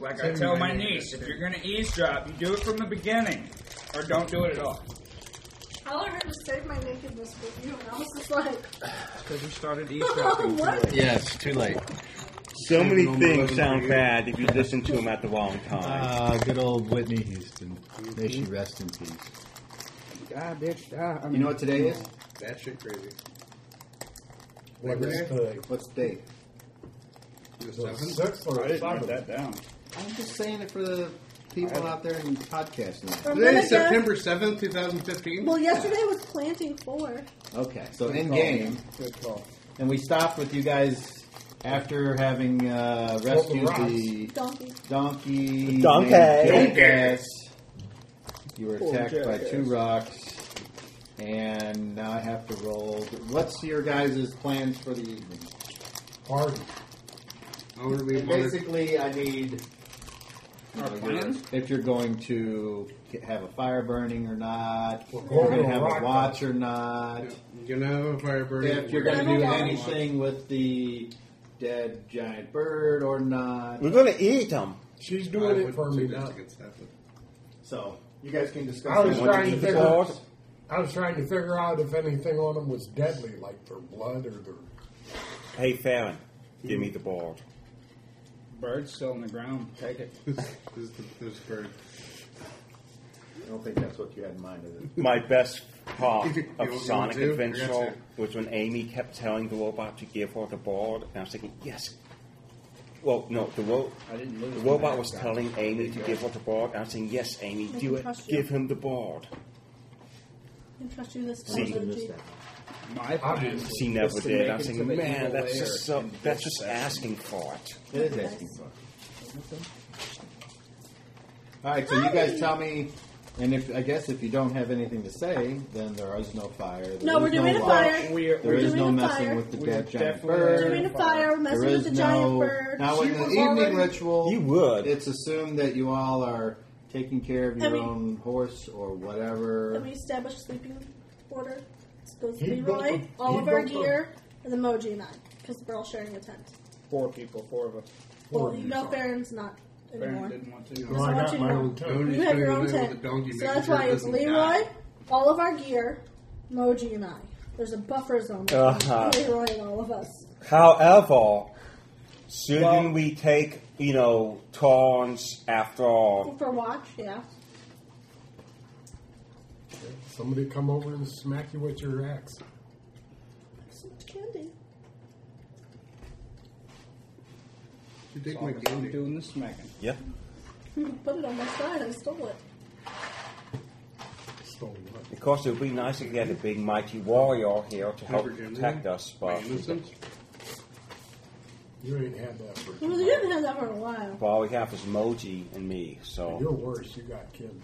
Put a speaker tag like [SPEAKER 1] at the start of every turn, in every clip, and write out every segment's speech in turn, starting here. [SPEAKER 1] Like I tell my niece, if you're gonna eavesdrop, you do it from the beginning, or don't do it at all.
[SPEAKER 2] All I heard was save my nakedness with you, and I was just like,
[SPEAKER 1] Because you started eavesdropping.
[SPEAKER 2] what?
[SPEAKER 3] Yeah, it's too late.
[SPEAKER 4] So many things sound bad if you listen to them at the wrong time.
[SPEAKER 5] Ah,
[SPEAKER 3] Uh, good old Whitney Houston. May she rest in peace.
[SPEAKER 1] Ah, bitch, die.
[SPEAKER 5] You know what today is?
[SPEAKER 6] That shit crazy.
[SPEAKER 7] What is the
[SPEAKER 5] What's the date?
[SPEAKER 6] The
[SPEAKER 7] the
[SPEAKER 6] seventh?
[SPEAKER 7] sixth or
[SPEAKER 6] I didn't write
[SPEAKER 7] seventh?
[SPEAKER 6] that down.
[SPEAKER 5] I'm just saying it for the people out there in podcasting. land.
[SPEAKER 2] Or
[SPEAKER 6] Today
[SPEAKER 2] then
[SPEAKER 6] is
[SPEAKER 2] again-
[SPEAKER 6] September 7th, 2015.
[SPEAKER 2] Well, yesterday was planting four.
[SPEAKER 5] Okay, so
[SPEAKER 7] Good
[SPEAKER 5] in
[SPEAKER 7] call.
[SPEAKER 5] game,
[SPEAKER 7] Good call.
[SPEAKER 5] and we stopped with you guys after having uh, rescued
[SPEAKER 7] rocks.
[SPEAKER 5] the
[SPEAKER 2] Donkey.
[SPEAKER 5] donkey.
[SPEAKER 4] Donkey.
[SPEAKER 5] named Jackass. You were
[SPEAKER 7] Poor
[SPEAKER 5] attacked by
[SPEAKER 7] jackass.
[SPEAKER 5] two rocks, and now I have to roll. What's your guys' plans for the evening?
[SPEAKER 7] Party.
[SPEAKER 6] I'm gonna be
[SPEAKER 5] And basically, I need
[SPEAKER 1] Our plan?
[SPEAKER 5] if you're going to get- have a fire burning or not.
[SPEAKER 7] We're
[SPEAKER 5] If
[SPEAKER 7] going
[SPEAKER 5] you're going
[SPEAKER 7] to
[SPEAKER 5] to have
[SPEAKER 7] rock
[SPEAKER 5] a watch or not.
[SPEAKER 6] You're gonna have a fire burning.
[SPEAKER 5] If you're
[SPEAKER 6] We're
[SPEAKER 5] going to do
[SPEAKER 2] Never
[SPEAKER 5] anything with the dead giant bird or not.
[SPEAKER 4] We're gonna eat them.
[SPEAKER 7] She's
[SPEAKER 6] I
[SPEAKER 7] doing it
[SPEAKER 6] wouldn't
[SPEAKER 7] for
[SPEAKER 6] say
[SPEAKER 7] me
[SPEAKER 6] that's
[SPEAKER 7] now.
[SPEAKER 6] against that, but-
[SPEAKER 5] So you guys can discuss.
[SPEAKER 7] I was
[SPEAKER 5] that.
[SPEAKER 7] trying to
[SPEAKER 4] the
[SPEAKER 7] figure
[SPEAKER 4] claws.
[SPEAKER 7] I was trying to figure out if anything on them was deadly, like their blood or their.
[SPEAKER 4] Hey, Fallon, give me the ball.
[SPEAKER 1] Bird's still on the ground. Take it.
[SPEAKER 6] This, this, this bird.
[SPEAKER 5] I don't think that's what you had in mind. Is it?
[SPEAKER 4] My best part
[SPEAKER 6] You want- you
[SPEAKER 4] of
[SPEAKER 6] want
[SPEAKER 4] Sonic
[SPEAKER 6] to? I
[SPEAKER 4] Adventure
[SPEAKER 6] gotcha.
[SPEAKER 4] was when Amy kept telling the robot to give her the ball, and I was thinking, yes. Well, no, the, ro-
[SPEAKER 1] I didn't
[SPEAKER 4] the
[SPEAKER 1] lose.
[SPEAKER 4] robot
[SPEAKER 1] my
[SPEAKER 4] was
[SPEAKER 1] back.
[SPEAKER 4] telling Amy to give her the ball, and I was saying, yes, Amy,
[SPEAKER 2] I
[SPEAKER 4] do
[SPEAKER 2] can
[SPEAKER 4] it.
[SPEAKER 2] trust you.
[SPEAKER 4] Give him the ball.
[SPEAKER 2] And trust you this
[SPEAKER 4] See.
[SPEAKER 2] time, Bungie.
[SPEAKER 1] My plan
[SPEAKER 7] Obviously.
[SPEAKER 4] She never
[SPEAKER 1] was to
[SPEAKER 4] did.
[SPEAKER 1] make
[SPEAKER 4] I was
[SPEAKER 1] it to
[SPEAKER 4] thinking,
[SPEAKER 1] the
[SPEAKER 4] man,
[SPEAKER 1] evil
[SPEAKER 4] that's
[SPEAKER 1] lair
[SPEAKER 4] just so,
[SPEAKER 1] and
[SPEAKER 4] that's
[SPEAKER 1] just
[SPEAKER 4] just
[SPEAKER 1] that.
[SPEAKER 4] asking for it.
[SPEAKER 5] It is asking for. All right, so you guys tell me, and if I guess if you don't have anything to say, then there is no fire. there
[SPEAKER 2] No, we're
[SPEAKER 5] is
[SPEAKER 2] doing a
[SPEAKER 5] lock,
[SPEAKER 2] fire.
[SPEAKER 1] We're,
[SPEAKER 5] There
[SPEAKER 2] We're
[SPEAKER 5] is
[SPEAKER 2] doing
[SPEAKER 5] no
[SPEAKER 2] a
[SPEAKER 5] messing
[SPEAKER 2] fire.
[SPEAKER 5] with the
[SPEAKER 1] We're
[SPEAKER 5] dead giant
[SPEAKER 1] definitely
[SPEAKER 2] We're
[SPEAKER 5] bird.
[SPEAKER 2] doing a fire, messing
[SPEAKER 5] There
[SPEAKER 2] with
[SPEAKER 5] is
[SPEAKER 2] the giant
[SPEAKER 5] no.
[SPEAKER 2] bird.
[SPEAKER 5] Now, in
[SPEAKER 2] She
[SPEAKER 5] the
[SPEAKER 2] was
[SPEAKER 5] evening
[SPEAKER 2] already-
[SPEAKER 5] ritual,
[SPEAKER 4] You would.
[SPEAKER 5] it's assumed that you all are taking care of
[SPEAKER 2] I
[SPEAKER 5] your
[SPEAKER 2] mean-
[SPEAKER 5] own horse or whatever.
[SPEAKER 2] Then we establish sleeping order. It's goes
[SPEAKER 7] He
[SPEAKER 2] Leroy,
[SPEAKER 7] built a-
[SPEAKER 2] all
[SPEAKER 7] he
[SPEAKER 2] of our
[SPEAKER 7] built a-
[SPEAKER 2] gear, and then Moji and I, because we're all sharing a tent.
[SPEAKER 1] Four people, four of us.
[SPEAKER 2] Well, you know, Farron's not
[SPEAKER 1] Baron
[SPEAKER 2] anymore.
[SPEAKER 1] didn't want to.
[SPEAKER 7] Well,
[SPEAKER 2] I
[SPEAKER 7] I
[SPEAKER 2] want you
[SPEAKER 7] got
[SPEAKER 2] to
[SPEAKER 7] my
[SPEAKER 2] know.
[SPEAKER 7] own
[SPEAKER 6] No,
[SPEAKER 7] tongue.
[SPEAKER 2] You
[SPEAKER 6] he's
[SPEAKER 2] have
[SPEAKER 6] putting
[SPEAKER 2] your
[SPEAKER 6] it in
[SPEAKER 2] own
[SPEAKER 6] with the
[SPEAKER 2] tent,
[SPEAKER 6] donkey,
[SPEAKER 2] so
[SPEAKER 6] making
[SPEAKER 2] that's
[SPEAKER 6] sure
[SPEAKER 2] why
[SPEAKER 6] it
[SPEAKER 2] it's
[SPEAKER 6] doesn't
[SPEAKER 2] Leroy,
[SPEAKER 6] die.
[SPEAKER 2] all of our gear, Moji and I. There's a buffer zone between
[SPEAKER 4] Uh-huh.
[SPEAKER 2] Leroy and all of us.
[SPEAKER 4] However, shouldn't
[SPEAKER 1] Well-
[SPEAKER 4] we take, you know, turns after all?
[SPEAKER 2] For watch, yeah.
[SPEAKER 7] Somebody come over and smack you with your axe.
[SPEAKER 2] Some candy.
[SPEAKER 6] You take my
[SPEAKER 1] I'm
[SPEAKER 6] candy.
[SPEAKER 1] doing the smacking.
[SPEAKER 4] Yeah.
[SPEAKER 2] Hmm, Put it on my side. I stole it.
[SPEAKER 7] Stole it.
[SPEAKER 4] Of course, it would be nice if we had a big mighty warrior here to help
[SPEAKER 6] Never do
[SPEAKER 4] protect
[SPEAKER 6] that.
[SPEAKER 4] us,
[SPEAKER 6] My
[SPEAKER 4] but
[SPEAKER 6] innocence?
[SPEAKER 7] You ain't had that for.
[SPEAKER 2] Well, you haven't had that for a while.
[SPEAKER 4] but all we have is Moji and me, so.
[SPEAKER 7] You're worse. You got kids.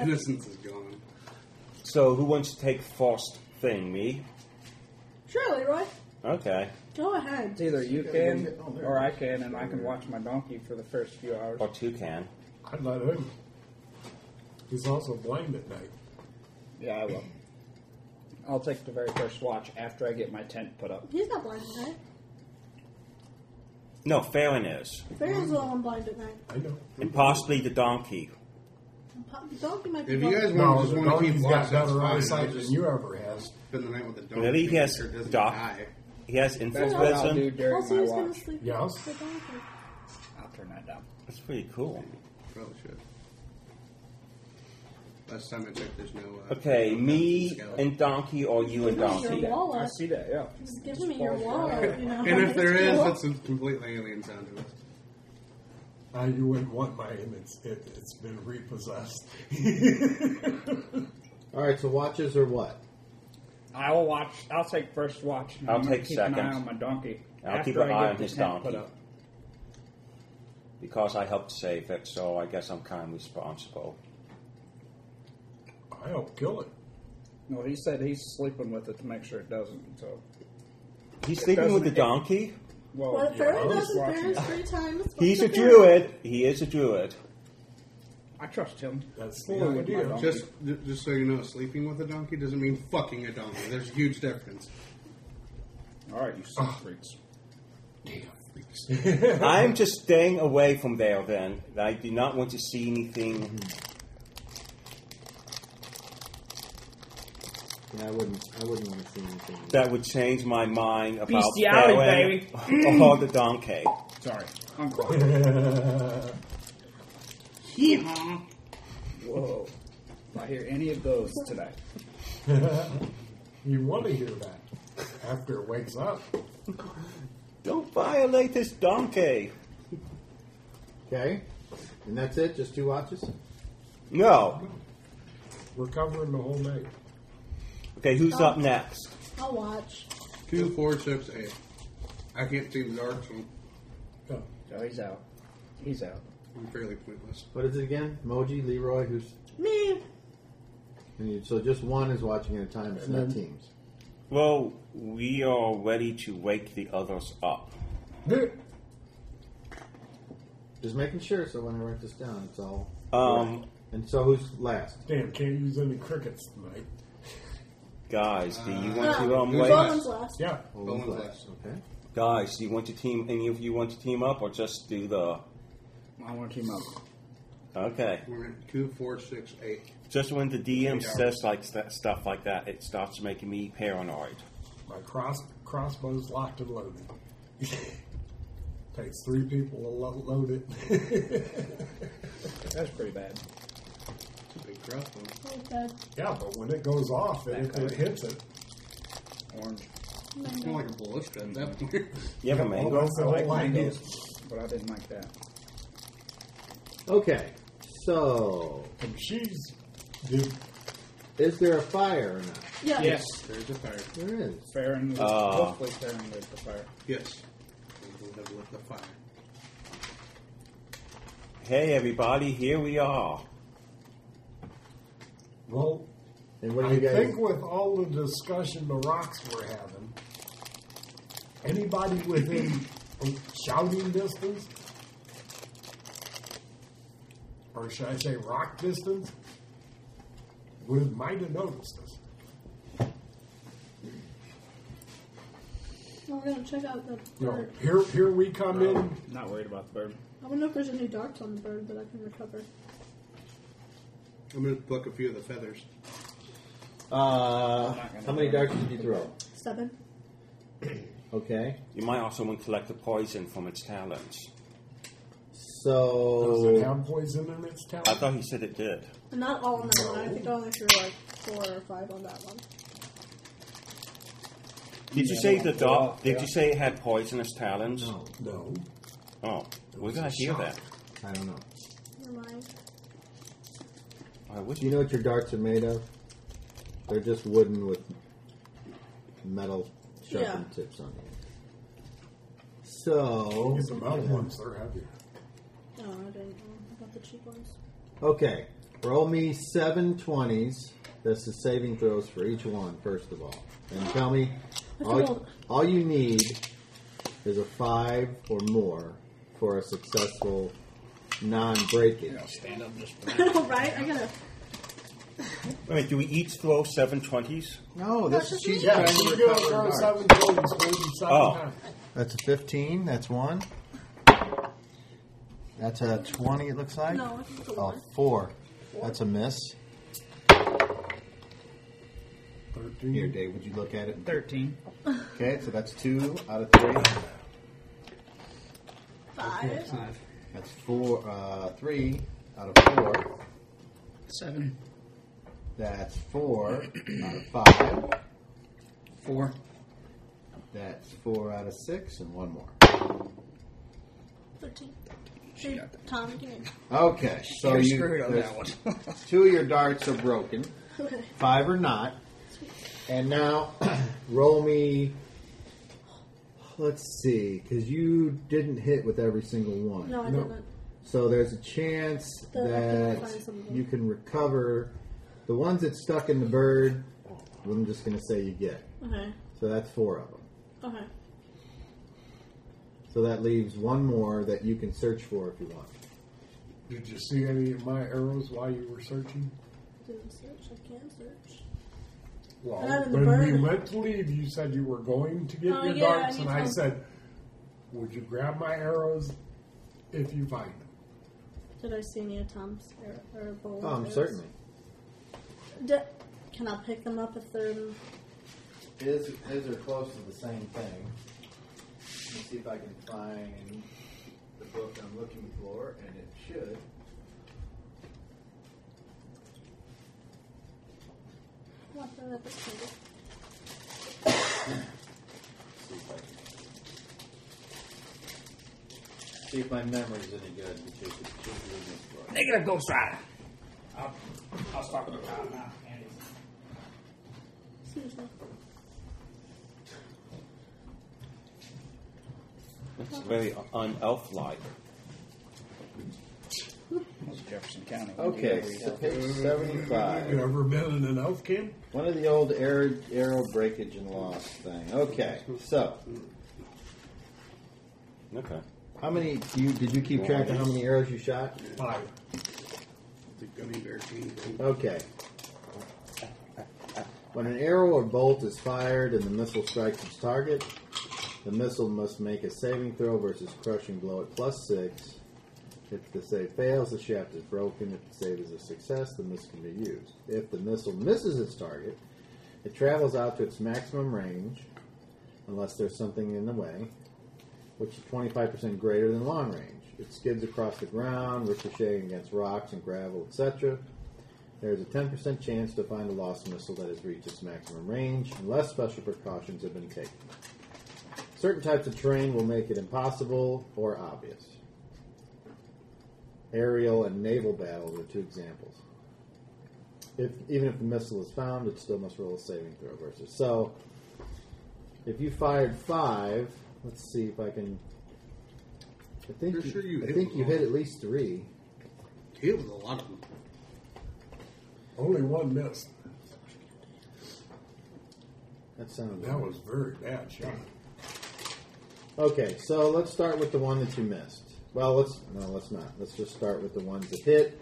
[SPEAKER 6] Innocence is gone.
[SPEAKER 4] So, who wants to take first thing? Me?
[SPEAKER 2] Sure, Leroy.
[SPEAKER 4] Okay.
[SPEAKER 2] Go ahead.
[SPEAKER 1] It's either you can or I can, and I can watch my donkey for the first few hours.
[SPEAKER 4] Or two can.
[SPEAKER 7] I'd let him. He's also blind at night.
[SPEAKER 1] Yeah, I will. I'll take the very first watch after I get my tent put up.
[SPEAKER 2] He's not blind at night.
[SPEAKER 4] No, Farron is.
[SPEAKER 6] Hmm.
[SPEAKER 2] Farron's the one blind at night.
[SPEAKER 7] I know.
[SPEAKER 4] And possibly the donkey.
[SPEAKER 2] Pop- Donkey might be
[SPEAKER 6] If you
[SPEAKER 2] blind.
[SPEAKER 6] guys
[SPEAKER 7] No,
[SPEAKER 6] want to just
[SPEAKER 7] the
[SPEAKER 6] want to
[SPEAKER 7] donkey's
[SPEAKER 6] keep
[SPEAKER 7] got
[SPEAKER 6] watching, that's
[SPEAKER 7] better
[SPEAKER 6] fine. I'll
[SPEAKER 7] eyesight
[SPEAKER 6] just
[SPEAKER 7] than you ever has.
[SPEAKER 6] spend the night with the donkey.
[SPEAKER 4] Maybe he
[SPEAKER 6] make
[SPEAKER 4] has
[SPEAKER 6] sure it doesn't
[SPEAKER 4] doc.
[SPEAKER 6] die.
[SPEAKER 4] He has
[SPEAKER 1] That's what I'll do
[SPEAKER 4] influenza.
[SPEAKER 1] during
[SPEAKER 2] Also,
[SPEAKER 1] my
[SPEAKER 2] he's gonna
[SPEAKER 1] watch.
[SPEAKER 2] sleep
[SPEAKER 7] Yes.
[SPEAKER 2] with the donkey.
[SPEAKER 1] I'll turn that down.
[SPEAKER 4] That's pretty cool.
[SPEAKER 6] Probably should. Last time I checked, there's no. Uh,
[SPEAKER 4] Okay,
[SPEAKER 6] no
[SPEAKER 4] me
[SPEAKER 6] skeleton.
[SPEAKER 4] and donkey, or you
[SPEAKER 2] Give
[SPEAKER 4] and
[SPEAKER 2] me your
[SPEAKER 4] donkey?
[SPEAKER 1] I
[SPEAKER 2] wallet.
[SPEAKER 1] see that, yeah.
[SPEAKER 2] Just give me your wallet. You know.
[SPEAKER 6] And if there is, it's a completely alien sound to us.
[SPEAKER 7] Uh, you wouldn't want mine. It's it, it's been repossessed.
[SPEAKER 5] All right, so watches are what?
[SPEAKER 1] I will watch. I'll take first watch. and
[SPEAKER 4] I'll
[SPEAKER 1] I'm gonna
[SPEAKER 4] take
[SPEAKER 1] keep An
[SPEAKER 4] second.
[SPEAKER 1] eye on my donkey.
[SPEAKER 4] I'll
[SPEAKER 1] after
[SPEAKER 4] keep an
[SPEAKER 1] I
[SPEAKER 4] eye
[SPEAKER 1] get
[SPEAKER 4] on
[SPEAKER 1] the
[SPEAKER 4] his
[SPEAKER 1] tent
[SPEAKER 4] donkey.
[SPEAKER 1] put up.
[SPEAKER 4] Because I helped save it, so I guess I'm kind of responsible.
[SPEAKER 7] I'll kill it.
[SPEAKER 1] No, he said he's sleeping with it to make sure it doesn't. So,
[SPEAKER 4] He's sleeping with the
[SPEAKER 1] doesn't-
[SPEAKER 4] donkey?
[SPEAKER 1] well,
[SPEAKER 2] Well,
[SPEAKER 1] yeah, I
[SPEAKER 2] Farron
[SPEAKER 1] was
[SPEAKER 2] does his
[SPEAKER 1] watching
[SPEAKER 2] parents
[SPEAKER 1] it.
[SPEAKER 2] three times.
[SPEAKER 4] He's a
[SPEAKER 2] Fuck the
[SPEAKER 4] druid. He is a druid.
[SPEAKER 1] I trust him.
[SPEAKER 7] That's
[SPEAKER 1] Well,
[SPEAKER 7] the
[SPEAKER 1] with my
[SPEAKER 7] idea.
[SPEAKER 1] donkey.
[SPEAKER 6] Just, ju- just so you know, sleeping with a donkey doesn't mean fucking a donkey. There's a huge difference.
[SPEAKER 1] All right, you sick freaks.
[SPEAKER 7] Damn.
[SPEAKER 6] please.
[SPEAKER 4] I'm just staying away from there then. I do not want to see anything.
[SPEAKER 5] Yeah, I wouldn't. I wouldn't want to see anything.
[SPEAKER 4] that would change my mind about
[SPEAKER 1] Bestiality,
[SPEAKER 4] Beren or the donkey.
[SPEAKER 1] Sorry. Uncle. Uh-huh.
[SPEAKER 6] Yeehaw.
[SPEAKER 1] Whoa. If I hear any of those today.
[SPEAKER 7] You want to hear that after it wakes up.
[SPEAKER 4] Don't violate this donkey.
[SPEAKER 5] Okay, and that's it. Just two watches.
[SPEAKER 4] No.
[SPEAKER 7] We're covering the whole night.
[SPEAKER 4] Okay, who's up next?
[SPEAKER 2] I'll watch.
[SPEAKER 6] Two, four, six, eight. I can't see the dark, so
[SPEAKER 7] Yeah.
[SPEAKER 1] Oh, he's out. He's out.
[SPEAKER 6] I'm fairly pointless.
[SPEAKER 5] What is it again? Moji, Leroy, who's
[SPEAKER 2] Me.
[SPEAKER 5] and you, so just one is watching at a time. It's not teams.
[SPEAKER 4] Well, we are ready to wake the others up.
[SPEAKER 5] Just making sure. So when I write this down, it's all.
[SPEAKER 4] Um,
[SPEAKER 5] And so who's last?
[SPEAKER 7] Damn, can't use any crickets tonight.
[SPEAKER 4] guys, do you want
[SPEAKER 1] Uh,
[SPEAKER 2] Ah,
[SPEAKER 4] to um,
[SPEAKER 6] who's
[SPEAKER 4] wake?
[SPEAKER 6] up?
[SPEAKER 2] Roland's last.
[SPEAKER 7] Yeah.
[SPEAKER 5] Owen's
[SPEAKER 6] Owen's
[SPEAKER 5] Okay.
[SPEAKER 4] Guys, do you want to team? Any of you want to team up, or just do the?
[SPEAKER 1] I want to team up.
[SPEAKER 4] Okay,
[SPEAKER 6] We're at two, four, six, eight.
[SPEAKER 4] just when the DM
[SPEAKER 6] Yeah.
[SPEAKER 4] says like st- stuff like that, it starts making me paranoid.
[SPEAKER 7] My cross crossbow's locked and loaded. Takes three people to lo- load it.
[SPEAKER 1] That's pretty bad.
[SPEAKER 6] It's a big crossbow.
[SPEAKER 2] Okay.
[SPEAKER 7] yeah, but when it goes off, it, it hits it.
[SPEAKER 1] Orange.
[SPEAKER 6] It's more like a ballista at that point.
[SPEAKER 4] You have a mango?
[SPEAKER 7] Although I don't like it.
[SPEAKER 1] but I didn't like that.
[SPEAKER 5] Okay. So
[SPEAKER 7] And she's. Did,
[SPEAKER 5] is there a fire or not?
[SPEAKER 2] Yeah.
[SPEAKER 1] Yes.
[SPEAKER 6] There's a fire.
[SPEAKER 5] There is.
[SPEAKER 1] Farron was
[SPEAKER 4] Ah.
[SPEAKER 5] Uh.
[SPEAKER 1] hopefully Farron lit the fire.
[SPEAKER 6] Yes. We'll live with the fire.
[SPEAKER 4] Hey, everybody, here we are.
[SPEAKER 7] well,
[SPEAKER 5] And what do
[SPEAKER 7] I
[SPEAKER 5] you guys?
[SPEAKER 7] think with all the discussion the rocks were having, anybody within shouting distance, or should I say rock distance, would might have noticed us.
[SPEAKER 2] We're gonna check out the
[SPEAKER 7] You know,
[SPEAKER 2] bird.
[SPEAKER 7] here, here we come in.
[SPEAKER 1] Not worried about the bird.
[SPEAKER 2] I wonder if there's any darts on the bird that I can recover.
[SPEAKER 6] I'm going to pluck a few of the feathers.
[SPEAKER 5] Uh, how many darts did you throw?
[SPEAKER 2] Seven.
[SPEAKER 5] Okay.
[SPEAKER 4] You might also want to collect the poison from its talons.
[SPEAKER 7] Does it
[SPEAKER 5] So
[SPEAKER 7] have poison in its tail?
[SPEAKER 4] I thought he said it did.
[SPEAKER 2] And not all on that one. I think I only threw like four or five on that one.
[SPEAKER 4] Did you say the dog? Did you say it had poisonous talons?
[SPEAKER 5] no,
[SPEAKER 7] No.
[SPEAKER 4] Oh, we're gonna
[SPEAKER 7] a
[SPEAKER 4] hear
[SPEAKER 7] shock.
[SPEAKER 4] that.
[SPEAKER 5] I don't know.
[SPEAKER 2] Never mind.
[SPEAKER 4] I wish
[SPEAKER 5] Do you know what your darts are made of? They're just wooden with metal sharpened
[SPEAKER 2] Yeah.
[SPEAKER 5] tips on them. So
[SPEAKER 7] These metal ones, they're heavy.
[SPEAKER 2] No, I didn't. know. I got the cheap ones.
[SPEAKER 5] okay, roll me seven twenties. That's the saving throws for each one, first of all, and tell me all,
[SPEAKER 2] rolled-
[SPEAKER 5] all you need is a five or more for a successful non-breakage.
[SPEAKER 1] Stand up just
[SPEAKER 2] all right. I gotta.
[SPEAKER 4] Wait, do we each throw seven twenties?
[SPEAKER 5] No,
[SPEAKER 2] this is-
[SPEAKER 5] this is
[SPEAKER 2] she's
[SPEAKER 5] she's
[SPEAKER 7] Yeah,
[SPEAKER 5] trying
[SPEAKER 7] she's
[SPEAKER 5] to
[SPEAKER 7] going to
[SPEAKER 5] recover
[SPEAKER 7] throw
[SPEAKER 5] darts.
[SPEAKER 7] seven poisons, maybe seven
[SPEAKER 4] Oh.
[SPEAKER 7] times.
[SPEAKER 5] That's a 15. That's one. That's a 20, it looks like.
[SPEAKER 2] No, I think it's a
[SPEAKER 5] Oh,
[SPEAKER 2] one.
[SPEAKER 5] four. That's a miss.
[SPEAKER 7] 13.
[SPEAKER 5] Here, Dave, would you look at it?
[SPEAKER 1] Thirteen.
[SPEAKER 5] Okay, so that's two out of three.
[SPEAKER 2] Five.
[SPEAKER 1] Five.
[SPEAKER 5] That's four, uh, three out of four.
[SPEAKER 1] Seven.
[SPEAKER 5] That's four out of five.
[SPEAKER 1] Four.
[SPEAKER 5] That's four out of six, and one more.
[SPEAKER 2] Thirteen. Hey, Tom, give me.
[SPEAKER 5] Okay, so you there's- two of your darts are broken,
[SPEAKER 2] Okay.
[SPEAKER 5] five are not. And now, roll me. Let's see, because you didn't hit with every single one.
[SPEAKER 2] No, I
[SPEAKER 7] No.
[SPEAKER 2] didn't.
[SPEAKER 5] So there's a chance
[SPEAKER 2] Then I can find
[SPEAKER 5] that
[SPEAKER 2] something.
[SPEAKER 5] you can recover the ones that stuck in the bird. I'm just going to say you get.
[SPEAKER 2] Okay.
[SPEAKER 5] So that's four of them.
[SPEAKER 2] Okay.
[SPEAKER 5] So that leaves one more that you can search for if you want.
[SPEAKER 7] Did you see any of my arrows while you were searching?
[SPEAKER 2] Didn't search. I can search.
[SPEAKER 7] Well,
[SPEAKER 2] Not in the
[SPEAKER 7] when we
[SPEAKER 2] bird.
[SPEAKER 7] went to leave, you said you were going to get
[SPEAKER 2] Oh,
[SPEAKER 7] your
[SPEAKER 2] yeah, I
[SPEAKER 7] darts,
[SPEAKER 2] need
[SPEAKER 7] and I
[SPEAKER 2] some.
[SPEAKER 7] said, Would you grab my arrows if you find them?
[SPEAKER 2] Did I see any of Tom's or, or bowl?
[SPEAKER 5] Um, certainly.
[SPEAKER 2] D- can I pick them up if they're?
[SPEAKER 5] Is is are close to the same thing. Let me see if I can find the book I'm looking for, and it should.
[SPEAKER 2] What the- what the-
[SPEAKER 5] See if I can. See if my memory's any good, which is, which is in this book.
[SPEAKER 4] Negative Ghost Rider.
[SPEAKER 1] I'll, I'll stop at the top now, Andy.
[SPEAKER 2] Excuse me.
[SPEAKER 4] It's very un-elf like.
[SPEAKER 1] That's Jefferson County.
[SPEAKER 5] Okay,
[SPEAKER 1] Indiana.
[SPEAKER 5] so page
[SPEAKER 7] You
[SPEAKER 5] 75.
[SPEAKER 7] ever been in an elf camp?
[SPEAKER 5] One of the old arrow, arrow breakage and loss thing. Okay, so
[SPEAKER 4] Okay.
[SPEAKER 5] how many do you, did you keep track of how many arrows you shot?
[SPEAKER 7] Five.
[SPEAKER 6] The gummy bear king.
[SPEAKER 5] Okay. When an arrow or bolt is fired and the missile strikes its target, the missile must make a saving throw versus crushing blow at plus six. If the save fails, the shaft is broken. If the save is a success, the missile can be used. If the missile misses its target, it travels out to its maximum range, unless there's something in the way, which is 25% greater than long range. It skids across the ground, ricocheting against rocks and gravel, etc. There is a 10% chance to find a lost missile that has reached its maximum range unless special precautions have been taken. Certain types of terrain will make it impossible or obvious. Aerial and naval battle are two examples. If, even if the missile is found, it still must roll a saving throw versus. So, if you fired five, let's see if I can. I think
[SPEAKER 6] You're
[SPEAKER 5] you,
[SPEAKER 6] sure you
[SPEAKER 5] I
[SPEAKER 6] hit
[SPEAKER 5] think
[SPEAKER 6] them
[SPEAKER 5] you
[SPEAKER 6] all?
[SPEAKER 5] hit at least three.
[SPEAKER 6] He was a lot of them.
[SPEAKER 7] Only one missed.
[SPEAKER 5] That sounds
[SPEAKER 7] That was very bad shot.
[SPEAKER 5] Okay, so let's start with the one that you missed. Well, let's no, let's not. Let's just start with the ones that hit.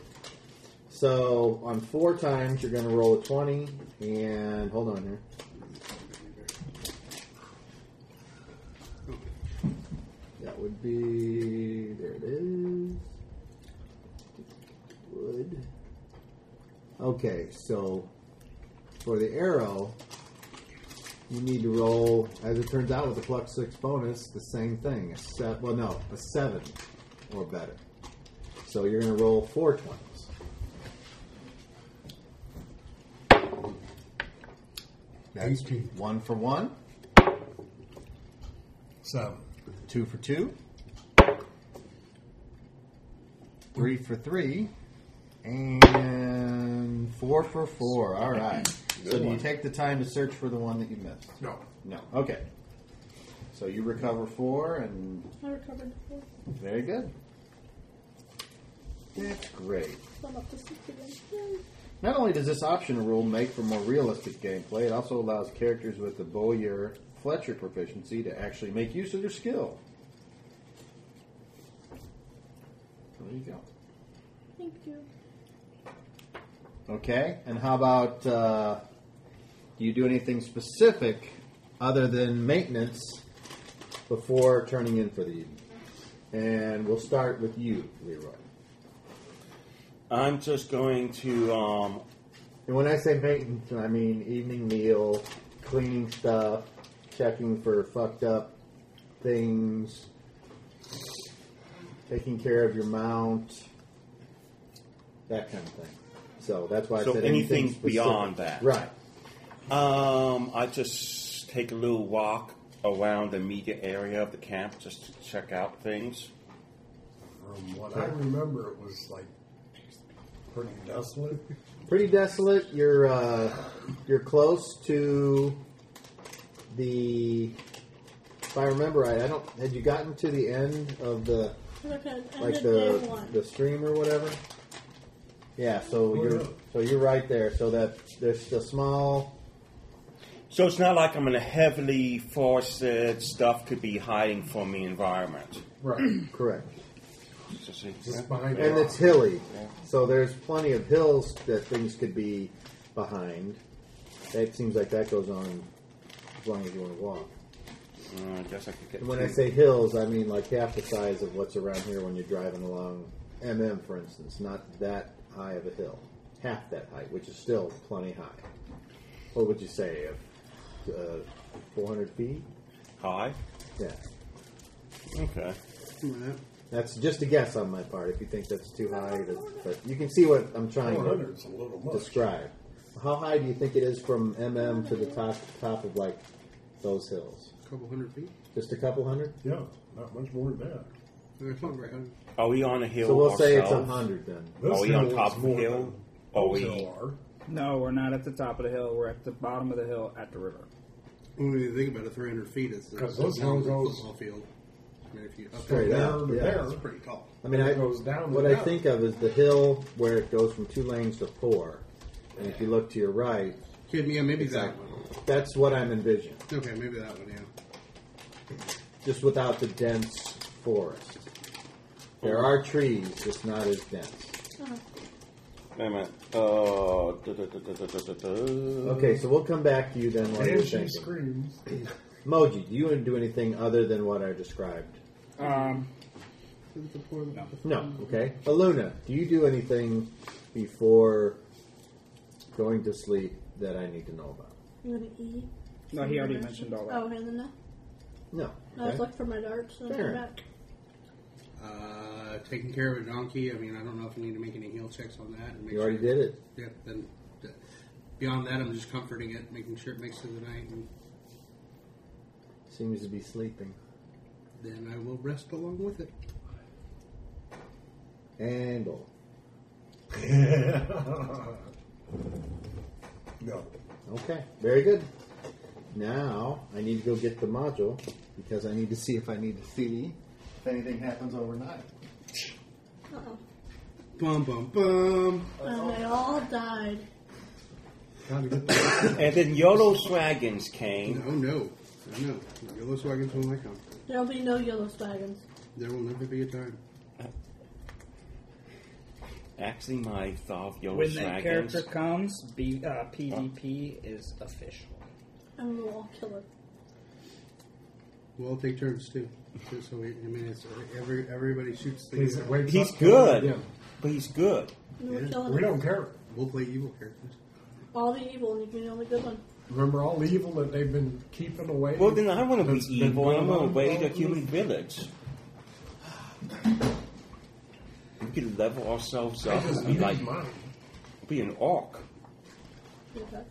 [SPEAKER 5] So on four times, you're going to roll a twenty, and hold on here. That would be there. It is wood. Okay, so for the arrow, you need to roll, as it turns out, with the plus six bonus, the same thing. A se- well, no, a seven or better. So you're going to roll four twenties. That's
[SPEAKER 7] Eighteen.
[SPEAKER 5] one for one,
[SPEAKER 7] Seven.
[SPEAKER 5] two for two, three for three, and four for four. All right. So do you take the time to search for the one that you missed?
[SPEAKER 7] No.
[SPEAKER 5] No. Okay. So you recover four, and
[SPEAKER 2] I recovered. four.
[SPEAKER 5] very good. That's great.
[SPEAKER 2] I'm up to six again. Yay.
[SPEAKER 5] Not only does this option rule make for more realistic gameplay, it also allows characters with the Bowyer Fletcher proficiency to actually make use of their skill. So There you go.
[SPEAKER 2] Thank you.
[SPEAKER 5] Okay, and how about uh, do you do anything specific other than maintenance before turning in for the evening? And we'll start with you, Leroy.
[SPEAKER 4] I'm just going to um,
[SPEAKER 5] And when I say maintenance, I mean evening meal, cleaning stuff, checking for fucked up things, taking care of your mount, that kind of thing. So that's why I
[SPEAKER 4] So
[SPEAKER 5] said
[SPEAKER 4] anything
[SPEAKER 5] anything specific.
[SPEAKER 4] beyond that.
[SPEAKER 5] Right.
[SPEAKER 4] Um, I just take a little walk around the media area of the camp just to check out things.
[SPEAKER 7] From what I remember, it was like pretty desolate.
[SPEAKER 5] Pretty desolate. You're uh, you're close to the. If I remember right, I don't. Had you gotten to the end of the
[SPEAKER 2] Okay, ended
[SPEAKER 5] like
[SPEAKER 2] day
[SPEAKER 5] the
[SPEAKER 2] one.
[SPEAKER 5] the stream or whatever. Yeah, so
[SPEAKER 7] Oh,
[SPEAKER 5] you're
[SPEAKER 7] yeah.
[SPEAKER 5] so you're right there. So that there's the small.
[SPEAKER 4] So it's not like I'm in a heavily forested stuff could be hiding from me environment.
[SPEAKER 7] Right.
[SPEAKER 5] Correct,
[SPEAKER 4] Just see-
[SPEAKER 7] Just behind
[SPEAKER 5] and
[SPEAKER 7] the
[SPEAKER 5] it's hilly, so there's plenty of hills that things could be behind. That seems like that goes on as long as you want to walk.
[SPEAKER 4] Uh, I guess I could get.
[SPEAKER 5] And when I
[SPEAKER 4] two.
[SPEAKER 5] say hills, I mean like half the size of what's around here when you're driving along MM, for instance. Not that high of a hill, half that height, which is still plenty high. What would you say, uh, uh, 400 feet?
[SPEAKER 4] high,
[SPEAKER 5] Yeah,
[SPEAKER 4] okay.
[SPEAKER 6] Wait a minute.
[SPEAKER 5] that's just a guess on my part. If you think that's too high, that's, but you can see what I'm trying to
[SPEAKER 7] 400 is a little much.
[SPEAKER 5] describe. How high do you think it is from MM to the top top of like those hills?
[SPEAKER 6] A couple hundred feet.
[SPEAKER 5] Just a couple hundred.
[SPEAKER 7] Yeah, not much more than that.
[SPEAKER 6] Uh, It's not very high.
[SPEAKER 4] Are we on a hill?
[SPEAKER 5] So we'll say it's a
[SPEAKER 4] ourselves?
[SPEAKER 5] hundred then.
[SPEAKER 4] Are we
[SPEAKER 7] hill
[SPEAKER 4] on
[SPEAKER 7] is
[SPEAKER 4] top of a
[SPEAKER 7] more
[SPEAKER 4] hill?
[SPEAKER 7] than
[SPEAKER 4] Are
[SPEAKER 7] those
[SPEAKER 4] we?
[SPEAKER 7] hill are.
[SPEAKER 1] No, we're not at the top of the hill. We're at the bottom of the hill at the river.
[SPEAKER 6] When you think about it, 300 feet is the
[SPEAKER 7] 'Cause those
[SPEAKER 6] size of a
[SPEAKER 7] hills-
[SPEAKER 6] football field. I mean, if you up
[SPEAKER 5] Straight
[SPEAKER 6] there,
[SPEAKER 5] up,
[SPEAKER 7] Down to
[SPEAKER 5] yeah.
[SPEAKER 7] there.
[SPEAKER 6] it's pretty tall.
[SPEAKER 5] I mean,
[SPEAKER 7] It
[SPEAKER 5] I,
[SPEAKER 7] goes down
[SPEAKER 5] what
[SPEAKER 7] and
[SPEAKER 5] I
[SPEAKER 7] down.
[SPEAKER 5] think of is the hill where it goes from two lanes to four. And if you look to your right,
[SPEAKER 6] Okay, yeah, maybe
[SPEAKER 5] it's
[SPEAKER 6] that
[SPEAKER 5] like-
[SPEAKER 6] one.
[SPEAKER 5] that's what I'm envisioning,
[SPEAKER 6] Okay, maybe that one. Yeah.
[SPEAKER 5] just without the dense forest. There are trees, just not as dense.
[SPEAKER 2] Uh-huh.
[SPEAKER 4] Wait a minute. Uh, duh, duh, duh, duh, duh, duh, duh, duh.
[SPEAKER 7] Mm-hmm.
[SPEAKER 5] Okay, so we'll come back to you then while you're
[SPEAKER 7] And she
[SPEAKER 5] thinking.
[SPEAKER 7] screams.
[SPEAKER 5] Moji, do you want to do anything other than what I described?
[SPEAKER 1] Um,
[SPEAKER 6] The poor-
[SPEAKER 5] No, okay. Aluna, do you do anything before going to sleep that I need to know about?
[SPEAKER 2] You want to eat?
[SPEAKER 1] no, he already mentioned all that.
[SPEAKER 2] Oh, and then no.
[SPEAKER 5] No.
[SPEAKER 2] I was
[SPEAKER 5] okay.
[SPEAKER 2] looking for my darts and
[SPEAKER 5] Fair.
[SPEAKER 2] I'm back.
[SPEAKER 6] Uh, taking care of a donkey. I mean, I don't know if I need to make any heel checks on that. And make
[SPEAKER 5] You already
[SPEAKER 6] sure,
[SPEAKER 5] did it.
[SPEAKER 6] Yeah. Then th- beyond that, I'm just comforting it, making sure it makes it to the night, and
[SPEAKER 5] Seems to be sleeping.
[SPEAKER 6] then I will rest along with it.
[SPEAKER 5] And all.
[SPEAKER 7] no.
[SPEAKER 5] Okay, very good. Now I need to go get the module because I need to see if I need to see if anything happens overnight.
[SPEAKER 2] Uh-oh.
[SPEAKER 6] Bum bum bum.
[SPEAKER 2] And Um, they all died.
[SPEAKER 7] Gotta get that.
[SPEAKER 4] And then Yolo Swaggins came.
[SPEAKER 6] No, Oh, no, no, no. Yellow swagons will not come.
[SPEAKER 2] There'll be no yellow wagons.
[SPEAKER 6] There will never be a time.
[SPEAKER 4] Actually, my thought of Yolo
[SPEAKER 1] When that character
[SPEAKER 4] Swaggins.
[SPEAKER 1] comes, B, uh, PvP is official.
[SPEAKER 2] And we'll all kill it.
[SPEAKER 6] We'll all take turns too. Just so we, I mean, it's every everybody shoots the.
[SPEAKER 7] Please, wake
[SPEAKER 4] He's
[SPEAKER 7] up.
[SPEAKER 4] good,
[SPEAKER 7] Yeah.
[SPEAKER 4] but he's good.
[SPEAKER 2] And we're
[SPEAKER 6] Yeah,
[SPEAKER 2] killing
[SPEAKER 7] We
[SPEAKER 2] it.
[SPEAKER 7] don't care.
[SPEAKER 6] We'll play evil characters.
[SPEAKER 2] All the evil, and you can be the only good one.
[SPEAKER 7] Remember all the evil that they've been keeping away?
[SPEAKER 4] Well, then I want to be
[SPEAKER 7] That's been
[SPEAKER 4] evil and I'm
[SPEAKER 7] going
[SPEAKER 4] going to
[SPEAKER 7] on
[SPEAKER 4] raid a
[SPEAKER 7] all
[SPEAKER 4] human
[SPEAKER 7] week.
[SPEAKER 4] village. We could level ourselves up
[SPEAKER 7] Just
[SPEAKER 4] and be like,
[SPEAKER 7] leave mine.
[SPEAKER 4] be an orc.
[SPEAKER 2] Okay.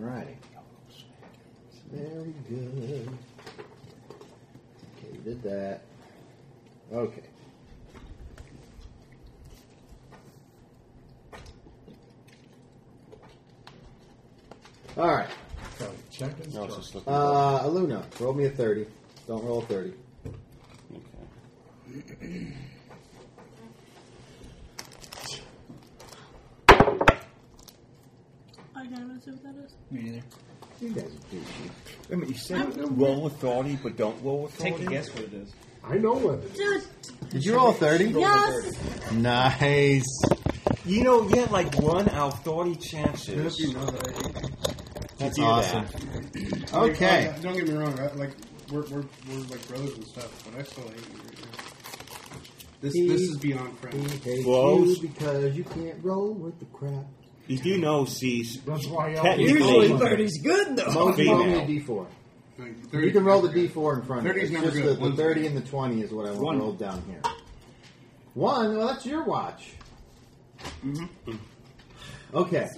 [SPEAKER 5] Alrighty. Very good. Okay, you did that. Okay. All right,
[SPEAKER 7] So, check his
[SPEAKER 4] No, I was
[SPEAKER 7] truck.
[SPEAKER 4] just looking.
[SPEAKER 5] uh, Aluna, roll me a thirty. Don't roll a thirty.
[SPEAKER 4] okay.
[SPEAKER 2] I can't even see what that is.
[SPEAKER 1] Me neither.
[SPEAKER 5] You guys are douchey.
[SPEAKER 4] Wait a minute, you said roll authority, but don't roll authority?
[SPEAKER 1] Take a guess what it is.
[SPEAKER 7] I know what it is.
[SPEAKER 2] Dude,
[SPEAKER 5] Did you roll thirty?
[SPEAKER 2] yes!
[SPEAKER 5] Nice.
[SPEAKER 4] You know, you had like one out of 30 chances.
[SPEAKER 6] You know that.
[SPEAKER 5] That's
[SPEAKER 4] do
[SPEAKER 5] awesome. Okay.
[SPEAKER 6] I- don't get me wrong. I, like we're, we're we're like brothers and stuff, but I still hate you. Right now. This
[SPEAKER 5] He-
[SPEAKER 6] this is beyond friendly.
[SPEAKER 5] Hate
[SPEAKER 4] Close.
[SPEAKER 5] you because you can't roll with the crap.
[SPEAKER 4] You do know, C's.
[SPEAKER 7] That's why y'all.
[SPEAKER 4] Technically-
[SPEAKER 1] Usually
[SPEAKER 4] Usually
[SPEAKER 1] 30's good though.
[SPEAKER 5] Most roll me a
[SPEAKER 4] Female.
[SPEAKER 5] d4.
[SPEAKER 6] Like,
[SPEAKER 5] You can roll the d4 in front of
[SPEAKER 6] 30
[SPEAKER 5] it.
[SPEAKER 6] is
[SPEAKER 5] It's
[SPEAKER 6] never
[SPEAKER 5] just
[SPEAKER 6] good.
[SPEAKER 5] the, the
[SPEAKER 6] One's
[SPEAKER 5] 30
[SPEAKER 6] good.
[SPEAKER 5] and the 20 is what I want
[SPEAKER 1] One.
[SPEAKER 5] rolled down here. One? Well, that's your watch. Okay.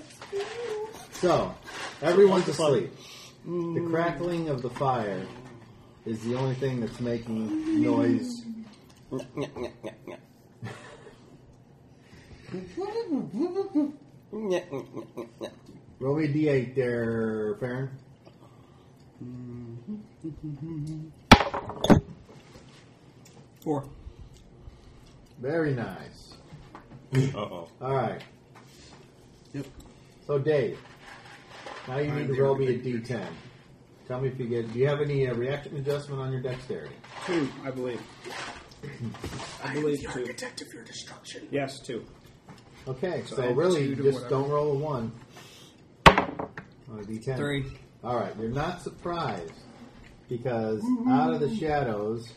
[SPEAKER 5] So, everyone's asleep. The crackling of the fire is the only thing that's making noise. Roll me a d8 there, Farron.
[SPEAKER 1] Four.
[SPEAKER 5] Very nice.
[SPEAKER 4] Uh-oh.
[SPEAKER 5] All right.
[SPEAKER 6] Yep.
[SPEAKER 5] So, Dave, now you
[SPEAKER 6] I'm
[SPEAKER 5] need to
[SPEAKER 6] the
[SPEAKER 5] roll me a
[SPEAKER 6] only big
[SPEAKER 5] d10. Tell me if you get. Do you have any uh, reaction adjustment on your dexterity?
[SPEAKER 1] Two, I believe. I believe two.
[SPEAKER 6] detective your destruction.
[SPEAKER 1] Yes, two.
[SPEAKER 5] Okay, so,
[SPEAKER 1] add
[SPEAKER 5] really,
[SPEAKER 1] two
[SPEAKER 5] you
[SPEAKER 1] to
[SPEAKER 5] just
[SPEAKER 1] whatever.
[SPEAKER 5] don't roll a one. On a d10.
[SPEAKER 1] Three.
[SPEAKER 5] All right, you're not surprised because out of the shadows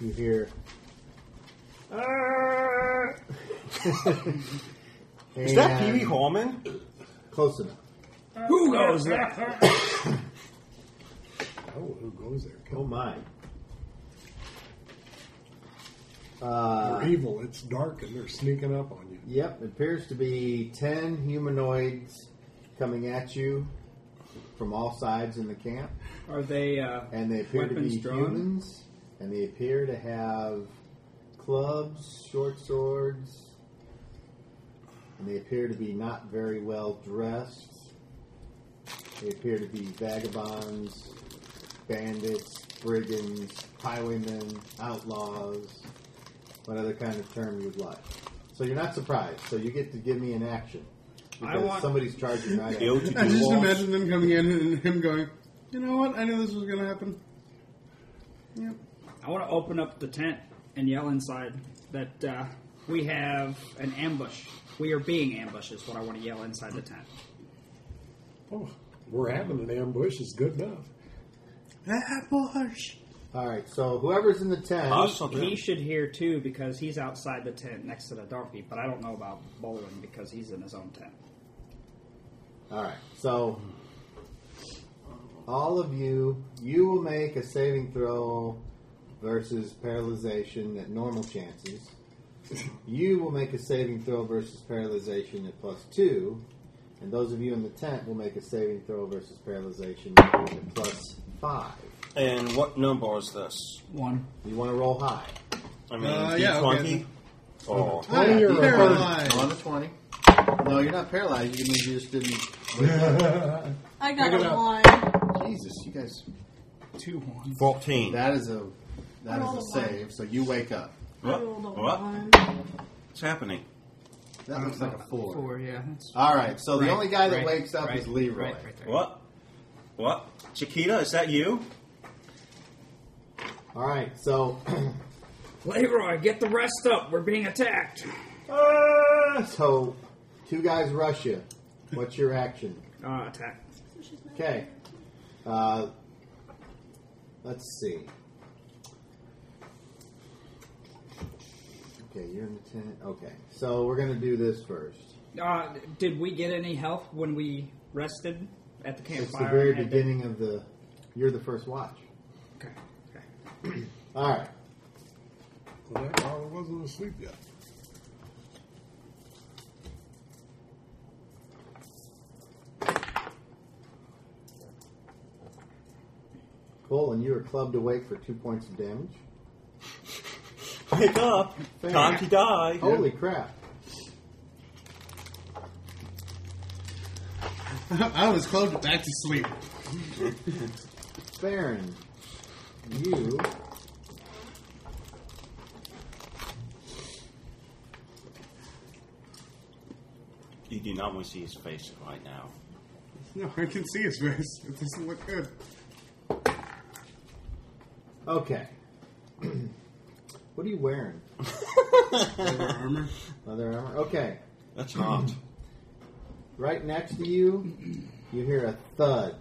[SPEAKER 5] you hear.
[SPEAKER 4] Is that Pee
[SPEAKER 5] And-
[SPEAKER 4] Wee Holman?
[SPEAKER 5] Close enough.
[SPEAKER 1] Who knows that?
[SPEAKER 7] Oh, who goes there?
[SPEAKER 5] Oh
[SPEAKER 7] Come
[SPEAKER 5] my.
[SPEAKER 7] on.
[SPEAKER 5] Uh,
[SPEAKER 7] They're evil. It's dark and they're sneaking up on you.
[SPEAKER 5] Yep, it appears to be 10 humanoids coming at you from all sides in the camp.
[SPEAKER 1] Are they? Uh,
[SPEAKER 5] And they appear
[SPEAKER 1] Weapons
[SPEAKER 5] to be
[SPEAKER 1] drawn?
[SPEAKER 5] humans, and they appear to have clubs, short swords, and they appear to be not very well dressed. They appear to be vagabonds, bandits, brigands, highwaymen, outlaws, what other kind of term you'd like. So you're not surprised. So you get to give me an action.
[SPEAKER 1] I
[SPEAKER 5] Because
[SPEAKER 1] want-
[SPEAKER 5] somebody's charging right at
[SPEAKER 4] Ill
[SPEAKER 5] you.
[SPEAKER 4] to
[SPEAKER 6] I
[SPEAKER 4] do
[SPEAKER 6] just
[SPEAKER 4] wrong.
[SPEAKER 6] imagine them coming in and him going, you know what? I knew this was going to happen. Yep.
[SPEAKER 1] I want to open up the tent and yell inside that uh, we have an ambush. We are being ambushed. Is what I want to yell inside the tent.
[SPEAKER 7] Oh, we're having an ambush. Is good enough.
[SPEAKER 6] Ambush.
[SPEAKER 5] All right. So whoever's in the tent,
[SPEAKER 4] Us or
[SPEAKER 1] He
[SPEAKER 4] them?
[SPEAKER 1] should hear too because he's outside the tent next to the donkey. But I don't know about Bolin because he's in his own tent.
[SPEAKER 5] All right. So all of you, you will make a saving throw versus paralyzation at normal chances. You will make a saving throw versus paralyzation at plus two, and those of you in the tent will make a saving throw versus paralyzation at plus five.
[SPEAKER 4] And what number is this?
[SPEAKER 1] One.
[SPEAKER 5] You want to roll high.
[SPEAKER 4] I mean,
[SPEAKER 6] Uh, yeah,
[SPEAKER 4] D20?
[SPEAKER 6] okay.
[SPEAKER 4] Oh.
[SPEAKER 6] I am
[SPEAKER 5] you're
[SPEAKER 6] paralyzed.
[SPEAKER 5] On the twenty. No, you're not paralyzed. You mean you just didn't.
[SPEAKER 2] I got
[SPEAKER 7] Pick it
[SPEAKER 2] a
[SPEAKER 7] up.
[SPEAKER 2] one.
[SPEAKER 5] Jesus, you guys.
[SPEAKER 1] Two ones.
[SPEAKER 4] 14.
[SPEAKER 5] That is a that
[SPEAKER 2] I rolled
[SPEAKER 5] is
[SPEAKER 2] a
[SPEAKER 5] a
[SPEAKER 2] one.
[SPEAKER 5] save. So you wake up.
[SPEAKER 2] I
[SPEAKER 4] What?
[SPEAKER 2] rolled a
[SPEAKER 4] What?
[SPEAKER 2] one.
[SPEAKER 4] What's happening?
[SPEAKER 5] That looks like a four.
[SPEAKER 1] Uh, Four, yeah. that's-
[SPEAKER 5] All right, so
[SPEAKER 1] Right,
[SPEAKER 5] the only guy that
[SPEAKER 1] right,
[SPEAKER 5] wakes up
[SPEAKER 1] right,
[SPEAKER 5] is Leroy.
[SPEAKER 1] right, right there.
[SPEAKER 4] What? What? Chiquita, is that you?
[SPEAKER 5] All right, so
[SPEAKER 1] Leroy, get the rest up. We're being attacked.
[SPEAKER 5] so two guys rush you. What's your action?
[SPEAKER 1] Uh, attack.
[SPEAKER 5] Okay. Uh, let's see. Okay, you're in the tent. Okay, so we're gonna do this first.
[SPEAKER 1] Uh, did we get any help when we rested at the
[SPEAKER 5] It's
[SPEAKER 1] campfire?
[SPEAKER 5] the very
[SPEAKER 1] and had
[SPEAKER 5] beginning of the. You're the first watch.
[SPEAKER 1] to- Okay. okay.
[SPEAKER 5] All right.
[SPEAKER 7] Well, that guy wasn't asleep yet.
[SPEAKER 5] Cool, and you are clubbed awake for two points of damage.
[SPEAKER 4] Wake up! Time to die!
[SPEAKER 6] Oh.
[SPEAKER 5] Holy crap!
[SPEAKER 6] I was close to back to sleep.
[SPEAKER 5] Baron, you
[SPEAKER 4] You do not want to see his face right now.
[SPEAKER 6] No, I can see his face. It doesn't look good.
[SPEAKER 5] Okay. what are you wearing?
[SPEAKER 6] Over armor.
[SPEAKER 5] Leather armor? Okay.
[SPEAKER 4] That's not.
[SPEAKER 5] Right next to you, you hear a thud.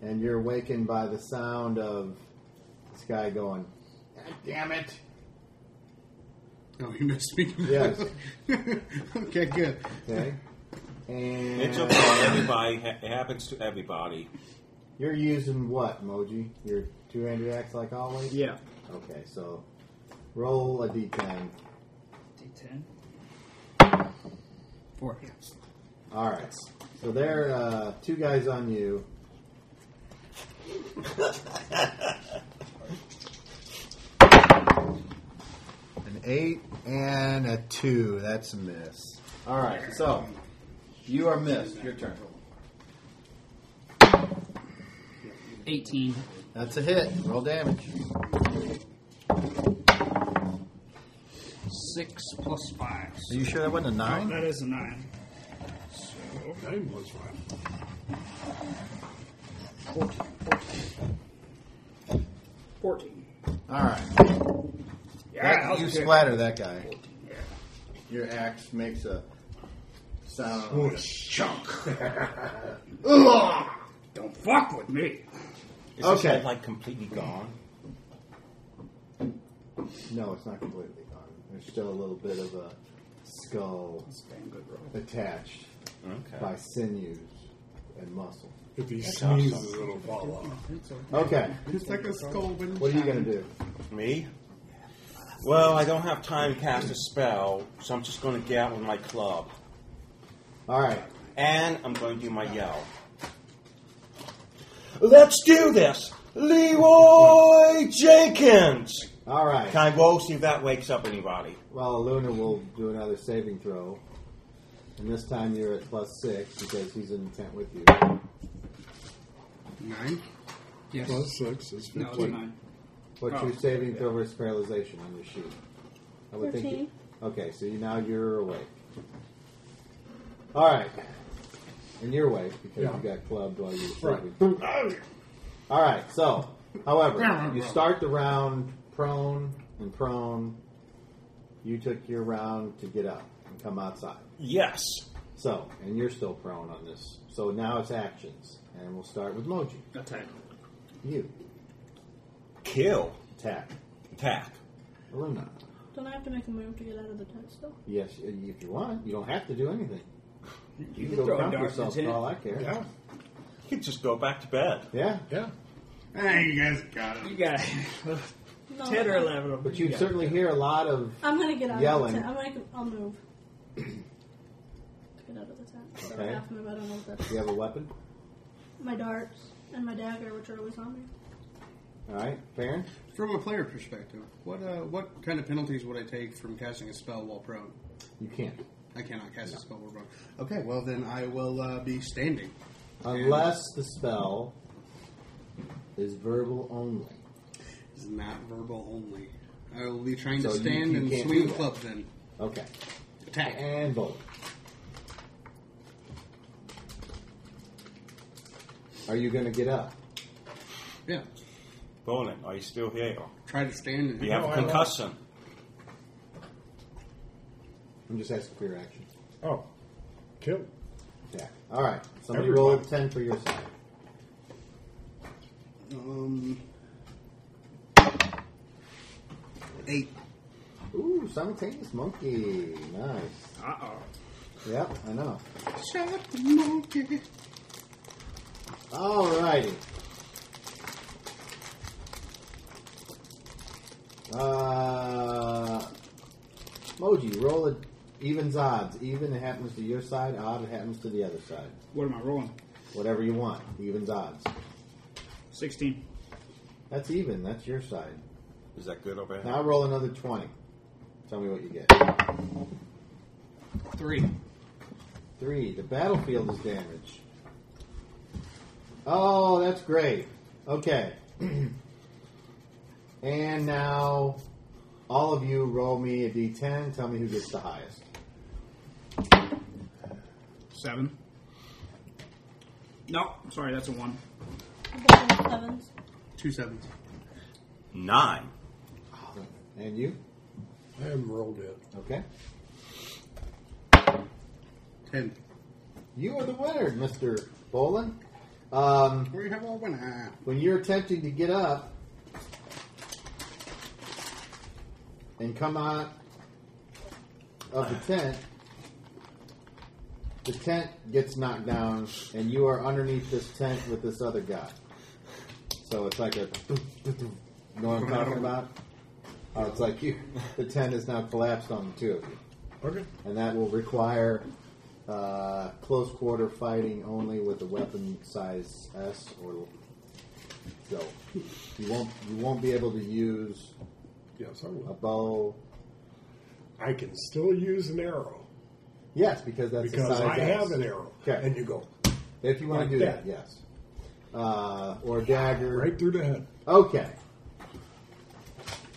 [SPEAKER 5] And you're awakened by the sound of this guy going, God damn it.
[SPEAKER 6] Oh, you missed me.
[SPEAKER 5] Yes.
[SPEAKER 6] okay, good.
[SPEAKER 5] Okay? And
[SPEAKER 4] It's okay. Everybody, it happens to everybody.
[SPEAKER 5] you're using what, Moji? Your two handed axe like always?
[SPEAKER 1] Yeah.
[SPEAKER 5] Okay, so roll a d10.
[SPEAKER 1] D10. Four.
[SPEAKER 5] All right. So there are uh, two guys on you.
[SPEAKER 3] An eight and a two. That's a miss.
[SPEAKER 5] All right. So you are missed. Your turn.
[SPEAKER 1] 18.
[SPEAKER 5] That's a hit. Roll damage.
[SPEAKER 1] Six plus five.
[SPEAKER 5] Are you sure that wasn't a nine?
[SPEAKER 1] That is a nine. So,
[SPEAKER 7] Name was right.
[SPEAKER 1] 14. 14.
[SPEAKER 5] All right.
[SPEAKER 1] Yeah, that
[SPEAKER 5] That-
[SPEAKER 1] was
[SPEAKER 5] you
[SPEAKER 1] good.
[SPEAKER 5] splatter that guy.
[SPEAKER 1] Yeah.
[SPEAKER 5] Your axe makes a sound.
[SPEAKER 7] Whoosh.
[SPEAKER 5] Chunk.
[SPEAKER 1] Don't fuck with me.
[SPEAKER 4] Is this
[SPEAKER 5] Okay.
[SPEAKER 4] head, like completely gone?
[SPEAKER 5] No, it's not completely gone. There's still a little bit of a skull
[SPEAKER 1] That's a damn good roll.
[SPEAKER 5] attached
[SPEAKER 4] Okay.
[SPEAKER 5] by sinews and muscle.
[SPEAKER 7] If he
[SPEAKER 4] That's
[SPEAKER 7] sneezes,
[SPEAKER 4] awesome.
[SPEAKER 7] it'll fall off.
[SPEAKER 5] Okay,
[SPEAKER 6] It's like a skull wind
[SPEAKER 5] what are you gonna do?
[SPEAKER 4] Me? Well, I don't have time to cast a spell, so I'm just going to get out with my club.
[SPEAKER 5] All right,
[SPEAKER 4] And I'm going to do my yell. Let's do this! Leroy Jenkins!
[SPEAKER 5] all right.
[SPEAKER 4] Can I roll see if that wakes up anybody?
[SPEAKER 5] Well, Luna will do another saving throw, and this time you're at plus six because he's in tent with you.
[SPEAKER 6] Nine. Yes.
[SPEAKER 7] Plus six is
[SPEAKER 1] No, it's
[SPEAKER 7] fifteen.
[SPEAKER 1] mine.
[SPEAKER 5] What's
[SPEAKER 1] Oh.
[SPEAKER 5] your saving throw versus paralyzation on your sheet? I would think you- okay, so you, now you're awake. All right, and you're awake because
[SPEAKER 7] Yeah.
[SPEAKER 5] you got clubbed while you were
[SPEAKER 7] Right.
[SPEAKER 5] sleeping. All right. So, however, you start the round prone and prone. You took your round to get up and come outside.
[SPEAKER 4] Yes.
[SPEAKER 5] So, and you're still prone on this. So now it's actions, and we'll start with Moji.
[SPEAKER 1] Attack.
[SPEAKER 5] You
[SPEAKER 4] Kill.
[SPEAKER 5] attack
[SPEAKER 4] Attack.
[SPEAKER 5] Luna.
[SPEAKER 2] Don't I have to make a move to get out of the tent still?
[SPEAKER 5] Yes, if you want, you don't have to do anything.
[SPEAKER 1] You
[SPEAKER 5] You
[SPEAKER 1] can
[SPEAKER 5] can go
[SPEAKER 1] throw a
[SPEAKER 5] count
[SPEAKER 1] dart
[SPEAKER 5] yourself
[SPEAKER 1] in
[SPEAKER 5] for
[SPEAKER 1] the
[SPEAKER 5] all
[SPEAKER 1] tent.
[SPEAKER 5] I care.
[SPEAKER 7] Yeah,
[SPEAKER 4] You could just go back to bed.
[SPEAKER 5] Yeah,
[SPEAKER 7] yeah.
[SPEAKER 6] Hey, you guys got
[SPEAKER 1] You
[SPEAKER 6] it.
[SPEAKER 1] got
[SPEAKER 2] No,
[SPEAKER 1] ten or
[SPEAKER 2] I'm-
[SPEAKER 1] eleven. of them.
[SPEAKER 5] but you
[SPEAKER 1] got it.
[SPEAKER 5] certainly hear a lot of
[SPEAKER 2] I'm gonna get out of
[SPEAKER 5] Yelling.
[SPEAKER 2] the tent. I'm gonna. Get, I'll move. get out of the tent. So
[SPEAKER 5] Okay.
[SPEAKER 2] I have to move. I don't know if that's
[SPEAKER 5] you have a weapon.
[SPEAKER 2] my darts and my dagger, which are always on me.
[SPEAKER 5] All right, Farron.
[SPEAKER 6] From a player perspective, what uh, what kind of penalties would I take from casting a spell while prone?
[SPEAKER 5] You can't
[SPEAKER 6] I cannot cast a spell while prone. Okay, well then I will uh, be standing.
[SPEAKER 5] unless the spell is verbal only.
[SPEAKER 6] It's not verbal only. I will be trying
[SPEAKER 5] So
[SPEAKER 6] to
[SPEAKER 5] you-
[SPEAKER 6] stand
[SPEAKER 5] you
[SPEAKER 6] and
[SPEAKER 5] can't
[SPEAKER 6] swing
[SPEAKER 5] do
[SPEAKER 6] the
[SPEAKER 5] that.
[SPEAKER 6] club then.
[SPEAKER 5] Okay,
[SPEAKER 6] Attack.
[SPEAKER 5] and bolt. Are you going to get up?
[SPEAKER 6] Yeah.
[SPEAKER 4] Bolin, are you still here?
[SPEAKER 6] Try to stand and
[SPEAKER 4] You have
[SPEAKER 7] No,
[SPEAKER 4] a
[SPEAKER 7] I don't.
[SPEAKER 4] concussion.
[SPEAKER 5] I'm just asking for your action.
[SPEAKER 7] Oh, kill.
[SPEAKER 5] Yeah. All right. Somebody roll a ten for your side.
[SPEAKER 6] um eight.
[SPEAKER 5] Ooh, simultaneous monkey. Nice.
[SPEAKER 1] Uh oh.
[SPEAKER 5] Yep, I know.
[SPEAKER 6] Shut up, monkey.
[SPEAKER 5] All righty. Uh, Moji, roll it. Evens odds. Even it happens to your side. Odd it happens to the other side.
[SPEAKER 1] What am I rolling?
[SPEAKER 5] Whatever you want. Evens odds.
[SPEAKER 1] Sixteen.
[SPEAKER 5] That's even. That's your side.
[SPEAKER 4] Is that good or bad?
[SPEAKER 5] Now roll another twenty. Tell me what you get.
[SPEAKER 1] Three.
[SPEAKER 5] Three. The battlefield is damaged. Oh, that's great. Okay. and now, all of you roll me a d10. Tell me who gets the highest.
[SPEAKER 1] Seven. No, sorry, that's a one.
[SPEAKER 2] I'm gonna roll sevens.
[SPEAKER 6] Two sevens.
[SPEAKER 4] Nine.
[SPEAKER 5] And you?
[SPEAKER 7] I haven't rolled it.
[SPEAKER 5] Okay.
[SPEAKER 6] Ten.
[SPEAKER 5] You are the winner, Mr. Bolin. Um,
[SPEAKER 6] We have all one eye.
[SPEAKER 5] when you're attempting to get up and come out of the tent, the tent gets knocked down, and you are underneath this tent with this other guy. So it's like a. You know what I'm talking about? Oh, it's like you. The tent is now collapsed on the two of you,
[SPEAKER 7] Okay.
[SPEAKER 5] and that will require uh, close quarter fighting only with a weapon size S or so. You won't you won't be able to use
[SPEAKER 7] Yes, I
[SPEAKER 5] a
[SPEAKER 7] will.
[SPEAKER 5] bow.
[SPEAKER 7] I can still use an arrow
[SPEAKER 5] Yes, because that's the
[SPEAKER 7] because
[SPEAKER 5] size
[SPEAKER 7] I
[SPEAKER 5] S.
[SPEAKER 7] have an arrow.
[SPEAKER 5] Okay.
[SPEAKER 7] And you go
[SPEAKER 5] If you want
[SPEAKER 7] Like
[SPEAKER 5] to do
[SPEAKER 7] that.
[SPEAKER 5] that, yes. Uh, or dagger.
[SPEAKER 7] right through the head.
[SPEAKER 5] Okay.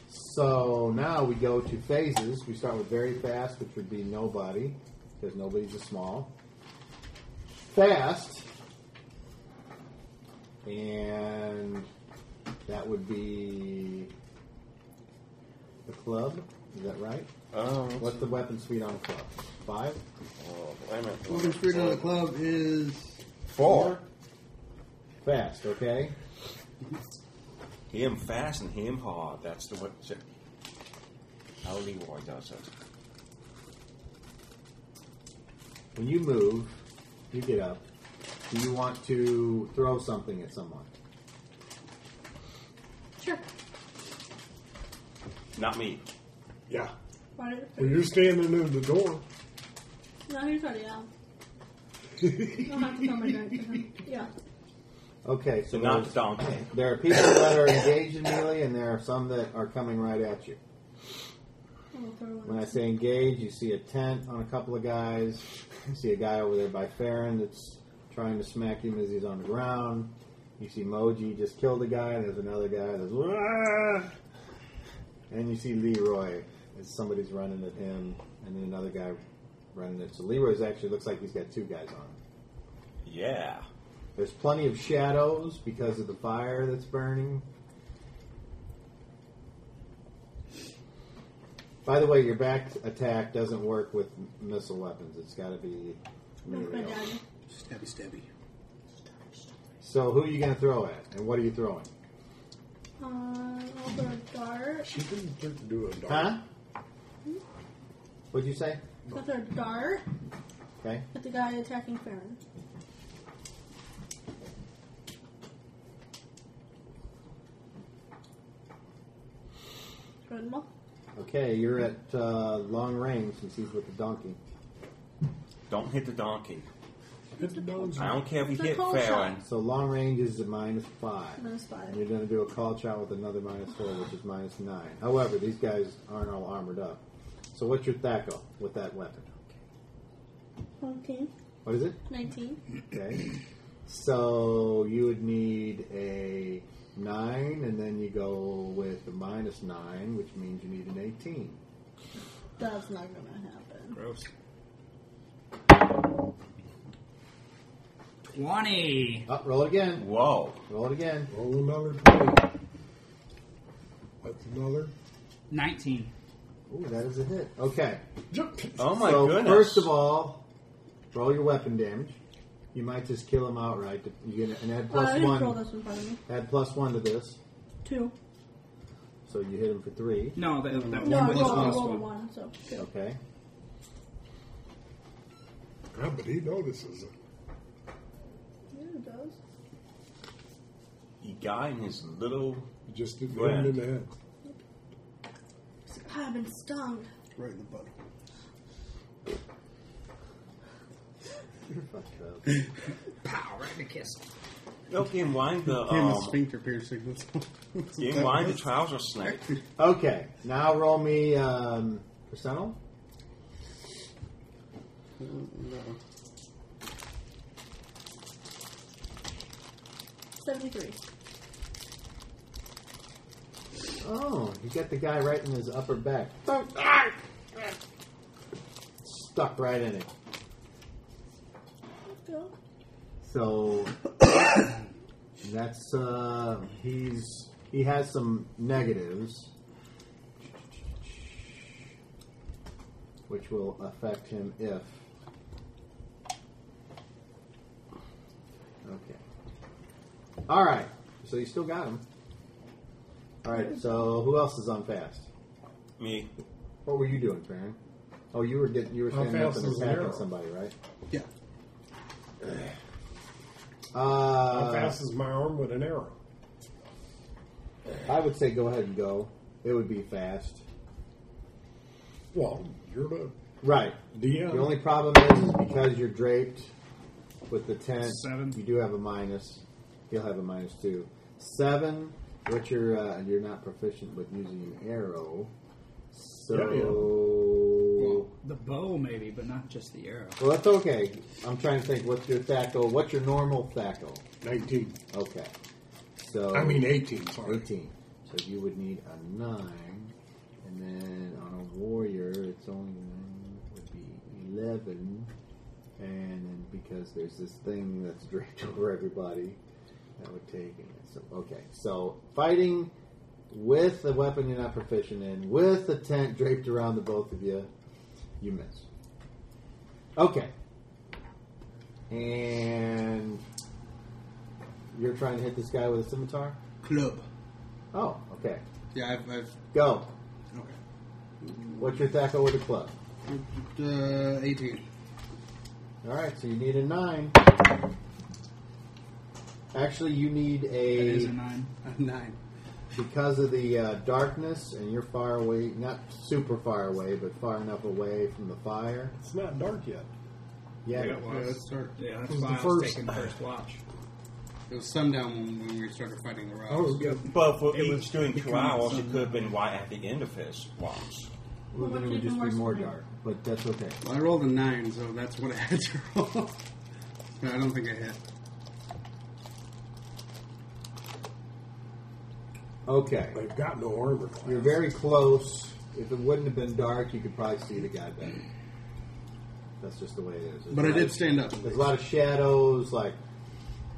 [SPEAKER 5] So now we go to phases. We start with very fast, which would be nobody, because nobody's a small. Fast, and that would be the club. Is that right?
[SPEAKER 4] Oh,
[SPEAKER 5] What's the weapon suite on the club? Five.
[SPEAKER 4] oh, wait a minute.
[SPEAKER 6] Golden Spirit on the Club is
[SPEAKER 4] Four.
[SPEAKER 5] Fast, okay?
[SPEAKER 4] Hit him fast and hit him hard. That's the what how Leroy does it.
[SPEAKER 5] When you move, you get up. Do you want to throw something at someone?
[SPEAKER 2] Sure.
[SPEAKER 4] Not me.
[SPEAKER 7] Yeah.
[SPEAKER 2] Whatever.
[SPEAKER 7] Well, you're standing in the door.
[SPEAKER 2] No, he's already out. I'll have to tell my dad to him. Yeah.
[SPEAKER 5] Okay,
[SPEAKER 4] So
[SPEAKER 5] so
[SPEAKER 4] not the
[SPEAKER 5] there's-
[SPEAKER 4] donkey.
[SPEAKER 5] there are people that are engaged in melee, and there are some that are coming right at you.
[SPEAKER 2] I'll throw one.
[SPEAKER 5] When I say engage, you see a tent on a couple of guys. You see a guy over there by Farron that's trying to smack him as he's on the ground. You see Moji just killed a guy, and there's another guy that's. "Wah!" And you see Leroy as somebody's running at him, and then another guy running at. So Leroy's actually looks like he's got two guys on him.
[SPEAKER 4] Yeah.
[SPEAKER 5] There's plenty of shadows because of the fire that's burning. By the way, your back attack doesn't work with m- missile weapons. It's got to be
[SPEAKER 2] That's my
[SPEAKER 5] melee.
[SPEAKER 2] dad.
[SPEAKER 6] Stabby, stabby.
[SPEAKER 5] So who are you going to throw at, and what are you throwing?
[SPEAKER 2] Uh, I'll throw a dart.
[SPEAKER 7] She didn't think do a dog.
[SPEAKER 5] Huh? What'd you say?
[SPEAKER 2] I'll throw a dart
[SPEAKER 5] Okay.
[SPEAKER 2] at the guy attacking Farron. Throw them all.
[SPEAKER 5] Okay, you're at uh, long range since he's with the donkey.
[SPEAKER 4] Don't hit the donkey.
[SPEAKER 7] Hit the dogs.
[SPEAKER 4] I don't care if you
[SPEAKER 2] It's a
[SPEAKER 4] hit
[SPEAKER 2] cold
[SPEAKER 4] Farron.
[SPEAKER 5] So long range is a minus five.
[SPEAKER 2] Minus
[SPEAKER 5] And
[SPEAKER 2] five.
[SPEAKER 5] you're going to do a call shot with another minus four, which is minus nine. However, these guys aren't all armored up. So what's your thackle with that weapon?
[SPEAKER 2] 14.
[SPEAKER 5] What is it?
[SPEAKER 2] 19.
[SPEAKER 5] Okay. So you would need a nine, and then you go with a minus nine, which means you need an eighteen.
[SPEAKER 2] That's not gonna happen.
[SPEAKER 1] Gross. 20.
[SPEAKER 5] Up, Oh, roll it again.
[SPEAKER 4] Whoa.
[SPEAKER 5] Roll it again.
[SPEAKER 7] Roll another twenty. That's another.
[SPEAKER 1] 19.
[SPEAKER 5] Ooh, that is a hit. Okay.
[SPEAKER 7] Jump.
[SPEAKER 4] Oh my
[SPEAKER 5] so
[SPEAKER 4] goodness.
[SPEAKER 5] first of all, roll your weapon damage. You might just kill him outright. You get an add
[SPEAKER 2] Well, I
[SPEAKER 5] plus
[SPEAKER 2] didn't roll
[SPEAKER 5] one.
[SPEAKER 2] this one part of me.
[SPEAKER 5] Add plus one to this.
[SPEAKER 2] Two.
[SPEAKER 5] So you hit him for three.
[SPEAKER 1] No, that, that
[SPEAKER 2] No,
[SPEAKER 1] one
[SPEAKER 2] I
[SPEAKER 1] was his
[SPEAKER 2] rolled, I
[SPEAKER 1] last
[SPEAKER 2] rolled a
[SPEAKER 1] one.
[SPEAKER 2] one, so two.
[SPEAKER 5] Okay.
[SPEAKER 7] Yeah, but he notices it.
[SPEAKER 2] Yeah, it does.
[SPEAKER 4] the guy in his little
[SPEAKER 7] He just didn't hit
[SPEAKER 4] Glenn.
[SPEAKER 7] him in the head.
[SPEAKER 2] I've been stung.
[SPEAKER 6] Right in the butt.
[SPEAKER 5] Fuck up.
[SPEAKER 1] Pow, right in the kiss.
[SPEAKER 4] No, he unwind the
[SPEAKER 6] Him and
[SPEAKER 4] um,
[SPEAKER 6] sphincter piercing.
[SPEAKER 4] he unwind the trouser snake.
[SPEAKER 5] Okay. Now roll me um, percentile.
[SPEAKER 6] no.
[SPEAKER 2] 73.
[SPEAKER 5] Oh, you got the guy right in his upper back. Stuck right in it.
[SPEAKER 2] Let's go.
[SPEAKER 5] So that's uh he's he has some negatives which will affect him if Okay. All right. So you still got him. All right. So who else is on fast?
[SPEAKER 4] Me.
[SPEAKER 5] What were you doing, Farron? Oh, you were getting you were
[SPEAKER 7] How
[SPEAKER 5] standing up
[SPEAKER 7] fast
[SPEAKER 5] and
[SPEAKER 7] is the
[SPEAKER 5] attacking
[SPEAKER 7] arrow?
[SPEAKER 5] somebody, right?
[SPEAKER 6] Yeah.
[SPEAKER 5] Uh,
[SPEAKER 7] How fast is my arm with an arrow?
[SPEAKER 5] I would say go ahead and go. It would be fast.
[SPEAKER 7] Well, you're the
[SPEAKER 5] Right.
[SPEAKER 7] DM.
[SPEAKER 5] The only problem is because you're draped with the tent.
[SPEAKER 1] Seven.
[SPEAKER 5] You do have a minus. You'll have a minus two. Seven. But you're uh, you're not proficient with using an arrow. So.
[SPEAKER 7] Yeah, yeah.
[SPEAKER 1] The bow, maybe, but not just the arrow.
[SPEAKER 5] Well, that's okay. I'm trying to think. What's your thackle? What's your normal thackle?
[SPEAKER 7] 19.
[SPEAKER 5] Okay. So.
[SPEAKER 7] I mean 18, sorry.
[SPEAKER 5] 18. So you would need a 9. And then on a warrior, it's only nine, would be 11. And then because there's this thing that's draped over everybody, that would take it. So, okay. So fighting with a weapon you're not proficient in, with a tent draped around the both of you, you miss. Okay. And You're trying to hit this guy with a scimitar?
[SPEAKER 6] Club.
[SPEAKER 5] Oh, okay.
[SPEAKER 6] Yeah, I've. I've
[SPEAKER 5] Go.
[SPEAKER 6] okay.
[SPEAKER 5] What's your tackle with a club?
[SPEAKER 6] Uh, 18.
[SPEAKER 5] All right, so you need a nine. Actually, you need
[SPEAKER 1] That is
[SPEAKER 5] a,
[SPEAKER 1] a nine.
[SPEAKER 6] A 9.
[SPEAKER 5] because of the uh, darkness, and you're far away, not super far away, but far enough away from the fire.
[SPEAKER 7] It's not dark yet.
[SPEAKER 5] Yeah,
[SPEAKER 6] Yeah, that's dark.
[SPEAKER 1] Yeah, that's
[SPEAKER 7] Who's
[SPEAKER 1] why
[SPEAKER 7] the
[SPEAKER 1] I was
[SPEAKER 7] first?
[SPEAKER 1] taking first watch.
[SPEAKER 6] It was sundown when, when we started fighting the rocks.
[SPEAKER 4] But for
[SPEAKER 1] It
[SPEAKER 4] each
[SPEAKER 1] was
[SPEAKER 4] doing two
[SPEAKER 1] becoming
[SPEAKER 4] hours, it
[SPEAKER 1] something.
[SPEAKER 4] could have been white at the end of his watch.
[SPEAKER 5] well, then it would just be more dark, but that's okay.
[SPEAKER 6] Well, I rolled a 9, so that's what I had to roll. no, I don't think I hit.
[SPEAKER 5] Okay,
[SPEAKER 7] They've got no armor class.
[SPEAKER 5] you're very close. If it wouldn't have been dark, you could probably see the guy better. That's just the way it is.
[SPEAKER 6] But I did stand up.
[SPEAKER 5] There's a lot of shadows. Like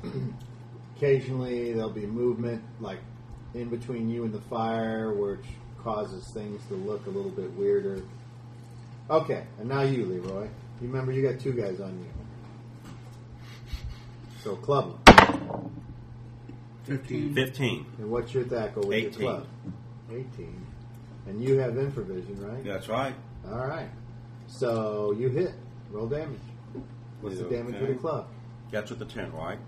[SPEAKER 5] occasionally, there'll be movement, like in between you and the fire, which causes things to look a little bit weirder. Okay, and now you, Leroy. You remember you got two guys on you. So club 'em.
[SPEAKER 6] 15.
[SPEAKER 4] Fifteen.
[SPEAKER 5] And what's your tackle with
[SPEAKER 4] Eighteen.
[SPEAKER 5] your club? Eighteen. And you have infravision, right?
[SPEAKER 4] That's right.
[SPEAKER 5] All right. So you hit. Roll damage. What's the
[SPEAKER 4] Yeah,
[SPEAKER 5] damage
[SPEAKER 4] okay.
[SPEAKER 5] with a club?
[SPEAKER 4] That's with the ten, right?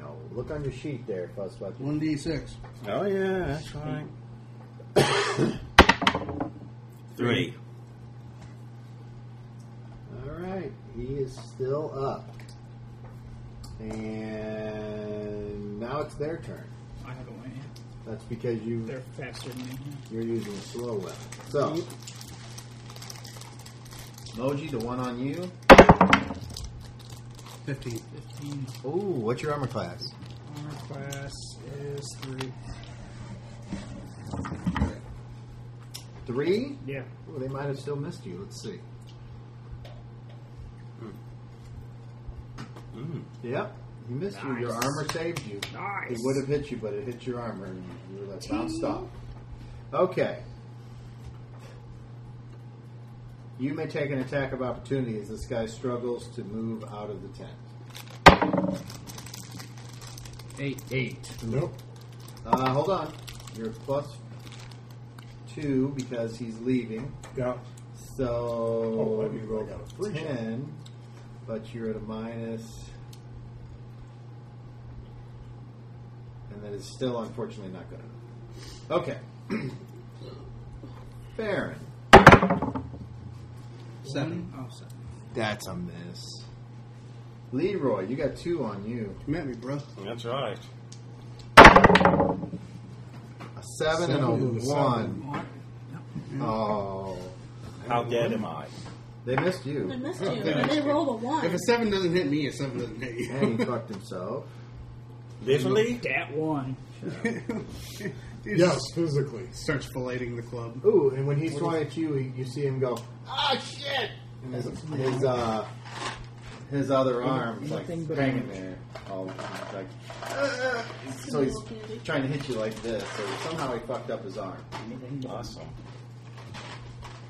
[SPEAKER 5] No. Look on your sheet there, Fuss Bucket.
[SPEAKER 6] 1d6.
[SPEAKER 4] Oh yeah, that's right. Three.
[SPEAKER 5] All right, he is still up, and now it's their turn.
[SPEAKER 1] I haven't went yet.
[SPEAKER 5] That's because you
[SPEAKER 1] They're faster than me.
[SPEAKER 5] you're using a slow weapon. So, Moji, the one on you.
[SPEAKER 6] 15.
[SPEAKER 1] 15
[SPEAKER 5] Ooh, what's your armor class?
[SPEAKER 1] armor class is three.
[SPEAKER 5] Three.
[SPEAKER 1] Yeah.
[SPEAKER 5] Well, they might have still missed you. Let's see.
[SPEAKER 1] Hmm.
[SPEAKER 4] Mm.
[SPEAKER 5] Yep, he missed you. Your
[SPEAKER 1] Nice.
[SPEAKER 5] armor saved you.
[SPEAKER 1] Nice.
[SPEAKER 5] It would have hit you, but it hit your armor, and you were like, bounced off. Okay. You may take an attack of opportunity as this guy struggles to move out of the tent.
[SPEAKER 1] Eight.
[SPEAKER 5] Eight. Nope. Uh, hold on. You're plus two because he's leaving.
[SPEAKER 7] Yeah.
[SPEAKER 5] So
[SPEAKER 7] Oh, I
[SPEAKER 5] you
[SPEAKER 7] mean,
[SPEAKER 5] rolled
[SPEAKER 7] I got a
[SPEAKER 5] a
[SPEAKER 7] free shot.
[SPEAKER 5] ten, but you're at a minus, and that is still unfortunately not good enough. Okay, Baron,
[SPEAKER 6] 7.
[SPEAKER 5] Mm-hmm.
[SPEAKER 1] Oh, seven.
[SPEAKER 5] that's a miss. Leroy, you got two on you.
[SPEAKER 6] Come at me, bro.
[SPEAKER 4] That's right.
[SPEAKER 5] A seven, and a
[SPEAKER 7] Seven and a
[SPEAKER 5] one.
[SPEAKER 1] What?
[SPEAKER 5] Oh,
[SPEAKER 4] How dead am I?
[SPEAKER 5] they missed
[SPEAKER 2] They
[SPEAKER 5] you.
[SPEAKER 2] missed you. They rolled a one.
[SPEAKER 6] If a 7 doesn't hit me, a 7 doesn't hit
[SPEAKER 5] and he
[SPEAKER 6] you.
[SPEAKER 5] fucked himself.
[SPEAKER 4] Literally?
[SPEAKER 1] Dat one.
[SPEAKER 6] He just
[SPEAKER 7] Yes, physically.
[SPEAKER 6] Starts filleting the club.
[SPEAKER 5] Ooh, and when he's flying at you, you see him go, "Ah, shit!" And his his uh, his other arm's like
[SPEAKER 1] Nothing but
[SPEAKER 5] hanging
[SPEAKER 1] damage.
[SPEAKER 5] there, all like. "Ah." So he's trying to hit you like this. So somehow he fucked up his arm.
[SPEAKER 4] Awesome.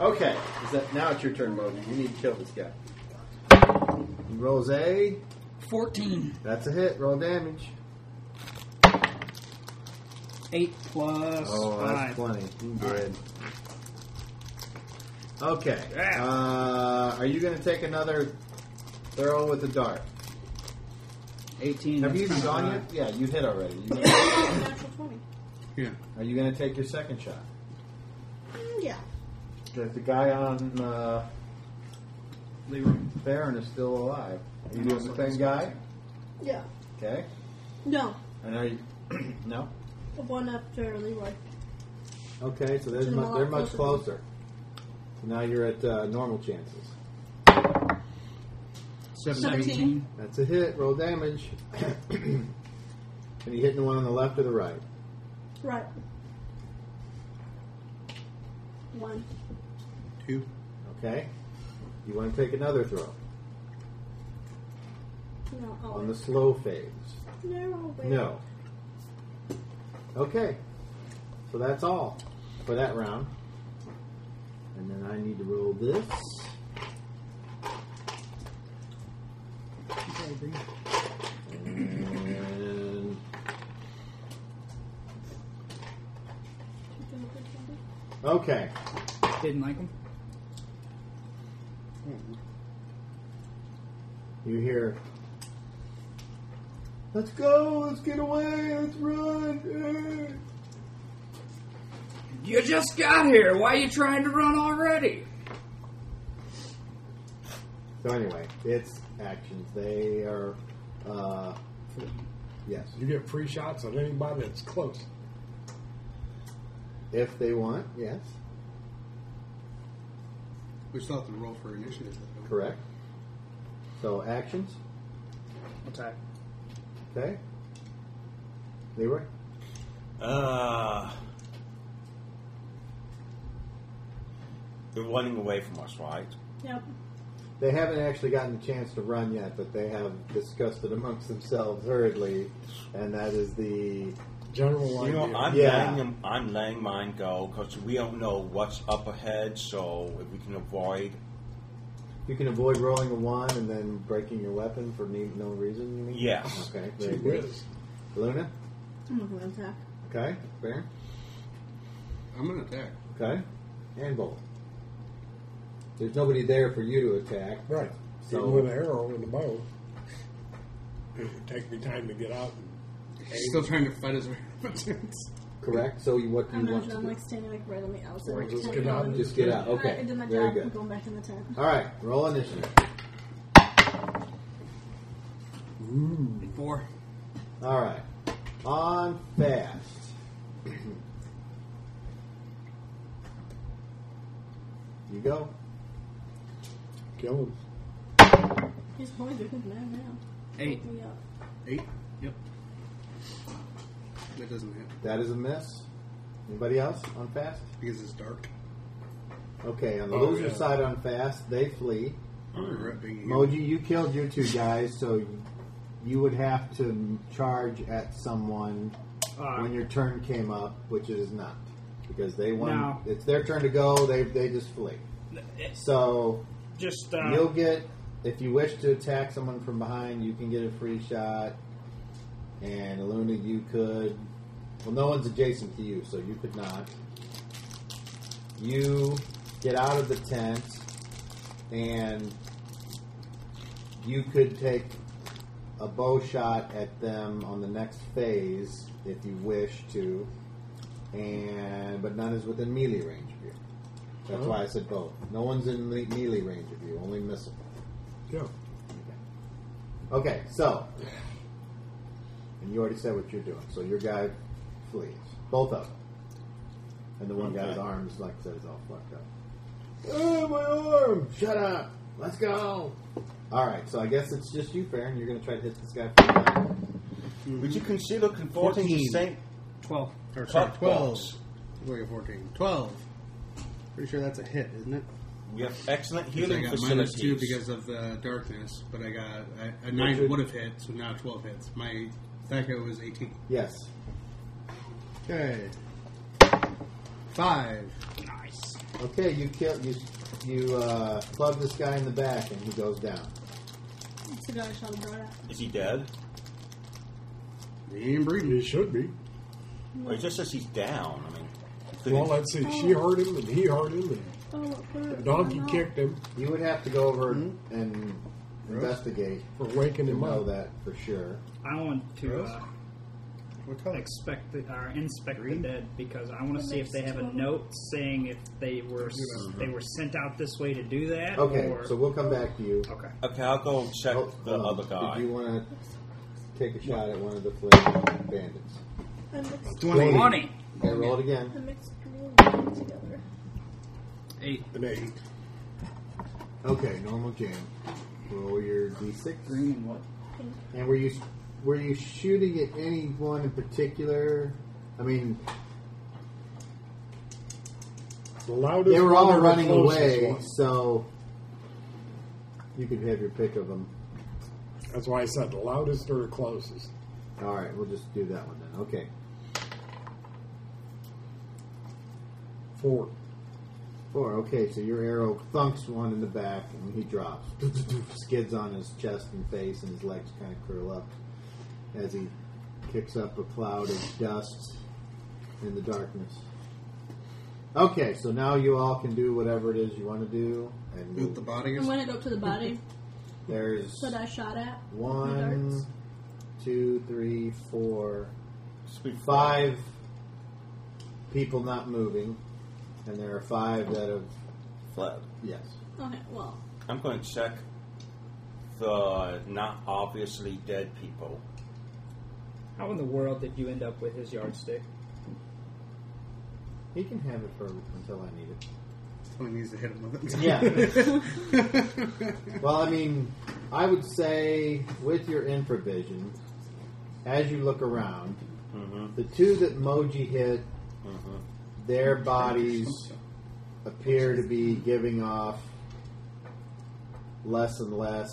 [SPEAKER 5] Okay, is that now it's your turn, Logan. You need to kill this guy. He rolls a.
[SPEAKER 1] Fourteen.
[SPEAKER 5] That's a hit. Roll damage.
[SPEAKER 1] Eight plus
[SPEAKER 5] Oh,
[SPEAKER 1] five.
[SPEAKER 5] that's plenty. You Good. Okay.
[SPEAKER 1] Yeah.
[SPEAKER 5] Uh, are you going to take another throw with the dart?
[SPEAKER 1] Eighteen.
[SPEAKER 5] Have
[SPEAKER 1] that's
[SPEAKER 5] you even
[SPEAKER 1] kinda
[SPEAKER 5] gone
[SPEAKER 1] high.
[SPEAKER 5] yet? Yeah, you hit already. You-
[SPEAKER 2] Oh, Natural 20.
[SPEAKER 6] Yeah.
[SPEAKER 5] are you going to take your second shot?
[SPEAKER 2] Mm, Yeah.
[SPEAKER 5] Because the guy on uh,
[SPEAKER 1] Leroy.
[SPEAKER 5] Baron is still alive. Are you doing the same guy?
[SPEAKER 2] Yeah.
[SPEAKER 5] Okay.
[SPEAKER 2] No.
[SPEAKER 5] And are you? no.
[SPEAKER 2] The one up to Leroy.
[SPEAKER 5] Okay, so there's
[SPEAKER 2] Should
[SPEAKER 5] mu-
[SPEAKER 2] have
[SPEAKER 5] they're
[SPEAKER 2] a lot
[SPEAKER 5] much
[SPEAKER 2] closer.
[SPEAKER 5] closer. So now you're at uh, normal chances.
[SPEAKER 6] 17.
[SPEAKER 2] Seventeen.
[SPEAKER 5] That's a hit. Roll damage. and he hitting the one on the left or the right?
[SPEAKER 2] Right. One.
[SPEAKER 6] 2.
[SPEAKER 5] Okay. You want to take another throw
[SPEAKER 2] No. Oh.
[SPEAKER 5] on the slow phase?
[SPEAKER 2] no. Wait.
[SPEAKER 5] No. Okay. So that's all for that round. And then I need to roll this. And Okay.
[SPEAKER 1] Didn't like them.
[SPEAKER 5] You hear, let's go, let's get away, let's run. eh."
[SPEAKER 1] You just got here. Why are you trying to run already?
[SPEAKER 5] So anyway, it's actions. They are, uh, yes,
[SPEAKER 7] You get free shots on anybody that's close.
[SPEAKER 5] if they want, yes,
[SPEAKER 6] We still have to roll for initiative. though, don't we?
[SPEAKER 5] correct. So actions,
[SPEAKER 1] Attack.
[SPEAKER 5] okay. Leroy,
[SPEAKER 4] Uh, they're running away from us, right?
[SPEAKER 2] Yep.
[SPEAKER 5] they haven't actually gotten a chance to run yet, but they have discussed it amongst themselves hurriedly, and that is the
[SPEAKER 7] General
[SPEAKER 4] You
[SPEAKER 7] idea.
[SPEAKER 4] know, I'm
[SPEAKER 5] Yeah.
[SPEAKER 4] letting them, I'm letting mine go because we don't know what's up ahead. So if we can avoid,
[SPEAKER 5] you can avoid rolling a one and then breaking your weapon for ne- no reason. You mean?
[SPEAKER 4] Yes.
[SPEAKER 5] Okay. Very
[SPEAKER 7] Gee
[SPEAKER 5] good.
[SPEAKER 7] whiz.
[SPEAKER 5] Luna.
[SPEAKER 2] I'm gonna go attack.
[SPEAKER 5] Okay. Baron.
[SPEAKER 6] I'm gonna attack.
[SPEAKER 5] Okay. And bolt. There's nobody there for you to attack.
[SPEAKER 7] Right.
[SPEAKER 5] So-
[SPEAKER 7] Even with an arrow in the bow, it would take me time to get out.
[SPEAKER 6] He's still trying to fight his way up against-
[SPEAKER 5] Correct. So you, what do
[SPEAKER 2] I'm
[SPEAKER 5] you
[SPEAKER 2] not.
[SPEAKER 5] want
[SPEAKER 2] sure,
[SPEAKER 5] to
[SPEAKER 2] I'm
[SPEAKER 5] do?
[SPEAKER 2] like standing like right on the outside.
[SPEAKER 7] Or
[SPEAKER 2] of the
[SPEAKER 7] just
[SPEAKER 2] tent.
[SPEAKER 7] get out and
[SPEAKER 5] Just get out.
[SPEAKER 2] I
[SPEAKER 5] Okay.
[SPEAKER 2] did my
[SPEAKER 5] Very
[SPEAKER 2] job. I'm
[SPEAKER 5] good.
[SPEAKER 2] going back in the tent.
[SPEAKER 5] All right. Roll initiative.
[SPEAKER 7] and-
[SPEAKER 1] Four.
[SPEAKER 5] All right. On fast. you go.
[SPEAKER 7] Ooh, kill him.
[SPEAKER 2] His boys are good man now.
[SPEAKER 1] Eight.
[SPEAKER 2] Wake me up.
[SPEAKER 6] Eight. Yep. That doesn't hit
[SPEAKER 5] That is a miss. Anybody else on fast?
[SPEAKER 6] because it's dark.
[SPEAKER 5] Okay. On the
[SPEAKER 7] Oh,
[SPEAKER 5] loser
[SPEAKER 7] yeah.
[SPEAKER 5] side on fast, they flee.
[SPEAKER 6] I regret being here.
[SPEAKER 5] Moji, you killed your two guys, so you would have to charge at someone
[SPEAKER 1] Uh,
[SPEAKER 5] when your turn came up, which it is not, because they won.
[SPEAKER 1] No.
[SPEAKER 5] It's their turn to go. They they just flee.
[SPEAKER 1] It's
[SPEAKER 5] So
[SPEAKER 1] just uh,
[SPEAKER 5] you'll get if you wish to attack someone from behind, you can get a free shot. And Luna, you could. Well, no one's adjacent to you, so you could not. You get out of the tent, and you could take a bow shot at them on the next phase if you wish to. And but none is within melee range of you. That's why I said both. No one's in me- melee range of you, only missile.
[SPEAKER 7] Yeah.
[SPEAKER 5] Okay, so. And you already said what you're doing, so your guy flees. Both of them. And the one guy's
[SPEAKER 4] Okay.
[SPEAKER 5] arms, like I said, is all fucked up. Oh, my arm! Shut up! Let's go! Alright, so I guess it's just you, Farron. You're going to try to hit this guy from the back.
[SPEAKER 4] would you consider converting the
[SPEAKER 1] Fourteen.
[SPEAKER 4] Saint
[SPEAKER 1] twelve.
[SPEAKER 6] Or, sorry,
[SPEAKER 4] Fuck
[SPEAKER 6] twelve.
[SPEAKER 4] balls.
[SPEAKER 6] We're at fourteen. Twelve. Pretty sure that's a hit, isn't it?
[SPEAKER 4] We have excellent
[SPEAKER 6] 'Cause I
[SPEAKER 4] healing
[SPEAKER 6] got minus two
[SPEAKER 4] facilities.
[SPEAKER 6] because of the darkness, but I got a, a nine would have hit, so now twelve hits. My attack hit was eighteen.
[SPEAKER 5] Yes.
[SPEAKER 6] Okay. Five.
[SPEAKER 1] Nice.
[SPEAKER 5] Okay, you kill, you, you uh, plug this guy in the back, and he goes down.
[SPEAKER 2] It's the guy I shot him right at.
[SPEAKER 4] Is he dead?
[SPEAKER 6] He ain't breathing.
[SPEAKER 7] He should be.
[SPEAKER 4] Or it just says he's down. I mean, did
[SPEAKER 7] Well,
[SPEAKER 4] he-
[SPEAKER 7] let's see. She hurt him, and he hurt him,
[SPEAKER 2] Oh, look, put
[SPEAKER 7] and the
[SPEAKER 2] it-
[SPEAKER 7] donkey
[SPEAKER 2] no.
[SPEAKER 7] kicked him
[SPEAKER 5] You would have to go over
[SPEAKER 4] Hmm?
[SPEAKER 5] and
[SPEAKER 6] Gross.
[SPEAKER 5] investigate
[SPEAKER 7] for waking
[SPEAKER 5] to
[SPEAKER 7] him
[SPEAKER 5] know
[SPEAKER 7] up.
[SPEAKER 5] that for sure.
[SPEAKER 1] I want to uh,
[SPEAKER 6] What color?
[SPEAKER 1] expect the, or inspect
[SPEAKER 6] oh. Green?
[SPEAKER 1] the dead because I want to
[SPEAKER 2] That
[SPEAKER 1] see if
[SPEAKER 2] makes
[SPEAKER 1] they have a
[SPEAKER 2] total-
[SPEAKER 1] note saying if they were s-
[SPEAKER 6] Mhm.
[SPEAKER 1] they were sent out this way to do that.
[SPEAKER 5] Okay,
[SPEAKER 1] Or,
[SPEAKER 5] so we'll come back to you.
[SPEAKER 1] okay.
[SPEAKER 4] okay, I'll go check
[SPEAKER 5] Oh,
[SPEAKER 4] the
[SPEAKER 5] um,
[SPEAKER 4] other guy.
[SPEAKER 5] Did you want to take a shot at one of the flaming bandits?
[SPEAKER 2] I mixed,
[SPEAKER 6] Twenty.
[SPEAKER 1] Twenty.
[SPEAKER 5] Okay, roll it
[SPEAKER 2] I
[SPEAKER 5] again.
[SPEAKER 2] mixed green and green together.
[SPEAKER 1] Eight.
[SPEAKER 7] An eight.
[SPEAKER 5] Okay, normal jam. Roll your d6.
[SPEAKER 1] Green and what?
[SPEAKER 5] And were you were you shooting at anyone in particular? I mean,
[SPEAKER 7] The loudest
[SPEAKER 5] they were
[SPEAKER 7] one
[SPEAKER 5] all
[SPEAKER 7] or the
[SPEAKER 5] running
[SPEAKER 7] closest
[SPEAKER 5] away,
[SPEAKER 7] one.
[SPEAKER 5] so you could have your pick of them.
[SPEAKER 7] That's why I said the loudest or the closest.
[SPEAKER 5] All right, we'll just do that one then. Okay.
[SPEAKER 7] Four.
[SPEAKER 5] Four. Okay, so your arrow thunks one in the back, and he drops. Skids on his chest and face, and his legs kind of curl up as he kicks up a cloud of dust in the darkness. Okay, so now you all can do whatever it is you want to do. And
[SPEAKER 6] Boot the body or
[SPEAKER 2] I'm
[SPEAKER 6] something.
[SPEAKER 2] gonna go up to the body
[SPEAKER 5] there's
[SPEAKER 2] that I shot at.
[SPEAKER 5] one,
[SPEAKER 2] darts.
[SPEAKER 5] two, three, four,
[SPEAKER 4] Sweet
[SPEAKER 5] five people not moving, and there are five that have
[SPEAKER 4] Fled.
[SPEAKER 5] yes.
[SPEAKER 2] Okay, well,
[SPEAKER 4] I'm going to check the not obviously dead people.
[SPEAKER 1] How in the world did you end up with his yardstick?
[SPEAKER 5] He can have it for until I need it.
[SPEAKER 6] Only needs to hit him with it.
[SPEAKER 5] Yeah. well, I mean, I would say with your infravision, as you look around,
[SPEAKER 4] Mm-hmm.
[SPEAKER 5] the two that Moji hit,
[SPEAKER 4] Mm-hmm.
[SPEAKER 5] their bodies appear to be giving off less and less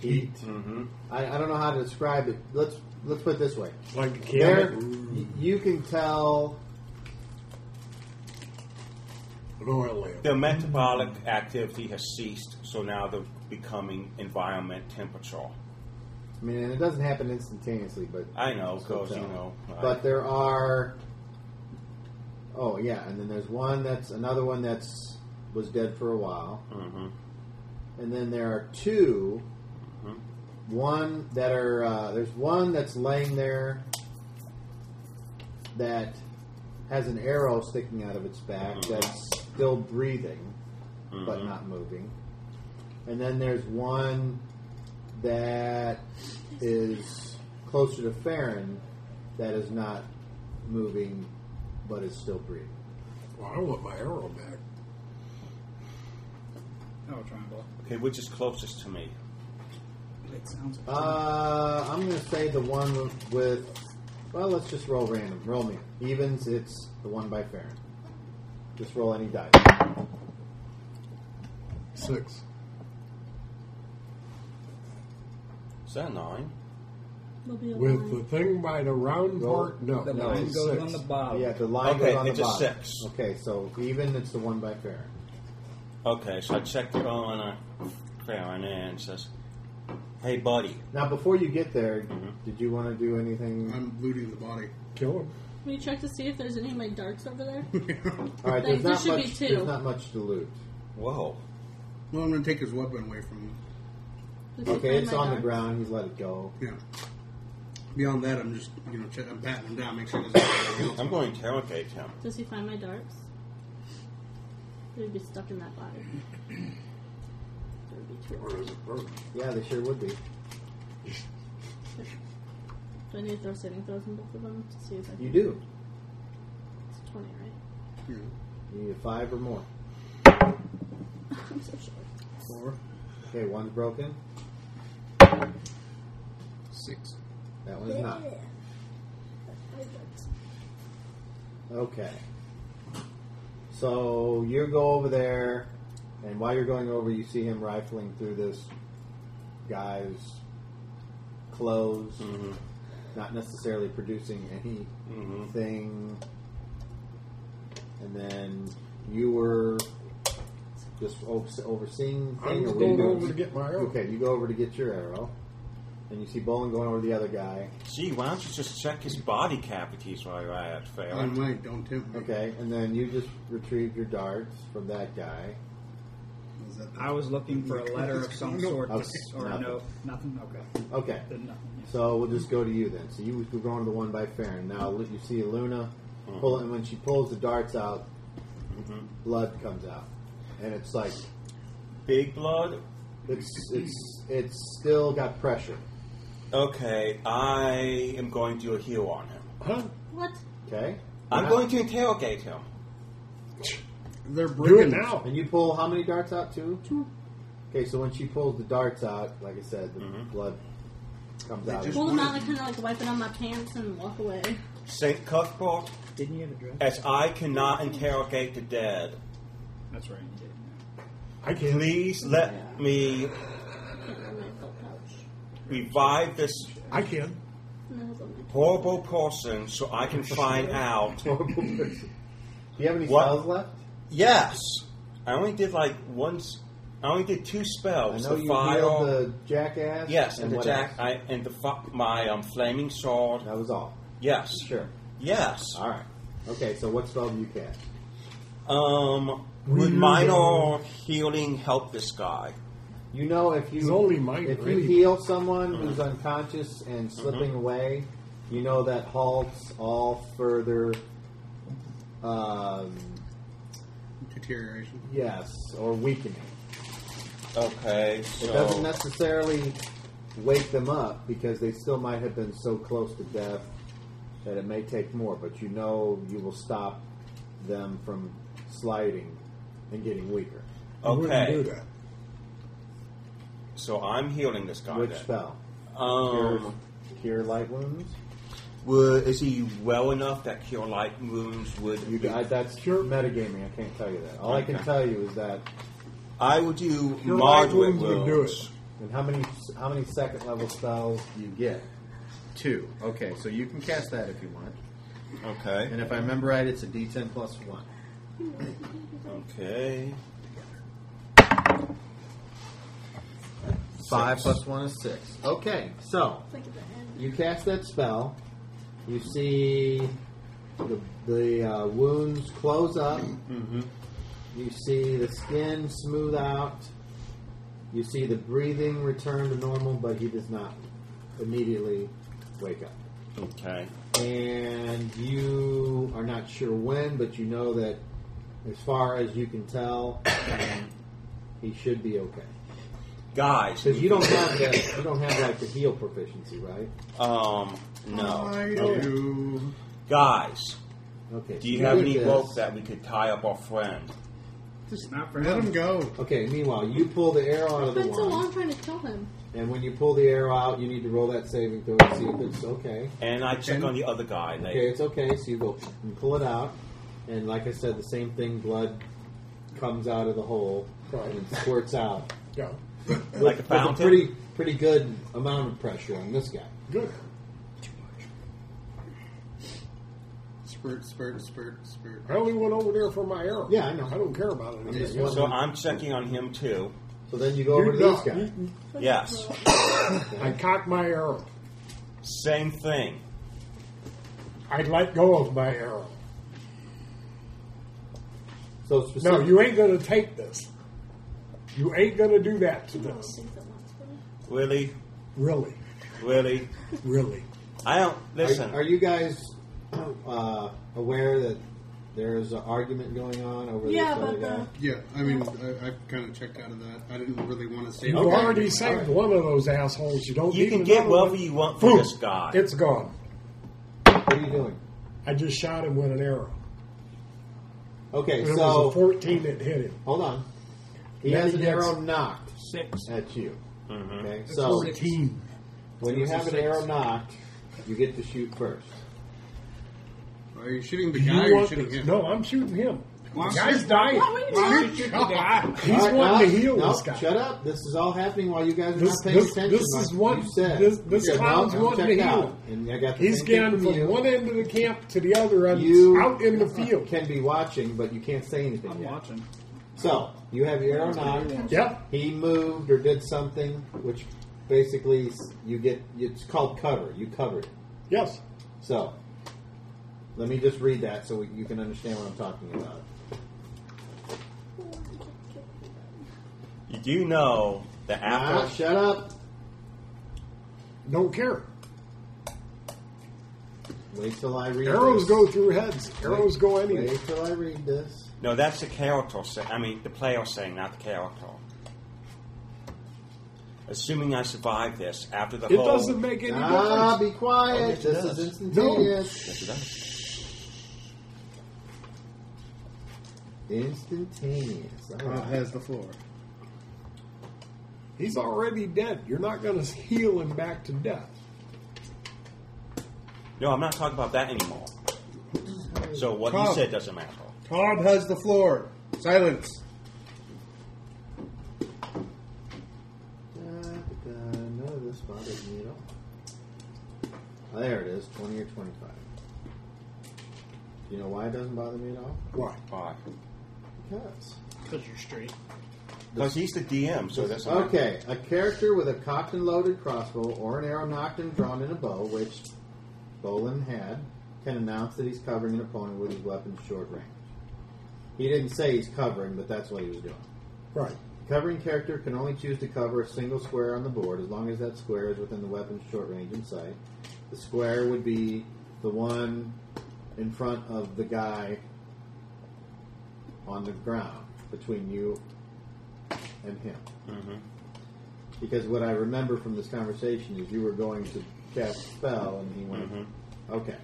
[SPEAKER 5] heat.
[SPEAKER 4] Mm-hmm.
[SPEAKER 5] I, I don't know how to describe it. Let's let's put it this way.
[SPEAKER 7] Like a
[SPEAKER 5] There,
[SPEAKER 7] camera.
[SPEAKER 5] y- you can tell
[SPEAKER 6] An oil lamp.
[SPEAKER 4] Their metabolic activity has ceased, so now they're becoming environment temperature.
[SPEAKER 5] I mean, and it doesn't happen instantaneously, but
[SPEAKER 4] I know,
[SPEAKER 5] So
[SPEAKER 4] because you know. uh,
[SPEAKER 5] but there are. Oh yeah, and then there's one that's another one that's was dead for a while,
[SPEAKER 4] hmm
[SPEAKER 5] and then there are 2
[SPEAKER 4] Mhm.
[SPEAKER 5] One that are uh, there's one that's laying there that has an arrow sticking out of its back
[SPEAKER 4] Mhm.
[SPEAKER 5] that's still breathing but
[SPEAKER 4] Mhm.
[SPEAKER 5] not moving, and then there's one that is closer to Farron that is not moving but is still breathing.
[SPEAKER 7] Well, I want my arrow back.
[SPEAKER 1] Oh, triangle.
[SPEAKER 4] Okay, which is closest to me?
[SPEAKER 1] It sounds.
[SPEAKER 5] Uh, I'm going to say the one with, with. Well, let's just roll random. Roll me. Evens, it's the one by Farron. Just roll any die.
[SPEAKER 6] Six.
[SPEAKER 4] Is that a nine?
[SPEAKER 2] we'll be able
[SPEAKER 7] With the thing by the round
[SPEAKER 5] Roll.
[SPEAKER 7] part, no,
[SPEAKER 1] the
[SPEAKER 7] no,
[SPEAKER 1] line
[SPEAKER 7] it's
[SPEAKER 1] goes
[SPEAKER 7] six.
[SPEAKER 1] on the bottom.
[SPEAKER 5] Yeah, the line
[SPEAKER 4] Oh, Okay,
[SPEAKER 5] goes on
[SPEAKER 4] it's
[SPEAKER 5] the
[SPEAKER 4] a
[SPEAKER 5] bottom.
[SPEAKER 4] six.
[SPEAKER 5] Okay, so even, it's the one by Farron.
[SPEAKER 4] Okay, so I checked it on uh, Farron and says, "Hey, buddy."
[SPEAKER 5] Now, before you get there,
[SPEAKER 4] Mhm.
[SPEAKER 5] did you want to do anything?
[SPEAKER 6] I'm looting the body.
[SPEAKER 7] Kill him.
[SPEAKER 2] Can we check to see if there's any like darts over there?
[SPEAKER 5] All right, there's
[SPEAKER 2] There
[SPEAKER 5] not
[SPEAKER 2] should be
[SPEAKER 5] much.
[SPEAKER 2] two.
[SPEAKER 5] There's not much to loot.
[SPEAKER 4] Whoa.
[SPEAKER 6] Well, I'm going to take his weapon away from him.
[SPEAKER 2] Does he
[SPEAKER 5] Okay,
[SPEAKER 2] find
[SPEAKER 5] it's
[SPEAKER 2] my
[SPEAKER 5] on the
[SPEAKER 2] darts?
[SPEAKER 5] ground. He's let it go.
[SPEAKER 6] Yeah. Beyond that, I'm just, you know, ch- I'm patting him down, make sure there's nothing else.
[SPEAKER 4] I'm going to interrogate him.
[SPEAKER 2] Does he find my darts? They'd be stuck in that body. There'd be two.
[SPEAKER 7] Or is it broken?
[SPEAKER 5] Yeah, they sure would be.
[SPEAKER 2] Do I need to throw saving throws in both of them to see if I can?
[SPEAKER 5] You do.
[SPEAKER 2] It's 20, right?
[SPEAKER 6] Yeah.
[SPEAKER 5] You need a five or more.
[SPEAKER 2] I'm so sure.
[SPEAKER 5] Four. Okay, one's broken.
[SPEAKER 6] Six.
[SPEAKER 5] That one's not. Okay. So you go over there, and while you're going over, you see him rifling through this guy's clothes,
[SPEAKER 4] Mm-hmm.
[SPEAKER 5] not necessarily producing anything.
[SPEAKER 4] Mm-hmm.
[SPEAKER 5] And then you were just o- overseeing.
[SPEAKER 7] I'm
[SPEAKER 5] thing, or were you
[SPEAKER 7] going
[SPEAKER 5] doing-
[SPEAKER 7] over to get my arrow.
[SPEAKER 5] Okay, you go over to get your arrow, and you see Bolin going over the other guy.
[SPEAKER 4] Gee, why don't you just check his body cavities while you're at it,
[SPEAKER 6] I
[SPEAKER 4] Farron?
[SPEAKER 6] might, don't tempt me.
[SPEAKER 5] Okay, and then you just retrieved your darts from that guy.
[SPEAKER 6] Is that the-
[SPEAKER 1] I was looking for a letter of some sort,
[SPEAKER 5] Okay.
[SPEAKER 1] or a note. Nothing. Okay.
[SPEAKER 5] Okay,
[SPEAKER 1] Then nothing.
[SPEAKER 5] so we'll just go to you then. So you were going to the one by Farron. Now you see Luna pull, and when she pulls the darts out, blood comes out, and it's like
[SPEAKER 4] Big blood?
[SPEAKER 5] it's it's it's still got pressure.
[SPEAKER 4] Okay, I am going to do a heal on him.
[SPEAKER 7] Huh?
[SPEAKER 2] What?
[SPEAKER 5] Okay,
[SPEAKER 4] I'm
[SPEAKER 5] Now-
[SPEAKER 4] going to interrogate him.
[SPEAKER 6] They're
[SPEAKER 7] Do it
[SPEAKER 6] breaking
[SPEAKER 7] now.
[SPEAKER 5] And you pull how many darts out? Two. Two. Okay, so when she pulls the darts out, like I said, the
[SPEAKER 4] Mhm.
[SPEAKER 5] blood comes
[SPEAKER 6] They
[SPEAKER 5] out.
[SPEAKER 6] just-
[SPEAKER 2] Pull them out and kind of like wipe it on my pants and walk away.
[SPEAKER 4] St. Cuthbert,
[SPEAKER 1] Didn't you have a dress?
[SPEAKER 4] as I cannot interrogate the dead,
[SPEAKER 1] That's right. You did.
[SPEAKER 7] I can't.
[SPEAKER 4] please let me
[SPEAKER 2] Put it in my felt pouch.
[SPEAKER 4] revive this
[SPEAKER 7] I can.
[SPEAKER 2] And then hold on.
[SPEAKER 4] horrible person so I can find out.
[SPEAKER 5] horrible person. Do you have any
[SPEAKER 4] What?
[SPEAKER 5] cells left?
[SPEAKER 4] Yes! I only did like once. I only did two
[SPEAKER 5] I
[SPEAKER 4] spells.
[SPEAKER 5] know
[SPEAKER 4] Oh, the
[SPEAKER 5] you
[SPEAKER 4] fire.
[SPEAKER 5] healed the jackass.
[SPEAKER 4] yes, and, the
[SPEAKER 5] what
[SPEAKER 4] jack.
[SPEAKER 5] else?
[SPEAKER 4] I, and the fu- my um, flaming sword.
[SPEAKER 5] That was all.
[SPEAKER 4] Yes.
[SPEAKER 5] Sure.
[SPEAKER 4] Yes.
[SPEAKER 5] Uh, All right. Okay, so what spell do you cast?
[SPEAKER 4] Um, would
[SPEAKER 7] Really?
[SPEAKER 4] minor healing help this guy?
[SPEAKER 5] You know, if
[SPEAKER 7] He's
[SPEAKER 5] you
[SPEAKER 7] only might
[SPEAKER 5] if you
[SPEAKER 7] really-
[SPEAKER 5] heal someone who's
[SPEAKER 4] Mm-hmm.
[SPEAKER 5] unconscious and slipping away, you know that halts all further. Um,
[SPEAKER 6] Deterioration.
[SPEAKER 5] yes, or weakening.
[SPEAKER 4] Okay,
[SPEAKER 5] It doesn't
[SPEAKER 4] so
[SPEAKER 5] necessarily wake them up because they still might have been so close to death that it may take more. But you know, you will stop them from sliding and getting weaker.
[SPEAKER 7] You wouldn't
[SPEAKER 4] okay,
[SPEAKER 7] do that.
[SPEAKER 4] so I'm healing this guy.
[SPEAKER 5] Which
[SPEAKER 4] then.
[SPEAKER 5] spell?
[SPEAKER 4] Um,
[SPEAKER 5] Cure light wounds.
[SPEAKER 4] would, is he well enough that cure light wounds would?
[SPEAKER 5] You,
[SPEAKER 4] be-
[SPEAKER 5] I, that's metagaming. I can't tell you that. All I can
[SPEAKER 4] Okay.
[SPEAKER 5] tell you is that.
[SPEAKER 4] I would do
[SPEAKER 7] Cure light
[SPEAKER 4] moderate
[SPEAKER 7] wounds would do
[SPEAKER 4] wounds.
[SPEAKER 7] it.
[SPEAKER 5] And how many how many second level spells do you get?
[SPEAKER 3] Two. Okay, so you can cast that if you want.
[SPEAKER 4] Okay.
[SPEAKER 5] And if I remember right, it's a D10 plus one.
[SPEAKER 4] Okay.
[SPEAKER 5] Five plus one is six. Okay, so
[SPEAKER 2] It's like at the end.
[SPEAKER 5] you cast that spell. You see the, the uh, wounds close up. You see the skin smooth out. You see the breathing return to normal, but he does not immediately wake up.
[SPEAKER 4] Okay.
[SPEAKER 5] and you are not sure when, but you know that as far as you can tell, um, he should be okay.
[SPEAKER 4] Guys,
[SPEAKER 5] Because you don't have that, you don't have like the heal proficiency, right?
[SPEAKER 4] um, no.
[SPEAKER 6] I
[SPEAKER 5] Okay.
[SPEAKER 6] do.
[SPEAKER 4] Guys,
[SPEAKER 5] Okay.
[SPEAKER 4] do you
[SPEAKER 5] so
[SPEAKER 4] have
[SPEAKER 5] with
[SPEAKER 4] any
[SPEAKER 5] this-
[SPEAKER 4] rope that we could tie up our friend?
[SPEAKER 1] Just not for
[SPEAKER 6] Let him
[SPEAKER 1] him.
[SPEAKER 6] go.
[SPEAKER 5] Okay. Meanwhile, you pull the arrow out of the
[SPEAKER 2] Spent so long
[SPEAKER 5] wand,
[SPEAKER 2] trying to kill him.
[SPEAKER 5] and when you pull the arrow out, you need to roll that saving throw to see if it's okay.
[SPEAKER 4] And I check
[SPEAKER 6] And-
[SPEAKER 4] on the other guy
[SPEAKER 5] Okay,
[SPEAKER 4] later.
[SPEAKER 5] it's okay. So you go and pull it out, and like I said, the same thing, blood comes out of the hole and it squirts out.
[SPEAKER 6] Go.
[SPEAKER 4] Like a
[SPEAKER 5] with
[SPEAKER 4] fountain?
[SPEAKER 5] pretty, pretty good amount of pressure on this guy.
[SPEAKER 6] Good. Spurt, spurt, spurt, spurt.
[SPEAKER 7] I only went over there for my arrow.
[SPEAKER 5] Yeah, I know.
[SPEAKER 7] I don't care about it.
[SPEAKER 5] just
[SPEAKER 7] anymore.
[SPEAKER 4] So I'm checking on him too.
[SPEAKER 5] So then you go over to
[SPEAKER 7] You
[SPEAKER 5] this
[SPEAKER 7] don't.
[SPEAKER 5] guy.
[SPEAKER 7] You-
[SPEAKER 4] Yes.
[SPEAKER 7] I cock my arrow.
[SPEAKER 4] Same thing.
[SPEAKER 7] I let go of my arrow.
[SPEAKER 5] So
[SPEAKER 7] No,
[SPEAKER 5] specific,
[SPEAKER 7] you ain't going to take this. You ain't going to do that to
[SPEAKER 2] Two little
[SPEAKER 7] this.
[SPEAKER 2] things at once. really.
[SPEAKER 4] Really?
[SPEAKER 7] Really,
[SPEAKER 4] Really?
[SPEAKER 7] really.
[SPEAKER 4] I don't listen.
[SPEAKER 5] are, are you guys uh, aware that there's an argument going on over
[SPEAKER 2] Yeah,
[SPEAKER 5] this other
[SPEAKER 2] but uh,
[SPEAKER 5] guy?
[SPEAKER 2] the
[SPEAKER 6] Yeah, I mean, I, I kind of checked out of that. I didn't really want to stay.
[SPEAKER 7] You already saved one of those assholes. You don't.
[SPEAKER 4] you
[SPEAKER 7] need
[SPEAKER 4] can get
[SPEAKER 7] another one.
[SPEAKER 4] whatever you want from
[SPEAKER 7] Boom.
[SPEAKER 4] this guy.
[SPEAKER 7] It's gone.
[SPEAKER 2] uh,
[SPEAKER 5] What are you doing?
[SPEAKER 7] I just shot him with an arrow.
[SPEAKER 5] Okay,
[SPEAKER 7] It was a
[SPEAKER 5] so
[SPEAKER 7] fourteen that hit him.
[SPEAKER 5] hold on. He
[SPEAKER 7] Then
[SPEAKER 5] has
[SPEAKER 7] he
[SPEAKER 5] an
[SPEAKER 7] gets-
[SPEAKER 5] arrow knocked
[SPEAKER 1] Six.
[SPEAKER 5] at you. Okay, so
[SPEAKER 7] Fourteen.
[SPEAKER 5] when you
[SPEAKER 6] Those are
[SPEAKER 5] have an
[SPEAKER 6] six.
[SPEAKER 5] arrow knocked, you get to shoot first.
[SPEAKER 6] Are you shooting the
[SPEAKER 7] You
[SPEAKER 6] guy or you
[SPEAKER 7] want
[SPEAKER 6] shooting
[SPEAKER 7] this-
[SPEAKER 6] him?
[SPEAKER 7] No, I'm shooting him.
[SPEAKER 1] Why
[SPEAKER 7] the
[SPEAKER 1] don't
[SPEAKER 7] guy's
[SPEAKER 1] you-
[SPEAKER 7] dying.
[SPEAKER 2] What were you doing?
[SPEAKER 7] He's
[SPEAKER 5] All right,
[SPEAKER 7] wanting
[SPEAKER 5] no,
[SPEAKER 7] to heal
[SPEAKER 5] no,
[SPEAKER 7] this guy.
[SPEAKER 5] Shut up! This is all happening while you guys are
[SPEAKER 7] This-
[SPEAKER 5] not paying
[SPEAKER 7] this-
[SPEAKER 5] attention.
[SPEAKER 7] this
[SPEAKER 5] like
[SPEAKER 7] is what-
[SPEAKER 5] you said.
[SPEAKER 7] this- this
[SPEAKER 5] You said, no,
[SPEAKER 7] clown's
[SPEAKER 5] I'm
[SPEAKER 7] wanting
[SPEAKER 5] checked
[SPEAKER 7] to heal.
[SPEAKER 5] out. And I got the
[SPEAKER 7] He's
[SPEAKER 5] same thing
[SPEAKER 7] gone
[SPEAKER 5] from
[SPEAKER 7] from
[SPEAKER 5] you.
[SPEAKER 7] one end of the camp to the other end,
[SPEAKER 5] You-
[SPEAKER 7] out in the field.
[SPEAKER 5] can be watching, but you can't say anything.
[SPEAKER 1] I'm
[SPEAKER 5] yet.
[SPEAKER 1] watching.
[SPEAKER 5] So you have your arrow knocked.
[SPEAKER 7] Yep.
[SPEAKER 5] He moved or did something, which basically s- you get. It's called cover. You covered it.
[SPEAKER 7] Yes.
[SPEAKER 5] So let me just read that so we, you can understand what I'm talking about.
[SPEAKER 4] You do know that
[SPEAKER 5] Ah,
[SPEAKER 4] after
[SPEAKER 5] shut up!
[SPEAKER 7] Don't care.
[SPEAKER 5] Wait till I read.
[SPEAKER 7] Arrows
[SPEAKER 5] this.
[SPEAKER 7] go through heads. Arrows go anywhere.
[SPEAKER 5] Wait till I read this.
[SPEAKER 4] no, that's the character. Say, I mean, the player saying, not the character. Assuming I survive this after the
[SPEAKER 7] It
[SPEAKER 5] Oh,
[SPEAKER 4] whole.
[SPEAKER 7] doesn't make any
[SPEAKER 5] Ah,
[SPEAKER 7] difference.
[SPEAKER 5] be quiet.
[SPEAKER 4] Oh, yes, it
[SPEAKER 5] this
[SPEAKER 4] does.
[SPEAKER 5] is instantaneous.
[SPEAKER 4] Yes, it does.
[SPEAKER 5] Instantaneous. All
[SPEAKER 6] Kyle
[SPEAKER 5] right.
[SPEAKER 6] has the floor.
[SPEAKER 7] He's already dead. You're not going to heal him back to death.
[SPEAKER 4] No, I'm not talking about that anymore. So what
[SPEAKER 6] Come.
[SPEAKER 4] you said doesn't matter.
[SPEAKER 6] Tom has the floor. Silence.
[SPEAKER 5] Da, da, da. None of this bothers me at all. Ah, There it is, 20 or 25. You know why it doesn't bother me at all?
[SPEAKER 7] Why?
[SPEAKER 4] Why?
[SPEAKER 5] Because.
[SPEAKER 1] Because you're straight.
[SPEAKER 4] Because he's the DM, so that's
[SPEAKER 5] Okay, a character with a cocked and loaded crossbow or an arrow knocked and drawn in a bow, which Bolin had, can announce that he's covering an opponent with his weapon short range. He didn't say he's covering, but that's what he was doing.
[SPEAKER 7] Right.
[SPEAKER 5] The covering character can only choose to cover a single square on the board as long as that square is within the weapon's short range in sight. The square would be the one in front of the guy on the ground between you and him. Because what I remember from this conversation is you were going to cast a spell, and he went, okay.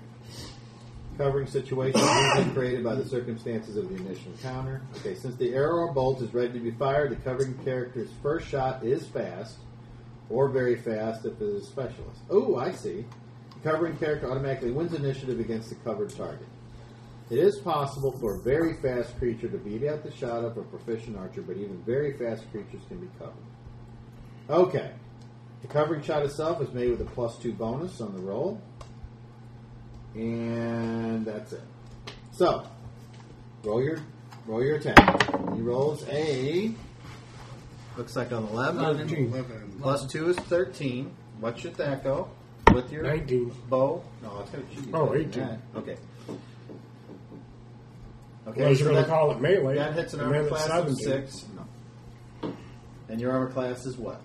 [SPEAKER 5] Covering situations usually created by the circumstances of the initial encounter. Okay, since the arrow or bolt is ready to be fired, the covering character's first shot is fast, or very fast if it is a specialist. Oh, I see. The covering character automatically wins initiative against the covered target. It is possible for a very fast creature to beat out the shot of a proficient archer, but even very fast creatures can be covered. Okay. The covering shot itself is made with a plus two bonus on the roll. And that's it. So roll your roll your attack. He rolls a looks like an eleven.
[SPEAKER 6] Eleven.
[SPEAKER 5] Plus two is thirteen. What should that go? With your
[SPEAKER 7] 19.
[SPEAKER 5] bow? No, it's gonna shoot you
[SPEAKER 7] Oh,
[SPEAKER 5] better than
[SPEAKER 7] 18.
[SPEAKER 5] that. Okay. Okay.
[SPEAKER 7] Unless you're going
[SPEAKER 5] so that-
[SPEAKER 7] to call it melee.
[SPEAKER 5] that hits an
[SPEAKER 7] and then
[SPEAKER 5] armor
[SPEAKER 7] it's
[SPEAKER 5] class of
[SPEAKER 7] 17.
[SPEAKER 5] six. No. And your armor class is what?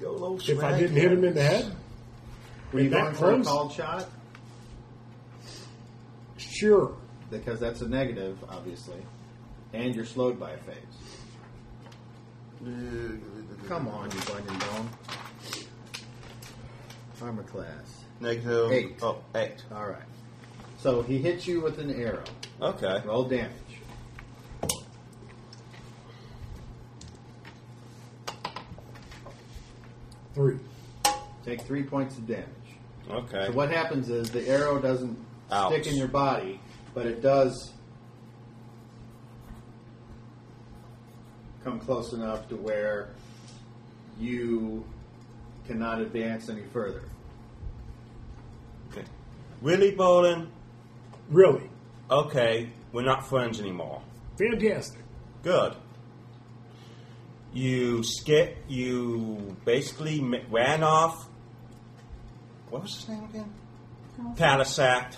[SPEAKER 5] YOLO
[SPEAKER 7] If I didn't hit him in the head,
[SPEAKER 5] Were you
[SPEAKER 7] that
[SPEAKER 5] going for a
[SPEAKER 7] close?
[SPEAKER 5] called shot?
[SPEAKER 7] sure.
[SPEAKER 5] Because that's a negative, obviously. And you're slowed by a phase. Come on, you blinding bone. Armor class.
[SPEAKER 4] Negative
[SPEAKER 5] Eight.
[SPEAKER 4] Oh, eight.
[SPEAKER 5] Alright. So he hits you with an arrow.
[SPEAKER 4] Okay.
[SPEAKER 5] Roll damage.
[SPEAKER 7] Three.
[SPEAKER 5] Take three points of damage.
[SPEAKER 4] Okay.
[SPEAKER 5] So what happens is the arrow doesn't
[SPEAKER 4] Ouch.
[SPEAKER 5] stick in your body, but it does come close enough to where you cannot advance any further.
[SPEAKER 4] Okay. Really, Bolin?
[SPEAKER 7] Really.
[SPEAKER 4] Okay, we're not friends anymore.
[SPEAKER 7] Fantastic.
[SPEAKER 4] Good. You skip. You basically m- ran off. What was his name again? Palisac.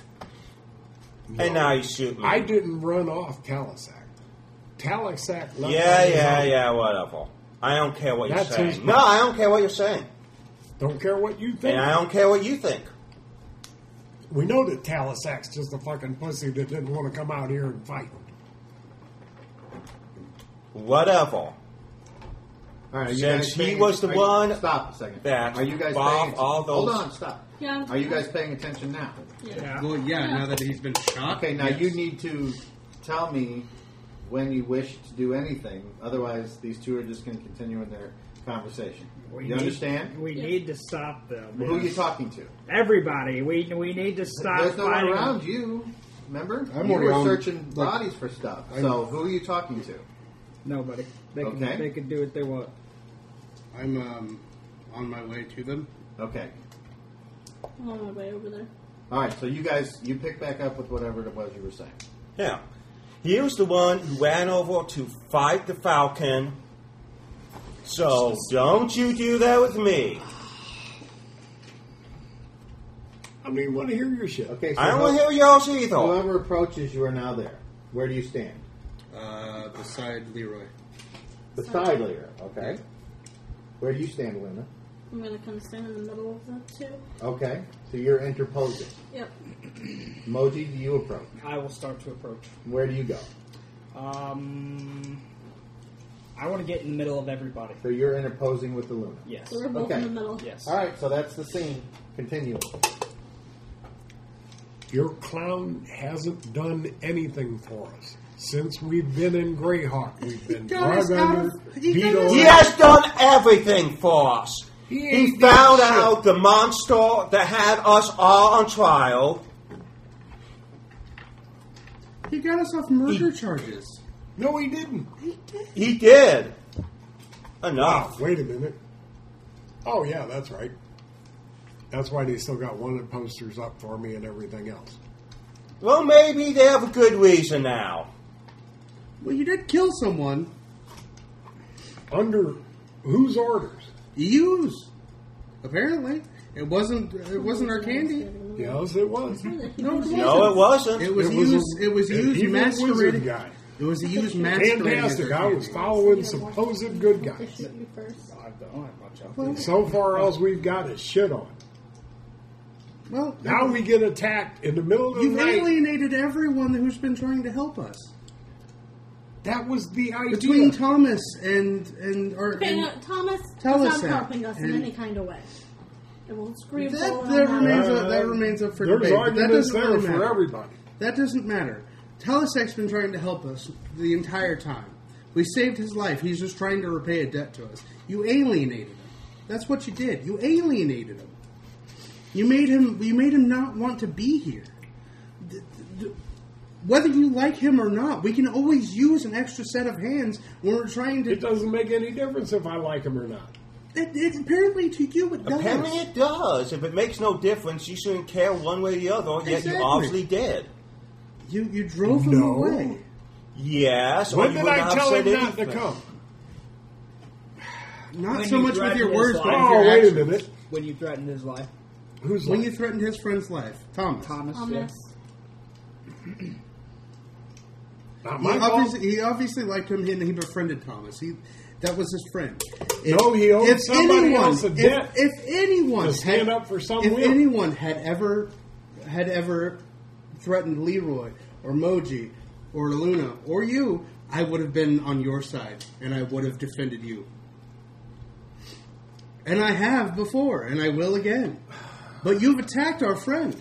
[SPEAKER 4] And now you shoot me.
[SPEAKER 7] I didn't run off Talisac. Talisac left.
[SPEAKER 4] Yeah,
[SPEAKER 7] me
[SPEAKER 4] yeah,
[SPEAKER 7] alone.
[SPEAKER 4] yeah. Whatever. I don't care what
[SPEAKER 7] That's
[SPEAKER 4] you're
[SPEAKER 7] his
[SPEAKER 4] saying. No, I don't care what you're saying,
[SPEAKER 7] Don't care what you think.
[SPEAKER 4] and I don't care what you think.
[SPEAKER 7] We know that Talisac's just a fucking pussy that didn't want to come out here and fight.
[SPEAKER 4] Whatever.
[SPEAKER 5] All right, are you
[SPEAKER 4] Since
[SPEAKER 5] guys
[SPEAKER 4] he
[SPEAKER 5] paying-
[SPEAKER 4] was the
[SPEAKER 5] are you-
[SPEAKER 4] one
[SPEAKER 5] Stop a second.
[SPEAKER 4] that
[SPEAKER 5] are you guys
[SPEAKER 4] bombed
[SPEAKER 5] paying,
[SPEAKER 4] all
[SPEAKER 5] Hold
[SPEAKER 4] those-
[SPEAKER 5] on, stop.
[SPEAKER 2] Yeah, I'm-
[SPEAKER 5] Are you guys paying attention now?
[SPEAKER 2] Yeah.
[SPEAKER 1] Yeah.
[SPEAKER 8] Well, yeah, now that he's been shot.
[SPEAKER 5] Okay, now
[SPEAKER 8] yes.
[SPEAKER 5] you need to tell me when you wish to do anything. Otherwise, these two are just going to continue in their conversation.
[SPEAKER 1] We
[SPEAKER 5] you
[SPEAKER 1] need-
[SPEAKER 5] understand?
[SPEAKER 1] We
[SPEAKER 2] Yeah.
[SPEAKER 1] need to stop them.
[SPEAKER 5] Who are you talking to?
[SPEAKER 1] Everybody, we we need to stop
[SPEAKER 5] There's no one
[SPEAKER 1] fighting.
[SPEAKER 5] around you. Remember,
[SPEAKER 6] I'm
[SPEAKER 5] you were
[SPEAKER 6] around-
[SPEAKER 5] searching
[SPEAKER 6] like,
[SPEAKER 5] bodies for stuff.
[SPEAKER 6] I'm-
[SPEAKER 5] so who are you talking to?
[SPEAKER 1] Nobody. They can
[SPEAKER 5] Okay.
[SPEAKER 1] they can do what they want.
[SPEAKER 6] I'm um, on my way to them.
[SPEAKER 5] Okay.
[SPEAKER 2] I'm on my way over there.
[SPEAKER 5] All right. So you guys, you pick back up with whatever it was you were saying.
[SPEAKER 4] Yeah. He was the one who ran over to fight the Falcon. So don't you do that with me.
[SPEAKER 7] I mean, want to hear your shit.
[SPEAKER 5] Okay. So
[SPEAKER 4] I don't
[SPEAKER 5] who-
[SPEAKER 4] want to hear yours either.
[SPEAKER 5] whoever approaches, you are now there. Where do you stand?
[SPEAKER 6] Uh, beside Leroy.
[SPEAKER 5] Beside Lyra. Okay. Where do you stand, Luna?
[SPEAKER 2] I'm gonna kind of stand in the middle of the two.
[SPEAKER 5] Okay. So you're interposing.
[SPEAKER 2] Yep.
[SPEAKER 5] Moji, do you approach?
[SPEAKER 1] I will start to approach.
[SPEAKER 5] Where do you go?
[SPEAKER 1] Um, I want to get in the middle of everybody.
[SPEAKER 5] So you're interposing with the Luna.
[SPEAKER 1] Yes.
[SPEAKER 2] So we're both
[SPEAKER 5] Okay.
[SPEAKER 2] in the middle.
[SPEAKER 1] Yes.
[SPEAKER 5] All right, so that's the scene. Continue.
[SPEAKER 7] Your clown hasn't done anything for us. Since we've been in Greyhawk, we've been
[SPEAKER 8] got us
[SPEAKER 7] drug under,
[SPEAKER 8] out of- he
[SPEAKER 7] beat
[SPEAKER 8] got us
[SPEAKER 7] on.
[SPEAKER 4] He has done everything for us.
[SPEAKER 7] He
[SPEAKER 4] He
[SPEAKER 7] ain't done
[SPEAKER 4] found
[SPEAKER 7] shit.
[SPEAKER 4] out the monster that had us all on trial.
[SPEAKER 8] He got us off murder charges.
[SPEAKER 7] No, he didn't.
[SPEAKER 4] He did. Enough.
[SPEAKER 7] Wait a minute. Oh yeah, that's right. That's why they still got wanted posters up for me and everything else.
[SPEAKER 4] Well, maybe they have a good reason now.
[SPEAKER 8] Well, you did kill someone.
[SPEAKER 7] Under whose orders?
[SPEAKER 8] Eus.
[SPEAKER 6] Apparently, it wasn't. It wasn't our candy.
[SPEAKER 8] Mm-hmm.
[SPEAKER 7] Yes, it was.
[SPEAKER 2] Where the-
[SPEAKER 8] No, it
[SPEAKER 2] Who's-
[SPEAKER 8] wasn't.
[SPEAKER 4] No, it wasn't.
[SPEAKER 6] It was
[SPEAKER 7] It was
[SPEAKER 6] used.
[SPEAKER 7] a-
[SPEAKER 6] It was
[SPEAKER 7] an
[SPEAKER 6] used
[SPEAKER 7] evil wizard
[SPEAKER 6] masquerading.
[SPEAKER 7] guy.
[SPEAKER 6] It was he was masquerading. as
[SPEAKER 7] Fantastic.
[SPEAKER 6] her
[SPEAKER 7] I was
[SPEAKER 6] companion.
[SPEAKER 7] following supposed good
[SPEAKER 2] They
[SPEAKER 7] guys.
[SPEAKER 2] shoot you first.
[SPEAKER 9] I don't have much out
[SPEAKER 6] Well,
[SPEAKER 9] there.
[SPEAKER 7] So far, all we've got is shit on.
[SPEAKER 6] Well,
[SPEAKER 7] Now we get attacked in the middle of the
[SPEAKER 6] you've
[SPEAKER 7] night.
[SPEAKER 6] alienated everyone who's been trying to help us.
[SPEAKER 7] That was the idea.
[SPEAKER 6] Between Thomas and and or
[SPEAKER 2] Depending
[SPEAKER 6] and,
[SPEAKER 2] on Thomas
[SPEAKER 6] Tell us
[SPEAKER 2] is not
[SPEAKER 6] that.
[SPEAKER 2] helping us in
[SPEAKER 6] And-
[SPEAKER 2] any kind of way. And we'll scream
[SPEAKER 6] that,
[SPEAKER 2] bull
[SPEAKER 6] that
[SPEAKER 2] on
[SPEAKER 6] remains
[SPEAKER 7] Uh,
[SPEAKER 6] up, that remains up for
[SPEAKER 7] There's
[SPEAKER 6] debate. but That
[SPEAKER 7] arguments
[SPEAKER 6] doesn't
[SPEAKER 7] there
[SPEAKER 6] really
[SPEAKER 7] for
[SPEAKER 6] matter.
[SPEAKER 7] everybody.
[SPEAKER 6] That doesn't matter. Talisek's been trying to help us the entire time. We saved his life. He's just trying to repay a debt to us. You alienated him. That's what you did. You alienated him. You made him. You made him not want to be here. Th- th- Whether you like him or not, we can always use an extra set of hands when we're trying to.
[SPEAKER 7] It doesn't make any difference if I like him or not.
[SPEAKER 6] It, it, apparently, to you, it does.
[SPEAKER 4] Apparently it does. If it makes no difference, you shouldn't care one way or the other, yet
[SPEAKER 6] Exactly.
[SPEAKER 4] you obviously did.
[SPEAKER 6] You you drove him
[SPEAKER 7] No.
[SPEAKER 6] away.
[SPEAKER 4] Yes. or
[SPEAKER 7] When
[SPEAKER 4] you
[SPEAKER 7] did
[SPEAKER 4] would
[SPEAKER 7] I
[SPEAKER 4] have
[SPEAKER 7] tell
[SPEAKER 4] said
[SPEAKER 7] him not to
[SPEAKER 4] anything.
[SPEAKER 7] come?
[SPEAKER 6] Not
[SPEAKER 1] When
[SPEAKER 6] so
[SPEAKER 1] you
[SPEAKER 6] much with
[SPEAKER 1] threatened
[SPEAKER 6] your
[SPEAKER 1] his
[SPEAKER 6] words, but
[SPEAKER 1] life.
[SPEAKER 6] with your
[SPEAKER 7] Oh, wait a
[SPEAKER 6] actions.
[SPEAKER 7] minute.
[SPEAKER 1] When you threatened his life,
[SPEAKER 7] Who's
[SPEAKER 6] When
[SPEAKER 7] like,
[SPEAKER 6] you threatened his friend's life, Thomas.
[SPEAKER 1] Thomas.
[SPEAKER 2] Thomas.
[SPEAKER 7] not
[SPEAKER 6] He
[SPEAKER 7] my fault?
[SPEAKER 6] obviously, he obviously liked him, and he befriended Thomas. He that was his friend. If,
[SPEAKER 7] No, he owed
[SPEAKER 6] if
[SPEAKER 7] somebody
[SPEAKER 6] anyone,
[SPEAKER 7] else a
[SPEAKER 6] if-
[SPEAKER 7] debt
[SPEAKER 6] If, anyone
[SPEAKER 7] to stand
[SPEAKER 6] had,
[SPEAKER 7] up for some
[SPEAKER 6] if
[SPEAKER 7] will.
[SPEAKER 6] anyone had ever had ever threatened Leroy or Moji or Luna or you, I would have been on your side, and I would have defended you. And I have before, and I will again. But you've attacked our friend.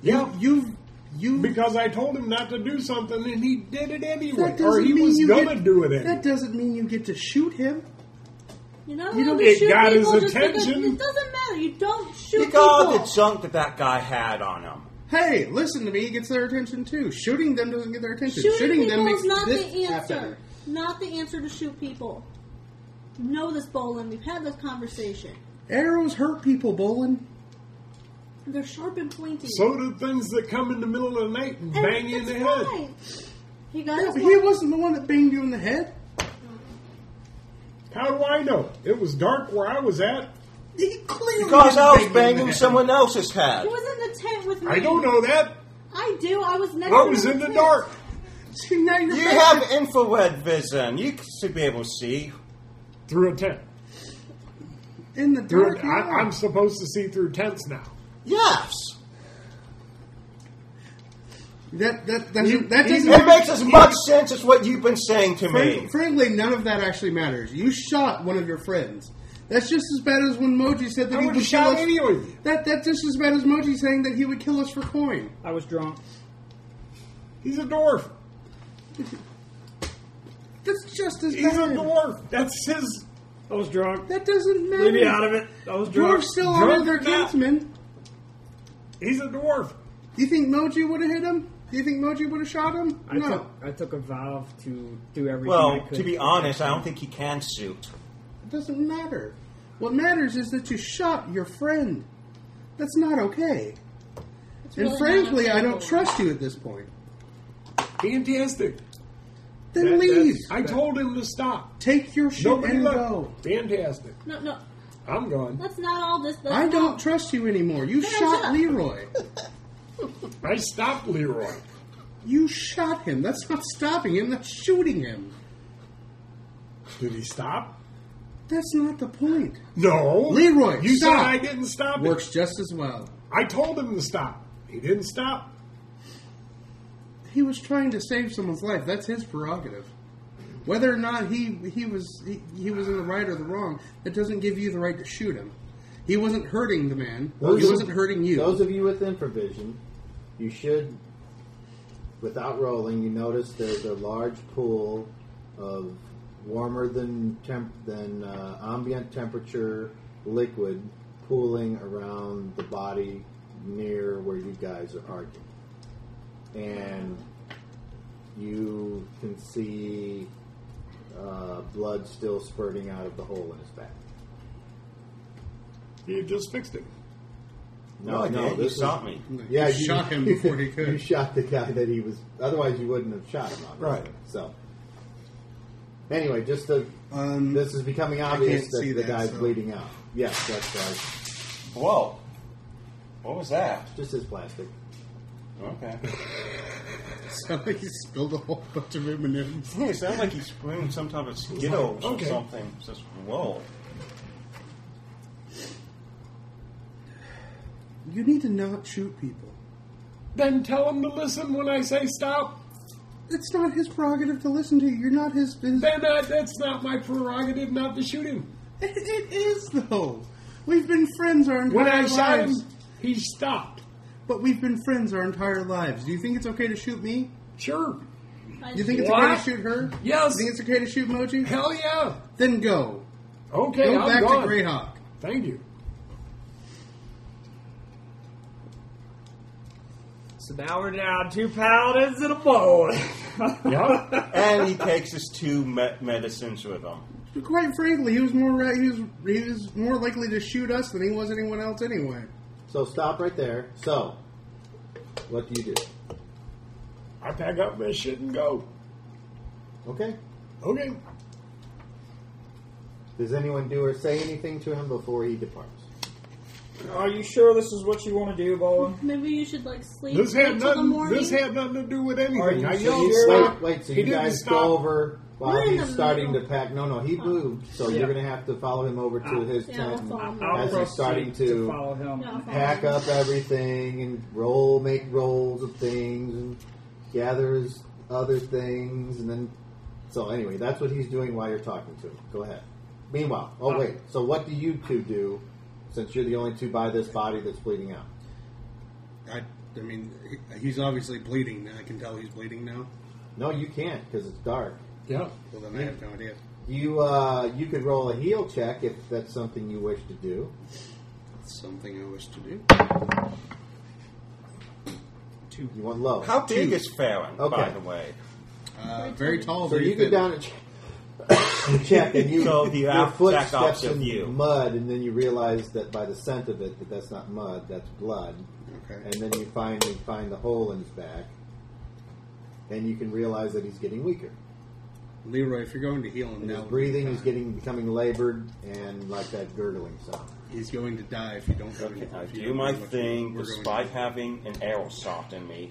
[SPEAKER 7] Yeah.
[SPEAKER 6] You, you've you
[SPEAKER 7] Because I told him not to do something and he did it anyway.
[SPEAKER 6] that
[SPEAKER 7] Or
[SPEAKER 6] doesn't
[SPEAKER 7] he
[SPEAKER 6] mean
[SPEAKER 7] was
[SPEAKER 6] you
[SPEAKER 7] going to
[SPEAKER 6] get-
[SPEAKER 7] do it anyway.
[SPEAKER 6] That doesn't mean you get to shoot him.
[SPEAKER 2] You're not
[SPEAKER 6] You
[SPEAKER 2] allowed
[SPEAKER 6] don't-
[SPEAKER 2] to
[SPEAKER 7] it
[SPEAKER 2] shoot
[SPEAKER 7] got his
[SPEAKER 2] people just
[SPEAKER 7] attention.
[SPEAKER 2] Because, it doesn't matter. You don't shoot
[SPEAKER 4] Look at all the
[SPEAKER 2] people.
[SPEAKER 4] junk that that guy had on him.
[SPEAKER 6] Hey, listen to me. He gets their attention too. Shooting them doesn't get their attention.
[SPEAKER 2] Shooting, people
[SPEAKER 6] them makes
[SPEAKER 2] is not
[SPEAKER 6] this
[SPEAKER 2] the answer.
[SPEAKER 6] happen.
[SPEAKER 2] Not the answer to shoot people. Know this, Bolin. We've had this conversation.
[SPEAKER 6] Arrows hurt people, Bolin.
[SPEAKER 2] They're sharp and pointy.
[SPEAKER 7] So do things that come in the middle of the night and,
[SPEAKER 2] and
[SPEAKER 7] bang you in
[SPEAKER 2] it's
[SPEAKER 7] the head.
[SPEAKER 2] fine. He got
[SPEAKER 6] Yeah,
[SPEAKER 2] his
[SPEAKER 6] but he
[SPEAKER 2] one-
[SPEAKER 6] wasn't the one that banged you in the head.
[SPEAKER 7] How do I know? It was dark where I was at.
[SPEAKER 6] He clearly
[SPEAKER 4] Because
[SPEAKER 6] didn't
[SPEAKER 4] I was
[SPEAKER 6] bang you in the
[SPEAKER 4] banging
[SPEAKER 6] head.
[SPEAKER 4] someone else's head.
[SPEAKER 2] He was in the tent with me.
[SPEAKER 7] I don't know that.
[SPEAKER 2] I do. I was next.
[SPEAKER 7] I
[SPEAKER 2] to
[SPEAKER 7] was
[SPEAKER 2] him
[SPEAKER 7] in the
[SPEAKER 2] tent.
[SPEAKER 7] dark.
[SPEAKER 6] See, now you're
[SPEAKER 4] You
[SPEAKER 6] banging-
[SPEAKER 4] have infrared vision. You should be able to see.
[SPEAKER 7] Through a tent.
[SPEAKER 6] in the
[SPEAKER 7] Through
[SPEAKER 6] dark.
[SPEAKER 7] a,
[SPEAKER 6] yeah.
[SPEAKER 7] I, I'm supposed to see through tents now.
[SPEAKER 4] Yes.
[SPEAKER 6] that that doesn't that
[SPEAKER 7] he's-
[SPEAKER 6] doesn't.
[SPEAKER 4] It makes as much sense as what you've been saying to
[SPEAKER 6] Frank-
[SPEAKER 4] me.
[SPEAKER 6] frankly, none of that actually matters. You shot one of your friends. That's just as bad as when Moji said that
[SPEAKER 7] I
[SPEAKER 6] he
[SPEAKER 7] would
[SPEAKER 6] would
[SPEAKER 7] have
[SPEAKER 6] kill
[SPEAKER 7] shot
[SPEAKER 6] us.
[SPEAKER 7] any of you.
[SPEAKER 6] That that's just as bad as Moji saying that he would kill us for coin.
[SPEAKER 1] I was drunk.
[SPEAKER 7] He's a dwarf.
[SPEAKER 6] That's just as
[SPEAKER 7] He's a
[SPEAKER 6] bad.
[SPEAKER 7] dwarf. That's his.
[SPEAKER 1] I was drunk.
[SPEAKER 6] That doesn't matter.
[SPEAKER 1] Leave me out of it. I was drunk.
[SPEAKER 6] Dwarves still
[SPEAKER 7] Drunk
[SPEAKER 6] honor their
[SPEAKER 7] or not.
[SPEAKER 6] kinsmen.
[SPEAKER 7] He's a dwarf.
[SPEAKER 6] Do you think Moji would have hit him? Do you think Moji would have shot him?
[SPEAKER 1] I
[SPEAKER 6] no.
[SPEAKER 1] took I took a vow to do everything. I
[SPEAKER 4] Well,
[SPEAKER 1] could
[SPEAKER 4] to be honest, I don't think he can shoot.
[SPEAKER 6] It doesn't matter. What matters is that you shot your friend. That's not okay.
[SPEAKER 2] It's
[SPEAKER 6] And
[SPEAKER 2] really
[SPEAKER 6] frankly,
[SPEAKER 2] not
[SPEAKER 6] I don't
[SPEAKER 2] acceptable.
[SPEAKER 6] trust you at this point.
[SPEAKER 7] Fantastic.
[SPEAKER 6] Then
[SPEAKER 1] That-
[SPEAKER 6] leave.
[SPEAKER 1] that's-
[SPEAKER 7] I told him to stop.
[SPEAKER 6] Take your shit
[SPEAKER 7] Nobody
[SPEAKER 6] and
[SPEAKER 7] left.
[SPEAKER 6] go.
[SPEAKER 7] Fantastic.
[SPEAKER 2] No, no.
[SPEAKER 7] I'm gone.
[SPEAKER 2] That's not all this. That's
[SPEAKER 6] I
[SPEAKER 2] not-
[SPEAKER 6] don't trust you anymore. You
[SPEAKER 2] Man, shut
[SPEAKER 6] shot
[SPEAKER 2] up.
[SPEAKER 6] Leroy.
[SPEAKER 7] I stopped Leroy.
[SPEAKER 6] You shot him. That's not stopping him. That's shooting him.
[SPEAKER 7] Did he stop?
[SPEAKER 6] That's not the point.
[SPEAKER 7] No.
[SPEAKER 6] Leroy,
[SPEAKER 7] You
[SPEAKER 6] stop.
[SPEAKER 7] said I didn't stop him.
[SPEAKER 6] Works just as well.
[SPEAKER 7] I told him to stop. He didn't stop.
[SPEAKER 6] He was trying to save someone's life. That's his prerogative. Whether or not he he was he, he was in the right or the wrong, that doesn't give you the right to shoot him. He wasn't hurting the man.
[SPEAKER 5] Those
[SPEAKER 6] he
[SPEAKER 5] of-
[SPEAKER 6] wasn't hurting you.
[SPEAKER 5] Those of you with infravision, you should, without rolling, you notice there's a large pool of warmer than temp than uh, ambient temperature liquid pooling around the body near where you guys are arguing, and you can see uh, blood still spurting out of the hole in his back.
[SPEAKER 7] You just fixed it.
[SPEAKER 4] No, no, he
[SPEAKER 5] this is-
[SPEAKER 4] shot me.
[SPEAKER 5] yeah,
[SPEAKER 6] you shot him before he
[SPEAKER 5] You
[SPEAKER 6] could.
[SPEAKER 5] shot the guy that he was. Otherwise, you wouldn't have shot him. Obviously.
[SPEAKER 7] Right.
[SPEAKER 5] So, anyway, just the
[SPEAKER 6] Um,
[SPEAKER 5] this is becoming
[SPEAKER 6] can't
[SPEAKER 5] obvious that
[SPEAKER 6] see
[SPEAKER 5] the
[SPEAKER 6] that,
[SPEAKER 5] guy's
[SPEAKER 6] so-
[SPEAKER 5] bleeding out. Yes, that's right.
[SPEAKER 4] Whoa. What was that?
[SPEAKER 5] Just his plastic.
[SPEAKER 4] Okay.
[SPEAKER 8] Sound like you spilled a whole bunch of M&M's.
[SPEAKER 4] Yeah, it sounds like he's screaming some type of Skittles
[SPEAKER 7] Okay.
[SPEAKER 4] or something. It's just, whoa.
[SPEAKER 8] You need to not shoot people.
[SPEAKER 7] Then tell him to listen when I say stop.
[SPEAKER 8] It's not his prerogative to listen to you. You're not his. his
[SPEAKER 7] Then uh, that's not my prerogative not to shoot him.
[SPEAKER 8] it, it is though. We've been friends our entire
[SPEAKER 7] When I
[SPEAKER 8] lives.
[SPEAKER 7] shot him, he stopped.
[SPEAKER 8] But we've been friends our entire lives. Do you think it's okay to shoot me?
[SPEAKER 7] Sure.
[SPEAKER 2] I
[SPEAKER 8] You think it's
[SPEAKER 7] What?
[SPEAKER 8] okay to shoot her?
[SPEAKER 7] Yes.
[SPEAKER 8] You think it's okay to shoot Moji?
[SPEAKER 7] Hell yeah.
[SPEAKER 8] Then go.
[SPEAKER 7] Okay,
[SPEAKER 8] go
[SPEAKER 7] I'm
[SPEAKER 8] back
[SPEAKER 7] gone.
[SPEAKER 8] to Greyhawk.
[SPEAKER 7] Thank you.
[SPEAKER 1] So now we're down two paladins and a bone.
[SPEAKER 7] Yeah.
[SPEAKER 4] And he takes his two me- medicines with him.
[SPEAKER 8] Quite frankly, he was more ra- he was he was more likely to shoot us than he was anyone else anyway.
[SPEAKER 5] So stop right there. So, what do you do?
[SPEAKER 7] I pack up my shit and go.
[SPEAKER 5] Okay.
[SPEAKER 7] Okay.
[SPEAKER 5] Does anyone do or say anything to him before he departs?
[SPEAKER 1] Are you sure this is what you want to do, Bolin?
[SPEAKER 2] Maybe you should like sleep
[SPEAKER 7] This had
[SPEAKER 2] until the
[SPEAKER 7] nothing.
[SPEAKER 2] morning.
[SPEAKER 7] This had nothing to do with
[SPEAKER 1] Are
[SPEAKER 7] anything.
[SPEAKER 1] you
[SPEAKER 7] I
[SPEAKER 1] sure?
[SPEAKER 7] yelled,
[SPEAKER 5] Wait,
[SPEAKER 7] stop.
[SPEAKER 5] wait. So
[SPEAKER 7] He
[SPEAKER 5] you
[SPEAKER 7] didn't
[SPEAKER 5] guys
[SPEAKER 7] stop.
[SPEAKER 5] go over while
[SPEAKER 2] We're in
[SPEAKER 5] he's
[SPEAKER 2] the
[SPEAKER 5] starting to
[SPEAKER 2] middle.
[SPEAKER 5] pack. No, no, he moved, so
[SPEAKER 1] Yeah.
[SPEAKER 5] you're going to have to follow him over to his
[SPEAKER 2] Yeah, we'll
[SPEAKER 5] tent
[SPEAKER 2] follow him
[SPEAKER 1] I'll
[SPEAKER 2] over.
[SPEAKER 5] as
[SPEAKER 1] proceed
[SPEAKER 5] he's starting
[SPEAKER 1] to
[SPEAKER 5] to
[SPEAKER 1] follow him.
[SPEAKER 2] Yeah, I'll follow
[SPEAKER 5] pack
[SPEAKER 2] him.
[SPEAKER 5] up everything and roll, make rolls of things, and gather his other things, and then. So anyway, that's what he's doing while you're talking to him. Go ahead. Meanwhile, oh
[SPEAKER 1] Uh,
[SPEAKER 5] wait. So what do you two do? Since you're the only two by this body that's bleeding out.
[SPEAKER 8] I I mean he- he's obviously bleeding. I can tell he's bleeding now.
[SPEAKER 5] No, you can't because it's dark.
[SPEAKER 7] Yeah.
[SPEAKER 8] Well, then I have no idea.
[SPEAKER 5] You uh, you could roll a heal check if that's something you wish to do.
[SPEAKER 8] It's something I wish to do.
[SPEAKER 5] You want low.
[SPEAKER 4] How big is Farron, by
[SPEAKER 5] Okay.
[SPEAKER 4] the way?
[SPEAKER 8] Uh, very tall.
[SPEAKER 5] so
[SPEAKER 8] very
[SPEAKER 5] you go
[SPEAKER 8] thin.
[SPEAKER 5] down and check, check and you
[SPEAKER 4] So the
[SPEAKER 5] your
[SPEAKER 4] out-
[SPEAKER 5] foot
[SPEAKER 4] check
[SPEAKER 5] steps
[SPEAKER 4] option
[SPEAKER 5] in
[SPEAKER 4] view.
[SPEAKER 5] mud, and then you realize that by the scent of it that that's not mud, that's blood.
[SPEAKER 8] Okay.
[SPEAKER 5] And then you find you find the hole in his back, and you can realize that he's getting weaker.
[SPEAKER 8] Leroy, if you're going to heal him
[SPEAKER 5] And
[SPEAKER 8] now, uh,
[SPEAKER 5] his breathing
[SPEAKER 8] he's
[SPEAKER 5] is getting becoming labored and like that gurgling sound.
[SPEAKER 8] He's going to die if you don't go
[SPEAKER 4] Okay,
[SPEAKER 8] to
[SPEAKER 4] I
[SPEAKER 8] if you
[SPEAKER 4] do
[SPEAKER 8] don't
[SPEAKER 4] my
[SPEAKER 8] do what
[SPEAKER 4] thing
[SPEAKER 8] we're going to
[SPEAKER 4] despite
[SPEAKER 8] do.
[SPEAKER 4] having an airsoft in me.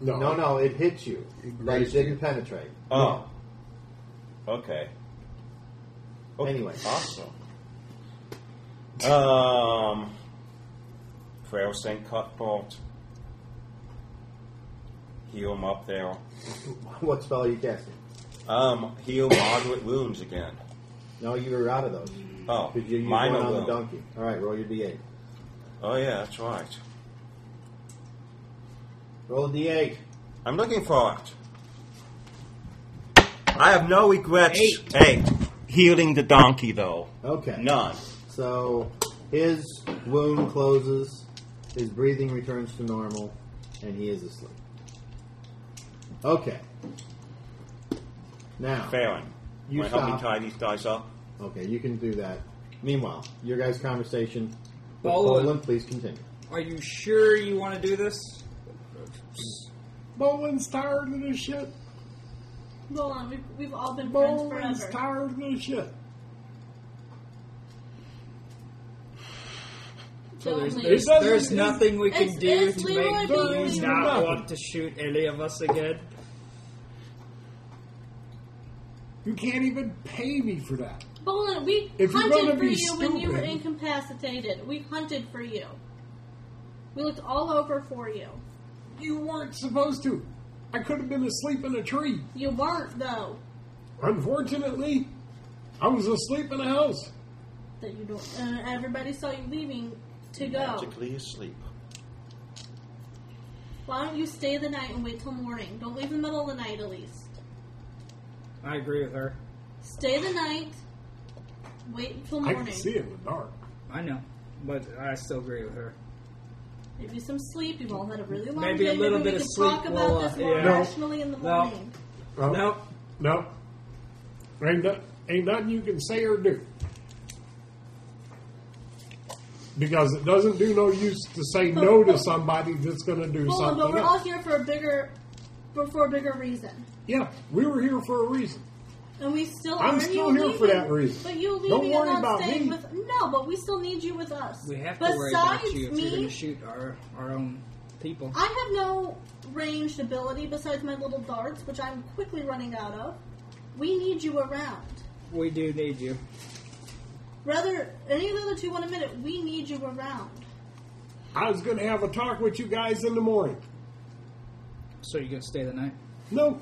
[SPEAKER 7] No.
[SPEAKER 5] No, no, it hit you,
[SPEAKER 8] It
[SPEAKER 5] but it
[SPEAKER 8] grazed you.
[SPEAKER 5] didn't penetrate.
[SPEAKER 4] Oh. Okay. Okay,
[SPEAKER 5] Anyway.
[SPEAKER 4] Awesome. Um. Frail St. Cuthbert. Heal him up there.
[SPEAKER 5] what spell are you casting?
[SPEAKER 4] Um, heal moderate wounds again.
[SPEAKER 5] No, you were out of those.
[SPEAKER 4] Oh,
[SPEAKER 5] Because you used
[SPEAKER 4] minor
[SPEAKER 5] one on
[SPEAKER 4] wound.
[SPEAKER 5] the donkey. All right, roll your d8.
[SPEAKER 4] Oh yeah, that's right.
[SPEAKER 5] Roll a d8.
[SPEAKER 4] I'm looking for it. I have no regrets.
[SPEAKER 1] Eight.
[SPEAKER 4] Eight. Healing the donkey though.
[SPEAKER 5] Okay.
[SPEAKER 4] None.
[SPEAKER 5] So his wound closes, his breathing returns to normal, and he is asleep. Okay. Now,
[SPEAKER 4] Farron.
[SPEAKER 5] You
[SPEAKER 4] wanna help me
[SPEAKER 5] stop.
[SPEAKER 4] tie these guys up?
[SPEAKER 5] okay, you can do that. Meanwhile, your guys' conversation with
[SPEAKER 1] Bolin.
[SPEAKER 5] Bolin, please continue.
[SPEAKER 1] Are you sure you want to do this?
[SPEAKER 7] Bolin's tired of this shit.
[SPEAKER 2] Go on. We've, we've all been friends
[SPEAKER 7] Bolin's
[SPEAKER 2] forever.
[SPEAKER 7] tired of this shit.
[SPEAKER 1] So there's,
[SPEAKER 2] Don't
[SPEAKER 1] there's,
[SPEAKER 7] leave.
[SPEAKER 1] there's nothing we can
[SPEAKER 2] It's-
[SPEAKER 1] do
[SPEAKER 2] it's
[SPEAKER 1] to
[SPEAKER 2] Leroy
[SPEAKER 1] make
[SPEAKER 2] Bolin.
[SPEAKER 1] you not want to shoot any of us again.
[SPEAKER 7] You can't even pay me for that.
[SPEAKER 2] Bolin, we
[SPEAKER 7] If you're
[SPEAKER 2] hunted
[SPEAKER 7] gonna
[SPEAKER 2] for
[SPEAKER 7] be
[SPEAKER 2] you when you were
[SPEAKER 7] stupid-
[SPEAKER 2] incapacitated. We hunted for you. We looked all over for you.
[SPEAKER 7] You weren't supposed to. I could have been asleep in a tree.
[SPEAKER 2] You weren't though.
[SPEAKER 7] Unfortunately, I was asleep in a house.
[SPEAKER 2] That you don't. And everybody saw you leaving to go.
[SPEAKER 4] Magically asleep.
[SPEAKER 2] Why don't you stay the night and wait till morning? Don't leave in the middle of the night, at least.
[SPEAKER 1] I agree with her.
[SPEAKER 2] Stay the night. Wait until
[SPEAKER 7] I
[SPEAKER 2] morning.
[SPEAKER 7] can see it in the dark.
[SPEAKER 1] I know, but I still agree with her.
[SPEAKER 2] Maybe some sleep. You've all had a really long
[SPEAKER 1] Maybe
[SPEAKER 2] day.
[SPEAKER 1] a little
[SPEAKER 2] Maybe
[SPEAKER 1] bit
[SPEAKER 2] we
[SPEAKER 1] of
[SPEAKER 2] can talk
[SPEAKER 1] sleep
[SPEAKER 2] about
[SPEAKER 1] will, uh,
[SPEAKER 2] this more
[SPEAKER 1] yeah.
[SPEAKER 7] No.
[SPEAKER 2] rationally in the
[SPEAKER 1] No.
[SPEAKER 2] morning.
[SPEAKER 7] No,
[SPEAKER 1] Nope.
[SPEAKER 7] no. Ain't, no, ain't nothing you can say or do. Because it doesn't do no use to say no to somebody that's going to do
[SPEAKER 2] Hold on,
[SPEAKER 7] something.
[SPEAKER 2] but we're all
[SPEAKER 7] else.
[SPEAKER 2] here for a bigger, for, for a bigger reason,
[SPEAKER 7] yeah, we were here for a reason.
[SPEAKER 2] and we still.
[SPEAKER 7] I'm
[SPEAKER 2] are
[SPEAKER 7] still
[SPEAKER 2] you
[SPEAKER 7] here
[SPEAKER 2] leaving,
[SPEAKER 7] for that reason.
[SPEAKER 2] But you leaving
[SPEAKER 7] Don't worry
[SPEAKER 2] and not
[SPEAKER 7] about
[SPEAKER 2] staying
[SPEAKER 7] me.
[SPEAKER 2] with no, but we still need you with us.
[SPEAKER 1] We have to
[SPEAKER 2] Besides
[SPEAKER 1] worry about you if
[SPEAKER 2] me,
[SPEAKER 1] you're going to shoot our, our own people.
[SPEAKER 2] I have no ranged ability besides my little darts, which I'm quickly running out of. We need you around.
[SPEAKER 1] We do need you.
[SPEAKER 2] Rather, any of the other two want a minute. We need you around.
[SPEAKER 7] I was going to have a talk with you guys in the morning.
[SPEAKER 1] So you're gonna stay the night?
[SPEAKER 7] No.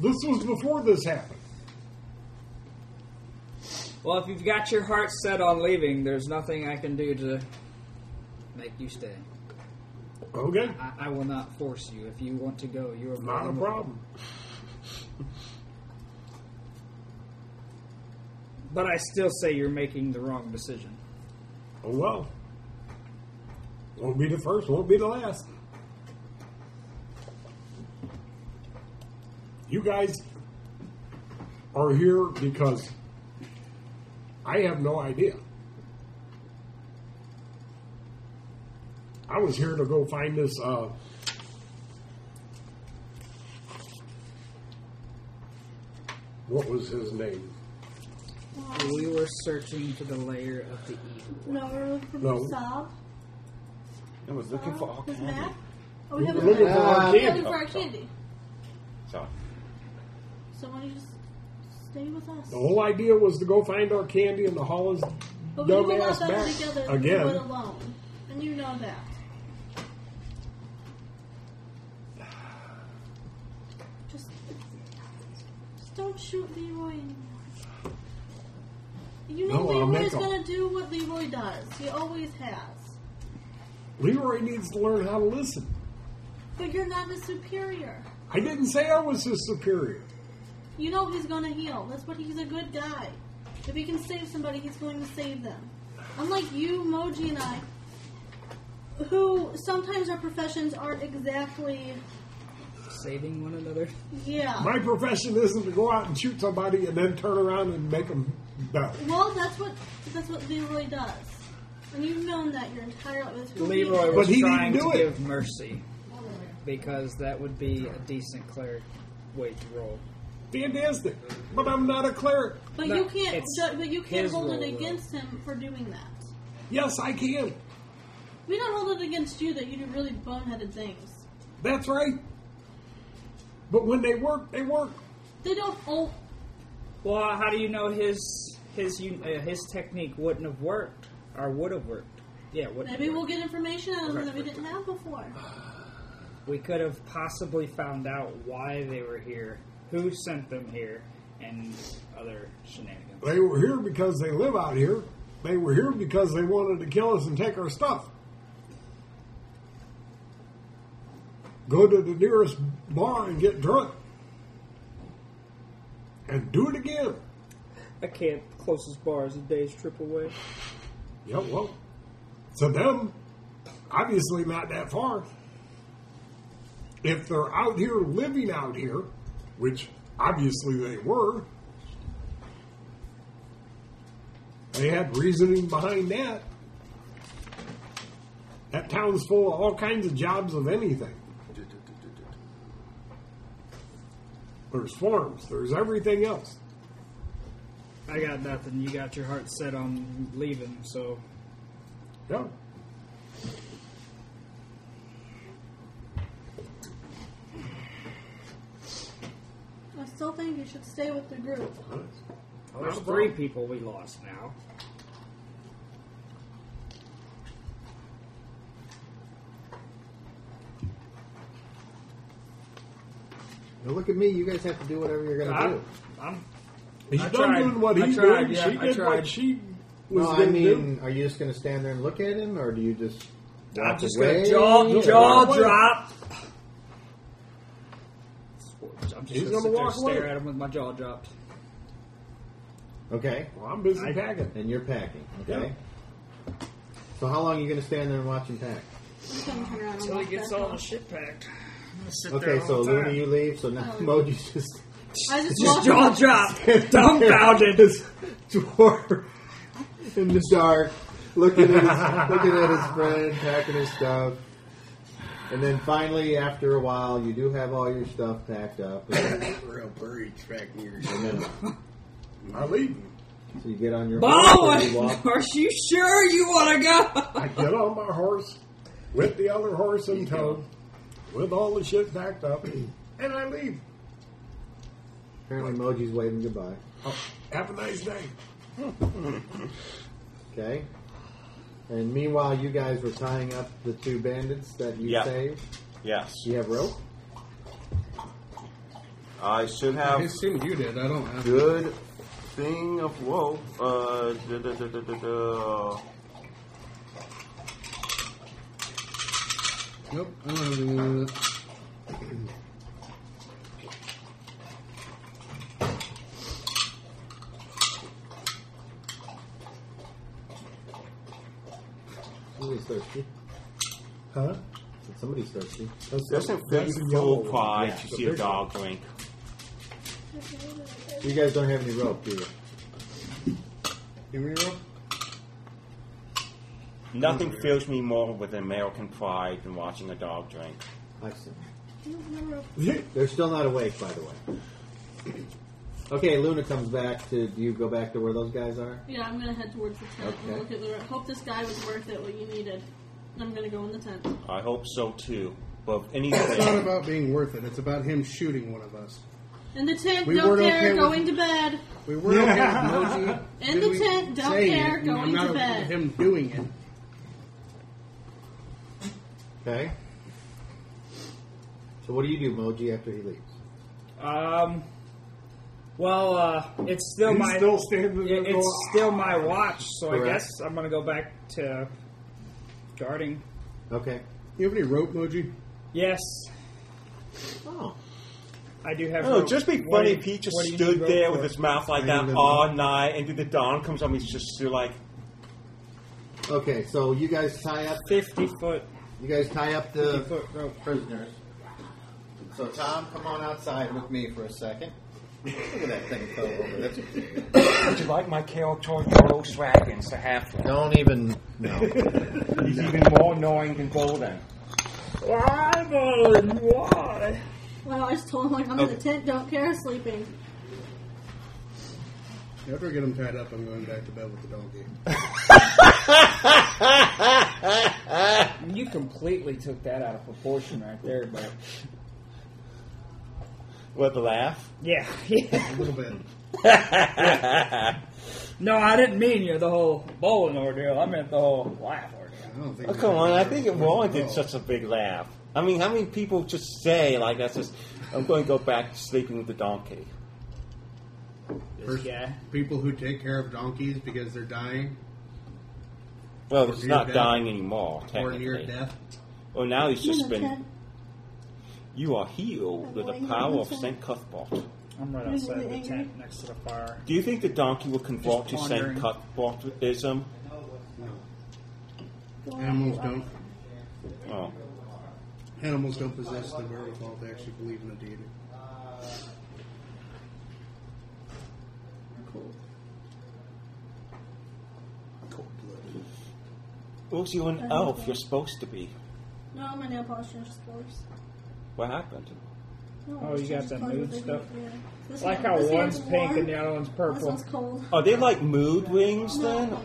[SPEAKER 7] This was before this happened.
[SPEAKER 1] Well, if you've got your heart set on leaving, there's nothing I can do to make you stay.
[SPEAKER 7] Okay.
[SPEAKER 1] I, I will not force you. If you want to go, you are
[SPEAKER 7] Not a
[SPEAKER 1] welcome.
[SPEAKER 7] problem.
[SPEAKER 1] But I still say you're making the wrong decision.
[SPEAKER 7] Oh well. Won't be the first, won't be the last. You guys are here because I have no idea. I was here to go find this uh, what was his name?
[SPEAKER 1] We were searching for the layer of the evil.
[SPEAKER 2] No, we're looking for
[SPEAKER 7] No.
[SPEAKER 2] Saab.
[SPEAKER 4] I was looking for all
[SPEAKER 2] His
[SPEAKER 4] kinds
[SPEAKER 2] map.
[SPEAKER 4] of-
[SPEAKER 2] Oh, we
[SPEAKER 7] We
[SPEAKER 2] have
[SPEAKER 7] were
[SPEAKER 2] his
[SPEAKER 7] looking
[SPEAKER 2] map.
[SPEAKER 7] for our
[SPEAKER 2] We're looking
[SPEAKER 7] candy.
[SPEAKER 2] for our candy.
[SPEAKER 4] So,
[SPEAKER 2] So why don't you just stay with us?
[SPEAKER 7] The whole idea was to go find our candy in the hall is
[SPEAKER 2] But we do a lot
[SPEAKER 7] dumbass
[SPEAKER 2] better
[SPEAKER 7] back
[SPEAKER 2] together than we would
[SPEAKER 7] again.
[SPEAKER 2] alone. And you know that. Just, just don't shoot Leroy anymore. You know
[SPEAKER 7] No, I'll make
[SPEAKER 2] Leroy's
[SPEAKER 7] him.
[SPEAKER 2] gonna do what Leroy does. He always has.
[SPEAKER 7] Leroy needs to learn how to listen.
[SPEAKER 2] But you're not his superior.
[SPEAKER 7] I didn't say I was his superior.
[SPEAKER 2] You know he's gonna heal. That's what he's a good guy. If he can save somebody, he's going to save them. Unlike you, Moji, and I, who sometimes our professions aren't exactly,
[SPEAKER 1] Saving one another?
[SPEAKER 2] yeah.
[SPEAKER 7] My profession isn't to go out and shoot somebody and then turn around and make them better.
[SPEAKER 2] Well, that's what that's what Leroy does, and you've known that your entire life. It's who he
[SPEAKER 1] Leroy
[SPEAKER 2] is.
[SPEAKER 1] was
[SPEAKER 7] he didn't
[SPEAKER 1] trying
[SPEAKER 7] do
[SPEAKER 1] to
[SPEAKER 7] it.
[SPEAKER 1] give mercy because that would be a decent cleric way to roll.
[SPEAKER 7] Fantastic. But I'm not a cleric.
[SPEAKER 2] but
[SPEAKER 1] no,
[SPEAKER 2] you can't,
[SPEAKER 1] it's
[SPEAKER 2] ju- but you can't
[SPEAKER 1] his
[SPEAKER 2] hold
[SPEAKER 1] role,
[SPEAKER 2] it
[SPEAKER 1] though.
[SPEAKER 2] against him for doing that.
[SPEAKER 7] Yes, I can.
[SPEAKER 2] We don't hold it against you that you do really boneheaded things.
[SPEAKER 7] That's right. But when they work, they work.
[SPEAKER 2] They don't. Oh,
[SPEAKER 1] Well, how do you know his his un- uh, his technique wouldn't have worked or would have worked? Yeah, would
[SPEAKER 2] maybe we'll get information out of them that we didn't have before.
[SPEAKER 1] we could have possibly found out why they were here, who sent them here, and other shenanigans.
[SPEAKER 7] They were here because they live out here. They were here because they wanted to kill us and take our stuff. Go to the nearest bar and get drunk. And do it again.
[SPEAKER 1] I can't. Closest bar is a day's trip away.
[SPEAKER 7] Yeah, well, to them, obviously not that far. If they're out here living out here, which obviously they were, they had reasoning behind that. That town's full of all kinds of jobs of anything. There's farms, there's everything else.
[SPEAKER 1] I got nothing. You got your heart set on leaving, so
[SPEAKER 7] Yeah.
[SPEAKER 2] I still think you should stay with the group.
[SPEAKER 1] there's three people we lost now.
[SPEAKER 5] Now look at me. You guys have to do whatever you're going to
[SPEAKER 1] I'm,
[SPEAKER 5] do.
[SPEAKER 1] I'm
[SPEAKER 7] He's
[SPEAKER 1] I
[SPEAKER 7] done
[SPEAKER 1] tried.
[SPEAKER 7] doing what
[SPEAKER 1] I
[SPEAKER 7] he's
[SPEAKER 1] tried,
[SPEAKER 7] doing.
[SPEAKER 1] yeah,
[SPEAKER 7] she
[SPEAKER 1] I
[SPEAKER 7] did
[SPEAKER 1] tried.
[SPEAKER 7] what she was
[SPEAKER 5] No, I
[SPEAKER 7] going to do.
[SPEAKER 5] mean, are you just going to stand there and look at him, or do you just?
[SPEAKER 1] I'm
[SPEAKER 5] walk
[SPEAKER 1] just gonna
[SPEAKER 5] away?
[SPEAKER 1] jaw
[SPEAKER 7] Yeah.
[SPEAKER 1] jaw
[SPEAKER 7] Walk away.
[SPEAKER 1] drop. I'm just
[SPEAKER 7] He's
[SPEAKER 1] gonna, sit
[SPEAKER 7] gonna
[SPEAKER 1] there
[SPEAKER 7] walk
[SPEAKER 1] and stare
[SPEAKER 7] away.
[SPEAKER 1] at him with my jaw dropped.
[SPEAKER 5] Okay,
[SPEAKER 7] Well, I'm busy
[SPEAKER 1] I-
[SPEAKER 7] packing.
[SPEAKER 5] and you're packing. Okay. So how long are you going to stand there and watch him pack?
[SPEAKER 2] Just gonna turn around and
[SPEAKER 1] Until he
[SPEAKER 2] walk
[SPEAKER 1] gets
[SPEAKER 2] back
[SPEAKER 1] all
[SPEAKER 2] off.
[SPEAKER 1] the shit packed. I'm gonna sit there
[SPEAKER 5] Okay,
[SPEAKER 1] all
[SPEAKER 5] so
[SPEAKER 1] the time.
[SPEAKER 5] Luna, you leave. So now Moji's just
[SPEAKER 2] I just,
[SPEAKER 1] just
[SPEAKER 2] walked
[SPEAKER 1] jaw drop, dumbfounded.
[SPEAKER 5] This dwarf in the dark, looking at his, looking at his friend, packing his stuff. And then finally, after a while, you do have all your stuff packed up. And,
[SPEAKER 6] Real bird tracking your
[SPEAKER 5] and then,
[SPEAKER 7] I leave.
[SPEAKER 5] so you get on your horse and you
[SPEAKER 1] Baldwin,
[SPEAKER 5] walk.
[SPEAKER 1] are you sure you want to go?
[SPEAKER 7] I get on my horse with the other horse in tow, with all the shit packed up, and I leave.
[SPEAKER 5] Apparently, Moji's waving goodbye.
[SPEAKER 7] Oh, have a nice day.
[SPEAKER 5] Okay. And meanwhile, you guys were tying up the two bandits that you
[SPEAKER 4] Yeah.
[SPEAKER 5] saved.
[SPEAKER 4] Yes.
[SPEAKER 5] Do you have rope?
[SPEAKER 4] I should
[SPEAKER 6] I
[SPEAKER 4] have
[SPEAKER 6] assume you did. I don't have.
[SPEAKER 4] good thing of woe. Uh, da, da, da, da, da, da.
[SPEAKER 6] Nope, I don't have anything with it.
[SPEAKER 5] Somebody's thirsty.
[SPEAKER 7] Huh?
[SPEAKER 5] Somebody's thirsty.
[SPEAKER 4] Doesn't
[SPEAKER 7] That's
[SPEAKER 4] fit
[SPEAKER 7] a yellow one.
[SPEAKER 4] full pie
[SPEAKER 5] Yeah,
[SPEAKER 4] to
[SPEAKER 5] the
[SPEAKER 4] see a
[SPEAKER 5] big
[SPEAKER 4] dog drink.
[SPEAKER 5] You guys don't have any rope, do you?
[SPEAKER 6] Give me a roll.
[SPEAKER 4] Nothing fills me more with American pride than watching a dog drink.
[SPEAKER 5] Excellent.
[SPEAKER 7] Yeah,
[SPEAKER 5] They're still not awake, by the way. Okay, Luna comes back to. Do you go back to where those guys are?
[SPEAKER 2] Yeah, I'm gonna head towards the tent and
[SPEAKER 5] Okay.
[SPEAKER 2] look at the. Hope this guy was worth it. What you needed. I'm gonna go in the tent.
[SPEAKER 4] I hope so too. But if
[SPEAKER 6] It's not
[SPEAKER 4] anything,
[SPEAKER 6] about being worth it. It's about him shooting one of us.
[SPEAKER 2] In the tent,
[SPEAKER 6] We
[SPEAKER 2] don't
[SPEAKER 6] weren't
[SPEAKER 2] care.
[SPEAKER 6] okay with-
[SPEAKER 2] going to bed.
[SPEAKER 6] We were okay with Moji.
[SPEAKER 2] In
[SPEAKER 6] did
[SPEAKER 2] the
[SPEAKER 6] we
[SPEAKER 2] tent, don't
[SPEAKER 6] saying
[SPEAKER 2] care,
[SPEAKER 6] it, and
[SPEAKER 2] going
[SPEAKER 6] I'm not
[SPEAKER 2] to
[SPEAKER 6] okay
[SPEAKER 2] bed.
[SPEAKER 6] with him doing it.
[SPEAKER 5] Okay. So what do you do, Moji, after he leaves?
[SPEAKER 1] Um. Well, uh, it's still
[SPEAKER 7] he's
[SPEAKER 1] my
[SPEAKER 7] still standing
[SPEAKER 1] it-
[SPEAKER 7] there going,
[SPEAKER 1] it's still my watch, so I
[SPEAKER 5] Correct.
[SPEAKER 1] guess I'm gonna go back to guarding.
[SPEAKER 5] Okay.
[SPEAKER 6] You have any rope, Moji?
[SPEAKER 1] Yes,
[SPEAKER 5] Oh.
[SPEAKER 1] I do have.
[SPEAKER 4] no,
[SPEAKER 1] rope.
[SPEAKER 4] Oh, just be funny
[SPEAKER 1] What do
[SPEAKER 4] if he
[SPEAKER 1] you-
[SPEAKER 4] just
[SPEAKER 1] what do you
[SPEAKER 4] stood
[SPEAKER 1] need rope
[SPEAKER 4] there
[SPEAKER 1] for?
[SPEAKER 4] with his mouth like
[SPEAKER 5] I
[SPEAKER 4] that
[SPEAKER 5] don't know.
[SPEAKER 4] all night, and then the dawn comes up, he's just still like,
[SPEAKER 5] Okay. So you guys tie up.
[SPEAKER 1] fifty foot
[SPEAKER 5] You guys tie up
[SPEAKER 1] fifty
[SPEAKER 5] the
[SPEAKER 1] foot rope.
[SPEAKER 5] prisoners. So Tom, come on outside with me for a second. Look at that thing fell over. That's
[SPEAKER 4] "Would you like my character Ghost Dragons, the halfling?
[SPEAKER 5] Don't even. No.
[SPEAKER 4] He's even more annoying than Golden.
[SPEAKER 1] Why, Merlin? Why?
[SPEAKER 2] Wow, I just told him like I'm in the tent. Don't care. Sleeping.
[SPEAKER 6] After I get him tied up, I'm going back to bed with the donkey.
[SPEAKER 1] You completely took that out of proportion right there, but
[SPEAKER 4] With a laugh.
[SPEAKER 1] yeah,
[SPEAKER 6] A little bit.
[SPEAKER 1] No, I didn't mean you the whole bowling ordeal. I meant the whole laugh ordeal.
[SPEAKER 6] I don't think.
[SPEAKER 4] Oh, come on, I think it warranted
[SPEAKER 6] Oh.
[SPEAKER 4] such a big laugh. I mean, how many people just say, like, that's just, I'm going to go back to sleeping with the donkey?
[SPEAKER 1] This guy.
[SPEAKER 6] People who take care of donkeys because they're dying
[SPEAKER 4] Well,
[SPEAKER 6] Or
[SPEAKER 4] he's
[SPEAKER 6] near
[SPEAKER 4] not
[SPEAKER 6] death.
[SPEAKER 4] dying anymore,
[SPEAKER 6] or near
[SPEAKER 4] technically.
[SPEAKER 6] death.
[SPEAKER 4] Well, now he's just
[SPEAKER 2] In the
[SPEAKER 4] been,
[SPEAKER 2] tent.
[SPEAKER 4] you are healed with the power of St. Cuthbert.
[SPEAKER 1] I'm right outside the tent next to the fire.
[SPEAKER 4] Do you think the donkey will convert to
[SPEAKER 1] Just
[SPEAKER 4] St.
[SPEAKER 1] pondering.
[SPEAKER 4] Cuthbertism?
[SPEAKER 6] Animals don't.
[SPEAKER 4] Oh.
[SPEAKER 6] Animals don't possess the wherewithal to actually believe in a deity.
[SPEAKER 4] Well, you're an elf, you're supposed to be.
[SPEAKER 2] No, my nail polish is worse.
[SPEAKER 4] What happened?
[SPEAKER 2] No,
[SPEAKER 1] Oh, you got
[SPEAKER 2] it's
[SPEAKER 1] that
[SPEAKER 2] colored
[SPEAKER 1] mood
[SPEAKER 2] with-
[SPEAKER 1] stuff?
[SPEAKER 2] yeah. This
[SPEAKER 1] Like
[SPEAKER 2] one-
[SPEAKER 1] how
[SPEAKER 2] this
[SPEAKER 1] one's
[SPEAKER 2] one's
[SPEAKER 1] pink
[SPEAKER 2] warm.
[SPEAKER 1] and the other one's
[SPEAKER 2] This
[SPEAKER 1] purple.
[SPEAKER 2] one's cold.
[SPEAKER 4] Are they like mood wings then?
[SPEAKER 2] No,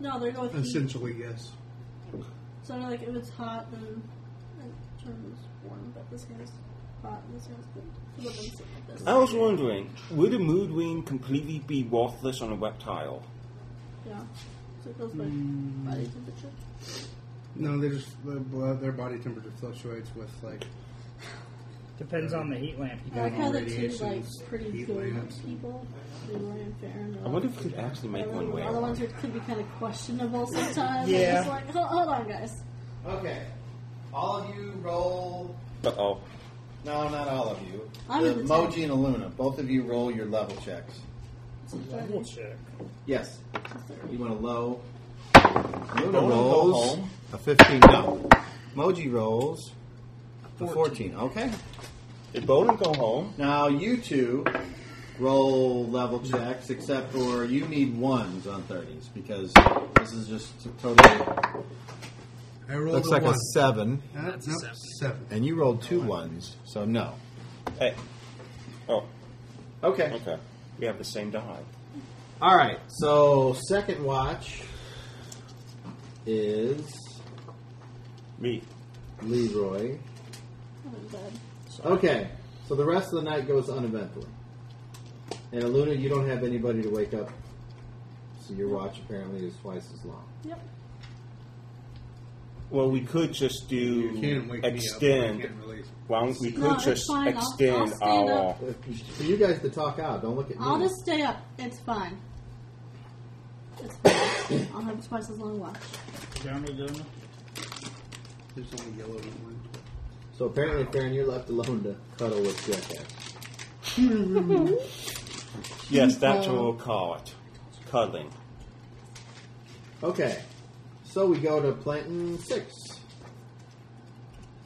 [SPEAKER 2] no, they're going. Heat.
[SPEAKER 6] Essentially, yes.
[SPEAKER 2] So like if it's hot, then it turns warm. But this guy's hot and this guy's cold. So let them sit like this.
[SPEAKER 4] I was wondering, would a mood wing completely be worthless on a reptile?
[SPEAKER 2] Yeah. So it goes by body temperature.
[SPEAKER 6] No, they just their bo- their body temperature fluctuates with like
[SPEAKER 1] Depends on the heat lamp you
[SPEAKER 2] I
[SPEAKER 1] got
[SPEAKER 2] like how
[SPEAKER 1] on.
[SPEAKER 2] the two like
[SPEAKER 6] radiations,
[SPEAKER 2] pretty
[SPEAKER 6] heat
[SPEAKER 2] good
[SPEAKER 6] lamps.
[SPEAKER 2] people. They were in fair and
[SPEAKER 4] I wonder if we could actually make
[SPEAKER 2] And
[SPEAKER 4] one
[SPEAKER 2] then the
[SPEAKER 4] wear
[SPEAKER 2] other
[SPEAKER 4] one.
[SPEAKER 2] ones are, could be kind of questionable sometimes.
[SPEAKER 1] Yeah.
[SPEAKER 2] It's like, hold, hold on, guys.
[SPEAKER 5] okay. All of you roll.
[SPEAKER 4] Uh-oh.
[SPEAKER 5] No, not all of you.
[SPEAKER 2] I'm
[SPEAKER 5] the
[SPEAKER 2] in the
[SPEAKER 5] Moji
[SPEAKER 2] tent.
[SPEAKER 5] and Aluna, both of you roll your level checks.
[SPEAKER 1] We'll check.
[SPEAKER 5] Yes. You want a low.
[SPEAKER 4] Don't
[SPEAKER 5] Aluna
[SPEAKER 4] wanna go
[SPEAKER 5] rolls
[SPEAKER 4] home.
[SPEAKER 5] a 15. No. Moji rolls a 14. Okay.
[SPEAKER 4] Did Bowden go home?
[SPEAKER 5] Now you two roll level checks, except for you need ones on 30s because this is just totally.
[SPEAKER 6] I rolled
[SPEAKER 5] Looks
[SPEAKER 6] a
[SPEAKER 5] like
[SPEAKER 6] one.
[SPEAKER 5] a 7,
[SPEAKER 6] Uh, nope, seven.
[SPEAKER 5] and you rolled two ones, so no.
[SPEAKER 4] Hey. Oh,
[SPEAKER 5] Okay.
[SPEAKER 4] okay. We have the same die.
[SPEAKER 5] All right. So second watch is
[SPEAKER 4] Me.
[SPEAKER 5] Leroy.
[SPEAKER 2] Oh, God.
[SPEAKER 5] Okay, so the rest of the night goes uneventfully. And Aluna, you don't have anybody to wake up, so your watch apparently is twice as long.
[SPEAKER 2] Yep.
[SPEAKER 4] Well, we could just
[SPEAKER 6] You can
[SPEAKER 4] do
[SPEAKER 6] wake me up.
[SPEAKER 4] extend.
[SPEAKER 6] but I can't release.
[SPEAKER 4] Why don't we
[SPEAKER 2] No,
[SPEAKER 4] could
[SPEAKER 2] it's
[SPEAKER 4] just
[SPEAKER 2] fine. I'll- I'll
[SPEAKER 4] extend
[SPEAKER 2] stand
[SPEAKER 4] our?
[SPEAKER 2] up.
[SPEAKER 5] For Uh, you guys to talk out, don't look at me.
[SPEAKER 2] I'll just stay up. It's fine. It's fine. I'll have twice as long watch.
[SPEAKER 1] Jeremy, Jeremy?
[SPEAKER 6] There's only yellow and orange.
[SPEAKER 5] So apparently, Farron, you're left alone to cuddle with Jackass.
[SPEAKER 4] Yes, that's what we'll call it. Cuddling.
[SPEAKER 5] Okay, so we go to Plantin 6.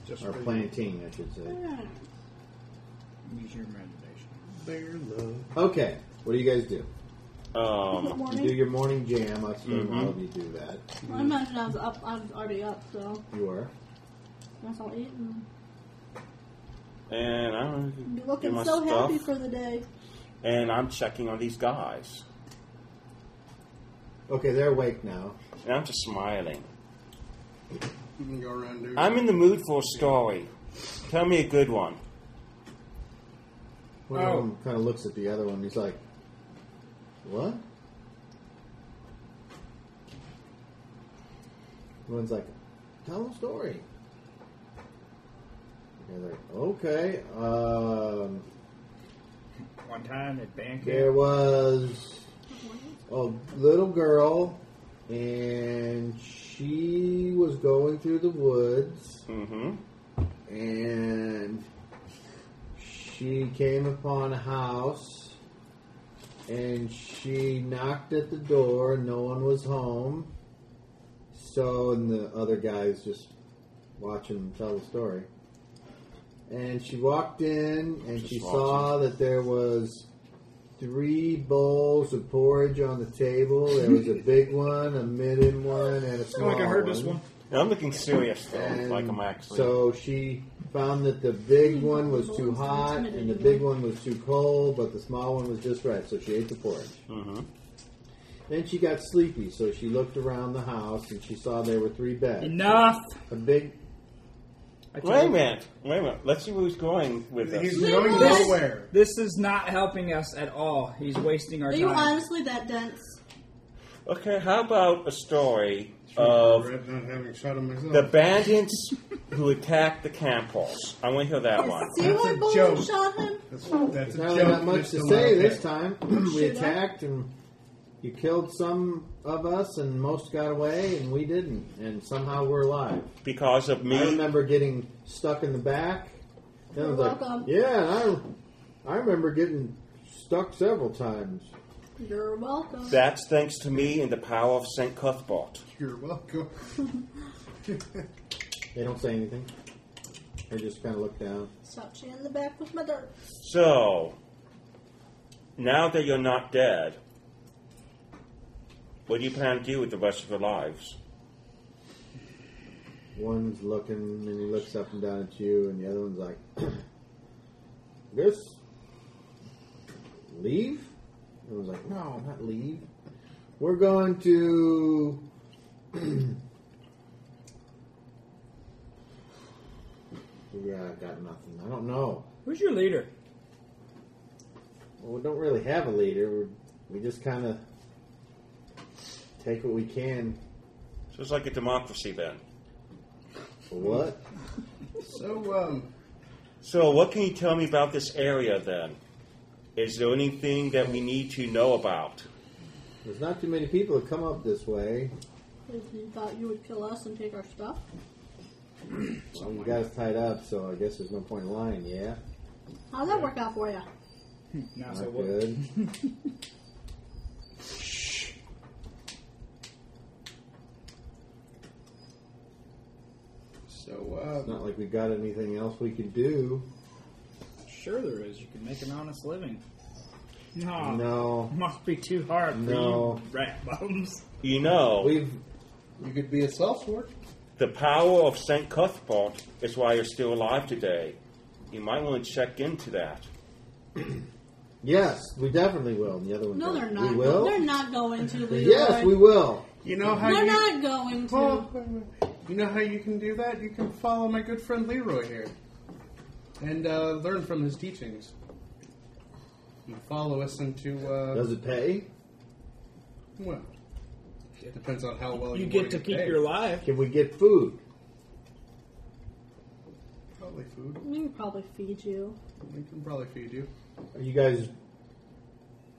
[SPEAKER 6] Just
[SPEAKER 5] Or
[SPEAKER 6] for
[SPEAKER 5] Planting, I should
[SPEAKER 4] Um,
[SPEAKER 5] say.
[SPEAKER 2] Hmm.
[SPEAKER 1] Use your imagination.
[SPEAKER 6] Their love.
[SPEAKER 5] Okay, what do you guys do?
[SPEAKER 4] Um,
[SPEAKER 2] Good
[SPEAKER 5] You do
[SPEAKER 2] morning.
[SPEAKER 5] your morning jam. I assume all of you do that.
[SPEAKER 2] Well, I imagine I was up. I was already up, so
[SPEAKER 5] You are.
[SPEAKER 2] once I'll eat and
[SPEAKER 4] and I'm
[SPEAKER 2] be
[SPEAKER 4] do my
[SPEAKER 2] looking so
[SPEAKER 4] stuff,
[SPEAKER 2] happy for the day.
[SPEAKER 4] and I'm checking on these guys,
[SPEAKER 5] Okay, they're awake now.
[SPEAKER 4] and I'm just smiling.
[SPEAKER 6] You can go around and do
[SPEAKER 4] I'm in the mood for a story. Tell me a good one.
[SPEAKER 5] One
[SPEAKER 1] Oh.
[SPEAKER 5] of them kind of looks at the other one. He's like, "What?" The one's like, "Tell a story." And they're like, "Okay." Um,
[SPEAKER 1] One time at band camp,
[SPEAKER 5] there was a little girl, and she was going through the woods,
[SPEAKER 4] Mm-hmm.
[SPEAKER 5] and she came upon a house and she knocked at the door no one was home so and the other guys just watching them tell the story and she walked in and
[SPEAKER 4] Just
[SPEAKER 5] she saw that there was three bowls of porridge on the table there was a big one a midden one and a small
[SPEAKER 1] like I heard this one.
[SPEAKER 4] And I'm looking serious though,
[SPEAKER 5] and
[SPEAKER 4] Oh, like I'm actually.
[SPEAKER 5] So she found that the big one was too hot and the big one was too cold, but the small one was just right, so she ate the porridge.
[SPEAKER 4] Mhm.
[SPEAKER 5] Then she got sleepy, so she looked around the house and she saw there were three beds.
[SPEAKER 1] Enough!
[SPEAKER 5] A big.
[SPEAKER 1] I told
[SPEAKER 4] Wait a
[SPEAKER 1] you.
[SPEAKER 4] minute. Wait a minute. Let's see where he's going with
[SPEAKER 6] He's
[SPEAKER 4] this.
[SPEAKER 6] going
[SPEAKER 2] Leroy!
[SPEAKER 6] nowhere.
[SPEAKER 1] This is not helping us at all. He's wasting our
[SPEAKER 2] Are you
[SPEAKER 1] time.
[SPEAKER 2] honestly that dense?
[SPEAKER 4] Okay, how about a story of
[SPEAKER 6] Regret not having shot him myself.
[SPEAKER 4] uh, the bandits who attacked the camp halls? I want to hear that one.
[SPEAKER 2] See
[SPEAKER 6] That's
[SPEAKER 2] what
[SPEAKER 6] a
[SPEAKER 2] bullet
[SPEAKER 6] joke.
[SPEAKER 2] shot him?
[SPEAKER 6] that's, that's a
[SPEAKER 5] Not,
[SPEAKER 6] joke.
[SPEAKER 5] not much
[SPEAKER 6] It's
[SPEAKER 5] to
[SPEAKER 6] still
[SPEAKER 5] say
[SPEAKER 6] not okay.
[SPEAKER 5] this time. we
[SPEAKER 2] Should I?
[SPEAKER 5] attacked and you killed some of us, and most got away, and we didn't, and somehow we're alive.
[SPEAKER 4] Because of
[SPEAKER 5] I
[SPEAKER 4] me.
[SPEAKER 5] remember getting stuck in the back. And I was
[SPEAKER 2] You're
[SPEAKER 5] like,
[SPEAKER 2] welcome.
[SPEAKER 5] yeah, and I, I remember getting stuck several times.
[SPEAKER 2] You're welcome.
[SPEAKER 4] That's thanks to me and the power of St. Cuthbert.
[SPEAKER 6] You're welcome.
[SPEAKER 5] They don't say anything. They just kind of look down.
[SPEAKER 2] Shot you in the back with my dart.
[SPEAKER 4] So, now that you're not dead, what do you plan to do with the rest of your lives?
[SPEAKER 5] One's looking, and he looks up and down at you, and the other one's like, "This leave?" And I was like, "No, not leave. We're going to." yeah, I got nothing. I don't know.
[SPEAKER 1] Who's your leader?
[SPEAKER 5] Well, we don't really have a leader. We're, we just kind of take what we can.
[SPEAKER 4] So it's like a democracy then.
[SPEAKER 5] For what?
[SPEAKER 6] So, um,
[SPEAKER 4] So, what can you tell me about this area then? Is there anything that we need to know about?
[SPEAKER 5] There's not too many people that come up this way.
[SPEAKER 2] If you thought you would kill us and take our stuff.
[SPEAKER 5] Well, you got us tied up, so I guess there's no point in lying, yeah?
[SPEAKER 2] How'd that work out for you?
[SPEAKER 1] Not
[SPEAKER 5] Not
[SPEAKER 1] so what?
[SPEAKER 5] good.
[SPEAKER 6] so, uh,
[SPEAKER 5] It's not like we got anything else we can do.
[SPEAKER 1] Sure, there is. You can make an honest living. No,
[SPEAKER 5] No.
[SPEAKER 1] must be too hard for
[SPEAKER 5] No.
[SPEAKER 1] you, rat bums.
[SPEAKER 4] You know,
[SPEAKER 5] We've.
[SPEAKER 6] you could be a sellsword.
[SPEAKER 4] the power of St. Cuthbert is why you're still alive today. You might want to check into that.
[SPEAKER 5] Yes, we definitely will. And the other one.
[SPEAKER 2] No,
[SPEAKER 5] goes,
[SPEAKER 2] they're not.
[SPEAKER 5] We will?
[SPEAKER 2] They're not going to. Leroy.
[SPEAKER 5] yes, we will.
[SPEAKER 6] You know how
[SPEAKER 2] They're
[SPEAKER 6] you.
[SPEAKER 2] not going to.
[SPEAKER 6] Oh, wait, wait. You know how you can do that? You can follow my good friend Leroy here and uh, learn from his teachings. You follow us into. Uh,
[SPEAKER 5] Does it pay?
[SPEAKER 6] well, it depends on how well you,
[SPEAKER 1] You get to
[SPEAKER 6] wanna
[SPEAKER 1] keep
[SPEAKER 6] paid.
[SPEAKER 1] your life.
[SPEAKER 5] Can we get food?
[SPEAKER 6] Probably food.
[SPEAKER 2] We can probably feed you.
[SPEAKER 6] We can probably feed you.
[SPEAKER 5] Are you guys?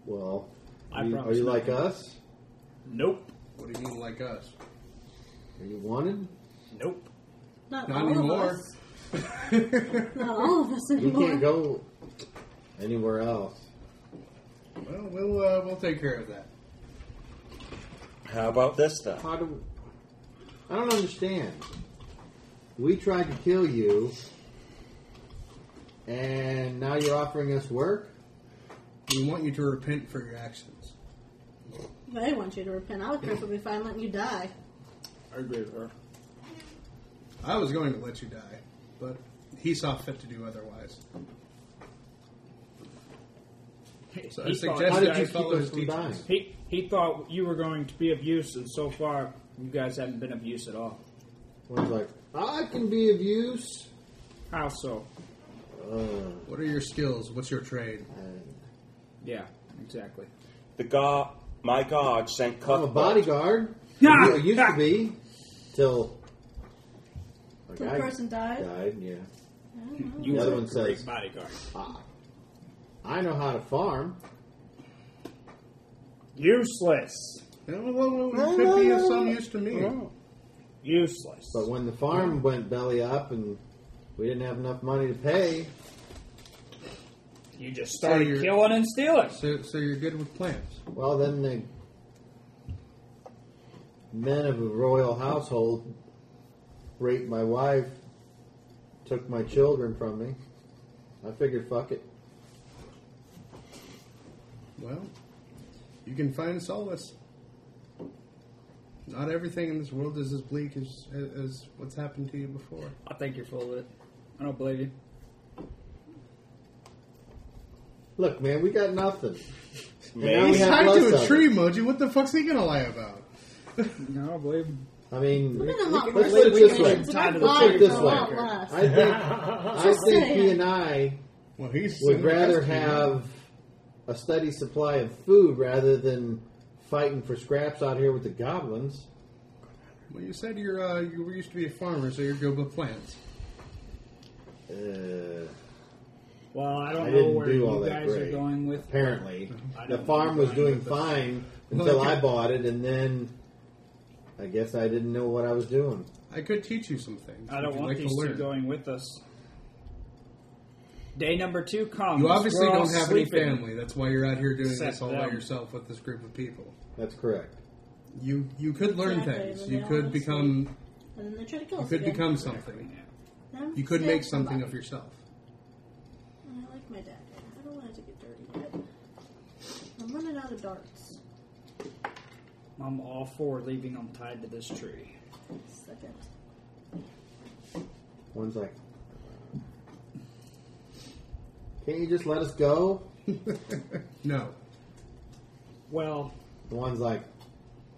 [SPEAKER 5] Well,
[SPEAKER 1] I
[SPEAKER 5] are you,
[SPEAKER 1] promise
[SPEAKER 5] are you
[SPEAKER 1] not.
[SPEAKER 5] like us?
[SPEAKER 1] Nope.
[SPEAKER 6] What do you mean, like us?
[SPEAKER 5] Are you wanted?
[SPEAKER 1] Nope.
[SPEAKER 2] Not,
[SPEAKER 6] Not
[SPEAKER 2] all
[SPEAKER 6] anymore.
[SPEAKER 2] Of us. Not all of us
[SPEAKER 5] We
[SPEAKER 2] anymore.
[SPEAKER 5] can't go anywhere else.
[SPEAKER 6] Well, we'll uh, we'll take care of that.
[SPEAKER 4] How about this stuff?
[SPEAKER 5] How do? I don't understand. We tried to kill you, and now you're offering us work.
[SPEAKER 6] We want you to repent for your actions.
[SPEAKER 2] They want you to repent. I would perfectly fine letting you die.
[SPEAKER 1] I agree with her.
[SPEAKER 6] I was going to let you die, but he saw fit to do otherwise. So I
[SPEAKER 1] He thought-
[SPEAKER 6] suggested
[SPEAKER 5] How
[SPEAKER 1] How did
[SPEAKER 5] did you
[SPEAKER 1] guys
[SPEAKER 5] keep
[SPEAKER 6] follow
[SPEAKER 5] us
[SPEAKER 6] his
[SPEAKER 5] from dying?
[SPEAKER 6] teachings.
[SPEAKER 1] He he thought you were going to be of use, and so far you guys haven't been of use at all.
[SPEAKER 5] One's like, I can be of use. uh,
[SPEAKER 1] How so?
[SPEAKER 6] What are your skills? What's your trade?
[SPEAKER 5] And
[SPEAKER 1] Yeah, exactly.
[SPEAKER 4] The god, my god, sent
[SPEAKER 5] I'm a
[SPEAKER 4] Cuthbert.
[SPEAKER 5] bodyguard.
[SPEAKER 1] Yeah.
[SPEAKER 5] You used to be till a
[SPEAKER 2] Till the
[SPEAKER 5] guy
[SPEAKER 2] person died?
[SPEAKER 5] Died, yeah.
[SPEAKER 2] I don't know.
[SPEAKER 1] You
[SPEAKER 5] The other
[SPEAKER 1] were
[SPEAKER 5] one
[SPEAKER 1] a great
[SPEAKER 5] says-
[SPEAKER 1] bodyguard.
[SPEAKER 5] Ah, I know how to farm.
[SPEAKER 1] Useless.
[SPEAKER 6] Well, well, well, it could be of some use to me.
[SPEAKER 1] Useless.
[SPEAKER 5] But when the farm went belly up and we didn't have enough money to pay,
[SPEAKER 1] you just
[SPEAKER 6] So
[SPEAKER 1] started
[SPEAKER 6] you're-
[SPEAKER 1] killing and stealing.
[SPEAKER 6] So, so you're good with plants.
[SPEAKER 5] well, then the men of the royal household raped my wife, took my children from me. I figured, fuck it.
[SPEAKER 6] Well, you can find solace. Not everything in this world is as bleak as, as, as what's happened to you before.
[SPEAKER 1] I think you're full of it. I don't believe you.
[SPEAKER 5] Look, man, we got nothing.
[SPEAKER 4] Maybe.
[SPEAKER 5] We
[SPEAKER 6] He's
[SPEAKER 5] have
[SPEAKER 6] tied
[SPEAKER 5] less
[SPEAKER 6] to
[SPEAKER 5] of
[SPEAKER 6] a
[SPEAKER 5] it.
[SPEAKER 6] tree emoji. What the fuck's he gonna lie about?
[SPEAKER 1] No, I don't believe you.
[SPEAKER 5] I mean,
[SPEAKER 2] We've been a
[SPEAKER 5] we
[SPEAKER 2] lot
[SPEAKER 5] can-
[SPEAKER 2] worse
[SPEAKER 5] let's put it this way.
[SPEAKER 2] situations, and I've
[SPEAKER 1] Let's
[SPEAKER 5] put it
[SPEAKER 2] lied
[SPEAKER 5] this
[SPEAKER 2] a
[SPEAKER 5] way.
[SPEAKER 2] lot less.
[SPEAKER 5] I think, I think he and I
[SPEAKER 6] Well, he's
[SPEAKER 5] would rather have a steady supply of food rather than fighting for scraps out here with the goblins.
[SPEAKER 6] Well, you said you're uh, you used to be a farmer, so you're good with plants.
[SPEAKER 5] Uh,
[SPEAKER 1] Well, I don't
[SPEAKER 5] I
[SPEAKER 1] know
[SPEAKER 5] didn't
[SPEAKER 1] where
[SPEAKER 5] do all
[SPEAKER 1] you
[SPEAKER 5] that
[SPEAKER 1] guys are
[SPEAKER 5] great.
[SPEAKER 1] going with.
[SPEAKER 5] Apparently,
[SPEAKER 1] I
[SPEAKER 5] the
[SPEAKER 1] don't
[SPEAKER 5] farm
[SPEAKER 1] think
[SPEAKER 5] was
[SPEAKER 1] I
[SPEAKER 5] doing
[SPEAKER 1] would, but-
[SPEAKER 5] fine
[SPEAKER 6] Well,
[SPEAKER 5] until
[SPEAKER 6] I
[SPEAKER 5] I
[SPEAKER 6] could-
[SPEAKER 5] bought it, and then I guess I didn't know what I was doing.
[SPEAKER 6] I could teach you some things.
[SPEAKER 1] I don't
[SPEAKER 6] Would you
[SPEAKER 1] want
[SPEAKER 6] like
[SPEAKER 1] these
[SPEAKER 6] to
[SPEAKER 1] two
[SPEAKER 6] learn?
[SPEAKER 1] going with us. Day number two comes.
[SPEAKER 6] You obviously
[SPEAKER 1] We're all
[SPEAKER 6] don't have
[SPEAKER 1] sleeping.
[SPEAKER 6] any family. That's why you're out here doing
[SPEAKER 1] Except
[SPEAKER 6] this all by
[SPEAKER 1] them.
[SPEAKER 6] yourself with this group of people.
[SPEAKER 5] That's correct.
[SPEAKER 6] You you could learn
[SPEAKER 2] Exactly,
[SPEAKER 6] things.
[SPEAKER 2] but
[SPEAKER 6] You
[SPEAKER 2] they
[SPEAKER 6] could
[SPEAKER 2] all
[SPEAKER 6] become
[SPEAKER 2] And then they try to kill
[SPEAKER 6] you
[SPEAKER 2] us
[SPEAKER 6] could
[SPEAKER 2] again.
[SPEAKER 6] become something.
[SPEAKER 2] Them
[SPEAKER 6] You could
[SPEAKER 2] stab
[SPEAKER 6] make something
[SPEAKER 2] somebody.
[SPEAKER 6] of yourself.
[SPEAKER 2] I like my dad. I don't want it to get dirty yet. I'm running out of darts.
[SPEAKER 1] I'm all for leaving them tied to this tree.
[SPEAKER 2] Second.
[SPEAKER 5] One's like, can't you just let us go?
[SPEAKER 6] No,
[SPEAKER 1] Well,
[SPEAKER 5] The one's like,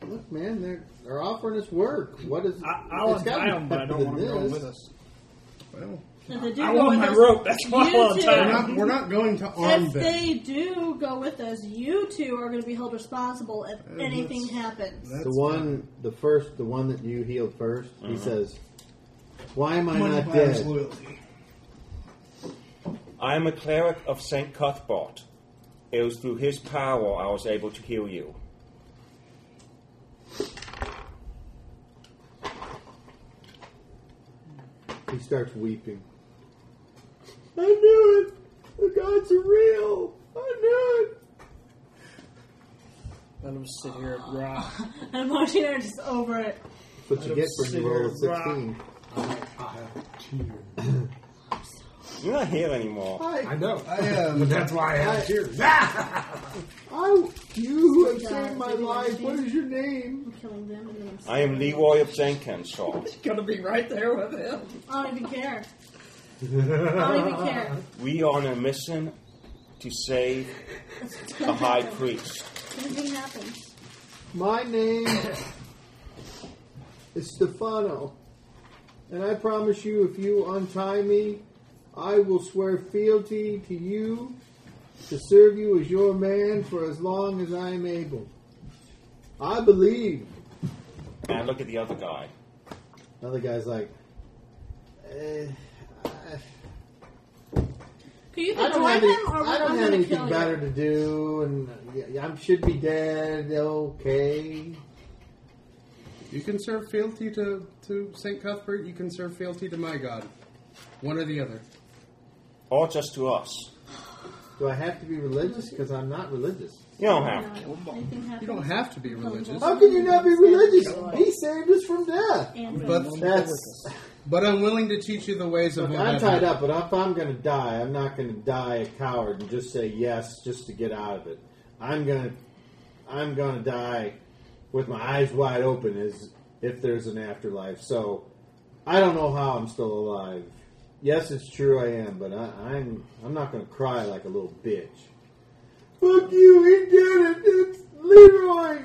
[SPEAKER 5] look, man, they're they're offering us work. What is?
[SPEAKER 1] I, I'll
[SPEAKER 5] it's
[SPEAKER 1] untie
[SPEAKER 5] gotta be
[SPEAKER 1] them, but I
[SPEAKER 5] better
[SPEAKER 1] don't
[SPEAKER 5] than
[SPEAKER 1] want them going
[SPEAKER 5] this.
[SPEAKER 1] with us.
[SPEAKER 6] well,
[SPEAKER 2] If they do
[SPEAKER 1] I
[SPEAKER 2] go
[SPEAKER 1] want
[SPEAKER 2] with
[SPEAKER 1] my
[SPEAKER 2] us,
[SPEAKER 1] rope. That's why
[SPEAKER 2] you
[SPEAKER 1] I'll
[SPEAKER 2] two-
[SPEAKER 1] untie
[SPEAKER 6] we're
[SPEAKER 1] them.
[SPEAKER 6] not we're not going to arm
[SPEAKER 2] If
[SPEAKER 6] them.
[SPEAKER 2] they do go with us, you two are going to be held responsible if anything happens.
[SPEAKER 6] that's-
[SPEAKER 5] The one, the first, the one that you healed 1st he says, "Why am I
[SPEAKER 10] Money
[SPEAKER 5] not
[SPEAKER 10] buys
[SPEAKER 5] dead?"
[SPEAKER 10] loyalty.
[SPEAKER 4] I am a cleric of St. Cuthbert. It was through his power I was able to heal you.
[SPEAKER 5] He starts weeping. I knew it. The gods are real. I knew it.
[SPEAKER 1] Let them sit here and rock.
[SPEAKER 2] And Martina are just over it.
[SPEAKER 5] That's what you
[SPEAKER 1] Let
[SPEAKER 5] get
[SPEAKER 1] him
[SPEAKER 5] for
[SPEAKER 1] sit
[SPEAKER 5] you roll a
[SPEAKER 1] here and
[SPEAKER 5] sixteen.
[SPEAKER 4] You're not here anymore.
[SPEAKER 7] I know.
[SPEAKER 6] I, um,
[SPEAKER 7] but that's why I have tears.
[SPEAKER 5] I, you have
[SPEAKER 2] God,
[SPEAKER 5] saved
[SPEAKER 2] Oh,
[SPEAKER 5] my
[SPEAKER 2] did you
[SPEAKER 5] life. What
[SPEAKER 2] understand?
[SPEAKER 5] is your name?
[SPEAKER 2] I'm killing them and then I'm
[SPEAKER 4] I am
[SPEAKER 2] sorry.
[SPEAKER 4] Leroy of Jenkinshaw.
[SPEAKER 1] Gonna be right there with him.
[SPEAKER 2] I don't even care. I don't even care.
[SPEAKER 4] We are on a mission to save the High Priest.
[SPEAKER 2] Anything happens.
[SPEAKER 5] My name is Stefano. And I promise you, if you untie me, I will swear fealty to you to serve you as your man for as long as I am able. I believe.
[SPEAKER 4] And I look at the other guy.
[SPEAKER 5] Another guy's like, eh, I-
[SPEAKER 2] Could you
[SPEAKER 5] I
[SPEAKER 2] either
[SPEAKER 5] don't
[SPEAKER 2] join
[SPEAKER 5] have,
[SPEAKER 2] him
[SPEAKER 5] any,
[SPEAKER 2] or
[SPEAKER 5] I
[SPEAKER 2] I'm
[SPEAKER 5] don't have
[SPEAKER 2] gonna
[SPEAKER 5] anything
[SPEAKER 2] kill
[SPEAKER 5] better
[SPEAKER 2] you.
[SPEAKER 5] to do, and y- I should be dead. Okay.
[SPEAKER 6] You can serve fealty to, to St. Cuthbert, you can serve fealty to my god. One or the other.
[SPEAKER 4] Or just to us.
[SPEAKER 5] Do I have to be religious? Because I'm not religious.
[SPEAKER 4] You don't have to.
[SPEAKER 2] No, anything
[SPEAKER 6] You don't
[SPEAKER 2] happens.
[SPEAKER 6] have to be religious.
[SPEAKER 5] How can you not be religious? He saved us from death.
[SPEAKER 2] And
[SPEAKER 6] But
[SPEAKER 5] That's.
[SPEAKER 6] but I'm willing to teach you the ways of
[SPEAKER 5] I'm
[SPEAKER 6] heaven.
[SPEAKER 5] tied up, but if I'm going to die, I'm not going to die a coward and just say yes just to get out of it. I'm going to, I'm going to die with my eyes wide open as if there's an afterlife. So I don't know how I'm still alive. Yes, it's true I am, but I, I'm I'm not going to cry like a little bitch. Fuck you! He did it. It's Leroy.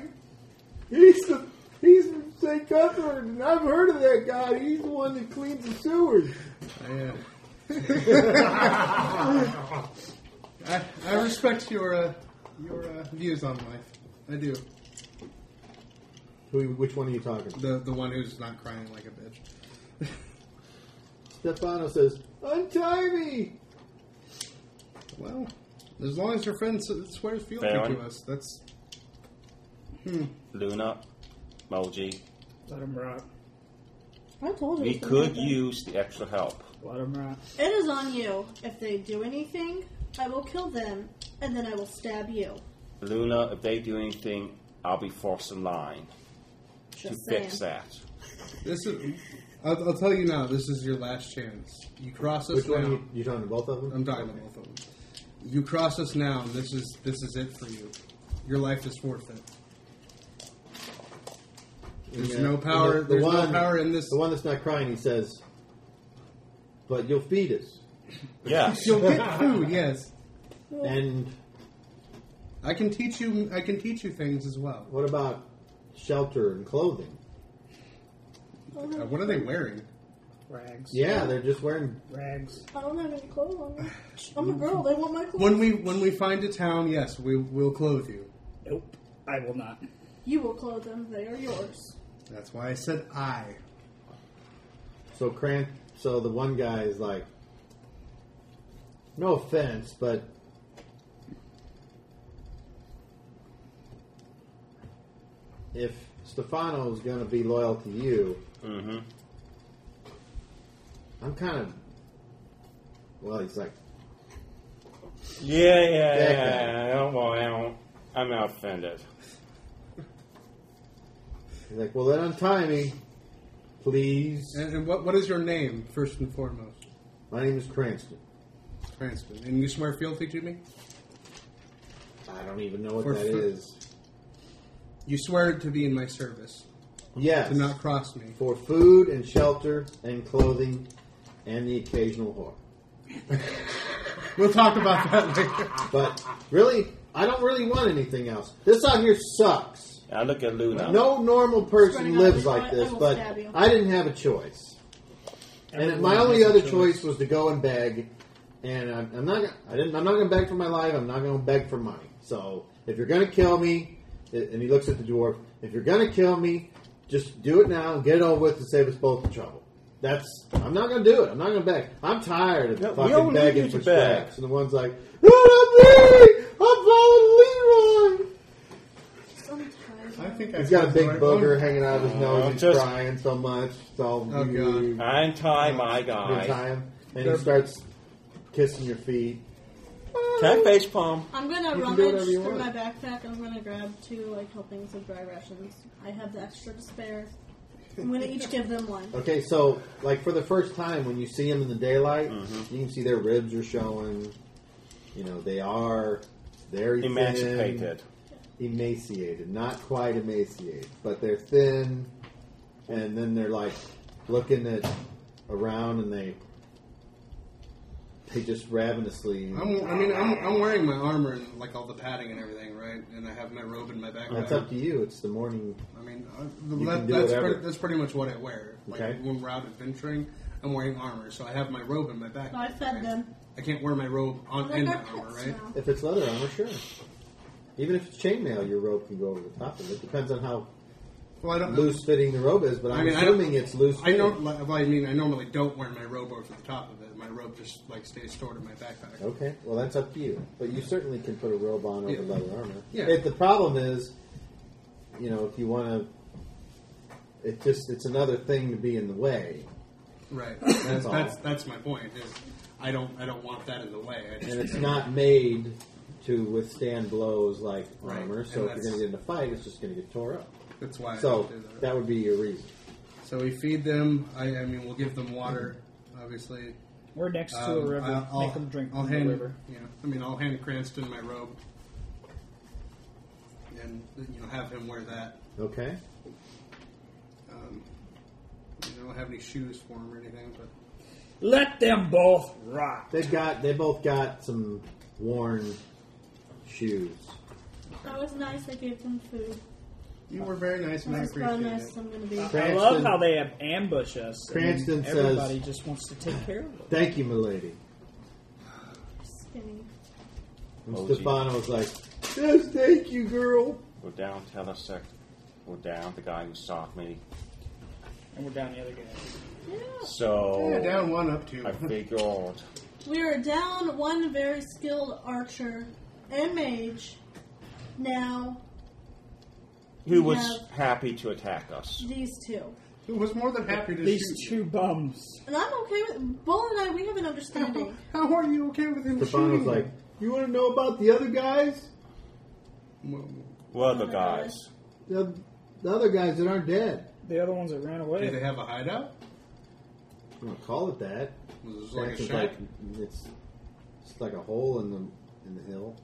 [SPEAKER 5] He's the he's from St. Cuthbert, and I've heard of that guy. He's the one that cleans the sewers.
[SPEAKER 6] Yeah. I, I respect your uh, your uh, views on life. I do.
[SPEAKER 5] Who, which one are you talking?
[SPEAKER 6] The the one who's not crying like a bitch.
[SPEAKER 5] Stefano says, "Untie me."
[SPEAKER 6] Well, as long as your friend s- swears fealty
[SPEAKER 4] Valen.
[SPEAKER 6] to us, that's
[SPEAKER 4] Luna, Moji,
[SPEAKER 1] Let him rot.
[SPEAKER 2] I told you.
[SPEAKER 4] we
[SPEAKER 2] it's gonna
[SPEAKER 4] could
[SPEAKER 2] happen.
[SPEAKER 4] use the extra help.
[SPEAKER 1] Let him rot.
[SPEAKER 2] It is on you. If they do anything, I will kill them, and then I will stab you.
[SPEAKER 4] Luna, if they do anything, I'll be forced in line to
[SPEAKER 2] Just saying.
[SPEAKER 4] fix that.
[SPEAKER 6] this is. I'll, I'll tell you now. This is your last chance. You cross us
[SPEAKER 5] Which
[SPEAKER 6] now.
[SPEAKER 5] one? Are you, you talking to both of them?
[SPEAKER 6] I'm talking to both of them. You cross us now. And this is this is it for you. Your life is forfeit. There's
[SPEAKER 5] Yeah.
[SPEAKER 6] no power.
[SPEAKER 5] The- the
[SPEAKER 6] there's
[SPEAKER 5] one-
[SPEAKER 6] no power in this.
[SPEAKER 5] The one that's not crying, he says, "But you'll feed us."
[SPEAKER 4] Yes.
[SPEAKER 6] You'll get food. Yes.
[SPEAKER 5] And
[SPEAKER 6] I can teach you. I can teach you things as well.
[SPEAKER 5] what about shelter and clothing?
[SPEAKER 6] Uh, what are they wearing?
[SPEAKER 1] Rags.
[SPEAKER 5] Yeah, they're just wearing.
[SPEAKER 1] Rags.
[SPEAKER 2] I don't have any clothes on me. I'm a girl. They want my clothes.
[SPEAKER 6] When we when we find a town, yes, we will clothe you.
[SPEAKER 1] Nope. I will not.
[SPEAKER 2] You will clothe them. They are yours.
[SPEAKER 6] That's why I said I.
[SPEAKER 5] So Cran. So the one guy is like, "No offense, but." If Stefano's going to be loyal to you,
[SPEAKER 4] Mm-hmm.
[SPEAKER 5] I'm kind of. Well, he's like,
[SPEAKER 4] Yeah, yeah,
[SPEAKER 5] That
[SPEAKER 4] yeah. Don't worry, I don't- I'm not offended.
[SPEAKER 5] he's like, well, then untie me, please.
[SPEAKER 6] And, and what what is your name first and foremost?
[SPEAKER 5] My name is Cranston.
[SPEAKER 6] Cranston. And you swear fealty to me.
[SPEAKER 5] I don't even know what
[SPEAKER 6] For
[SPEAKER 5] that
[SPEAKER 6] fr-
[SPEAKER 5] is.
[SPEAKER 6] You swear to be in my service,
[SPEAKER 5] Yes,
[SPEAKER 6] to not cross me.
[SPEAKER 5] for food and shelter and clothing, and the occasional whore.
[SPEAKER 6] We'll talk about that later.
[SPEAKER 5] But really, I don't really want anything else. This out here sucks.
[SPEAKER 4] I look at Luna.
[SPEAKER 5] No normal person
[SPEAKER 2] Running
[SPEAKER 5] lives
[SPEAKER 2] out of
[SPEAKER 5] like
[SPEAKER 2] the
[SPEAKER 5] this,
[SPEAKER 2] toilet,
[SPEAKER 5] but
[SPEAKER 2] I will stab you.
[SPEAKER 5] I didn't have a choice. and my only other choice was to go and beg. And I'm, I'm not. gonna- I didn't. I'm not going to beg for my life. I'm not going to beg for money. So if you're going to kill me, and he looks at the dwarf, if you're going to kill me, just do it now and get it over with and save us both the trouble. That's. I'm not going to do it. I'm not going to beg. I'm tired of
[SPEAKER 4] No, we don't
[SPEAKER 5] fucking
[SPEAKER 4] need
[SPEAKER 5] begging
[SPEAKER 4] you to
[SPEAKER 5] for
[SPEAKER 4] beg.
[SPEAKER 5] scraps. And the one's like, "No, not me! I'm following Leroy."
[SPEAKER 2] Sometimes.
[SPEAKER 6] I think
[SPEAKER 5] He's
[SPEAKER 6] I
[SPEAKER 5] got a
[SPEAKER 6] said
[SPEAKER 5] big
[SPEAKER 6] the right
[SPEAKER 5] booger
[SPEAKER 6] one.
[SPEAKER 5] hanging out of his nose. He's
[SPEAKER 4] just-
[SPEAKER 5] crying so much. It's all
[SPEAKER 6] Oh, God.
[SPEAKER 4] I untie my
[SPEAKER 5] Good
[SPEAKER 4] guy.
[SPEAKER 5] time. And he starts kissing your feet.
[SPEAKER 4] Can I face palm?
[SPEAKER 2] I'm gonna
[SPEAKER 5] You can do
[SPEAKER 2] rummage
[SPEAKER 5] whatever you
[SPEAKER 2] through my
[SPEAKER 5] want.
[SPEAKER 2] backpack. I'm gonna grab two like helpings of dry rations. I have the extra to spare. I'm gonna each give them one.
[SPEAKER 5] Okay, so like for the first time when you see him in the daylight, you can see their ribs are showing. You know they are very thin,
[SPEAKER 4] Emancipated.
[SPEAKER 5] emaciated, not quite emaciated, but they're thin. And then they're like looking at around, and they They just ravenously.
[SPEAKER 6] I'm, I mean, I'm, I'm wearing my armor and like all the padding and everything, right? And I have my robe and my backpack.
[SPEAKER 5] That's up to you. It's the morning.
[SPEAKER 6] I mean, uh,
[SPEAKER 5] You
[SPEAKER 6] that,
[SPEAKER 5] can do
[SPEAKER 6] that's,
[SPEAKER 5] whatever.
[SPEAKER 6] pretty, that's pretty much what I wear. Like
[SPEAKER 5] Okay.
[SPEAKER 6] when we're out adventuring, I'm wearing armor, so I have my robe and my backpack.
[SPEAKER 2] No, I fed
[SPEAKER 6] right?
[SPEAKER 2] them.
[SPEAKER 6] I can't wear my robe on
[SPEAKER 2] They're
[SPEAKER 6] and my
[SPEAKER 2] like our
[SPEAKER 6] armor,
[SPEAKER 2] pets
[SPEAKER 6] right?
[SPEAKER 2] now.
[SPEAKER 5] If it's leather armor, sure. Even if it's chainmail, your robe can go over the top of it. Depends on how
[SPEAKER 6] Well, I don't.
[SPEAKER 5] loose fitting the robe is, but I'm
[SPEAKER 6] I mean, I don't-
[SPEAKER 5] assuming it's loose.
[SPEAKER 6] I don't.
[SPEAKER 5] fitting.
[SPEAKER 6] li- Well, I mean, I normally don't wear my robe over the top of it. My robe just like stays stored in my backpack.
[SPEAKER 5] Okay, well that's up to you, but you certainly can put a robe on over
[SPEAKER 6] Yeah.
[SPEAKER 5] leather armor.
[SPEAKER 6] Yeah.
[SPEAKER 5] If the problem is, you know, if you want to, it just it's another thing to be in the way,
[SPEAKER 6] Right.
[SPEAKER 5] That's
[SPEAKER 6] That's
[SPEAKER 5] all.
[SPEAKER 6] that's, that's my point. Is I don't I don't want that in the way. I just
[SPEAKER 5] and it's not made to withstand blows like
[SPEAKER 6] Right,
[SPEAKER 5] armor.
[SPEAKER 6] and
[SPEAKER 5] So if you're
[SPEAKER 6] that's-
[SPEAKER 5] going to get in a fight, it's just going to get tore up.
[SPEAKER 6] that's why. I
[SPEAKER 5] So
[SPEAKER 6] don't do that.
[SPEAKER 5] that would be your reason.
[SPEAKER 6] So we feed them. I, I mean, we'll give them water, obviously.
[SPEAKER 1] We're next to a
[SPEAKER 6] Um,
[SPEAKER 1] river.
[SPEAKER 6] I'll- I'll-
[SPEAKER 1] Make them drink
[SPEAKER 6] I'll
[SPEAKER 1] from the
[SPEAKER 6] hand,
[SPEAKER 1] river.
[SPEAKER 6] You know, I mean, I'll hand Cranston my robe, and you know, have him wear that.
[SPEAKER 5] Okay.
[SPEAKER 6] Um, I don't have any shoes for him or anything, but
[SPEAKER 1] Let them both rot.
[SPEAKER 5] They've got they both got some worn shoes.
[SPEAKER 2] That was nice. I gave them food.
[SPEAKER 6] you were very nice, and I
[SPEAKER 2] That's how
[SPEAKER 6] appreciate
[SPEAKER 2] nice
[SPEAKER 6] it.
[SPEAKER 2] I'm going to be.
[SPEAKER 1] I
[SPEAKER 5] Cranston-
[SPEAKER 1] love how they have ambush us. and
[SPEAKER 5] Cranston says-
[SPEAKER 1] everybody just wants to take care of them.
[SPEAKER 5] Thank you, milady.
[SPEAKER 2] Skinny.
[SPEAKER 5] And
[SPEAKER 4] Oh, gee.
[SPEAKER 5] Stefano's like, yes, thank you, girl.
[SPEAKER 4] Go down, tell us that. Go down, the guy who stalked me.
[SPEAKER 1] And we're down the other guy.
[SPEAKER 2] Yeah.
[SPEAKER 4] So
[SPEAKER 5] Oh,
[SPEAKER 6] Yeah, down one, up two.
[SPEAKER 4] I figured
[SPEAKER 2] We are down one very skilled archer and mage. Now
[SPEAKER 4] he was
[SPEAKER 2] Yeah.
[SPEAKER 4] happy to attack us.
[SPEAKER 2] these two.
[SPEAKER 6] Who was more than happy to
[SPEAKER 1] These
[SPEAKER 6] shoot.
[SPEAKER 1] two bums.
[SPEAKER 2] And I'm okay with Bull and I. We have an understanding.
[SPEAKER 6] How are you okay with him
[SPEAKER 5] Stefano's
[SPEAKER 6] shooting?
[SPEAKER 5] like, you want to know about the other guys?
[SPEAKER 6] Well,
[SPEAKER 4] Well, the
[SPEAKER 2] Other
[SPEAKER 4] guys.
[SPEAKER 2] guys.
[SPEAKER 5] The, the other guys that aren't dead.
[SPEAKER 1] The other ones that ran
[SPEAKER 6] do they
[SPEAKER 1] away.
[SPEAKER 6] have a hideout?
[SPEAKER 5] I'm gonna call it that.
[SPEAKER 6] Was it just like a
[SPEAKER 5] It's
[SPEAKER 6] shack?
[SPEAKER 5] like it's it's like a hole in the in the hill.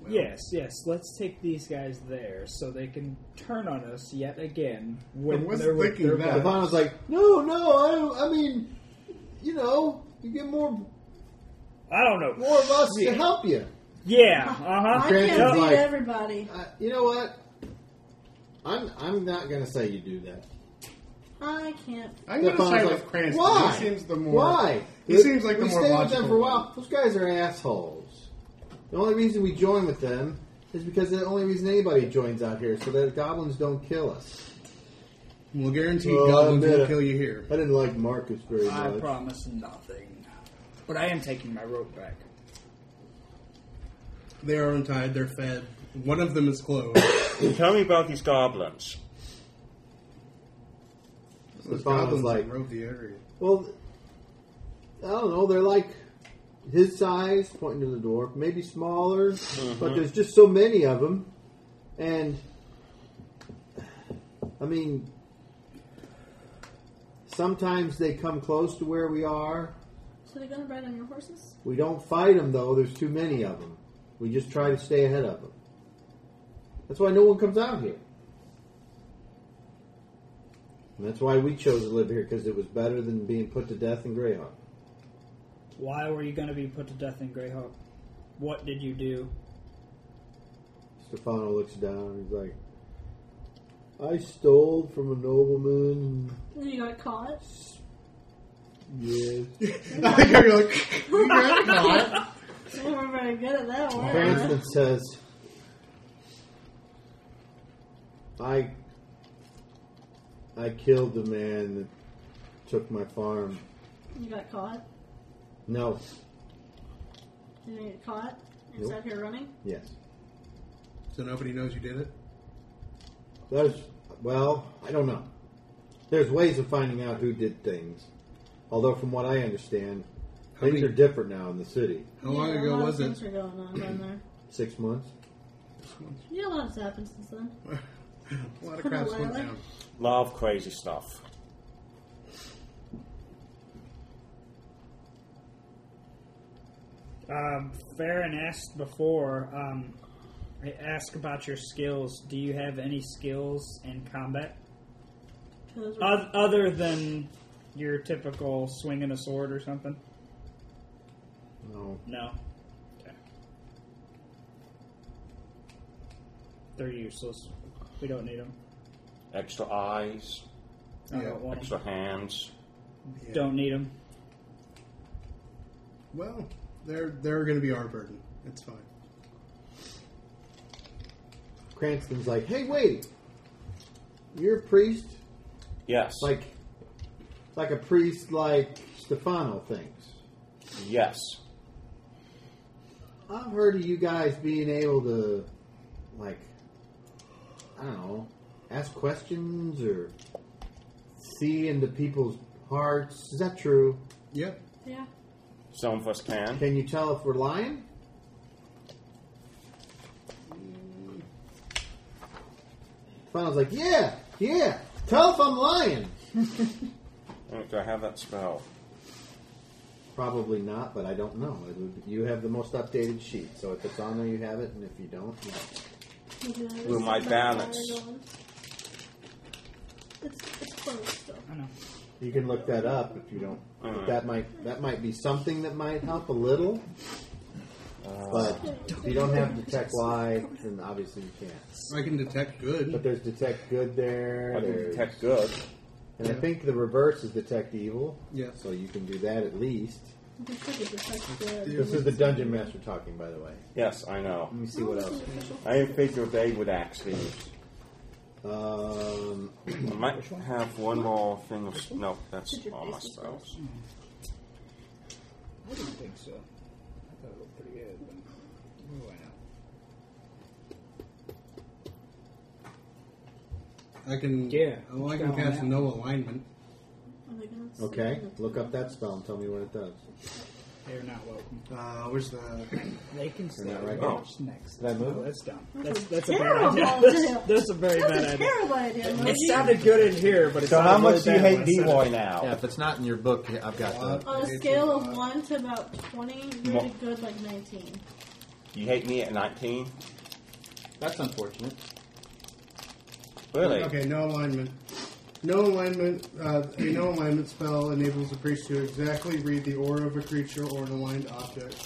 [SPEAKER 6] Well,
[SPEAKER 1] Yes, yes. Let's take these guys there so they can turn on us yet again when
[SPEAKER 6] I was
[SPEAKER 1] they're with
[SPEAKER 6] thinking
[SPEAKER 1] their
[SPEAKER 6] that.
[SPEAKER 1] bums.
[SPEAKER 5] Stefano's like, no, no, I don't. I mean, you know, you get more
[SPEAKER 1] I don't know.
[SPEAKER 5] more of us to
[SPEAKER 1] Yeah.
[SPEAKER 5] help you.
[SPEAKER 1] Yeah.
[SPEAKER 2] I
[SPEAKER 1] Uh huh.
[SPEAKER 5] Cranston's
[SPEAKER 2] can't beat
[SPEAKER 5] like-
[SPEAKER 2] everybody.
[SPEAKER 5] Uh, you know what? I'm I'm not gonna say you do that.
[SPEAKER 2] I can't.
[SPEAKER 6] I'm going to
[SPEAKER 5] Stefano's
[SPEAKER 6] side
[SPEAKER 5] like,
[SPEAKER 6] with Cranston.
[SPEAKER 5] Why?
[SPEAKER 6] He seems the more.
[SPEAKER 5] Why?
[SPEAKER 6] He seems like the
[SPEAKER 5] we
[SPEAKER 6] more
[SPEAKER 5] stay with
[SPEAKER 6] logical
[SPEAKER 5] them for a
[SPEAKER 6] one.
[SPEAKER 5] while. Those guys are assholes. The only reason we join with them is because the only reason anybody joins out here is so that goblins don't kill us.
[SPEAKER 6] We'll guarantee
[SPEAKER 5] Well,
[SPEAKER 6] goblins
[SPEAKER 5] I bet
[SPEAKER 6] will
[SPEAKER 5] it-
[SPEAKER 6] kill you here.
[SPEAKER 5] I didn't like Marcus very
[SPEAKER 1] I
[SPEAKER 5] much.
[SPEAKER 1] promise nothing. But I am taking my rope back.
[SPEAKER 6] They are untied. They're fed. One of them is clothed.
[SPEAKER 4] Tell me about these goblins.
[SPEAKER 6] Those
[SPEAKER 5] Stefano's
[SPEAKER 6] goblins
[SPEAKER 5] like-
[SPEAKER 6] that rove the area.
[SPEAKER 5] well, I don't know. They're like his size, pointing to the dwarf, maybe smaller, but there's just so many of them, and I mean, sometimes they come close to where we are.
[SPEAKER 2] So they're going to ride on your horses?
[SPEAKER 5] We don't fight them though. There's too many of them. We just try to stay ahead of them. That's why no one comes out here. And that's why we chose to live here because it was better than being put to death in Greyhawk.
[SPEAKER 1] Why were you going to be put to death in Greyhawk? What did you do?
[SPEAKER 5] Stefano looks down. He's like, "I stole from a nobleman."
[SPEAKER 2] And you got caught?
[SPEAKER 5] Yes.
[SPEAKER 6] You're like, you got caught.
[SPEAKER 2] We were very good at that one.
[SPEAKER 5] Cranston says, "I I killed the man that took my farm."
[SPEAKER 2] You got caught?
[SPEAKER 5] No.
[SPEAKER 2] You didn't get caught? You
[SPEAKER 5] Nope.
[SPEAKER 2] sat here running?
[SPEAKER 5] Yes.
[SPEAKER 6] So nobody knows you did it?
[SPEAKER 5] There's well, I don't know. There's ways of finding out who did things. Although, from what I understand,
[SPEAKER 6] How
[SPEAKER 5] things
[SPEAKER 6] many-
[SPEAKER 5] are different now in the city.
[SPEAKER 6] How long
[SPEAKER 2] Yeah, a
[SPEAKER 6] ago
[SPEAKER 2] lot of
[SPEAKER 6] was it?
[SPEAKER 2] things were going on down there.
[SPEAKER 5] Six months.
[SPEAKER 2] Yeah, a lot has happened since then.
[SPEAKER 6] A lot of
[SPEAKER 2] Put
[SPEAKER 6] crabs
[SPEAKER 2] away,
[SPEAKER 6] went
[SPEAKER 2] like-
[SPEAKER 6] down.
[SPEAKER 4] Love crazy stuff.
[SPEAKER 1] Um, Farron asked before. Um, I asked about your skills. Do you have any skills in combat
[SPEAKER 2] Those were-
[SPEAKER 1] Uh, Oth- other than your typical swinging a sword or something?
[SPEAKER 5] No.
[SPEAKER 1] No. Okay. They're useless. We don't need them.
[SPEAKER 4] Extra eyes,
[SPEAKER 1] I don't want
[SPEAKER 4] extra
[SPEAKER 1] them.
[SPEAKER 4] hands.
[SPEAKER 6] Yeah.
[SPEAKER 1] Don't need them.
[SPEAKER 6] Well, they're they're going to be our burden. It's fine.
[SPEAKER 5] Cranston's like, hey, wait, you're a priest.
[SPEAKER 4] Yes.
[SPEAKER 5] Like, like a priest, like Stefano thinks.
[SPEAKER 4] yes.
[SPEAKER 5] I've heard of you guys being able to, like, I don't know, ask questions or see into people's hearts. Is that true?
[SPEAKER 6] Yeah.
[SPEAKER 2] Yeah.
[SPEAKER 4] Some of us can.
[SPEAKER 5] Can you tell if we're lying? Stefano's like, yeah, yeah. Tell if I'm lying.
[SPEAKER 4] Uh, Do I have that spell?
[SPEAKER 5] Probably not, but I don't know. It would, you have the most updated sheet, so if it's on there, you have it, and if you don't, you don't.
[SPEAKER 4] Will my balance.
[SPEAKER 2] It's, it's close, though.
[SPEAKER 1] I know.
[SPEAKER 5] you can look that up if you don't.
[SPEAKER 4] Alright.
[SPEAKER 5] That might that might be something that might help a little, uh, but if you don't have detect lie, then obviously you can't.
[SPEAKER 6] I can detect good.
[SPEAKER 5] But there's detect good there.
[SPEAKER 4] I can
[SPEAKER 5] there's-
[SPEAKER 4] detect good.
[SPEAKER 5] And I think the reverse is detect evil.
[SPEAKER 6] Yeah.
[SPEAKER 5] So you can do that at least.
[SPEAKER 2] You can put it besides the-
[SPEAKER 5] This is the dungeon master talking, by the way.
[SPEAKER 4] Yes, I know.
[SPEAKER 5] Let me see what else.
[SPEAKER 4] I didn't figure they would actually.
[SPEAKER 5] Um,
[SPEAKER 4] I might have one more thing of. No, that's all my spells.
[SPEAKER 11] I didn't think so. I thought it looked pretty good. But what do I know?
[SPEAKER 6] I can.
[SPEAKER 1] Yeah.
[SPEAKER 6] Oh, I can cast no alignment.
[SPEAKER 2] Oh my God, it's
[SPEAKER 5] okay,
[SPEAKER 2] so good.
[SPEAKER 5] look up that spell and tell me what it does.
[SPEAKER 1] They're not welcome.
[SPEAKER 6] Uh, where's the?
[SPEAKER 1] They can stay.
[SPEAKER 5] not right
[SPEAKER 1] They're
[SPEAKER 4] now.
[SPEAKER 1] just next?
[SPEAKER 5] Did I move
[SPEAKER 1] No,
[SPEAKER 5] it?
[SPEAKER 1] that's dumb.
[SPEAKER 2] That's
[SPEAKER 1] That's
[SPEAKER 2] a
[SPEAKER 1] that's a bad
[SPEAKER 2] terrible
[SPEAKER 1] idea.
[SPEAKER 2] idea.
[SPEAKER 1] That's, that's a very
[SPEAKER 2] That's
[SPEAKER 1] bad
[SPEAKER 2] a
[SPEAKER 1] idea.
[SPEAKER 2] terrible idea. Moses.
[SPEAKER 1] It sounded good in here, but it's
[SPEAKER 4] So, how
[SPEAKER 1] sounded really
[SPEAKER 4] much do you
[SPEAKER 1] bad
[SPEAKER 4] hate
[SPEAKER 1] when I said
[SPEAKER 4] B
[SPEAKER 1] it.
[SPEAKER 4] Boy now?
[SPEAKER 3] Yeah, if it's not in your book, I've got
[SPEAKER 2] On a scale of 1 to about 20, you
[SPEAKER 4] Mo-
[SPEAKER 2] did good like 19.
[SPEAKER 4] You hate me at 19?
[SPEAKER 3] That's unfortunate.
[SPEAKER 4] Really?
[SPEAKER 6] Okay, no alignment. No alignment. Uh, a no alignment spell enables the priest to exactly read the aura of a creature or an aligned object.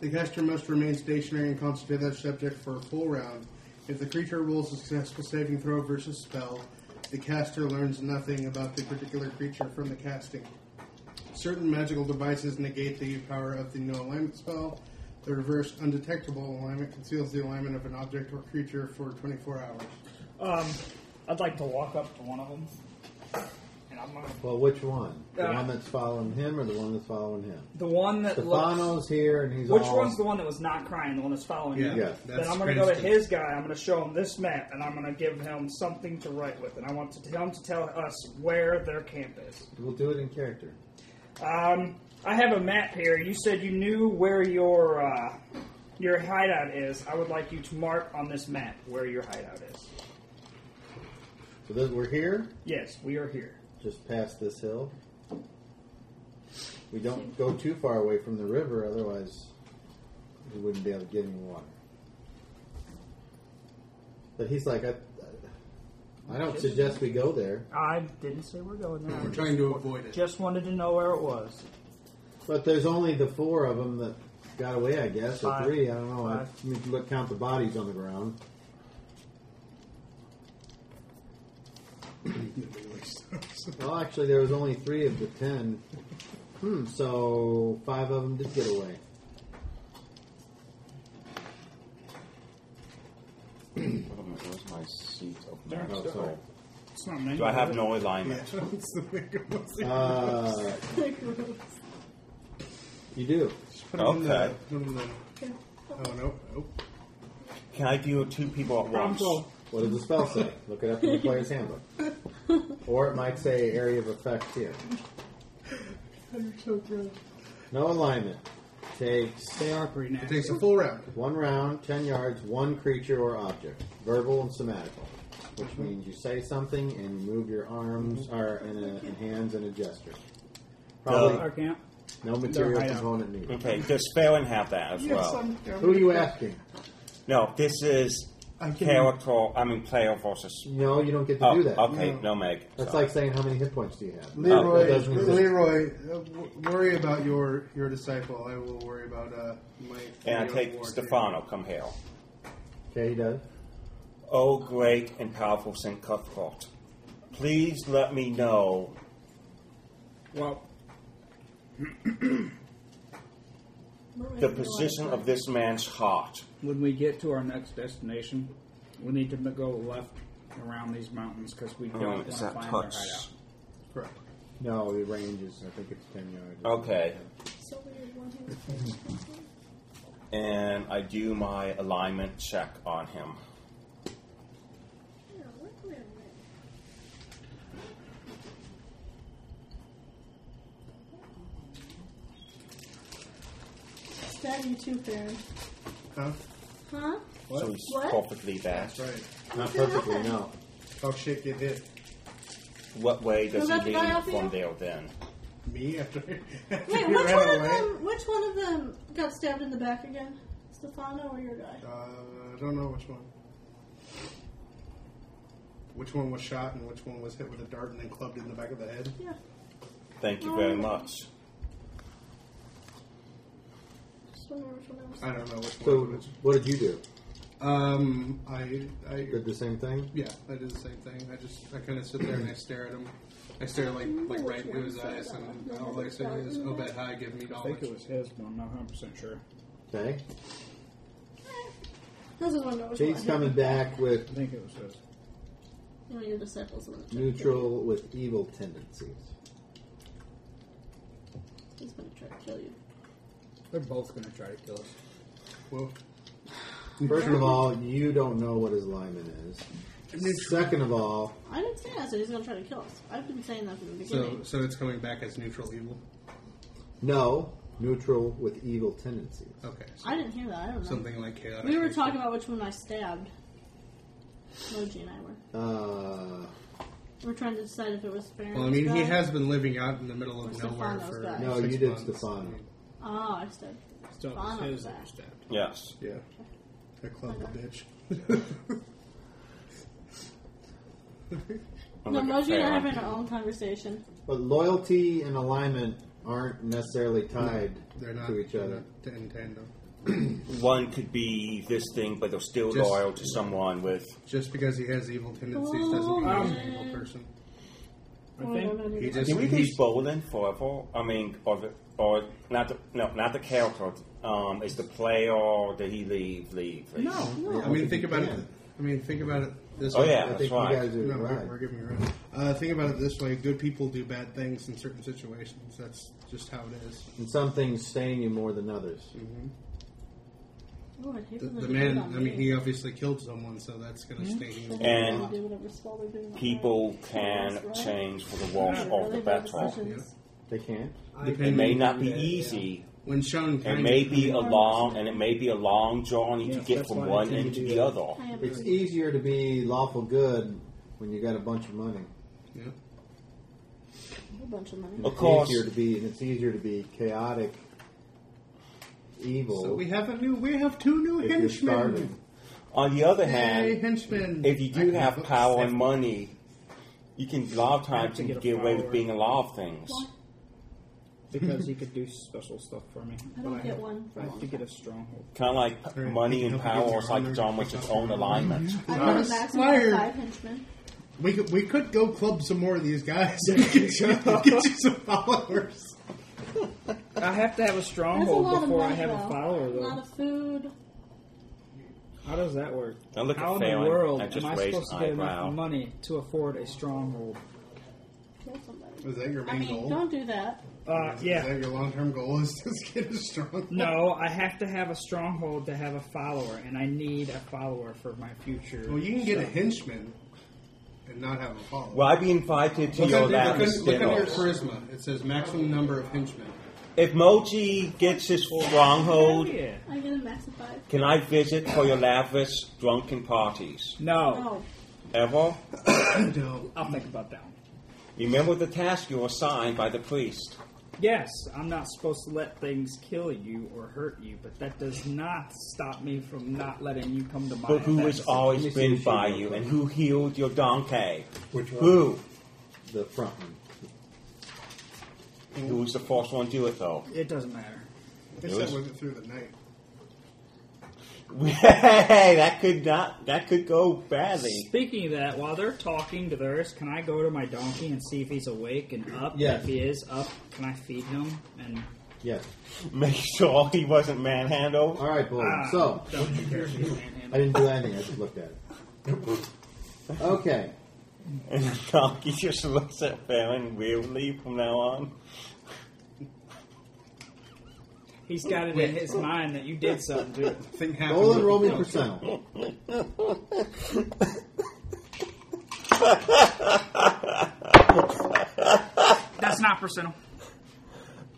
[SPEAKER 6] The caster must remain stationary and concentrate that subject for a full round. If the creature rolls a successful saving throw versus spell, the caster learns nothing about the particular creature from the casting. Certain magical devices negate the power of the no alignment spell. The reverse undetectable alignment conceals the alignment of an object or creature for 24 hours.
[SPEAKER 1] Um, I'd like to walk up to one of them, and I'm gonna,
[SPEAKER 5] Well, which one? The
[SPEAKER 1] Uh,
[SPEAKER 5] one that's following him or the one that's following him?
[SPEAKER 1] the one that looks.
[SPEAKER 5] Stefano's here and he's
[SPEAKER 1] Which
[SPEAKER 5] all,
[SPEAKER 1] one's the one that was not crying? The one that's following
[SPEAKER 6] Yeah,
[SPEAKER 1] him.
[SPEAKER 5] Yeah.
[SPEAKER 1] Then
[SPEAKER 6] that's
[SPEAKER 1] I'm going to go to
[SPEAKER 6] Cranston.
[SPEAKER 1] his guy. I'm going to show him this map, and I'm going to give him something to write with, and I want to tell him to tell us where their camp is.
[SPEAKER 5] We'll do it in character.
[SPEAKER 1] Um, I have a map here. You said you knew where your uh, your hideout is. I would like you to mark on this map where your hideout is.
[SPEAKER 5] So this, we're here,
[SPEAKER 1] Yes, we are here.
[SPEAKER 5] just past this hill. We don't go too far away from the river, otherwise we wouldn't be able to get any water. But he's like, I, I don't suggest we go there.
[SPEAKER 1] I didn't say we're going there.
[SPEAKER 6] We're trying to avoid it.
[SPEAKER 1] Just wanted to know where it was.
[SPEAKER 5] But there's only the four of them that got away, I guess, or
[SPEAKER 1] Five.
[SPEAKER 5] three. I don't know. I
[SPEAKER 1] Five.
[SPEAKER 5] I mean, look, count the bodies on the ground. Well, actually, there was only three of the ten. Hmm. So five of them did get away.
[SPEAKER 4] Where's my seat open?
[SPEAKER 5] Oh, sorry.
[SPEAKER 1] It's not many.
[SPEAKER 4] Do I have no alignment?
[SPEAKER 6] That's the thing. Let's see.
[SPEAKER 5] Uh, you do.
[SPEAKER 6] Just put 'em in the-
[SPEAKER 4] okay.
[SPEAKER 6] put 'em in the- oh, no. Nope.
[SPEAKER 4] Can I do two people at once?
[SPEAKER 5] What does the spell say? Look it up in the player's handbook. Or it might say area of effect here.
[SPEAKER 6] You're so good.
[SPEAKER 5] No alignment. Takes
[SPEAKER 1] They are pretty
[SPEAKER 6] It
[SPEAKER 1] nasty.
[SPEAKER 6] takes a full round.
[SPEAKER 5] One round, ten yards, one creature or object, verbal and somatical, which means you say something and you move your arms or and, uh and hands in a gesture. Probably
[SPEAKER 1] Our camp.
[SPEAKER 5] no material
[SPEAKER 1] I know.
[SPEAKER 5] component needed.
[SPEAKER 4] Okay, does Phelan have that as well?
[SPEAKER 5] Who are you asking?
[SPEAKER 4] No, this is
[SPEAKER 6] I can
[SPEAKER 4] Character, I mean player versus.
[SPEAKER 5] No, you don't get to
[SPEAKER 4] Oh,
[SPEAKER 5] do that.
[SPEAKER 4] okay,
[SPEAKER 6] No.
[SPEAKER 4] no, Meg.
[SPEAKER 5] That's
[SPEAKER 4] Sorry.
[SPEAKER 5] like saying how many hit points do you have?
[SPEAKER 4] Oh,
[SPEAKER 6] Leroy,
[SPEAKER 5] That doesn't exist.
[SPEAKER 6] Leroy, uh, w- worry about your your disciple. I will worry about uh, my.
[SPEAKER 4] And I
[SPEAKER 6] my
[SPEAKER 4] take
[SPEAKER 6] ward.
[SPEAKER 4] Stefano, come here.
[SPEAKER 5] Okay, he does.
[SPEAKER 4] O great and powerful Saint Cuthbert, please let me know
[SPEAKER 1] Well,
[SPEAKER 4] the position of this man's heart.
[SPEAKER 1] when we get to our next destination, we need to go left around these mountains because we don't
[SPEAKER 4] Um,
[SPEAKER 1] want to
[SPEAKER 4] is
[SPEAKER 1] find
[SPEAKER 4] that
[SPEAKER 1] their
[SPEAKER 4] touch?
[SPEAKER 1] hideout.
[SPEAKER 6] Correct.
[SPEAKER 5] No, the range is, I think it's 10 yards.
[SPEAKER 4] Okay,
[SPEAKER 2] So weird. One hand is facing
[SPEAKER 4] and I do my alignment check on him.
[SPEAKER 2] Yeah, what weird man. Stab you too, Farron.
[SPEAKER 6] Huh?
[SPEAKER 2] Huh?
[SPEAKER 6] What?
[SPEAKER 4] So he's
[SPEAKER 2] What?
[SPEAKER 4] perfecttly there.
[SPEAKER 6] That's right.
[SPEAKER 5] Not perfectly, no.
[SPEAKER 6] Talk shit, get hit.
[SPEAKER 4] What way does
[SPEAKER 2] Was
[SPEAKER 4] he
[SPEAKER 2] that the guy
[SPEAKER 4] lean
[SPEAKER 2] up
[SPEAKER 4] from
[SPEAKER 2] here?
[SPEAKER 4] there then?
[SPEAKER 6] Me after. after
[SPEAKER 2] Wait,
[SPEAKER 6] you
[SPEAKER 2] which
[SPEAKER 6] ran
[SPEAKER 2] one of
[SPEAKER 6] away?
[SPEAKER 2] them? Which one of them got stabbed in the back again? Stefano or your guy?
[SPEAKER 6] Uh, I don't know which one. Which one was shot and which one was hit with a dart and then clubbed in the back of the head?
[SPEAKER 2] Yeah.
[SPEAKER 4] Thank you very much.
[SPEAKER 2] Just wondering which one that was.
[SPEAKER 6] I don't know which one.
[SPEAKER 5] So,
[SPEAKER 6] it was.
[SPEAKER 5] what did you do?
[SPEAKER 6] um, I, I,
[SPEAKER 5] Did the same thing?
[SPEAKER 6] yeah, I did the same thing. I just, I kind of sit there and I stare at him. I stare like, like right into his eyes, and all I say is, "Obed, hi, give me
[SPEAKER 1] I think
[SPEAKER 6] knowledge."
[SPEAKER 1] it was his, but I'm not 100 percent sure.
[SPEAKER 5] Okay.
[SPEAKER 2] This is one know which one.
[SPEAKER 5] He's coming back with
[SPEAKER 1] I think it was his.
[SPEAKER 2] You know, your disciples. are gonna
[SPEAKER 5] neutral with evil tendencies.
[SPEAKER 2] Kill you. He's gonna try to kill you.
[SPEAKER 1] They're both going to try to kill us.
[SPEAKER 6] Well,
[SPEAKER 5] First of all, you don't know what his alignment is. Second of all,
[SPEAKER 2] I didn't say that. I said he's gonna try to kill us. I've been saying that from the
[SPEAKER 6] so,
[SPEAKER 2] beginning.
[SPEAKER 6] so it's coming back as neutral evil.
[SPEAKER 5] no, neutral with evil tendencies.
[SPEAKER 6] Okay, so
[SPEAKER 2] I didn't hear that. I don't know.
[SPEAKER 6] something like chaotic.
[SPEAKER 2] we were
[SPEAKER 6] neutral.
[SPEAKER 2] talking about which one I stabbed. Moji and I were.
[SPEAKER 5] Uh,
[SPEAKER 2] We were trying to decide if it was Farron's
[SPEAKER 6] Well, I mean,
[SPEAKER 2] guy.
[SPEAKER 6] he has been living out in the middle
[SPEAKER 2] Or
[SPEAKER 6] of nowhere
[SPEAKER 2] Stefano's
[SPEAKER 6] for
[SPEAKER 2] guy.
[SPEAKER 5] no,
[SPEAKER 6] six
[SPEAKER 5] you did
[SPEAKER 6] months.
[SPEAKER 5] Stefano.
[SPEAKER 2] Oh, I stabbed.
[SPEAKER 11] So it was
[SPEAKER 2] Stefano
[SPEAKER 11] his
[SPEAKER 2] back.
[SPEAKER 11] that was stabbed.
[SPEAKER 4] Yes.
[SPEAKER 6] Yeah, I clubbed the bitch.
[SPEAKER 2] No,
[SPEAKER 6] Oh,
[SPEAKER 4] Look
[SPEAKER 2] Moji
[SPEAKER 4] at
[SPEAKER 2] and I
[SPEAKER 4] Farron.
[SPEAKER 2] are having our own conversation.
[SPEAKER 5] But loyalty and alignment aren't necessarily tied
[SPEAKER 6] They're not
[SPEAKER 5] to each other.
[SPEAKER 6] they're not in tandem.
[SPEAKER 4] One could be this thing, but they're still
[SPEAKER 6] Just-
[SPEAKER 4] loyal to someone with.
[SPEAKER 6] Just because he has evil tendencies doesn't mean he's an evil person.
[SPEAKER 1] I
[SPEAKER 2] Oh,
[SPEAKER 1] think
[SPEAKER 2] no, no, no.
[SPEAKER 6] He just
[SPEAKER 4] Can we
[SPEAKER 6] he,
[SPEAKER 4] use bowling forever? I mean, or, the, or not the no, not the character. Um, is the player? Did he leave? Leave? leave?
[SPEAKER 6] I mean, think about it. I mean, think about it this
[SPEAKER 4] Oh,
[SPEAKER 6] way.
[SPEAKER 4] yeah.
[SPEAKER 5] I
[SPEAKER 4] That's
[SPEAKER 5] think
[SPEAKER 4] right.
[SPEAKER 5] you guys are
[SPEAKER 6] No, we're,
[SPEAKER 5] right.
[SPEAKER 6] we're giving you a run. Uh, think about it this way: good people do bad things in certain situations. That's just how it is.
[SPEAKER 5] And some things stain you more than others.
[SPEAKER 6] Mm-hmm.
[SPEAKER 2] Oh, I'd hate for
[SPEAKER 6] The,
[SPEAKER 2] them
[SPEAKER 6] the
[SPEAKER 2] to
[SPEAKER 6] man,
[SPEAKER 2] hit on
[SPEAKER 6] I mean, he obviously killed someone, so that's going to sting you.
[SPEAKER 4] And
[SPEAKER 2] Do whatever spell they're doing on
[SPEAKER 4] People
[SPEAKER 2] that.
[SPEAKER 4] can
[SPEAKER 2] That's right.
[SPEAKER 4] change for the
[SPEAKER 2] These
[SPEAKER 4] worse
[SPEAKER 2] are
[SPEAKER 4] or the
[SPEAKER 2] really bad
[SPEAKER 4] better.
[SPEAKER 2] decisions.
[SPEAKER 5] They can't.
[SPEAKER 4] It
[SPEAKER 6] Depending-
[SPEAKER 4] may not be easy.
[SPEAKER 6] When shown,
[SPEAKER 4] It
[SPEAKER 6] kindness-
[SPEAKER 4] may be a long and it may be a long journey to get from one end to the other.
[SPEAKER 2] I am
[SPEAKER 5] It's easier to be lawful good when you got a bunch of money.
[SPEAKER 6] Yeah.
[SPEAKER 2] a whole bunch of money.
[SPEAKER 4] Of
[SPEAKER 5] It's
[SPEAKER 4] course.
[SPEAKER 5] easier to be, and it's easier to be chaotic, evil.
[SPEAKER 6] So we have a new. We have two new
[SPEAKER 5] if you're
[SPEAKER 6] henchmen.
[SPEAKER 5] starving.
[SPEAKER 4] On the other
[SPEAKER 6] Hey,
[SPEAKER 4] hand,
[SPEAKER 6] henchmen!
[SPEAKER 4] if you
[SPEAKER 6] I
[SPEAKER 4] do
[SPEAKER 6] can
[SPEAKER 4] have
[SPEAKER 6] vote
[SPEAKER 4] power
[SPEAKER 6] for
[SPEAKER 4] and money, you can a lot of times you can get away with being a lot of things.
[SPEAKER 1] because he could do special stuff for me.
[SPEAKER 2] I
[SPEAKER 1] but
[SPEAKER 2] don't get
[SPEAKER 1] have-
[SPEAKER 2] one for
[SPEAKER 1] I
[SPEAKER 2] a
[SPEAKER 1] have to
[SPEAKER 2] long
[SPEAKER 1] get a stronghold.
[SPEAKER 4] Kind of like p- money and power is like it's on with its own alignment.
[SPEAKER 2] I got a
[SPEAKER 6] Nice.
[SPEAKER 2] maximum
[SPEAKER 6] Fire.
[SPEAKER 2] of five henchmen.
[SPEAKER 6] We could, we could go club some more of these guys and get you, get you some followers.
[SPEAKER 1] I have to have a
[SPEAKER 2] That's a lot
[SPEAKER 1] stronghold
[SPEAKER 2] of
[SPEAKER 1] before I
[SPEAKER 2] money,
[SPEAKER 1] have
[SPEAKER 2] though.
[SPEAKER 1] a follower,
[SPEAKER 2] A
[SPEAKER 1] though.
[SPEAKER 2] lot of food.
[SPEAKER 1] How does that work?
[SPEAKER 4] Now look at
[SPEAKER 1] How in the
[SPEAKER 4] Phelan.
[SPEAKER 1] world
[SPEAKER 4] I just
[SPEAKER 1] am I
[SPEAKER 4] raised
[SPEAKER 1] supposed to
[SPEAKER 4] an
[SPEAKER 1] get
[SPEAKER 4] eyebrow.
[SPEAKER 1] enough money to afford a stronghold?
[SPEAKER 2] Kill somebody.
[SPEAKER 6] Is that your
[SPEAKER 2] I
[SPEAKER 6] main
[SPEAKER 2] mean,
[SPEAKER 6] goal?
[SPEAKER 2] don't do that.
[SPEAKER 1] Uh,
[SPEAKER 6] Is
[SPEAKER 1] yeah.
[SPEAKER 6] that your long term goal? Is to get a strong?
[SPEAKER 1] No, I have to have a stronghold to have a follower, and I need a follower for my future.
[SPEAKER 6] Well, you can get a henchman and not have a follower.
[SPEAKER 4] Why be invited to
[SPEAKER 6] look
[SPEAKER 4] your
[SPEAKER 6] at,
[SPEAKER 4] lab
[SPEAKER 6] look, at- look at your
[SPEAKER 4] dinners?
[SPEAKER 6] charisma. It says maximum number of henchmen.
[SPEAKER 4] If Moji gets his stronghold,
[SPEAKER 1] Hell yeah.
[SPEAKER 2] I get a max of five.
[SPEAKER 4] can I visit for your lavish drunken parties?
[SPEAKER 1] No,
[SPEAKER 2] No.
[SPEAKER 4] Ever?
[SPEAKER 6] No,
[SPEAKER 1] I'll think about that. one.
[SPEAKER 4] Remember the task you were assigned by the priest.
[SPEAKER 1] Yes, I'm not supposed to let things kill you or hurt you, but that does not stop me from not letting you come to my.
[SPEAKER 4] But who has
[SPEAKER 1] defense.
[SPEAKER 4] always been by you and who healed your donkey?
[SPEAKER 7] Which one?
[SPEAKER 4] Who?
[SPEAKER 5] The front one.
[SPEAKER 4] Who was the first one to do it though?
[SPEAKER 1] It doesn't matter.
[SPEAKER 6] They
[SPEAKER 4] It
[SPEAKER 6] said
[SPEAKER 4] was-
[SPEAKER 6] with it through the night.
[SPEAKER 4] Hey, that could not. That could go badly.
[SPEAKER 1] Speaking of that, while they're talking to theirs, can I go to my donkey and see if he's awake and up?
[SPEAKER 5] Yes.
[SPEAKER 1] If he is up, can I feed him? And
[SPEAKER 5] Yes.
[SPEAKER 4] Make sure he wasn't manhandled.
[SPEAKER 5] All right, boy.
[SPEAKER 1] Ah,
[SPEAKER 5] So
[SPEAKER 1] don't you dare get
[SPEAKER 5] I
[SPEAKER 1] manhandled.
[SPEAKER 5] didn't do anything. I just looked at it. Okay.
[SPEAKER 4] And the donkey just looks at Baron weirdly from now on.
[SPEAKER 1] He's got it in his mind that you did something to him.
[SPEAKER 11] Thing happened.
[SPEAKER 5] Roll and roll me percentile.
[SPEAKER 1] That's not percentile.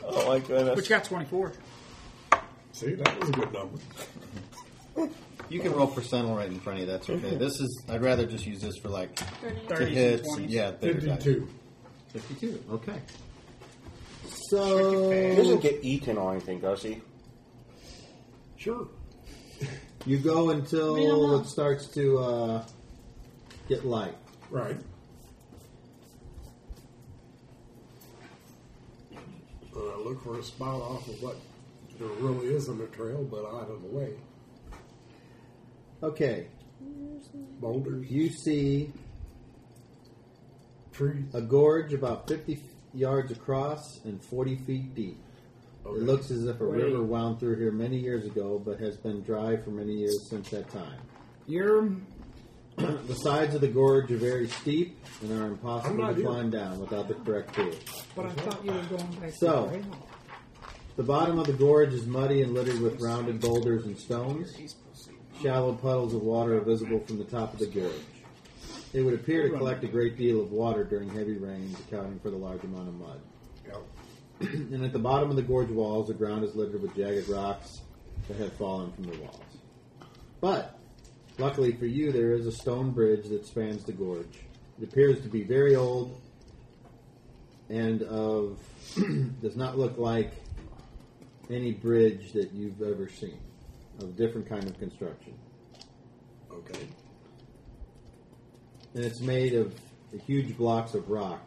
[SPEAKER 4] Oh my
[SPEAKER 1] But you
[SPEAKER 4] goodness.
[SPEAKER 1] got 24.
[SPEAKER 7] See, that was a good number.
[SPEAKER 3] You can roll percentile right in front of you. That's okay. This is. I'd rather just use this for like
[SPEAKER 2] Thirty.
[SPEAKER 1] Thirty.
[SPEAKER 3] to
[SPEAKER 1] 30s and
[SPEAKER 3] hits.
[SPEAKER 1] 20s.
[SPEAKER 3] yeah, bigger dice.
[SPEAKER 7] Fifty-two.
[SPEAKER 3] Fifty-two.
[SPEAKER 5] Okay.
[SPEAKER 4] He
[SPEAKER 5] So
[SPEAKER 4] doesn't get eaten or anything, does he?
[SPEAKER 7] Sure.
[SPEAKER 5] you go
[SPEAKER 2] Read 'em
[SPEAKER 5] until
[SPEAKER 2] off.
[SPEAKER 5] it starts to uh, get light.
[SPEAKER 7] Right. And I look for a spot off of what there really isn't a trail, but out of the way.
[SPEAKER 5] Okay.
[SPEAKER 7] Boulders,
[SPEAKER 5] You see
[SPEAKER 7] trees.
[SPEAKER 5] a gorge about 50 yards across and 40 feet deep.
[SPEAKER 7] Okay.
[SPEAKER 5] It looks as if a
[SPEAKER 1] Wait.
[SPEAKER 5] river wound through here many years ago, but has been dry for many years since that time.
[SPEAKER 1] You're.
[SPEAKER 5] the sides of the gorge are very steep and are
[SPEAKER 7] I'm
[SPEAKER 5] impossible
[SPEAKER 7] not
[SPEAKER 5] to
[SPEAKER 7] here.
[SPEAKER 5] climb down without the correct tool.
[SPEAKER 1] But I thought you were going back
[SPEAKER 5] So.
[SPEAKER 1] to the rail.
[SPEAKER 5] The bottom of the gorge is muddy and littered with rounded boulders and stones. Shallow puddles of water are visible from the top of the gorge. It would appear to collect a great deal of water during heavy rains, accounting for the large amount of mud.
[SPEAKER 7] Yeah.
[SPEAKER 5] and at the bottom of the gorge walls, the ground is littered with jagged rocks that have fallen from the walls. But, luckily for you, there is a stone bridge that spans the gorge. It appears to be very old and of does not look like any bridge that you've ever seen of different kind of construction.
[SPEAKER 7] Okay.
[SPEAKER 5] And it's made of huge blocks of rock,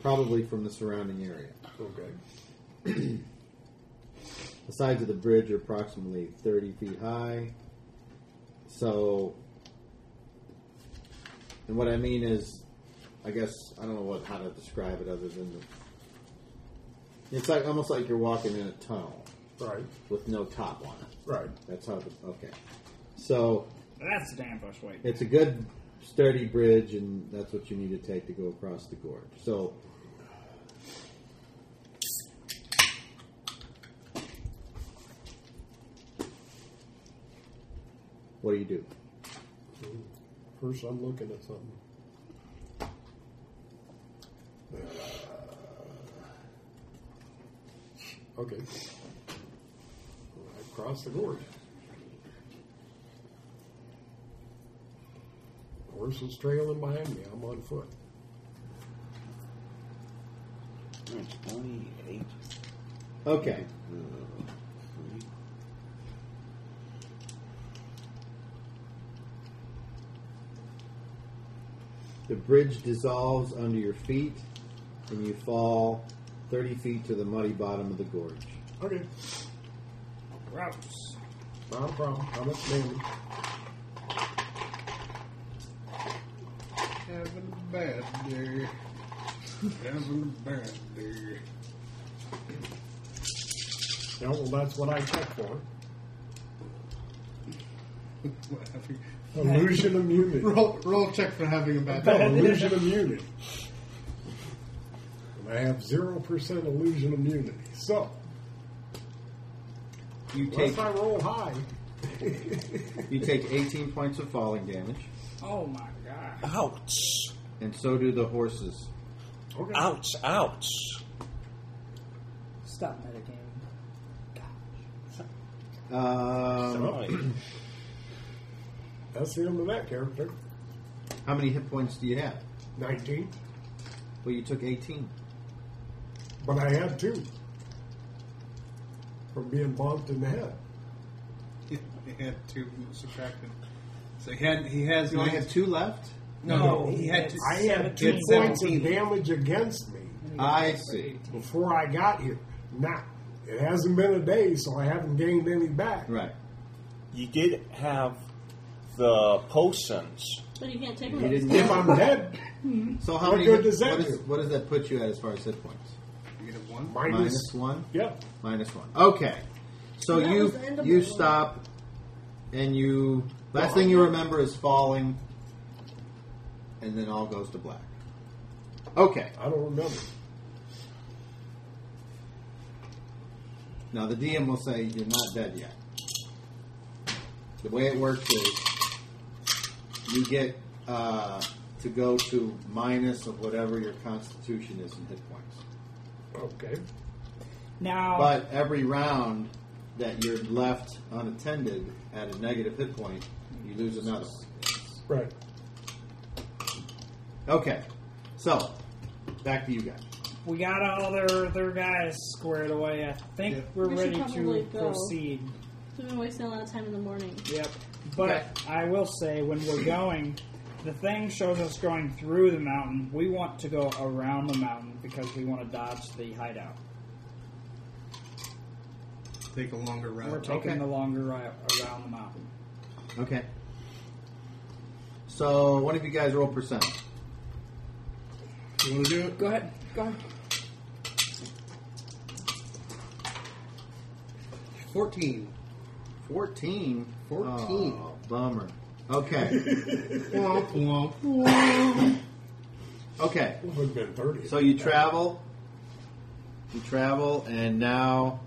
[SPEAKER 5] probably from the surrounding area.
[SPEAKER 7] Okay.
[SPEAKER 5] The sides of the bridge are approximately 30 feet high. So, and what I mean is, I guess I don't know what how to describe it other than the, it's like almost like you're walking in a tunnel
[SPEAKER 7] Right.
[SPEAKER 5] with no top on it.
[SPEAKER 7] Right.
[SPEAKER 5] That's how. The, okay, so
[SPEAKER 1] That's an ambush, wait.
[SPEAKER 5] it's a good sturdy bridge, and that's what you need to take to go across the gorge. So. What do you do?
[SPEAKER 7] First, I'm looking at something. Uh, okay. I cross the gorge. Horse is trailing behind me. I'm on foot.
[SPEAKER 4] Twenty-eight.
[SPEAKER 5] Okay. The bridge dissolves under your feet, and you fall 30 feet to the muddy bottom of the gorge.
[SPEAKER 7] Okay.
[SPEAKER 1] Gross.
[SPEAKER 7] Not a problem. How much damage?
[SPEAKER 6] Having a bad day. Having a bad day.
[SPEAKER 7] Yeah, well, that's what I check for.
[SPEAKER 6] Having-
[SPEAKER 7] Illusion of immunity.
[SPEAKER 6] roll, roll check for having a bad
[SPEAKER 7] No,
[SPEAKER 6] day.
[SPEAKER 7] illusion immunity. And I have 0% illusion immunity. So,
[SPEAKER 5] You take
[SPEAKER 7] unless I roll high,
[SPEAKER 5] you take 18 points of falling damage,
[SPEAKER 1] Oh my god.
[SPEAKER 4] Ouch!
[SPEAKER 5] and so do the horses.
[SPEAKER 7] okay.
[SPEAKER 4] Ouch! Ouch!
[SPEAKER 1] Stop medicating.
[SPEAKER 5] Um,
[SPEAKER 4] Sorry.
[SPEAKER 7] That's the end of that character.
[SPEAKER 5] how many hit points do you have?
[SPEAKER 7] 19.
[SPEAKER 5] Well, you took 18.
[SPEAKER 7] but I had two from being bumped in the head.
[SPEAKER 11] he had two subtracted. So he had he has
[SPEAKER 5] You only
[SPEAKER 11] nine-
[SPEAKER 5] have two left?
[SPEAKER 11] No, he had two.
[SPEAKER 7] I had
[SPEAKER 11] he
[SPEAKER 7] two
[SPEAKER 11] had
[SPEAKER 7] points of
[SPEAKER 11] 17.
[SPEAKER 7] damage against me
[SPEAKER 5] I see.
[SPEAKER 7] before I got here. Now it hasn't been a day, so I haven't gained any back.
[SPEAKER 5] Right.
[SPEAKER 4] You did have the potions.
[SPEAKER 2] But you can't take
[SPEAKER 5] You
[SPEAKER 2] them.
[SPEAKER 5] didn't
[SPEAKER 7] If I'm dead,
[SPEAKER 5] So how
[SPEAKER 7] What
[SPEAKER 5] many?
[SPEAKER 7] good
[SPEAKER 5] hit-
[SPEAKER 7] does that
[SPEAKER 5] what, is,
[SPEAKER 7] do?
[SPEAKER 5] what does that put you at as far as hit points?
[SPEAKER 11] You had one.
[SPEAKER 7] minus,
[SPEAKER 5] Minus one.
[SPEAKER 7] Yep.
[SPEAKER 5] Minus one. Okay. So
[SPEAKER 2] That
[SPEAKER 5] you
[SPEAKER 2] was the end of
[SPEAKER 5] you
[SPEAKER 2] my one.
[SPEAKER 5] stop, and you last thing you remember is falling, and then all goes to black. Okay.
[SPEAKER 7] I don't remember.
[SPEAKER 5] Now the DM will say you're not dead yet. The way it works is you get uh, to go to minus of whatever your constitution is in hit points.
[SPEAKER 7] Okay.
[SPEAKER 1] Now,
[SPEAKER 5] But every round that you're left unattended at a negative hit point, you lose another one.
[SPEAKER 7] Right.
[SPEAKER 5] Okay, so back to you guys.
[SPEAKER 1] we got all their, their guys squared away. I think
[SPEAKER 6] Yeah.
[SPEAKER 1] we're
[SPEAKER 2] We should
[SPEAKER 1] ready
[SPEAKER 2] probably
[SPEAKER 1] to
[SPEAKER 2] go.
[SPEAKER 1] proceed.
[SPEAKER 2] We've been wasting a lot of time in the morning.
[SPEAKER 1] Yep. But I will say, when we're going, the thing shows us going through the mountain. We want to go around the mountain because we want to dodge the hideout.
[SPEAKER 11] Take a longer
[SPEAKER 1] We're
[SPEAKER 11] route.
[SPEAKER 1] taking
[SPEAKER 5] okay.
[SPEAKER 1] the longer route around the mountain.
[SPEAKER 5] Okay. So one of you guys roll percent.
[SPEAKER 11] You want to do it?
[SPEAKER 1] Go ahead. Go ahead.
[SPEAKER 11] 14.
[SPEAKER 5] Fourteen.
[SPEAKER 11] 14.
[SPEAKER 5] Oh, bummer. Okay.
[SPEAKER 11] Womp, womp.
[SPEAKER 5] okay.
[SPEAKER 7] It would have been thirty.
[SPEAKER 5] So you travel. You travel, and now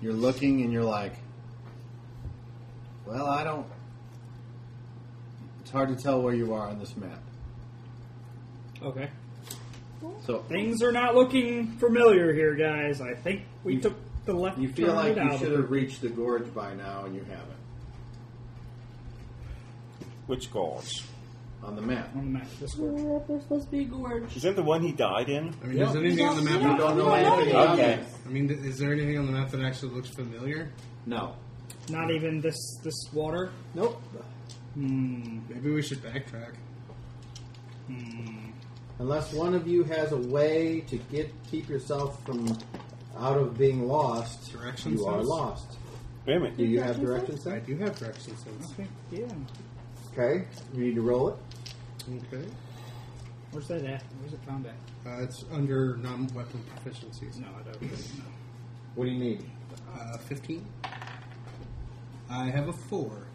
[SPEAKER 5] you're looking, and you're like, "Well, I don't." It's hard to tell where you are on this map.
[SPEAKER 1] Okay.
[SPEAKER 5] So
[SPEAKER 1] Things are not looking familiar here, guys. I think we
[SPEAKER 5] You-
[SPEAKER 1] took the left
[SPEAKER 5] you feel
[SPEAKER 1] turn
[SPEAKER 5] like
[SPEAKER 1] down.
[SPEAKER 5] you should have reached the gorge by now, and you haven't
[SPEAKER 4] Which gods?
[SPEAKER 5] on the map.
[SPEAKER 1] on the map. This way.
[SPEAKER 2] There's supposed to be a gorge.
[SPEAKER 4] Is that the one he died in?
[SPEAKER 11] I mean, is there anything on the map?
[SPEAKER 2] You
[SPEAKER 11] that-
[SPEAKER 5] don't know
[SPEAKER 2] we
[SPEAKER 5] anything
[SPEAKER 2] know
[SPEAKER 5] about
[SPEAKER 2] yet.
[SPEAKER 5] it.
[SPEAKER 11] I mean, is there anything on the map that actually looks familiar?
[SPEAKER 5] No.
[SPEAKER 1] Not even this this water.
[SPEAKER 5] Nope.
[SPEAKER 1] Hmm.
[SPEAKER 11] Maybe we should backtrack.
[SPEAKER 1] Hmm.
[SPEAKER 5] Unless one of you has a way to get keep yourself from out of being lost,
[SPEAKER 11] Direction
[SPEAKER 5] you are
[SPEAKER 11] sense?
[SPEAKER 5] lost.
[SPEAKER 4] Wait a
[SPEAKER 5] Do
[SPEAKER 4] minute.
[SPEAKER 5] you have direction
[SPEAKER 11] I
[SPEAKER 5] sense?
[SPEAKER 11] do have direction sense.
[SPEAKER 1] Okay. Yeah.
[SPEAKER 5] Okay. You need to roll it.
[SPEAKER 11] Okay.
[SPEAKER 1] Where's that at? Where's it found at?
[SPEAKER 11] Uh, it's under non-weapon proficiencies.
[SPEAKER 1] No, I don't. Really know.
[SPEAKER 5] What do you need?
[SPEAKER 11] Uh, 15. I have a 4.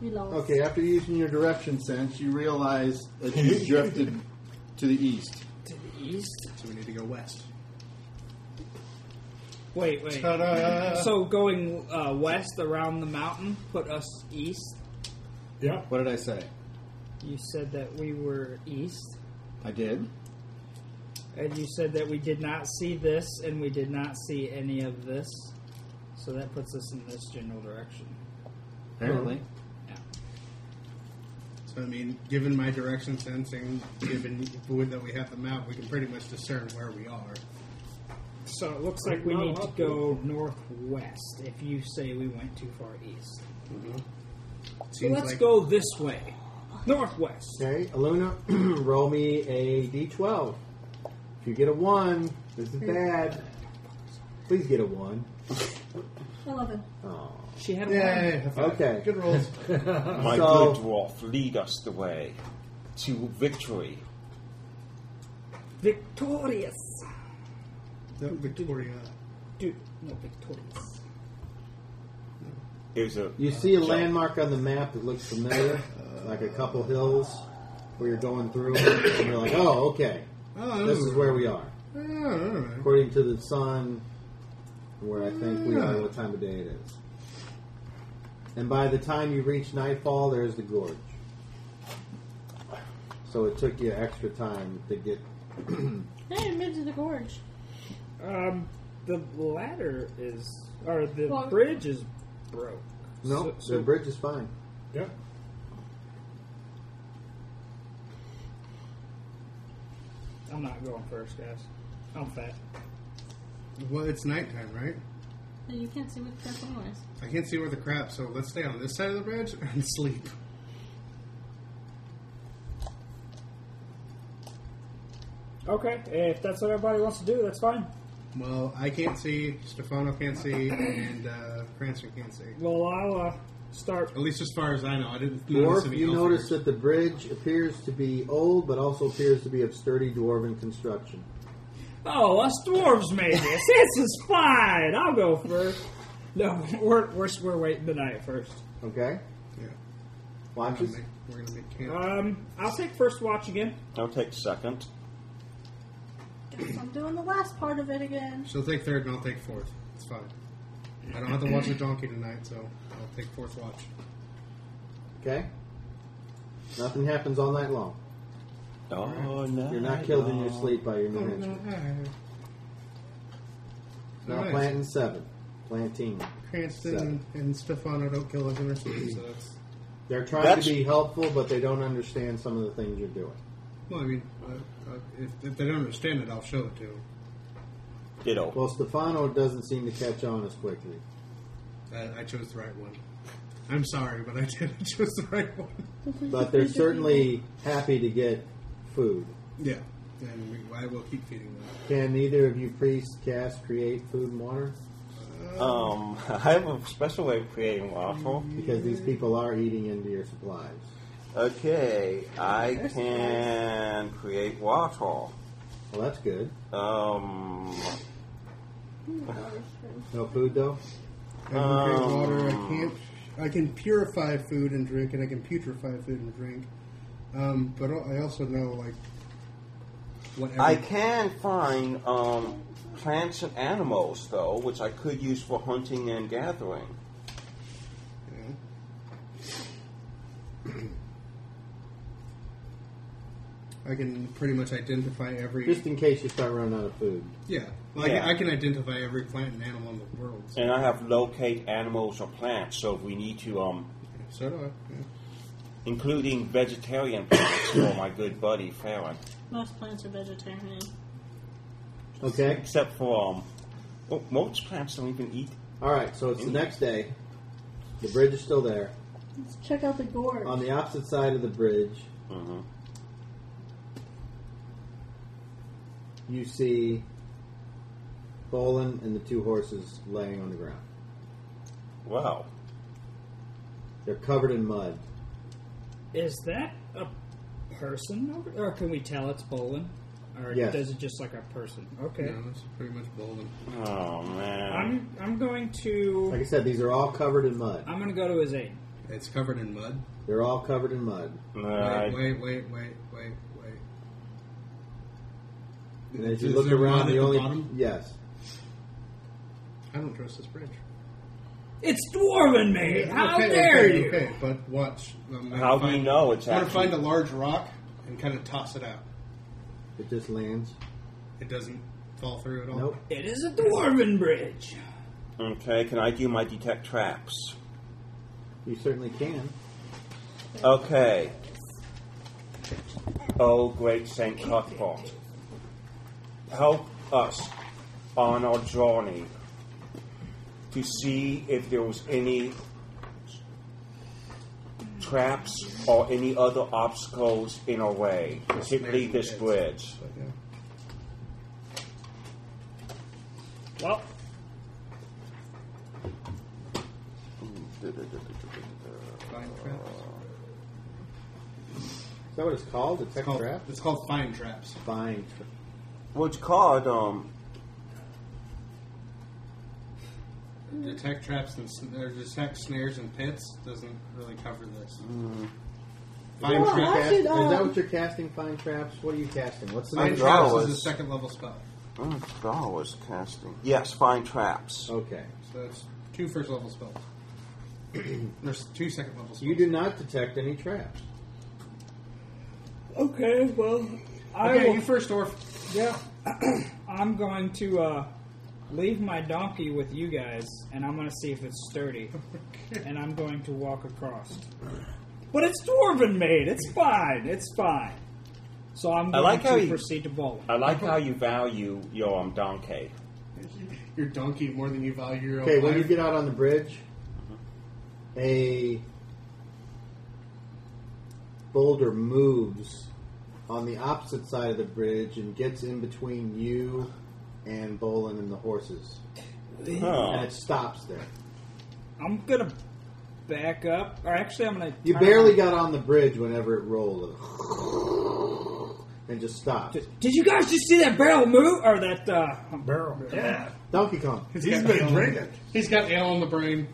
[SPEAKER 2] We lost.
[SPEAKER 5] Okay. After using your direction sense, you realize that you drifted to the east.
[SPEAKER 1] East.
[SPEAKER 11] So we need to go west.
[SPEAKER 1] Wait, wait. So going uh, west around the mountain put us east.
[SPEAKER 7] Yep.
[SPEAKER 5] What did I say?
[SPEAKER 1] You said that we were east,
[SPEAKER 5] I did.
[SPEAKER 1] and you said that we did not see this, and we did not see any of this. So that puts us in this general direction.
[SPEAKER 5] Apparently.
[SPEAKER 11] So, I mean, given my direction sense and given the void that we have the map, we can pretty much discern where we are.
[SPEAKER 1] So it looks like we need to go northwest. If you say we went too far east, so
[SPEAKER 11] Mm-hmm. Seems
[SPEAKER 1] let's
[SPEAKER 11] like
[SPEAKER 1] go this way, northwest.
[SPEAKER 5] Okay. Aluna, roll me a d12. If you get a one, this is bad. Please get a one.
[SPEAKER 2] 11.
[SPEAKER 5] Oh.
[SPEAKER 1] She had a one.
[SPEAKER 11] Yeah.
[SPEAKER 5] Okay.
[SPEAKER 11] Good rolls.
[SPEAKER 4] My
[SPEAKER 5] So-
[SPEAKER 4] good dwarf, lead us the way to victory.
[SPEAKER 1] victorious.
[SPEAKER 11] The Victoria.
[SPEAKER 1] Dude, no victorious.
[SPEAKER 4] It was a
[SPEAKER 5] You see a landmark on the map that looks familiar, like a couple hills where you're going through, and you're like, "Oh, okay,
[SPEAKER 11] Oh,
[SPEAKER 5] this is where we are."
[SPEAKER 11] Oh, all right.
[SPEAKER 5] According to the sun, where I think we are, what time of day it is. And by the time you reach nightfall, there's the gorge. So it took you extra time to get.
[SPEAKER 2] Hey, I made it to the gorge.
[SPEAKER 1] Um, the ladder is, or the
[SPEAKER 2] Well-
[SPEAKER 1] bridge is broke.
[SPEAKER 5] No,
[SPEAKER 1] So- so-
[SPEAKER 5] the bridge is fine.
[SPEAKER 7] Yep.
[SPEAKER 1] I'm not going first, guys. I'm fat.
[SPEAKER 6] Well, it's nighttime, right?
[SPEAKER 2] And you can't see what the crap anyways.
[SPEAKER 6] I can't see where the crap, so let's stay on this side of the bridge and sleep.
[SPEAKER 1] Okay, if that's what everybody wants to do, that's fine.
[SPEAKER 6] Well, I can't see, Stefano can't see, and uh, Cranston can't see.
[SPEAKER 1] Well, I'll uh, start.
[SPEAKER 6] At least as far as I know, I didn't notice
[SPEAKER 5] Dwarf,
[SPEAKER 6] any.
[SPEAKER 5] you
[SPEAKER 6] elf
[SPEAKER 5] notice
[SPEAKER 6] ears.
[SPEAKER 5] that the bridge appears to be old, but also appears to be of sturdy dwarven construction.
[SPEAKER 1] Oh, us dwarves made this. this is fine. I'll go first. No, we're, we're, we're waiting tonight first.
[SPEAKER 5] Okay?
[SPEAKER 6] Yeah.
[SPEAKER 5] Watches?
[SPEAKER 6] We're gonna make camp.
[SPEAKER 1] Um, I'll take first watch again.
[SPEAKER 4] I'll take second.
[SPEAKER 2] Guess I'm doing the last part of it again.
[SPEAKER 6] She'll take third, and I'll take fourth. It's fine. I don't have to watch the donkey tonight, so I'll take fourth watch.
[SPEAKER 5] Okay? Nothing happens all night long.
[SPEAKER 4] Oh, no.
[SPEAKER 5] You're not killed in your sleep by your new henchman. Now
[SPEAKER 6] Nice.
[SPEAKER 5] planting seven. Planting.
[SPEAKER 6] Cranston
[SPEAKER 5] Seven.
[SPEAKER 6] and Stefano don't kill us in our sleep, so that's.
[SPEAKER 5] They're trying
[SPEAKER 4] That's-
[SPEAKER 5] to be helpful, but they don't understand some of the things you're doing.
[SPEAKER 6] Well, I mean, uh, uh, if, if they don't understand it, I'll show it to them.
[SPEAKER 4] Ditto.
[SPEAKER 5] Well, Stefano doesn't seem to catch on as quickly.
[SPEAKER 6] I, I chose the right one. I'm sorry, but I did. I chose the right one.
[SPEAKER 5] But they're certainly happy to get food.
[SPEAKER 6] Yeah, and we, I will keep feeding them.
[SPEAKER 5] Can either of you priests cast, create food and water?
[SPEAKER 4] Um, I have a special way of creating waffle.
[SPEAKER 5] Because these people are eating into your supplies.
[SPEAKER 4] Okay, I can create waffle.
[SPEAKER 5] Well, that's good.
[SPEAKER 4] Um,
[SPEAKER 5] No food, though?
[SPEAKER 12] I can create
[SPEAKER 4] Um,
[SPEAKER 12] water. I can't. I can purify food and drink, and I can putrefy food and drink. Um, but al- I also know like whatever.
[SPEAKER 4] I can find um, plants and animals, though, which I could use for hunting and gathering.
[SPEAKER 6] I can pretty much identify every.
[SPEAKER 5] Just in case you start running out of food.
[SPEAKER 6] Yeah, like
[SPEAKER 4] Yeah.
[SPEAKER 6] I can identify every plant and animal in the world. So,
[SPEAKER 4] And I have locate animals or plants, so if we need to, um,
[SPEAKER 6] so do I. Yeah.
[SPEAKER 4] including vegetarian plants for my good buddy Farron.
[SPEAKER 2] Most plants are vegetarian.
[SPEAKER 5] Okay?
[SPEAKER 4] Except for, um, well, most plants don't even eat.
[SPEAKER 5] Alright, so it's the next day. The bridge is still there.
[SPEAKER 2] Let's check out the gorge.
[SPEAKER 5] On the opposite side of the bridge,
[SPEAKER 4] hmm
[SPEAKER 5] you see Bolin and the two horses laying on the ground.
[SPEAKER 4] Wow.
[SPEAKER 5] They're covered in mud.
[SPEAKER 1] Is that a person, over, or can we tell it's Bolin? Or
[SPEAKER 5] Yes.
[SPEAKER 1] does it just like a person? Okay.
[SPEAKER 6] No, that's pretty much bold.
[SPEAKER 4] Oh, man.
[SPEAKER 1] I'm I'm going to
[SPEAKER 5] Like I said, these are all covered in mud.
[SPEAKER 1] I'm going to go to his aid.
[SPEAKER 6] It's covered in mud.
[SPEAKER 5] They're all covered in mud.
[SPEAKER 4] Uh,
[SPEAKER 6] Wait,
[SPEAKER 4] I-
[SPEAKER 6] wait, wait, wait, wait, wait.
[SPEAKER 5] And as you
[SPEAKER 6] Is
[SPEAKER 5] look
[SPEAKER 6] there
[SPEAKER 5] around,
[SPEAKER 6] mud at
[SPEAKER 5] the
[SPEAKER 6] the
[SPEAKER 5] only
[SPEAKER 6] bottom?
[SPEAKER 5] yes,
[SPEAKER 6] I don't trust this bridge.
[SPEAKER 1] It's dwarven me. How
[SPEAKER 6] okay,
[SPEAKER 1] dare
[SPEAKER 6] okay,
[SPEAKER 1] you?
[SPEAKER 6] Okay, but watch. I'm gonna
[SPEAKER 4] How do you know it's
[SPEAKER 6] I'm gonna
[SPEAKER 4] actually-
[SPEAKER 6] find a large rock and kind of toss it out.
[SPEAKER 5] it just lands.
[SPEAKER 6] It doesn't fall through at all.
[SPEAKER 5] Nope.
[SPEAKER 1] It is a dwarven bridge.
[SPEAKER 4] okay, can I do my detect traps?
[SPEAKER 5] You certainly can.
[SPEAKER 4] Okay. Oh, great Saint Cuthbert, help us on our journey to see if there was any traps or any other obstacles in our way, particularly this bridge.
[SPEAKER 1] Well,
[SPEAKER 6] Find traps.
[SPEAKER 5] Is that what it's called? A tech
[SPEAKER 6] Called-
[SPEAKER 5] trap?
[SPEAKER 6] It's called find traps.
[SPEAKER 5] Fine. Tra-
[SPEAKER 4] What's called um
[SPEAKER 6] Detect traps and sn- or detect snares and pits doesn't really cover this.
[SPEAKER 5] Hmm.
[SPEAKER 6] Find
[SPEAKER 2] Well,
[SPEAKER 6] traps.
[SPEAKER 2] I
[SPEAKER 5] Cast-
[SPEAKER 2] should,
[SPEAKER 5] is that
[SPEAKER 2] um,
[SPEAKER 5] what you're casting? Fine traps? What are you casting? What's the
[SPEAKER 6] Find
[SPEAKER 5] name?
[SPEAKER 4] Fine tra-
[SPEAKER 6] traps
[SPEAKER 4] was-
[SPEAKER 6] is a second level spell.
[SPEAKER 4] oh, Star Wars casting. Yes, find traps.
[SPEAKER 5] Okay.
[SPEAKER 6] So it's two first level spells. There's two second level spells.
[SPEAKER 5] You do not detect any traps.
[SPEAKER 1] okay, well, I
[SPEAKER 6] Okay,
[SPEAKER 1] will,
[SPEAKER 6] you first, Orf.
[SPEAKER 1] yeah. I'm going to uh, leave my donkey with you guys, and I'm going to see if it's sturdy. and I'm going to walk across. But it's dwarven made. It's fine. It's fine. So I'm
[SPEAKER 4] I
[SPEAKER 1] going
[SPEAKER 4] like how
[SPEAKER 1] to
[SPEAKER 4] you-
[SPEAKER 1] proceed to bowling.
[SPEAKER 4] I like how you value your um, donkey.
[SPEAKER 6] Your donkey more than you value your own
[SPEAKER 5] Okay, when
[SPEAKER 6] life.
[SPEAKER 5] you get out on the bridge, a boulder moves on the opposite side of the bridge and gets in between you and Bolin and the horses. And
[SPEAKER 4] Huh.
[SPEAKER 5] it stops there.
[SPEAKER 1] I'm gonna back up, or actually, I'm gonna.
[SPEAKER 5] You
[SPEAKER 1] turn-
[SPEAKER 5] barely got on the bridge whenever it rolled. And just stopped.
[SPEAKER 1] Did you guys just see that barrel move or that? Uh,
[SPEAKER 7] Barrel. Yeah.
[SPEAKER 5] Donkey Kong.
[SPEAKER 7] He's been drinking.
[SPEAKER 6] He's got ale in the brain.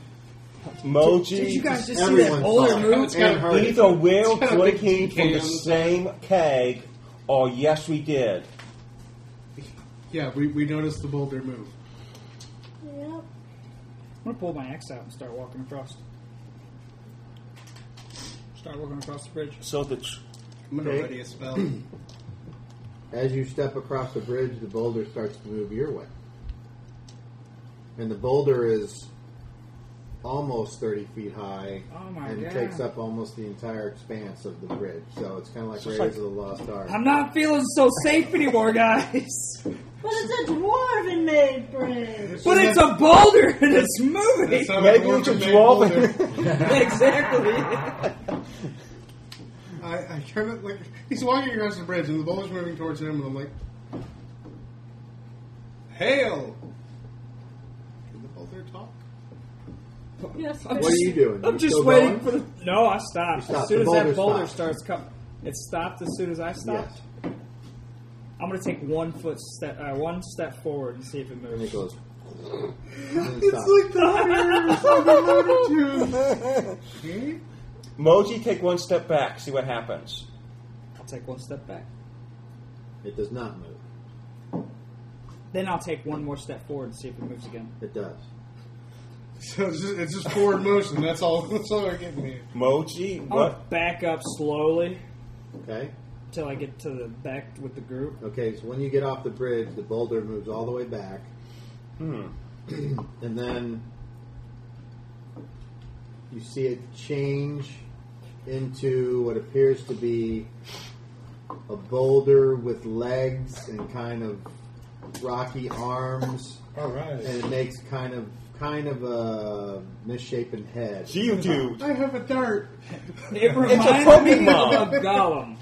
[SPEAKER 1] did you
[SPEAKER 4] Moji.
[SPEAKER 1] guys just see that
[SPEAKER 5] Everyone
[SPEAKER 1] bowler
[SPEAKER 5] saw it.
[SPEAKER 1] move?
[SPEAKER 6] It's got
[SPEAKER 5] And
[SPEAKER 6] a-
[SPEAKER 5] her-
[SPEAKER 4] Either we're
[SPEAKER 6] It's got a big
[SPEAKER 4] drinking from
[SPEAKER 6] can.
[SPEAKER 4] the same keg, or yes, we did.
[SPEAKER 6] Yeah, we, we noticed the boulder move.
[SPEAKER 2] Yep.
[SPEAKER 1] I'm gonna pull my axe out and start walking across. Start walking across the bridge.
[SPEAKER 4] So the tr-
[SPEAKER 6] I'm gonna
[SPEAKER 5] Okay.
[SPEAKER 6] ready a spell.
[SPEAKER 5] As you step across the bridge, the boulder starts to move your way. And the boulder is almost 30 feet high
[SPEAKER 1] Oh my
[SPEAKER 5] and
[SPEAKER 1] God.
[SPEAKER 5] takes up almost the entire expanse of the bridge. So it's kind of like
[SPEAKER 4] just
[SPEAKER 5] Raiders
[SPEAKER 4] like-
[SPEAKER 5] of the Lost Ark.
[SPEAKER 1] I'm not feeling so safe anymore, guys.
[SPEAKER 2] But it's a dwarven made bridge.
[SPEAKER 1] But it's a boulder and it's moving.
[SPEAKER 4] maybe we should draw it.
[SPEAKER 1] exactly.
[SPEAKER 6] I, I kind of like he's walking across the bridge and the boulder's moving towards him and I'm like Hail Can the boulder talk?
[SPEAKER 2] Yes.
[SPEAKER 1] I'm
[SPEAKER 5] What are you doing?
[SPEAKER 1] I'm
[SPEAKER 5] You
[SPEAKER 1] just
[SPEAKER 5] still
[SPEAKER 1] waiting
[SPEAKER 5] going?
[SPEAKER 1] for the. No, I stopped.
[SPEAKER 5] You stopped.
[SPEAKER 1] As soon as
[SPEAKER 5] The
[SPEAKER 1] that
[SPEAKER 5] boulder
[SPEAKER 1] boulder
[SPEAKER 5] stopped.
[SPEAKER 1] starts coming, it stopped as soon as I stopped.
[SPEAKER 5] Yes.
[SPEAKER 1] I'm gonna take one foot step, uh, one step forward and see if it
[SPEAKER 5] And
[SPEAKER 1] moves.
[SPEAKER 5] it goes. and it stops.
[SPEAKER 4] Moji, take one step back. See what happens.
[SPEAKER 1] I'll take one step back.
[SPEAKER 5] It does not move.
[SPEAKER 1] Then I'll take one more step forward and see if it moves again.
[SPEAKER 5] It does.
[SPEAKER 6] So it's just, it's just forward motion, that's all that's all we're getting here.
[SPEAKER 4] Moji,
[SPEAKER 1] I'll
[SPEAKER 4] what?
[SPEAKER 1] back up slowly
[SPEAKER 5] Okay?
[SPEAKER 1] till I get to the back with the group.
[SPEAKER 5] Okay, so when you get off the bridge, the boulder moves all the way back. and then you see it change into what appears to be a boulder with legs and kind of rocky arms,
[SPEAKER 7] All right.
[SPEAKER 5] and it makes kind of kind of a misshapen head.
[SPEAKER 4] You dude.
[SPEAKER 6] I have a dart.
[SPEAKER 1] It reminds me
[SPEAKER 4] Pokemon.
[SPEAKER 1] of Gollum.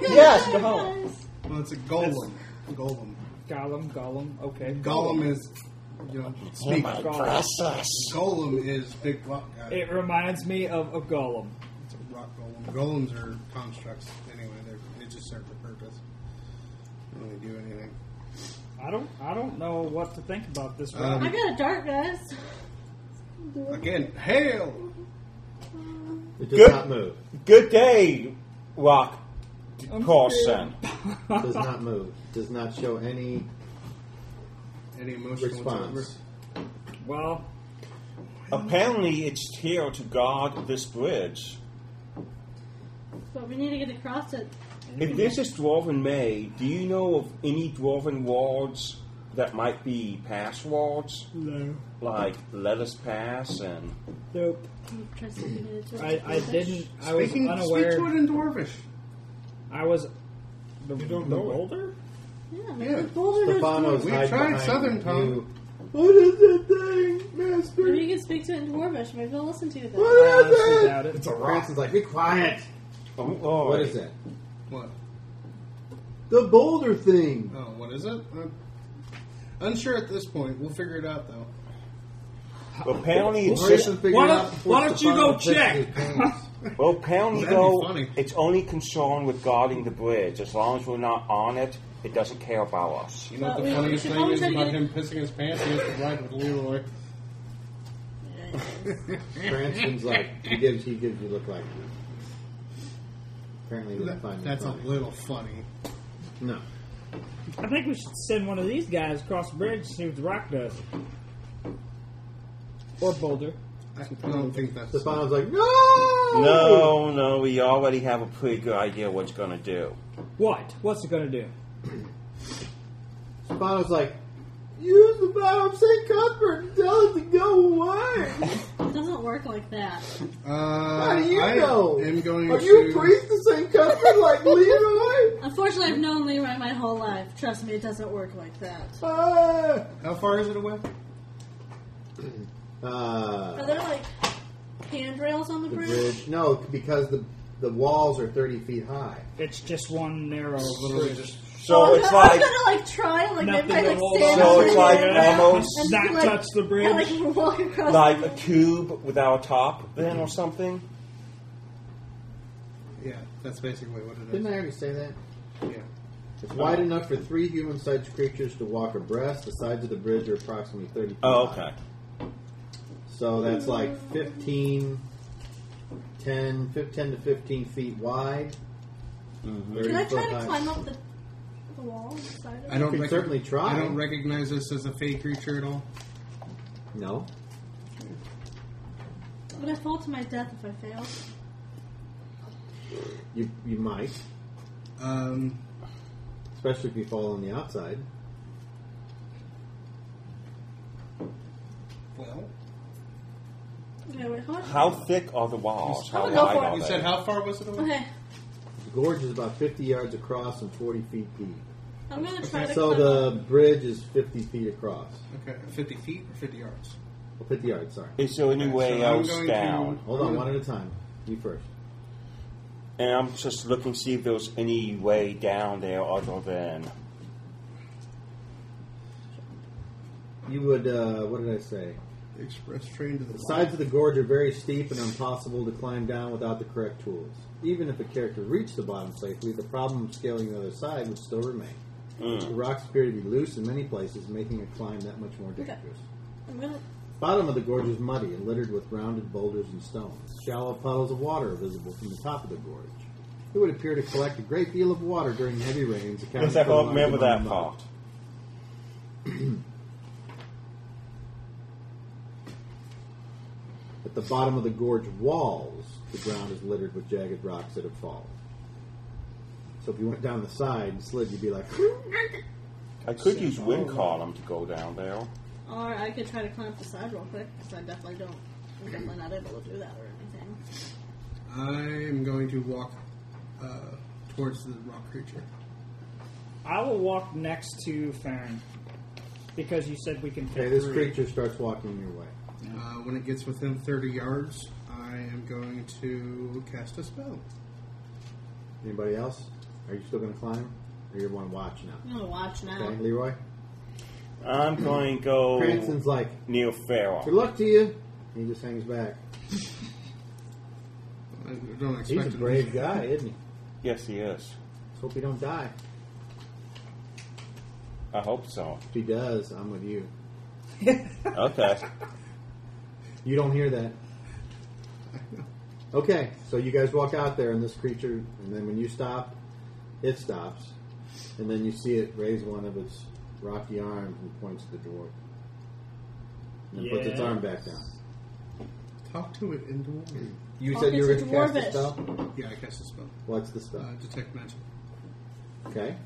[SPEAKER 4] Yes, no.
[SPEAKER 6] Well it's a golem. Golem.
[SPEAKER 1] Gollum, Gollum. Okay.
[SPEAKER 6] Golem is you know speak.
[SPEAKER 1] Gollum.
[SPEAKER 6] Golem is big rock guy.
[SPEAKER 1] It reminds me of a Gollum.
[SPEAKER 6] It's a rock golem. Golems are constructs anyway. They're, they just serve a purpose. They don't really do anything.
[SPEAKER 1] I don't. I don't know what to think about this.
[SPEAKER 6] Um,
[SPEAKER 1] round.
[SPEAKER 2] I got a dart, guys.
[SPEAKER 6] Again, hail!
[SPEAKER 5] It does
[SPEAKER 4] Good.
[SPEAKER 5] not move.
[SPEAKER 4] Good day, Rock Carson.
[SPEAKER 5] Does not move. Does not show any
[SPEAKER 6] Any emotion whatsoever.
[SPEAKER 5] response.
[SPEAKER 1] Well,
[SPEAKER 4] Apparently, it's here to guard this bridge.
[SPEAKER 2] But we need to get across it. Mm-hmm.
[SPEAKER 4] If this is Dwarven May, do you know of any Dwarven wards that might be pass wards?
[SPEAKER 1] no.
[SPEAKER 4] Like, let us pass and.
[SPEAKER 1] Nope.
[SPEAKER 2] I'm trying to see if it is.
[SPEAKER 1] I, I didn't. I was
[SPEAKER 6] Speaking, speak to it
[SPEAKER 1] unaware.
[SPEAKER 6] in Dwarvish.
[SPEAKER 1] I was. The,
[SPEAKER 7] don't
[SPEAKER 1] the
[SPEAKER 7] know it.
[SPEAKER 1] boulder?
[SPEAKER 2] Yeah,
[SPEAKER 6] Yeah.
[SPEAKER 2] the boulder knows
[SPEAKER 5] Stefano's
[SPEAKER 6] We
[SPEAKER 5] hide
[SPEAKER 6] tried
[SPEAKER 5] behind
[SPEAKER 6] Southern Tongue.
[SPEAKER 5] you. What is that thing, Master?
[SPEAKER 2] Maybe you can speak to it in Dwarvish. Maybe they'll listen to you then.
[SPEAKER 1] I
[SPEAKER 5] What
[SPEAKER 1] honestly
[SPEAKER 5] is
[SPEAKER 1] doubt
[SPEAKER 5] it?
[SPEAKER 1] it.
[SPEAKER 7] It's a rock.
[SPEAKER 5] Branson's like, be quiet.
[SPEAKER 4] Oh, Lord.
[SPEAKER 5] What is it?
[SPEAKER 6] What?
[SPEAKER 5] The boulder thing.
[SPEAKER 6] Oh, what is it? Uh, unsure at this point. We'll figure it out, though.
[SPEAKER 4] Apparently, it's just.
[SPEAKER 5] Grayson figured
[SPEAKER 1] Why
[SPEAKER 5] out
[SPEAKER 1] don't, why don't you go
[SPEAKER 5] Stefano fixed
[SPEAKER 1] check?
[SPEAKER 5] his pants.
[SPEAKER 4] Well, apparently,
[SPEAKER 6] That'd be
[SPEAKER 4] though,
[SPEAKER 6] funny.
[SPEAKER 4] it's only concerned with guarding the bridge. As long as we're not on it, it doesn't care about us.
[SPEAKER 6] You know
[SPEAKER 2] Uh,
[SPEAKER 6] what the
[SPEAKER 2] we- we
[SPEAKER 6] funniest
[SPEAKER 2] should
[SPEAKER 6] thing
[SPEAKER 2] probably
[SPEAKER 6] is
[SPEAKER 2] try to
[SPEAKER 6] about
[SPEAKER 2] get-
[SPEAKER 6] him pissing his pants? He has to ride with Leroy.
[SPEAKER 5] Branson's like, he gives, he gives you look like. Apparently, he didn't find it
[SPEAKER 6] That's a
[SPEAKER 5] funny.
[SPEAKER 6] little funny.
[SPEAKER 5] No.
[SPEAKER 1] I think we should send one of these guys across the bridge to see what the rock does. Or boulder.
[SPEAKER 6] I don't think that's...
[SPEAKER 5] Stefano's like, no!
[SPEAKER 4] No, no, we already have a pretty good idea what it's going to do.
[SPEAKER 1] What? What's it gonna do?
[SPEAKER 5] Stefano's like, use the bottom of St. Cuthbert and tell it to go away.
[SPEAKER 2] It doesn't work like that.
[SPEAKER 6] Uh,
[SPEAKER 5] How do you
[SPEAKER 6] I
[SPEAKER 5] know?
[SPEAKER 6] am going
[SPEAKER 5] Are
[SPEAKER 6] to...
[SPEAKER 5] you a priest of St. Cuthbert like Leroy?
[SPEAKER 2] Unfortunately, I've known Leroy my whole life. Trust me, it doesn't work like that.
[SPEAKER 8] How far is it away?
[SPEAKER 5] Uh,
[SPEAKER 2] Are there like handrails on the,
[SPEAKER 5] the
[SPEAKER 2] bridge?
[SPEAKER 5] bridge. No, because the the walls are thirty feet high.
[SPEAKER 1] It's just one narrow little.
[SPEAKER 4] So
[SPEAKER 2] Oh,
[SPEAKER 4] it's
[SPEAKER 2] no, I was
[SPEAKER 4] like
[SPEAKER 2] gonna like try and like
[SPEAKER 1] Nothing
[SPEAKER 2] maybe I
[SPEAKER 1] at
[SPEAKER 2] could
[SPEAKER 1] all.
[SPEAKER 2] stand
[SPEAKER 4] So
[SPEAKER 2] up
[SPEAKER 4] it's
[SPEAKER 2] and
[SPEAKER 4] like
[SPEAKER 2] walk around
[SPEAKER 4] almost-
[SPEAKER 2] and
[SPEAKER 1] Not
[SPEAKER 2] just, like,
[SPEAKER 1] touch the bridge.
[SPEAKER 2] And, like walk across.
[SPEAKER 4] like
[SPEAKER 2] the
[SPEAKER 4] a cube without a top, then or something.
[SPEAKER 11] Yeah, that's basically what it is.
[SPEAKER 5] Didn't I already say that?
[SPEAKER 11] Yeah.
[SPEAKER 5] It's wide enough for three human-sized creatures to walk abreast. The sides of the bridge are approximately thirty. Feet
[SPEAKER 4] Oh,
[SPEAKER 5] high.
[SPEAKER 4] okay.
[SPEAKER 5] So that's like 15, 10, 15 10 to 15 feet wide.
[SPEAKER 4] Mm-hmm.
[SPEAKER 2] Can I try
[SPEAKER 5] 30 foot
[SPEAKER 2] to
[SPEAKER 5] high.
[SPEAKER 2] climb up the, the wall? the side of
[SPEAKER 11] I
[SPEAKER 2] it?
[SPEAKER 5] You
[SPEAKER 11] don't
[SPEAKER 5] can
[SPEAKER 11] recog-
[SPEAKER 5] certainly try.
[SPEAKER 11] I don't recognize this as a fey creature at all.
[SPEAKER 5] no.
[SPEAKER 2] Would I fall to my death if I fail?
[SPEAKER 5] You, you might.
[SPEAKER 11] Um,
[SPEAKER 5] Especially if you fall on the outside.
[SPEAKER 11] well,
[SPEAKER 2] Okay, wait, how much?
[SPEAKER 4] How thick are the walls? How
[SPEAKER 2] I'm
[SPEAKER 4] wide
[SPEAKER 2] gonna go for it.
[SPEAKER 4] are
[SPEAKER 11] you
[SPEAKER 4] they?
[SPEAKER 11] said how far was it away?
[SPEAKER 2] Okay,
[SPEAKER 5] The gorge is about 50 yards across and 40 feet deep.
[SPEAKER 2] I'm gonna try to
[SPEAKER 5] So
[SPEAKER 2] climb.
[SPEAKER 5] the bridge is 50 feet across.
[SPEAKER 11] Okay, 50 feet or 50 yards?
[SPEAKER 5] Well, 50 yards, sorry.
[SPEAKER 4] Is there any way
[SPEAKER 11] so I'm
[SPEAKER 4] else
[SPEAKER 11] going to-
[SPEAKER 4] down?
[SPEAKER 5] Hold on, one at a time. You first.
[SPEAKER 4] And I'm just looking to see if there's any way down there other than
[SPEAKER 5] You would, uh, what did I say?
[SPEAKER 11] Express train to
[SPEAKER 5] The sides of the gorge are very steep and impossible to climb down without the correct tools. Even if a character reached the bottom safely, the problem of scaling the other side would still remain.
[SPEAKER 4] Mm.
[SPEAKER 5] The rocks appear to be loose in many places, making a climb that much more dangerous.
[SPEAKER 2] I'm gonna.
[SPEAKER 5] Bottom of the gorge is muddy and littered with rounded boulders and stones. Shallow puddles of water are visible from the top of the gorge. It would appear to collect a great deal of water during heavy rains. accounting
[SPEAKER 4] Yes, I
[SPEAKER 5] for a
[SPEAKER 4] don't
[SPEAKER 5] large
[SPEAKER 4] remember
[SPEAKER 5] amount
[SPEAKER 4] that
[SPEAKER 5] of mud.
[SPEAKER 4] part.
[SPEAKER 5] At the bottom of the gorge walls, the ground is littered with jagged rocks that have fallen. So if you went down the side and slid, you'd be like,
[SPEAKER 4] I could use wind column to go down there.
[SPEAKER 2] Or I could try to climb up the side real quick because I definitely don't. I'm definitely not able to do that or anything.
[SPEAKER 11] I am going to walk uh, towards the rock creature.
[SPEAKER 1] I will walk next to Farron because you said we can.
[SPEAKER 5] okay,
[SPEAKER 1] fit
[SPEAKER 5] this
[SPEAKER 1] through.
[SPEAKER 5] creature starts walking your way.
[SPEAKER 11] Uh, when it gets within 30 yards, I am going to cast a spell.
[SPEAKER 5] Anybody else? Are you still going to climb? Or you want to watch now?
[SPEAKER 2] I'm gonna watch now.
[SPEAKER 5] Okay, Leroy?
[SPEAKER 4] I'm going to
[SPEAKER 5] Oh.
[SPEAKER 4] go
[SPEAKER 5] Cranston's like,
[SPEAKER 4] near
[SPEAKER 5] good
[SPEAKER 4] Pharaoh.
[SPEAKER 5] luck to you. He just hangs back.
[SPEAKER 11] I don't expect
[SPEAKER 5] He's a
[SPEAKER 11] it-
[SPEAKER 5] brave guy, isn't he?
[SPEAKER 4] Yes, he is.
[SPEAKER 5] Let's hope he don't die.
[SPEAKER 4] I hope so.
[SPEAKER 5] If he does, I'm with you.
[SPEAKER 4] Okay.
[SPEAKER 5] You don't hear that. Okay, so you guys walk out there, and this creature, and then when you stop, it stops, and then you see it raise one of its rocky arms and points to the dwarf, and then puts its
[SPEAKER 1] Yeah.
[SPEAKER 5] arm back down.
[SPEAKER 11] Talk to it in dwarven.
[SPEAKER 5] You
[SPEAKER 2] Oh,
[SPEAKER 5] said you were
[SPEAKER 2] it's
[SPEAKER 5] going to cast
[SPEAKER 2] dwarvish.
[SPEAKER 5] a spell.
[SPEAKER 11] Yeah, I cast a spell.
[SPEAKER 5] What's the spell?
[SPEAKER 11] Uh, detect magic.
[SPEAKER 5] Okay.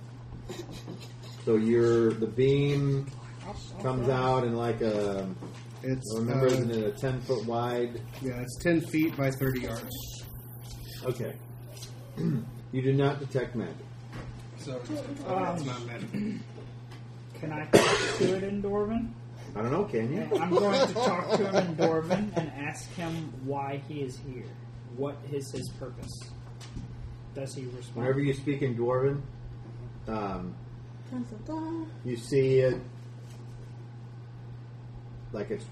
[SPEAKER 5] So your the beam comes out in like a.
[SPEAKER 11] It's
[SPEAKER 5] Remember,
[SPEAKER 11] uh,
[SPEAKER 5] isn't it a ten foot wide?
[SPEAKER 11] yeah, it's 10 feet by 30 yards.
[SPEAKER 5] Okay. you do not detect magic.
[SPEAKER 11] So it's, it's not
[SPEAKER 6] Um,
[SPEAKER 11] magic.
[SPEAKER 1] Can I talk to it in Dwarven?
[SPEAKER 5] I don't know. Can you?
[SPEAKER 1] And I'm going to talk to him in Dwarven and ask him why he is here. What is his purpose? Does he respond?
[SPEAKER 5] Whenever you speak in Dwarven, um,
[SPEAKER 2] Dun, dun, dun.
[SPEAKER 5] you see it like its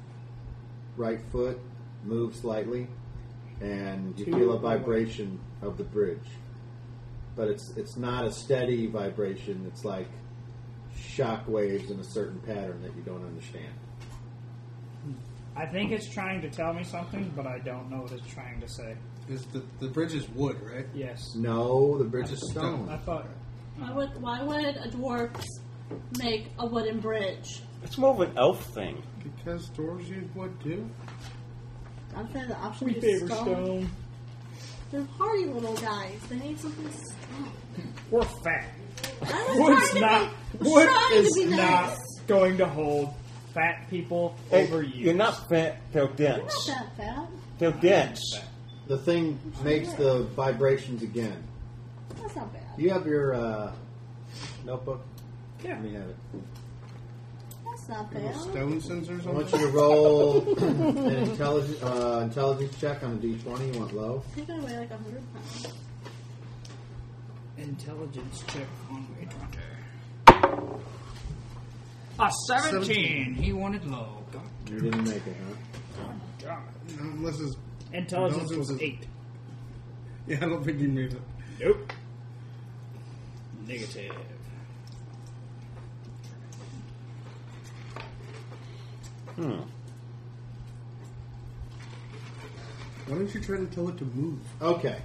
[SPEAKER 5] right foot moves slightly, and you
[SPEAKER 1] Two.
[SPEAKER 5] feel a vibration of the bridge. But it's it's not a steady vibration. It's like shock waves in a certain pattern that you don't understand.
[SPEAKER 1] I think it's trying to tell me something, but I don't know what it's trying to say.
[SPEAKER 11] Is the, the bridge is wood, right?
[SPEAKER 1] Yes.
[SPEAKER 5] No, the bridge is
[SPEAKER 1] I
[SPEAKER 5] stone.
[SPEAKER 1] thought.
[SPEAKER 2] Why would why would a dwarf make a wooden bridge?
[SPEAKER 4] it's more of an elf thing.
[SPEAKER 11] Because dwarves use wood too.
[SPEAKER 2] I'm saying the option
[SPEAKER 1] We
[SPEAKER 2] is
[SPEAKER 1] favor
[SPEAKER 2] stone.
[SPEAKER 1] stone.
[SPEAKER 2] They're hardy little guys. They need something. strong.
[SPEAKER 1] We're fat.
[SPEAKER 2] I was
[SPEAKER 1] Wood's
[SPEAKER 2] trying
[SPEAKER 1] not.
[SPEAKER 2] to be,
[SPEAKER 1] Wood
[SPEAKER 2] trying
[SPEAKER 1] is
[SPEAKER 2] to be
[SPEAKER 1] not
[SPEAKER 2] nice.
[SPEAKER 1] going to hold fat people over
[SPEAKER 4] Hey,
[SPEAKER 1] you.
[SPEAKER 4] You're not fat. They're
[SPEAKER 2] I'm not
[SPEAKER 4] dense.
[SPEAKER 2] that fat.
[SPEAKER 4] They're dense.
[SPEAKER 5] The thing makes the vibrations again.
[SPEAKER 2] That's not bad.
[SPEAKER 5] You have your uh, notebook?
[SPEAKER 1] Yeah.
[SPEAKER 5] Let me have it.
[SPEAKER 2] That's not bad.
[SPEAKER 6] Little stone sensors
[SPEAKER 5] I
[SPEAKER 6] on
[SPEAKER 5] want you to roll an intelligence, uh, intelligence check on a d20. You want low?
[SPEAKER 2] Take it away like a hundred pounds.
[SPEAKER 1] Intelligence check on Wade Runner. A 17. He wanted low. God
[SPEAKER 5] You didn't make it, huh?
[SPEAKER 1] damn
[SPEAKER 6] that. Unless it's.
[SPEAKER 1] it. Intelligence was
[SPEAKER 6] Intelligence
[SPEAKER 1] 8.
[SPEAKER 6] is- Yeah, I don't think you made it.
[SPEAKER 1] Nope. Negative.
[SPEAKER 6] Why don't you try to tell it to move?
[SPEAKER 5] Okay.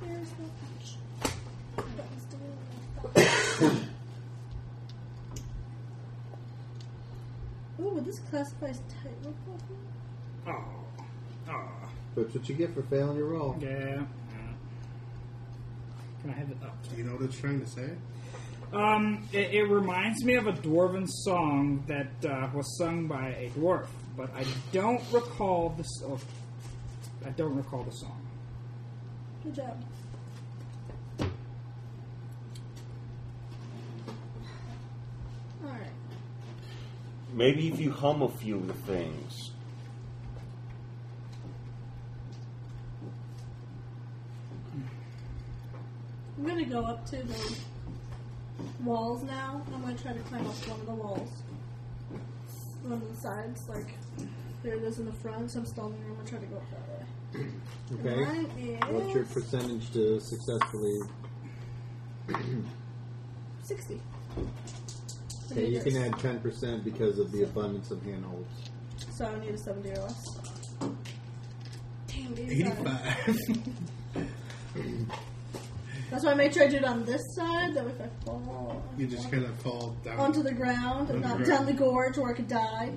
[SPEAKER 2] There's no punch. That was the way I thought. Ooh, would this classify as tightrope walking?
[SPEAKER 1] Oh. Oh.
[SPEAKER 5] That's what you get for failing your roll.
[SPEAKER 1] Yeah. Can I have it up?
[SPEAKER 6] Do you know what it's trying to say?
[SPEAKER 1] Um, it, it reminds me of a dwarven song that uh, was sung by a dwarf, but I don't recall the s- oh, I don't recall the song.
[SPEAKER 2] Good job. Alright.
[SPEAKER 4] Maybe if you hum a few of the things.
[SPEAKER 2] I'm gonna go up to the walls now. I'm gonna try to climb up one of the walls. One of the sides, like there it is in the front, so I'm still in the room. I'm gonna try to go up that way.
[SPEAKER 5] Okay.
[SPEAKER 2] Mine is
[SPEAKER 5] What's your percentage to successfully?
[SPEAKER 2] 60.
[SPEAKER 5] Okay, you can add ten percent because of the abundance of handholds.
[SPEAKER 2] So I need a 70 or less. Damn, dude. That's why I made sure I do it on this side, that way if I fall.
[SPEAKER 6] You just kind of fall down.
[SPEAKER 2] onto the ground and not
[SPEAKER 6] ground.
[SPEAKER 2] down the gorge where I could die.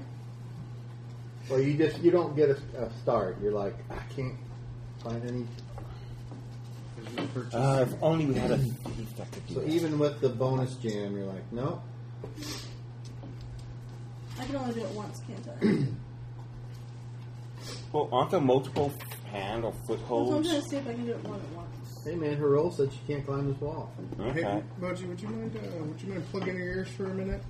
[SPEAKER 5] Well, you just you don't get a, a start. You're like, I can't find any.
[SPEAKER 4] Uh, if only we had a thief that could do
[SPEAKER 5] So
[SPEAKER 4] that.
[SPEAKER 5] even with the bonus jam, you're like, no.
[SPEAKER 2] I can only do it once, can't I?
[SPEAKER 4] Well, aren't there multiple hand or
[SPEAKER 2] so I'm trying
[SPEAKER 4] footholds?
[SPEAKER 2] to see if I can do it more than once.
[SPEAKER 5] Hey man, her roll said she can't climb this wall.
[SPEAKER 6] Hey,
[SPEAKER 4] Okay,
[SPEAKER 6] Moji, would you mind? Uh, would you mind plugging your ears for a minute?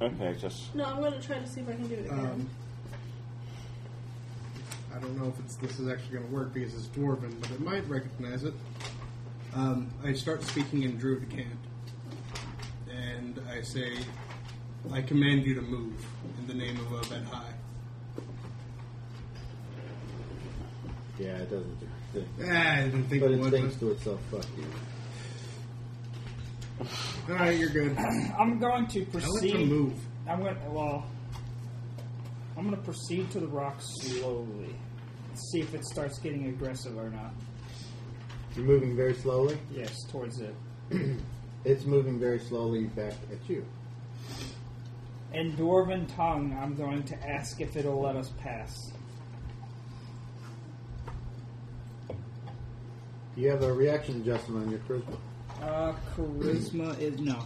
[SPEAKER 4] okay, just
[SPEAKER 2] No, I'm going to try to see if I can do it again.
[SPEAKER 6] Um, I don't know if it's, this is actually going to work because it's dwarven, but it might recognize it. Um, I start speaking in Druidicant, and I say, "I command you to move in the name of Obed High."
[SPEAKER 5] Yeah, it doesn't. do it.
[SPEAKER 6] Ah, I didn't think
[SPEAKER 5] But
[SPEAKER 6] it
[SPEAKER 5] it
[SPEAKER 6] would.
[SPEAKER 5] thinks to itself, fuck you.
[SPEAKER 6] All right, you're good.
[SPEAKER 1] I'm going to
[SPEAKER 6] I like to
[SPEAKER 1] proceed.
[SPEAKER 6] move.
[SPEAKER 1] I'm going to, well, I'm going to proceed to the rock slowly. See if it starts getting aggressive or not.
[SPEAKER 5] You're moving very slowly.
[SPEAKER 1] Yes, towards it.
[SPEAKER 5] It's moving very slowly back at you.
[SPEAKER 1] In dwarven tongue, I'm going to ask if it'll let us pass.
[SPEAKER 5] You have a reaction adjustment on your charisma.
[SPEAKER 1] Uh, charisma is no.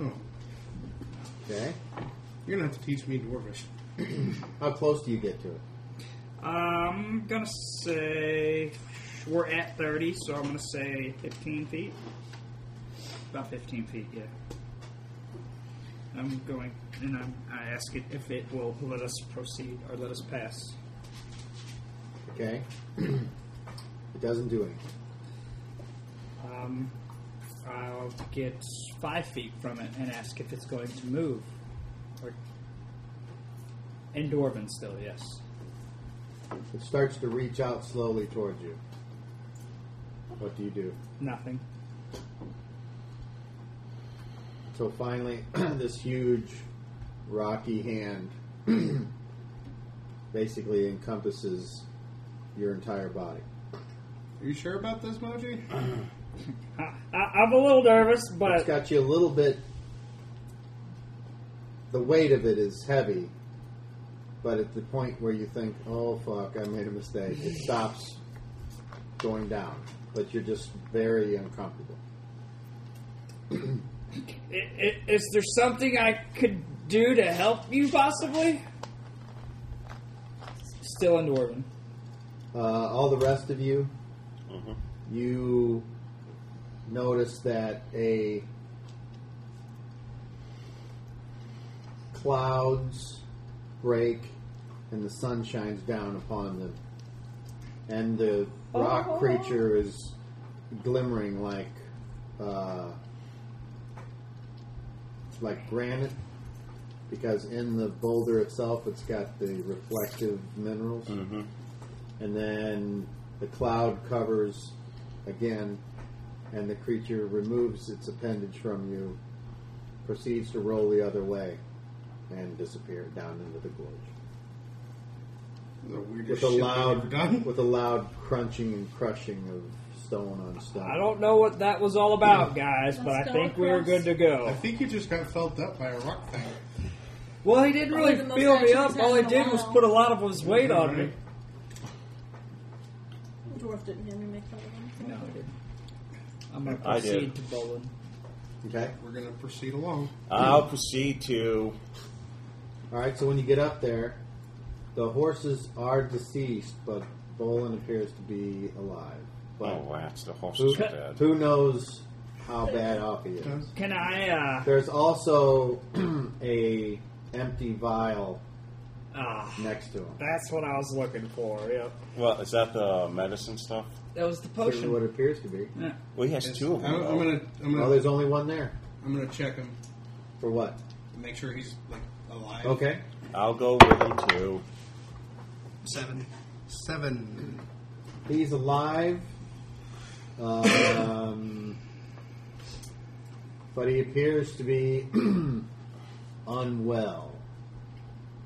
[SPEAKER 6] Oh,
[SPEAKER 5] Okay.
[SPEAKER 6] you're gonna have to teach me Dwarvish.
[SPEAKER 5] How close do you get to it?
[SPEAKER 1] I'm gonna say we're at 30, so I'm gonna say 15 feet. About 15 feet, yeah. I'm going, and I'm, I ask it if it will let us proceed or let us pass.
[SPEAKER 5] Okay. it doesn't do anything.
[SPEAKER 1] Um, I'll get five feet from it and ask if it's going to move. Or in Dwarven still, yes.
[SPEAKER 5] It starts to reach out slowly towards you. What do you do?
[SPEAKER 1] Nothing.
[SPEAKER 5] So finally, this huge rocky hand basically encompasses your entire body.
[SPEAKER 6] Are you sure about this, Moji?
[SPEAKER 1] I, I, I'm a little nervous,
[SPEAKER 5] It's
[SPEAKER 1] but
[SPEAKER 5] got you a little bit. The weight of it is heavy, but at the point where you think, "Oh fuck, I made a mistake," it stops going down, but you're just very uncomfortable.
[SPEAKER 1] I- I- Is there something I could do to help you, possibly? Still in Dwarven.
[SPEAKER 5] Uh, all the rest of you, you noticed that a clouds break and the sun shines down upon them, and the rock creature is glimmering like uh, like granite because in the boulder itself it's got the reflective minerals and then the cloud covers again and the creature removes its appendage from you proceeds to roll the other way and disappear down into the gorge
[SPEAKER 11] The weirdest
[SPEAKER 5] with a
[SPEAKER 11] shit they've ever
[SPEAKER 5] loud
[SPEAKER 11] done.
[SPEAKER 5] with a loud crunching and crushing of stone on stone
[SPEAKER 1] I don't know what that was all about, guys, but
[SPEAKER 2] Let's
[SPEAKER 1] I
[SPEAKER 2] go
[SPEAKER 1] think we were
[SPEAKER 2] across.
[SPEAKER 1] good to go.
[SPEAKER 6] I think you just got felt up by a rock thing.
[SPEAKER 1] Well, he didn't really
[SPEAKER 2] Probably the most
[SPEAKER 1] feel me
[SPEAKER 2] action
[SPEAKER 1] up.
[SPEAKER 2] he's
[SPEAKER 1] All he
[SPEAKER 2] had in a
[SPEAKER 1] did was
[SPEAKER 2] while.
[SPEAKER 1] put a lot of his weight on me.
[SPEAKER 2] Dwarf didn't hear me make fun of him.
[SPEAKER 1] No, I didn't. I'm going to
[SPEAKER 4] I did.
[SPEAKER 1] proceed to Bolin.
[SPEAKER 5] okay
[SPEAKER 6] We're gonna proceed along.
[SPEAKER 4] I'll proceed to.
[SPEAKER 5] All right, so when you get up there, the horses are deceased, but Bolin appears to be alive. But
[SPEAKER 4] Oh, that's the
[SPEAKER 5] who,
[SPEAKER 4] horses are dead.
[SPEAKER 5] who knows how bad off he is?
[SPEAKER 1] Can I, uh,
[SPEAKER 5] There's also a empty vial
[SPEAKER 1] uh, ah,
[SPEAKER 5] next to him.
[SPEAKER 1] that's what I was looking for, yep.
[SPEAKER 4] Well, is that the medicine stuff?
[SPEAKER 1] That was the
[SPEAKER 5] Here's
[SPEAKER 1] potion.
[SPEAKER 5] what appears to be.
[SPEAKER 1] Yeah.
[SPEAKER 4] Well, he has two of them.
[SPEAKER 11] I'm, I'm
[SPEAKER 4] though.
[SPEAKER 11] gonna, I'm
[SPEAKER 5] Well,
[SPEAKER 11] gonna,
[SPEAKER 5] there's only one there.
[SPEAKER 11] I'm gonna check him,
[SPEAKER 5] For what?
[SPEAKER 11] make sure he's like alive.
[SPEAKER 5] Okay.
[SPEAKER 4] I'll go with him too.
[SPEAKER 11] Seven, seven.
[SPEAKER 5] He's alive, um, but he appears to be unwell.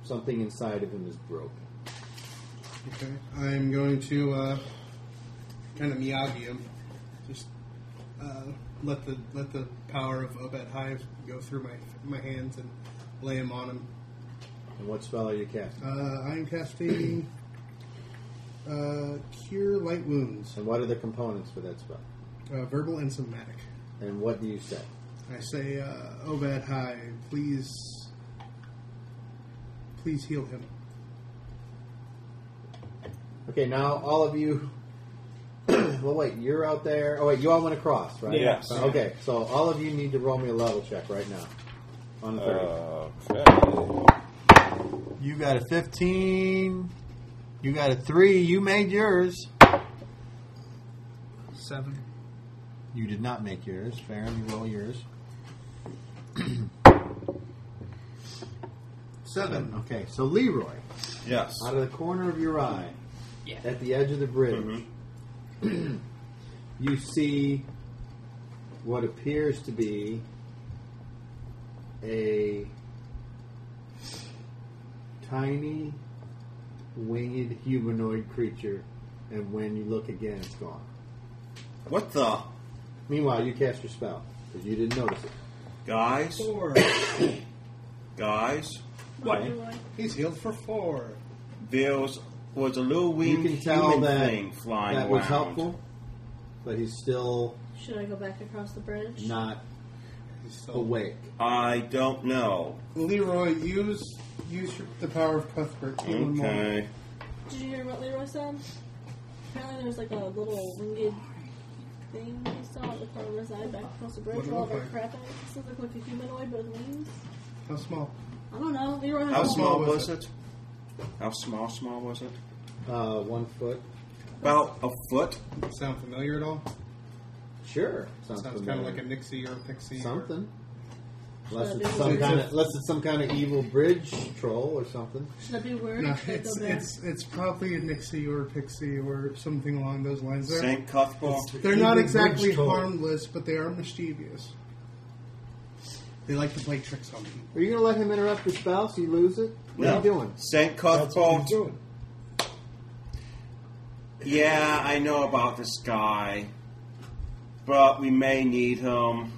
[SPEAKER 5] Something inside of him is broken.
[SPEAKER 11] Okay, I'm going to uh, kind of Miyagi him. Just uh, let the let the power of Obed Hive go through my my hands and lay him on him.
[SPEAKER 5] And what spell are you casting?
[SPEAKER 11] Uh, I'm casting uh, Cure Light Wounds,
[SPEAKER 5] And what are the components for that spell?
[SPEAKER 11] uh, verbal and somatic.
[SPEAKER 5] And what do you say?
[SPEAKER 11] I say, uh, Obed Hive, please, please heal him.
[SPEAKER 5] Okay, now all of you. well, wait, you're out there. Oh, wait, you all went across, right? Uh,
[SPEAKER 4] Yes.
[SPEAKER 5] Okay, so all of you need to roll me a level check right now. On the 30.
[SPEAKER 4] Uh, Okay.
[SPEAKER 5] You got a 15. You got a 3. You made yours.
[SPEAKER 8] Seven.
[SPEAKER 5] You did not make yours. Farron, you roll yours.
[SPEAKER 11] Seven.
[SPEAKER 5] Okay, so Leroy,
[SPEAKER 4] Yes.
[SPEAKER 5] out of the corner of your eye, at the edge of the bridge,
[SPEAKER 4] Mhm. Mm-hmm.
[SPEAKER 5] you see what appears to be a tiny winged humanoid creature, and when you look again, it's gone.
[SPEAKER 4] What the
[SPEAKER 5] Meanwhile, you cast your spell because you didn't notice it.
[SPEAKER 4] guys?
[SPEAKER 11] Four.
[SPEAKER 4] Guys,
[SPEAKER 2] Leroy.
[SPEAKER 11] He's healed for four.
[SPEAKER 4] there was, was a little
[SPEAKER 5] You
[SPEAKER 4] winged
[SPEAKER 5] can tell
[SPEAKER 4] human
[SPEAKER 5] that
[SPEAKER 4] thing flying
[SPEAKER 5] that was
[SPEAKER 4] around.
[SPEAKER 5] helpful, but he's still
[SPEAKER 2] Should I go back across the bridge?
[SPEAKER 5] not
[SPEAKER 6] Oh.
[SPEAKER 11] So-
[SPEAKER 5] awake.
[SPEAKER 4] I don't know.
[SPEAKER 6] Leroy, use use your, the power of Cuthbert. Heal him all.
[SPEAKER 4] Okay.
[SPEAKER 2] Did you hear what Leroy said? Apparently there was like a little winged thing he saw at the corner of his eye back across the bridge
[SPEAKER 11] What'd it
[SPEAKER 2] while
[SPEAKER 11] look
[SPEAKER 2] they're
[SPEAKER 11] like?
[SPEAKER 2] crapping. It looked like a humanoid with wings.
[SPEAKER 11] How small?
[SPEAKER 2] I don't know. Leroy
[SPEAKER 4] How
[SPEAKER 2] has a
[SPEAKER 4] small
[SPEAKER 11] small was
[SPEAKER 4] was it? How small, small was it?
[SPEAKER 5] Uh, one foot.
[SPEAKER 4] About a foot.
[SPEAKER 11] Sound familiar at all?
[SPEAKER 5] Sure.
[SPEAKER 11] Sounds kind of like a Nixie or a Pixie. or-
[SPEAKER 5] something.
[SPEAKER 2] Uh,
[SPEAKER 5] Unless it's
[SPEAKER 2] they-
[SPEAKER 5] some
[SPEAKER 11] It's
[SPEAKER 5] kind
[SPEAKER 11] a-
[SPEAKER 5] of unless it's some kind of evil bridge troll or something.
[SPEAKER 2] Should I be worried?
[SPEAKER 11] No,
[SPEAKER 2] Should I go
[SPEAKER 11] it's,
[SPEAKER 2] back?
[SPEAKER 11] it's it's probably a Nixie or a Pixie or something along those lines. They're,
[SPEAKER 4] St. Cuthbert.
[SPEAKER 11] they're not
[SPEAKER 5] Evil
[SPEAKER 11] exactly
[SPEAKER 5] bridge troll.
[SPEAKER 11] harmless, but they are mischievous. They like to play tricks on people.
[SPEAKER 5] Are you gonna let him interrupt your spell so you lose it? What
[SPEAKER 4] No.
[SPEAKER 5] are you doing?
[SPEAKER 4] St.
[SPEAKER 7] That's what he's
[SPEAKER 4] Cuthbert.
[SPEAKER 7] doing.
[SPEAKER 4] Yeah, I know about this guy, but we may need him.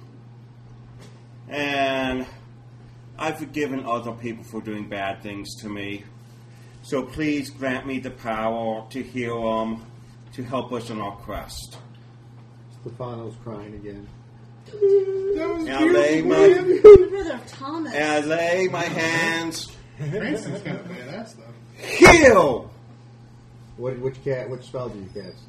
[SPEAKER 4] And I've forgiven other people for doing bad things to me. So please grant me the power to heal him, to help us in our quest.
[SPEAKER 5] Stefano's crying again.
[SPEAKER 4] And I lay my,
[SPEAKER 2] I would rather have Thomas.
[SPEAKER 4] and I lay my hands.
[SPEAKER 11] Branson's kind of badass though.
[SPEAKER 4] Heal!
[SPEAKER 5] What which cat which spell do you cast?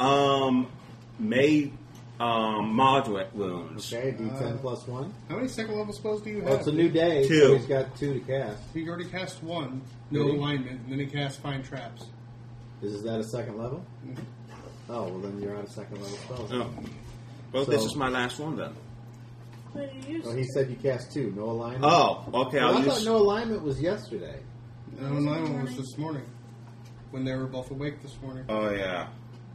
[SPEAKER 4] Um, may um, moderate wounds.
[SPEAKER 5] Okay, D10
[SPEAKER 11] Uh,
[SPEAKER 5] plus one.
[SPEAKER 6] How many second level spells do you
[SPEAKER 5] Well,
[SPEAKER 6] have?
[SPEAKER 5] it's a new day.
[SPEAKER 4] Two.
[SPEAKER 5] So he's got two to cast.
[SPEAKER 6] He already cast one, no
[SPEAKER 5] Really?
[SPEAKER 6] alignment, and then he cast fine traps.
[SPEAKER 5] Is that a second level?
[SPEAKER 11] Mm-hmm.
[SPEAKER 5] Oh, well then you're on a second level spell.
[SPEAKER 4] Oh. Well, this
[SPEAKER 5] So-
[SPEAKER 4] is my last one then.
[SPEAKER 2] But you used
[SPEAKER 5] Well, he said you cast two, no alignment.
[SPEAKER 4] Oh, okay.
[SPEAKER 5] Well, I
[SPEAKER 4] I'll
[SPEAKER 5] thought
[SPEAKER 4] use.
[SPEAKER 5] no alignment was yesterday.
[SPEAKER 6] No alignment was this morning when they were both awake this morning.
[SPEAKER 4] Oh yeah.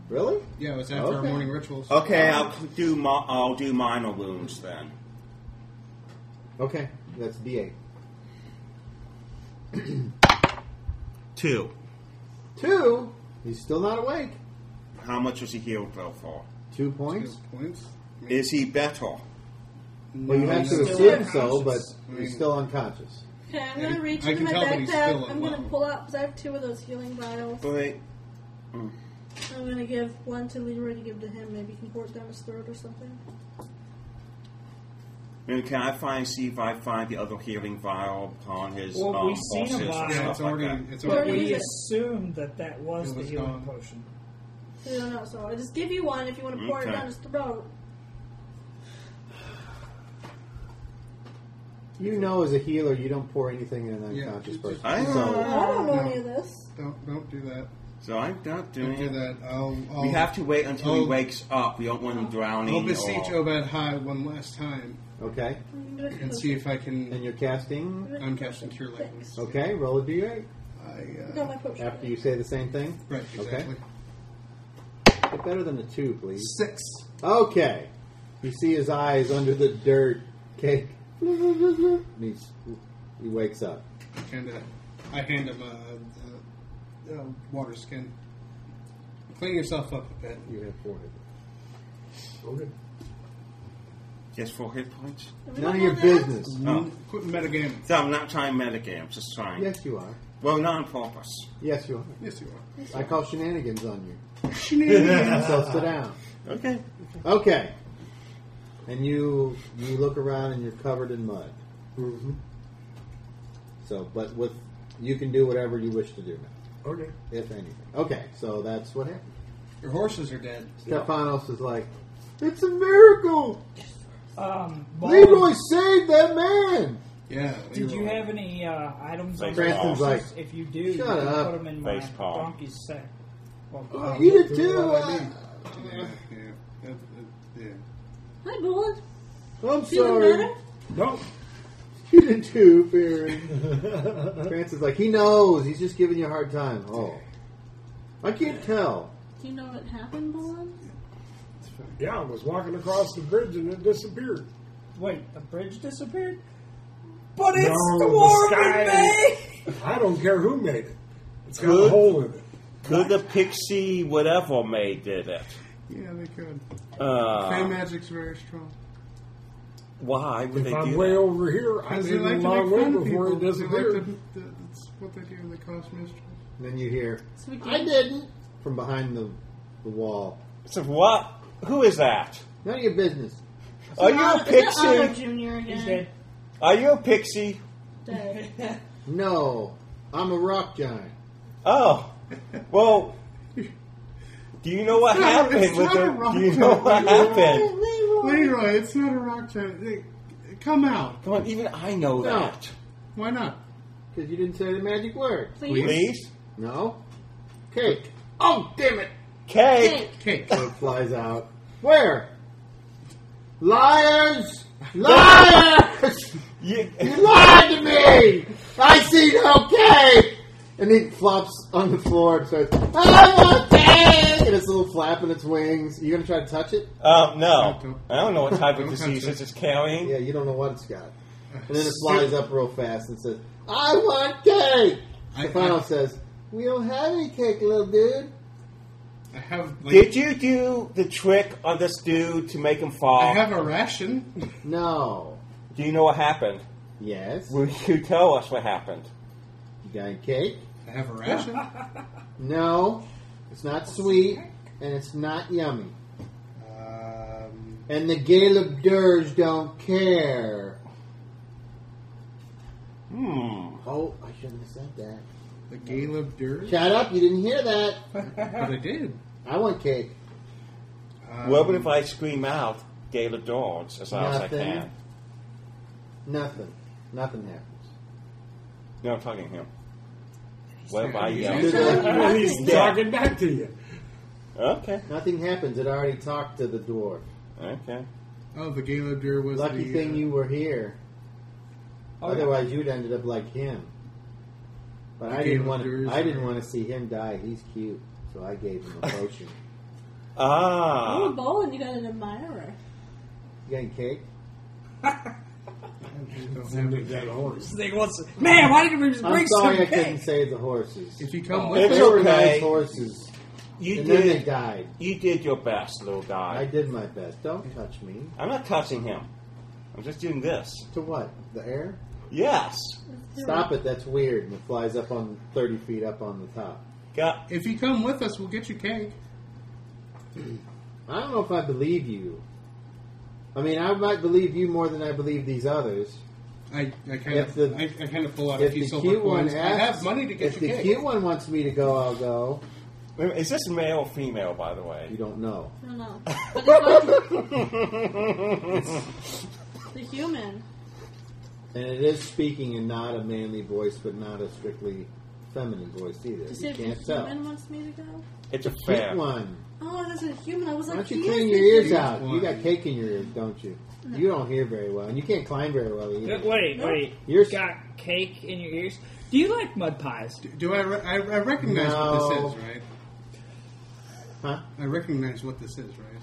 [SPEAKER 5] Really?
[SPEAKER 6] Yeah, it was after our
[SPEAKER 5] Okay.
[SPEAKER 6] morning rituals.
[SPEAKER 4] Okay, I'll do. mi- I'll do minor wounds then.
[SPEAKER 5] Okay, that's D8.
[SPEAKER 4] Two.
[SPEAKER 5] Two. He's still not awake.
[SPEAKER 4] How much was he healed though for?
[SPEAKER 5] Two points.
[SPEAKER 6] points.
[SPEAKER 4] Is he better?
[SPEAKER 5] Well, you
[SPEAKER 6] No,
[SPEAKER 5] have to
[SPEAKER 6] he's
[SPEAKER 2] still
[SPEAKER 5] assume so, but
[SPEAKER 6] unconscious. I mean-
[SPEAKER 5] he's still unconscious.
[SPEAKER 2] Okay, I'm gonna
[SPEAKER 6] I-
[SPEAKER 2] reach
[SPEAKER 6] I
[SPEAKER 2] into
[SPEAKER 6] can
[SPEAKER 2] my
[SPEAKER 6] tell that he's still
[SPEAKER 2] backpack.
[SPEAKER 6] on
[SPEAKER 2] I'm gonna
[SPEAKER 6] one.
[SPEAKER 2] pull out because I have two of those healing vials.
[SPEAKER 4] Wait.
[SPEAKER 2] I'm gonna give one to Leroy to give to him. Maybe he can pour it down his throat or something.
[SPEAKER 4] Maybe can I find see if I find the other healing vial upon his
[SPEAKER 1] Well,
[SPEAKER 4] um,
[SPEAKER 1] we've seen
[SPEAKER 4] horses
[SPEAKER 1] a
[SPEAKER 4] and
[SPEAKER 1] vial.
[SPEAKER 4] stuff
[SPEAKER 1] Yeah,
[SPEAKER 6] it's
[SPEAKER 4] like
[SPEAKER 6] already
[SPEAKER 4] that?
[SPEAKER 6] it's
[SPEAKER 2] Where
[SPEAKER 6] already
[SPEAKER 2] is
[SPEAKER 1] We
[SPEAKER 2] it?
[SPEAKER 1] assumed that that was,
[SPEAKER 6] It
[SPEAKER 1] the
[SPEAKER 6] was
[SPEAKER 1] healing
[SPEAKER 6] gone.
[SPEAKER 1] potion.
[SPEAKER 2] So you don't know. So I just give you one if you want to pour
[SPEAKER 4] Okay.
[SPEAKER 2] it down his throat.
[SPEAKER 5] You know, as a healer, you don't pour anything in an
[SPEAKER 6] Yeah,
[SPEAKER 5] unconscious
[SPEAKER 6] just-
[SPEAKER 5] person.
[SPEAKER 4] I
[SPEAKER 5] So,
[SPEAKER 2] I don't know
[SPEAKER 6] no.
[SPEAKER 2] any of this.
[SPEAKER 6] don't don't do that.
[SPEAKER 4] So I'm not
[SPEAKER 6] Don't
[SPEAKER 4] doing
[SPEAKER 6] do
[SPEAKER 4] it.
[SPEAKER 6] that. I'll, I'll
[SPEAKER 4] We have to wait until he
[SPEAKER 1] Oh.
[SPEAKER 6] I'll-
[SPEAKER 4] wakes up. We don't want him drowning.
[SPEAKER 6] I'll beseech
[SPEAKER 4] or,
[SPEAKER 6] Obed High one last time
[SPEAKER 5] okay,
[SPEAKER 2] I'm gonna
[SPEAKER 6] and see if I
[SPEAKER 5] and
[SPEAKER 6] can.
[SPEAKER 5] you're casting.
[SPEAKER 6] I'm casting cure lightness.
[SPEAKER 5] Okay, roll a D8
[SPEAKER 6] I,
[SPEAKER 2] Got
[SPEAKER 6] uh,
[SPEAKER 2] my potion.
[SPEAKER 5] after you say the same thing.
[SPEAKER 6] right, exactly.
[SPEAKER 5] Get better than the two, please.
[SPEAKER 6] Six.
[SPEAKER 5] Okay. You see his eyes under the dirt cake. And he's, he wakes up.
[SPEAKER 6] And uh, I hand him a, a, a water skin. Clean yourself up a bit.
[SPEAKER 5] You have four hit
[SPEAKER 7] Okay.
[SPEAKER 4] just for hit points.
[SPEAKER 2] We don't
[SPEAKER 5] points. None of
[SPEAKER 2] know
[SPEAKER 5] your
[SPEAKER 2] that.
[SPEAKER 5] business.
[SPEAKER 4] Oh.
[SPEAKER 6] Quit metagaming.
[SPEAKER 4] So I'm not trying metagame. I'm just trying.
[SPEAKER 5] Yes, you are.
[SPEAKER 4] Well, not on purpose.
[SPEAKER 5] Yes, you are.
[SPEAKER 6] Yes, you are.
[SPEAKER 5] I call shenanigans on you.
[SPEAKER 6] Shenanigans.
[SPEAKER 5] So sit down.
[SPEAKER 4] Okay.
[SPEAKER 5] Okay. And you you look around and you're covered in mud. Mm-hmm.
[SPEAKER 7] hmm
[SPEAKER 5] So, but with you can do whatever you wish to do now,
[SPEAKER 7] Okay.
[SPEAKER 5] if anything. Okay, so that's what happened.
[SPEAKER 6] Your horses are dead.
[SPEAKER 5] Stephanos is like, "It's a miracle!
[SPEAKER 1] Um,
[SPEAKER 5] Leroy
[SPEAKER 1] Baldwin,
[SPEAKER 5] saved that man."
[SPEAKER 6] Yeah.
[SPEAKER 1] did you
[SPEAKER 6] Leroy.
[SPEAKER 1] have any uh, items on
[SPEAKER 4] Face
[SPEAKER 1] your
[SPEAKER 4] palm.
[SPEAKER 1] horses?
[SPEAKER 5] Like,
[SPEAKER 1] if you do, you
[SPEAKER 5] shut
[SPEAKER 1] can
[SPEAKER 5] up.
[SPEAKER 1] put them in my
[SPEAKER 4] Face palm.
[SPEAKER 1] donkey's sack. Well,
[SPEAKER 5] Oh,
[SPEAKER 1] um,
[SPEAKER 5] you did too.
[SPEAKER 6] Well, I
[SPEAKER 5] I,
[SPEAKER 6] mean, Yeah, yeah. That- that- yeah.
[SPEAKER 2] Hi, Bullet.
[SPEAKER 5] uh, I'm
[SPEAKER 2] Feeling
[SPEAKER 5] sorry.
[SPEAKER 2] better?
[SPEAKER 7] No.
[SPEAKER 5] You did too, Baron. Francis is like, he knows. He's just giving you a hard time. Oh, I can't tell.
[SPEAKER 2] Do you know what happened, Bullet?
[SPEAKER 7] Yeah, I was walking across the bridge and it disappeared.
[SPEAKER 1] Wait, the bridge disappeared? But
[SPEAKER 7] No,
[SPEAKER 1] it's the
[SPEAKER 7] the
[SPEAKER 1] war we
[SPEAKER 7] sky-
[SPEAKER 1] made!
[SPEAKER 7] I don't care who made it. It's got a
[SPEAKER 4] Good.
[SPEAKER 7] hole in it.
[SPEAKER 4] Could the pixie whatever maid did it?
[SPEAKER 6] Yeah, they could. Fey
[SPEAKER 4] Uh,
[SPEAKER 6] magic's very strong.
[SPEAKER 4] why would
[SPEAKER 7] If
[SPEAKER 4] they
[SPEAKER 7] I'm
[SPEAKER 4] do
[SPEAKER 7] way
[SPEAKER 4] that?
[SPEAKER 7] over here, I
[SPEAKER 6] Because they
[SPEAKER 7] made
[SPEAKER 6] like
[SPEAKER 7] a
[SPEAKER 6] to
[SPEAKER 7] long
[SPEAKER 6] make
[SPEAKER 7] way
[SPEAKER 6] fun of
[SPEAKER 7] before
[SPEAKER 6] people.
[SPEAKER 7] it disappeared.
[SPEAKER 6] They like to, that's what they do. They cause mischief.
[SPEAKER 5] And then you hear
[SPEAKER 2] So we
[SPEAKER 5] I didn't. From behind the, the wall.
[SPEAKER 4] So what? Who is that?
[SPEAKER 5] None of your business.
[SPEAKER 4] Are you a
[SPEAKER 2] Otto- is it Otto
[SPEAKER 4] pixie?
[SPEAKER 2] Junior again.
[SPEAKER 1] He's dead.
[SPEAKER 4] Are you a pixie?
[SPEAKER 2] Dead.
[SPEAKER 5] No, I'm a rock giant.
[SPEAKER 4] Oh, well. Do you know what
[SPEAKER 6] It's not-
[SPEAKER 4] happened?
[SPEAKER 6] it's
[SPEAKER 4] with
[SPEAKER 6] not a
[SPEAKER 4] the,
[SPEAKER 6] rock
[SPEAKER 4] do you know what happened?
[SPEAKER 6] Leroy, it's not a rock giant. Hey, Come out.
[SPEAKER 4] Come on, even I know that.
[SPEAKER 6] Why not?
[SPEAKER 5] Because you didn't say the magic word.
[SPEAKER 2] Please.
[SPEAKER 4] Please,
[SPEAKER 5] No? Cake. Oh, damn it!
[SPEAKER 4] cake.
[SPEAKER 2] Cake.
[SPEAKER 6] Cake.
[SPEAKER 5] So it flies out. Where? Liars! Liars!
[SPEAKER 4] You-
[SPEAKER 5] you lied to me! I see no cake! And it flops on the floor and starts, I want cake! And it's a little flapping its wings. You gonna try to touch it?
[SPEAKER 4] um, no,
[SPEAKER 6] Don't-
[SPEAKER 4] I don't know what type
[SPEAKER 6] don't
[SPEAKER 4] of disease
[SPEAKER 6] touch
[SPEAKER 4] this is carrying.
[SPEAKER 5] Yeah, you don't know what it's got. And then it flies up real fast and says, I want cake!
[SPEAKER 6] I,
[SPEAKER 5] Stefano
[SPEAKER 6] I,
[SPEAKER 5] says, We don't have any cake, little dude.
[SPEAKER 6] I have like
[SPEAKER 4] Did you do the trick on this dude to make him fall?
[SPEAKER 6] I have a ration.
[SPEAKER 5] No.
[SPEAKER 4] do you know what happened?
[SPEAKER 5] Yes.
[SPEAKER 4] Will you tell us what happened?
[SPEAKER 5] You got any cake?
[SPEAKER 6] I have a ration.
[SPEAKER 5] No, it's not sweet, and it's not yummy.
[SPEAKER 6] um,
[SPEAKER 5] And the Galeb Dirge don't care.
[SPEAKER 4] Hmm.
[SPEAKER 5] Oh, I shouldn't have said that.
[SPEAKER 6] the Galeb Dirt.
[SPEAKER 5] Shut up, you didn't hear that.
[SPEAKER 6] But I did.
[SPEAKER 5] I want cake.
[SPEAKER 6] Uh,
[SPEAKER 4] what would if I scream out Gala Dawns as loud as I
[SPEAKER 5] Nothing.
[SPEAKER 4] can?
[SPEAKER 5] Nothing. Nothing happens.
[SPEAKER 4] No, I'm talking to him. What if I yell?
[SPEAKER 5] Did that-
[SPEAKER 7] He's
[SPEAKER 4] Yeah.
[SPEAKER 7] talking back to you.
[SPEAKER 4] Okay.
[SPEAKER 5] Nothing happens. It already talked to the dwarf.
[SPEAKER 4] Okay.
[SPEAKER 6] Oh, the Gala Deer was
[SPEAKER 5] Lucky
[SPEAKER 6] the,
[SPEAKER 5] thing
[SPEAKER 6] uh,
[SPEAKER 5] you were here.
[SPEAKER 1] Oh,
[SPEAKER 5] Otherwise, you'd ended up like him. But I
[SPEAKER 6] I
[SPEAKER 5] didn't
[SPEAKER 6] gave
[SPEAKER 5] want.
[SPEAKER 6] him yours.
[SPEAKER 5] I didn't want to see him die. He's cute, so I gave him a potion.
[SPEAKER 2] Oh,
[SPEAKER 4] Ah.
[SPEAKER 2] Bolin, you got an admirer.
[SPEAKER 5] You getting cake?
[SPEAKER 7] That horse.
[SPEAKER 1] Snake wants. Man, why didn't we just bring
[SPEAKER 5] I'm sorry, I
[SPEAKER 1] some
[SPEAKER 5] couldn't
[SPEAKER 1] cake?
[SPEAKER 5] save the horses.
[SPEAKER 6] If you come
[SPEAKER 4] Oh,
[SPEAKER 6] with
[SPEAKER 5] They
[SPEAKER 4] It's
[SPEAKER 5] were
[SPEAKER 4] okay.
[SPEAKER 5] nice horses,
[SPEAKER 4] You
[SPEAKER 5] and then they
[SPEAKER 4] did.
[SPEAKER 5] died.
[SPEAKER 4] You did your best, little
[SPEAKER 5] I
[SPEAKER 4] guy.
[SPEAKER 5] did my best. Don't touch me.
[SPEAKER 4] I'm not touching him. I'm just doing this.
[SPEAKER 5] To what? The air?
[SPEAKER 4] Yes.
[SPEAKER 5] Stop it. That's weird. And it flies up on thirty feet up on the top.
[SPEAKER 4] Got.
[SPEAKER 6] if you come with us, we'll get you cake.
[SPEAKER 5] I don't know if I believe you. I mean, I might believe you more than I believe these others.
[SPEAKER 6] I, I kind
[SPEAKER 5] If
[SPEAKER 6] of
[SPEAKER 5] the-
[SPEAKER 6] I, I kind of pull out a
[SPEAKER 5] If
[SPEAKER 6] few
[SPEAKER 5] the
[SPEAKER 6] silver
[SPEAKER 5] cute one
[SPEAKER 6] coins. I
[SPEAKER 5] asks,
[SPEAKER 6] have money to get
[SPEAKER 5] if
[SPEAKER 6] you
[SPEAKER 5] the
[SPEAKER 6] cake.
[SPEAKER 5] cute one wants me to go, I'll go.
[SPEAKER 4] Wait a minute, Is this male or female, by the
[SPEAKER 5] You
[SPEAKER 4] way?
[SPEAKER 5] don't know.
[SPEAKER 2] I don't know. But it's like the human.
[SPEAKER 5] And it is speaking in not a manly voice, but not a strictly feminine voice either.
[SPEAKER 2] To see
[SPEAKER 5] you
[SPEAKER 2] if the
[SPEAKER 5] can't tell.
[SPEAKER 2] human wants me to go.
[SPEAKER 4] It's a
[SPEAKER 5] Cute
[SPEAKER 4] fair.
[SPEAKER 5] one.
[SPEAKER 2] Oh, that's a human. I was
[SPEAKER 5] Why
[SPEAKER 2] like,
[SPEAKER 5] don't you
[SPEAKER 2] he is
[SPEAKER 5] clean
[SPEAKER 2] the
[SPEAKER 5] your ears
[SPEAKER 2] human.
[SPEAKER 5] out? You got cake in your ears, don't you? You don't hear very well, and you can't climb very well either.
[SPEAKER 1] Wait, wait.
[SPEAKER 5] You're-
[SPEAKER 1] You got cake in your ears. Do you like mud pies?
[SPEAKER 6] Do I, re- I, I recognize what
[SPEAKER 5] No.
[SPEAKER 6] this is, right?
[SPEAKER 5] Huh?
[SPEAKER 6] I recognize what this is, right?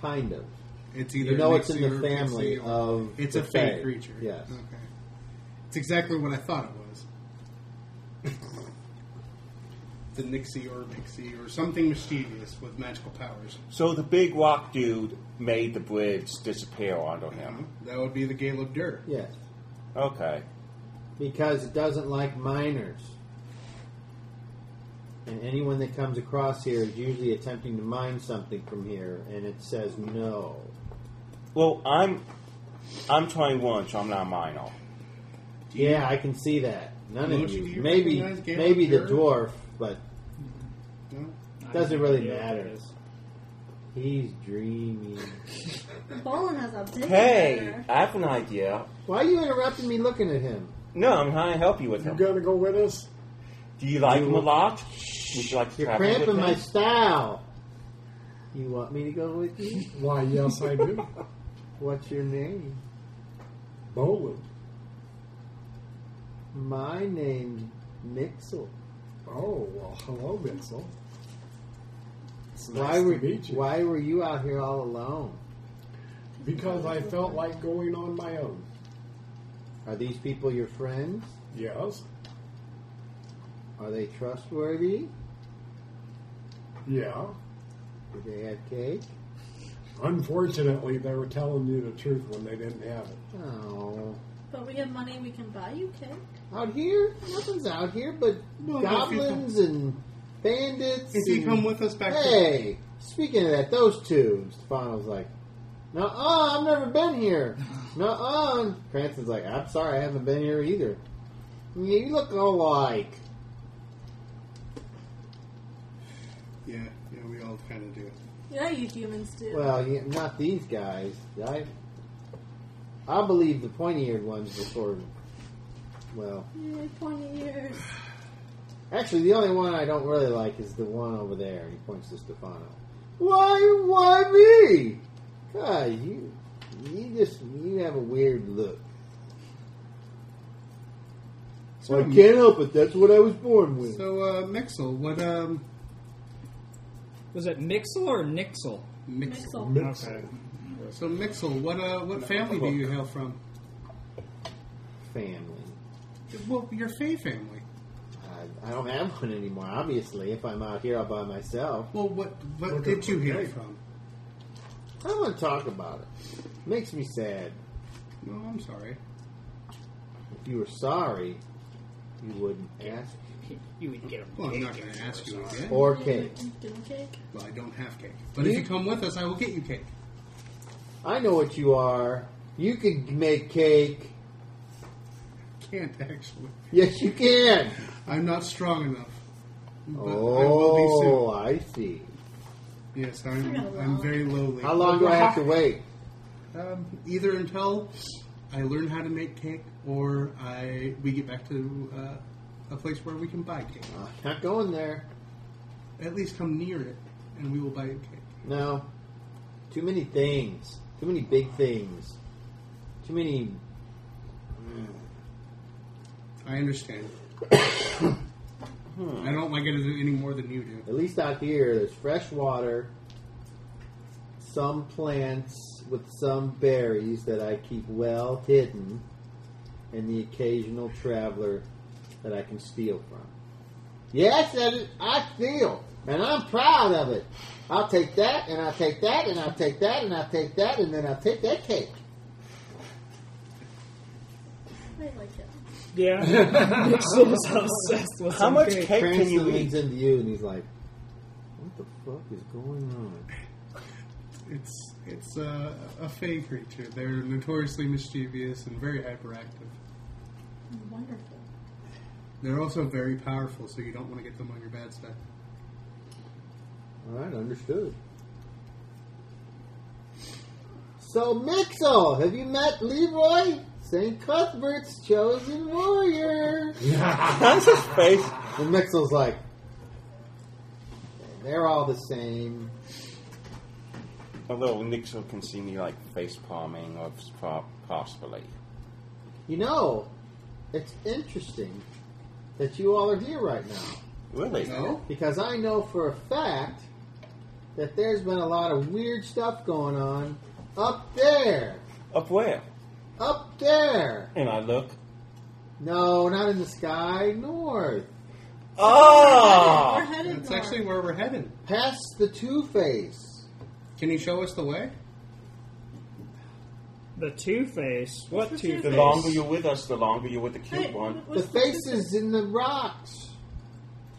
[SPEAKER 5] Kind of.
[SPEAKER 6] It's either
[SPEAKER 5] You know it's in
[SPEAKER 6] Nixie
[SPEAKER 5] the
[SPEAKER 6] or
[SPEAKER 5] family
[SPEAKER 6] Pixie or-
[SPEAKER 5] of.
[SPEAKER 6] It's
[SPEAKER 5] the
[SPEAKER 6] a fake
[SPEAKER 5] fae.
[SPEAKER 6] creature.
[SPEAKER 5] Yes.
[SPEAKER 6] Okay. It's exactly what I thought it was. the Nixie or Pixie or something mischievous with magical powers.
[SPEAKER 4] So the big rock dude made the bridge disappear onto him.
[SPEAKER 6] That would be the Gale of Dirt.
[SPEAKER 5] Yes.
[SPEAKER 4] Okay.
[SPEAKER 5] Because it doesn't like minors. And anyone that comes across here is usually attempting to mine something from here, and it says no.
[SPEAKER 4] Well, I'm I'm 21, so I'm not a minor.
[SPEAKER 5] Yeah, I can see that. None
[SPEAKER 6] Don't
[SPEAKER 5] of you.
[SPEAKER 6] you- do you
[SPEAKER 5] maybe
[SPEAKER 6] recognize Galen
[SPEAKER 5] maybe the
[SPEAKER 6] Durr?
[SPEAKER 5] dwarf, but
[SPEAKER 6] No?
[SPEAKER 5] Doesn't really
[SPEAKER 1] Yeah,
[SPEAKER 5] matter.
[SPEAKER 1] it is.
[SPEAKER 5] he's dreaming.
[SPEAKER 2] Bolin has a big
[SPEAKER 4] Hey,
[SPEAKER 2] admirer.
[SPEAKER 4] I have an idea.
[SPEAKER 5] Why are you interrupting me looking at him?
[SPEAKER 4] No, I'm trying to help you with
[SPEAKER 7] You
[SPEAKER 4] him.
[SPEAKER 7] gonna go with us?
[SPEAKER 4] Do you like him a lot? Would you like to
[SPEAKER 5] You're
[SPEAKER 4] travel with
[SPEAKER 5] cramping
[SPEAKER 4] him?
[SPEAKER 5] my style. You want me to go with you?
[SPEAKER 7] Why, yes, I do.
[SPEAKER 5] What's your name?
[SPEAKER 7] Bowling.
[SPEAKER 5] My name's Mixel.
[SPEAKER 7] Oh, well, hello, Mitzel. It's nice
[SPEAKER 5] Why
[SPEAKER 7] to
[SPEAKER 5] were
[SPEAKER 7] meet you.
[SPEAKER 5] Why were you out here all alone?
[SPEAKER 7] Because I felt like going on my own.
[SPEAKER 5] Are these people your friends?
[SPEAKER 7] Yes.
[SPEAKER 5] Are they trustworthy?
[SPEAKER 7] Yeah.
[SPEAKER 5] Do they have cake?
[SPEAKER 7] Unfortunately, they were telling you the truth when they didn't have it.
[SPEAKER 5] Oh,
[SPEAKER 2] But we have money, we can buy you cake.
[SPEAKER 5] out here, nothing's out here but
[SPEAKER 6] No, no, if you
[SPEAKER 5] goblins and bandits.
[SPEAKER 6] If you
[SPEAKER 5] and-
[SPEAKER 6] come with us back to
[SPEAKER 5] Hey, speaking of that, those two. And Stefano's like, no, uh, I've never been here. No, uh. Cranston's like, I'm sorry, I haven't been here either. Yeah, You look alike.
[SPEAKER 6] Yeah, yeah, we all kind of do.
[SPEAKER 2] Yeah, you humans do.
[SPEAKER 5] Well, yeah, not these guys. I, I believe the pointy-eared ones before. Well,
[SPEAKER 2] Yay, pointy ears.
[SPEAKER 5] actually, the only one I don't really like is the one over there. He points to Stefano. Why? Why me? God, you, you just you have a weird look.
[SPEAKER 6] So,
[SPEAKER 5] I can't help it. That's what I was born with.
[SPEAKER 6] so uh, Mixel, what um,
[SPEAKER 1] Was it Mixel or Nixel?
[SPEAKER 6] Mixel?
[SPEAKER 2] Mixel.
[SPEAKER 1] Okay.
[SPEAKER 6] So Mixel, what uh, what family do you hail from?
[SPEAKER 5] Family.
[SPEAKER 6] Well, your Fey family.
[SPEAKER 5] I, I don't have one anymore. Obviously, if I'm out here all by myself,
[SPEAKER 6] Well, what what did you hail from?
[SPEAKER 5] I don't want to talk about it. Makes me sad.
[SPEAKER 6] No, I'm sorry.
[SPEAKER 5] If you were sorry, you wouldn't ask
[SPEAKER 1] You would get him.
[SPEAKER 6] Well, I'm not going to ask you again.
[SPEAKER 5] or cake.
[SPEAKER 2] Give him cake.
[SPEAKER 6] Well, I don't have cake. But if you come with us, I will get you cake.
[SPEAKER 5] I know what you are. You can make cake.
[SPEAKER 6] Can't actually.
[SPEAKER 5] Yes, you can.
[SPEAKER 6] I'm not strong enough. But I
[SPEAKER 5] Oh,
[SPEAKER 6] will
[SPEAKER 5] I see.
[SPEAKER 6] Yes,
[SPEAKER 2] I
[SPEAKER 6] I'm,
[SPEAKER 2] got a
[SPEAKER 6] I'm
[SPEAKER 2] lot.
[SPEAKER 6] very lowly.
[SPEAKER 5] How long do I have to wait?
[SPEAKER 6] Um, either until I learn how to make cake, or I we get back to uh, a place where we can buy cake.
[SPEAKER 5] Uh, not going there.
[SPEAKER 6] At least come near it, and we will buy you cake.
[SPEAKER 5] No. Too many things. Too many big things. Too many.
[SPEAKER 6] I understand. I don't like it any more than you do.
[SPEAKER 5] At least out here, there's fresh water, some plants with some berries that I keep well hidden, and the occasional traveler that I can steal from. Yes, that is, I steal, and I'm proud of it. I'll take that, and I'll take that, and I'll take that, and I'll take that, and then I'll take that cake.
[SPEAKER 2] I like it.
[SPEAKER 1] Yeah. Mixel is obsessed with
[SPEAKER 4] How
[SPEAKER 1] some
[SPEAKER 4] much
[SPEAKER 1] cake.
[SPEAKER 4] cake can
[SPEAKER 5] Cranston
[SPEAKER 4] you
[SPEAKER 5] leans
[SPEAKER 4] eat?
[SPEAKER 5] into you and he's like, "What the fuck is going on?"
[SPEAKER 6] It's it's uh, a fey creature. They're notoriously mischievous and very hyperactive.
[SPEAKER 2] Wonderful.
[SPEAKER 6] They're also very powerful, so you don't want to get them on your bad side.
[SPEAKER 5] All right, understood. So, Mixel, have you met Leroy, St. Cuthbert's chosen warrior?
[SPEAKER 4] That's his face.
[SPEAKER 5] And Mixel's like, "They're all the same."
[SPEAKER 4] Although Nixel can see me like face palming or po- possibly.
[SPEAKER 5] You know, it's interesting that you all are here right now.
[SPEAKER 4] Really?
[SPEAKER 5] Because I know for a fact that there's been a lot of weird stuff going on up there.
[SPEAKER 4] Up where?
[SPEAKER 5] Up there.
[SPEAKER 4] And I look.
[SPEAKER 5] No, not in the sky, north.
[SPEAKER 2] We're
[SPEAKER 4] Oh!
[SPEAKER 2] headed
[SPEAKER 6] That's
[SPEAKER 2] north.
[SPEAKER 6] actually where we're headed.
[SPEAKER 5] Past the Two Face.
[SPEAKER 6] Can you show us the way?
[SPEAKER 1] The Two Face. What
[SPEAKER 2] What's
[SPEAKER 1] Two
[SPEAKER 2] the
[SPEAKER 1] Face?
[SPEAKER 4] The
[SPEAKER 2] Two-Face?
[SPEAKER 4] longer you're with us, the longer you're with the
[SPEAKER 2] Hey,
[SPEAKER 4] cute one.
[SPEAKER 2] what-
[SPEAKER 5] The
[SPEAKER 2] what's
[SPEAKER 5] faces in the rocks.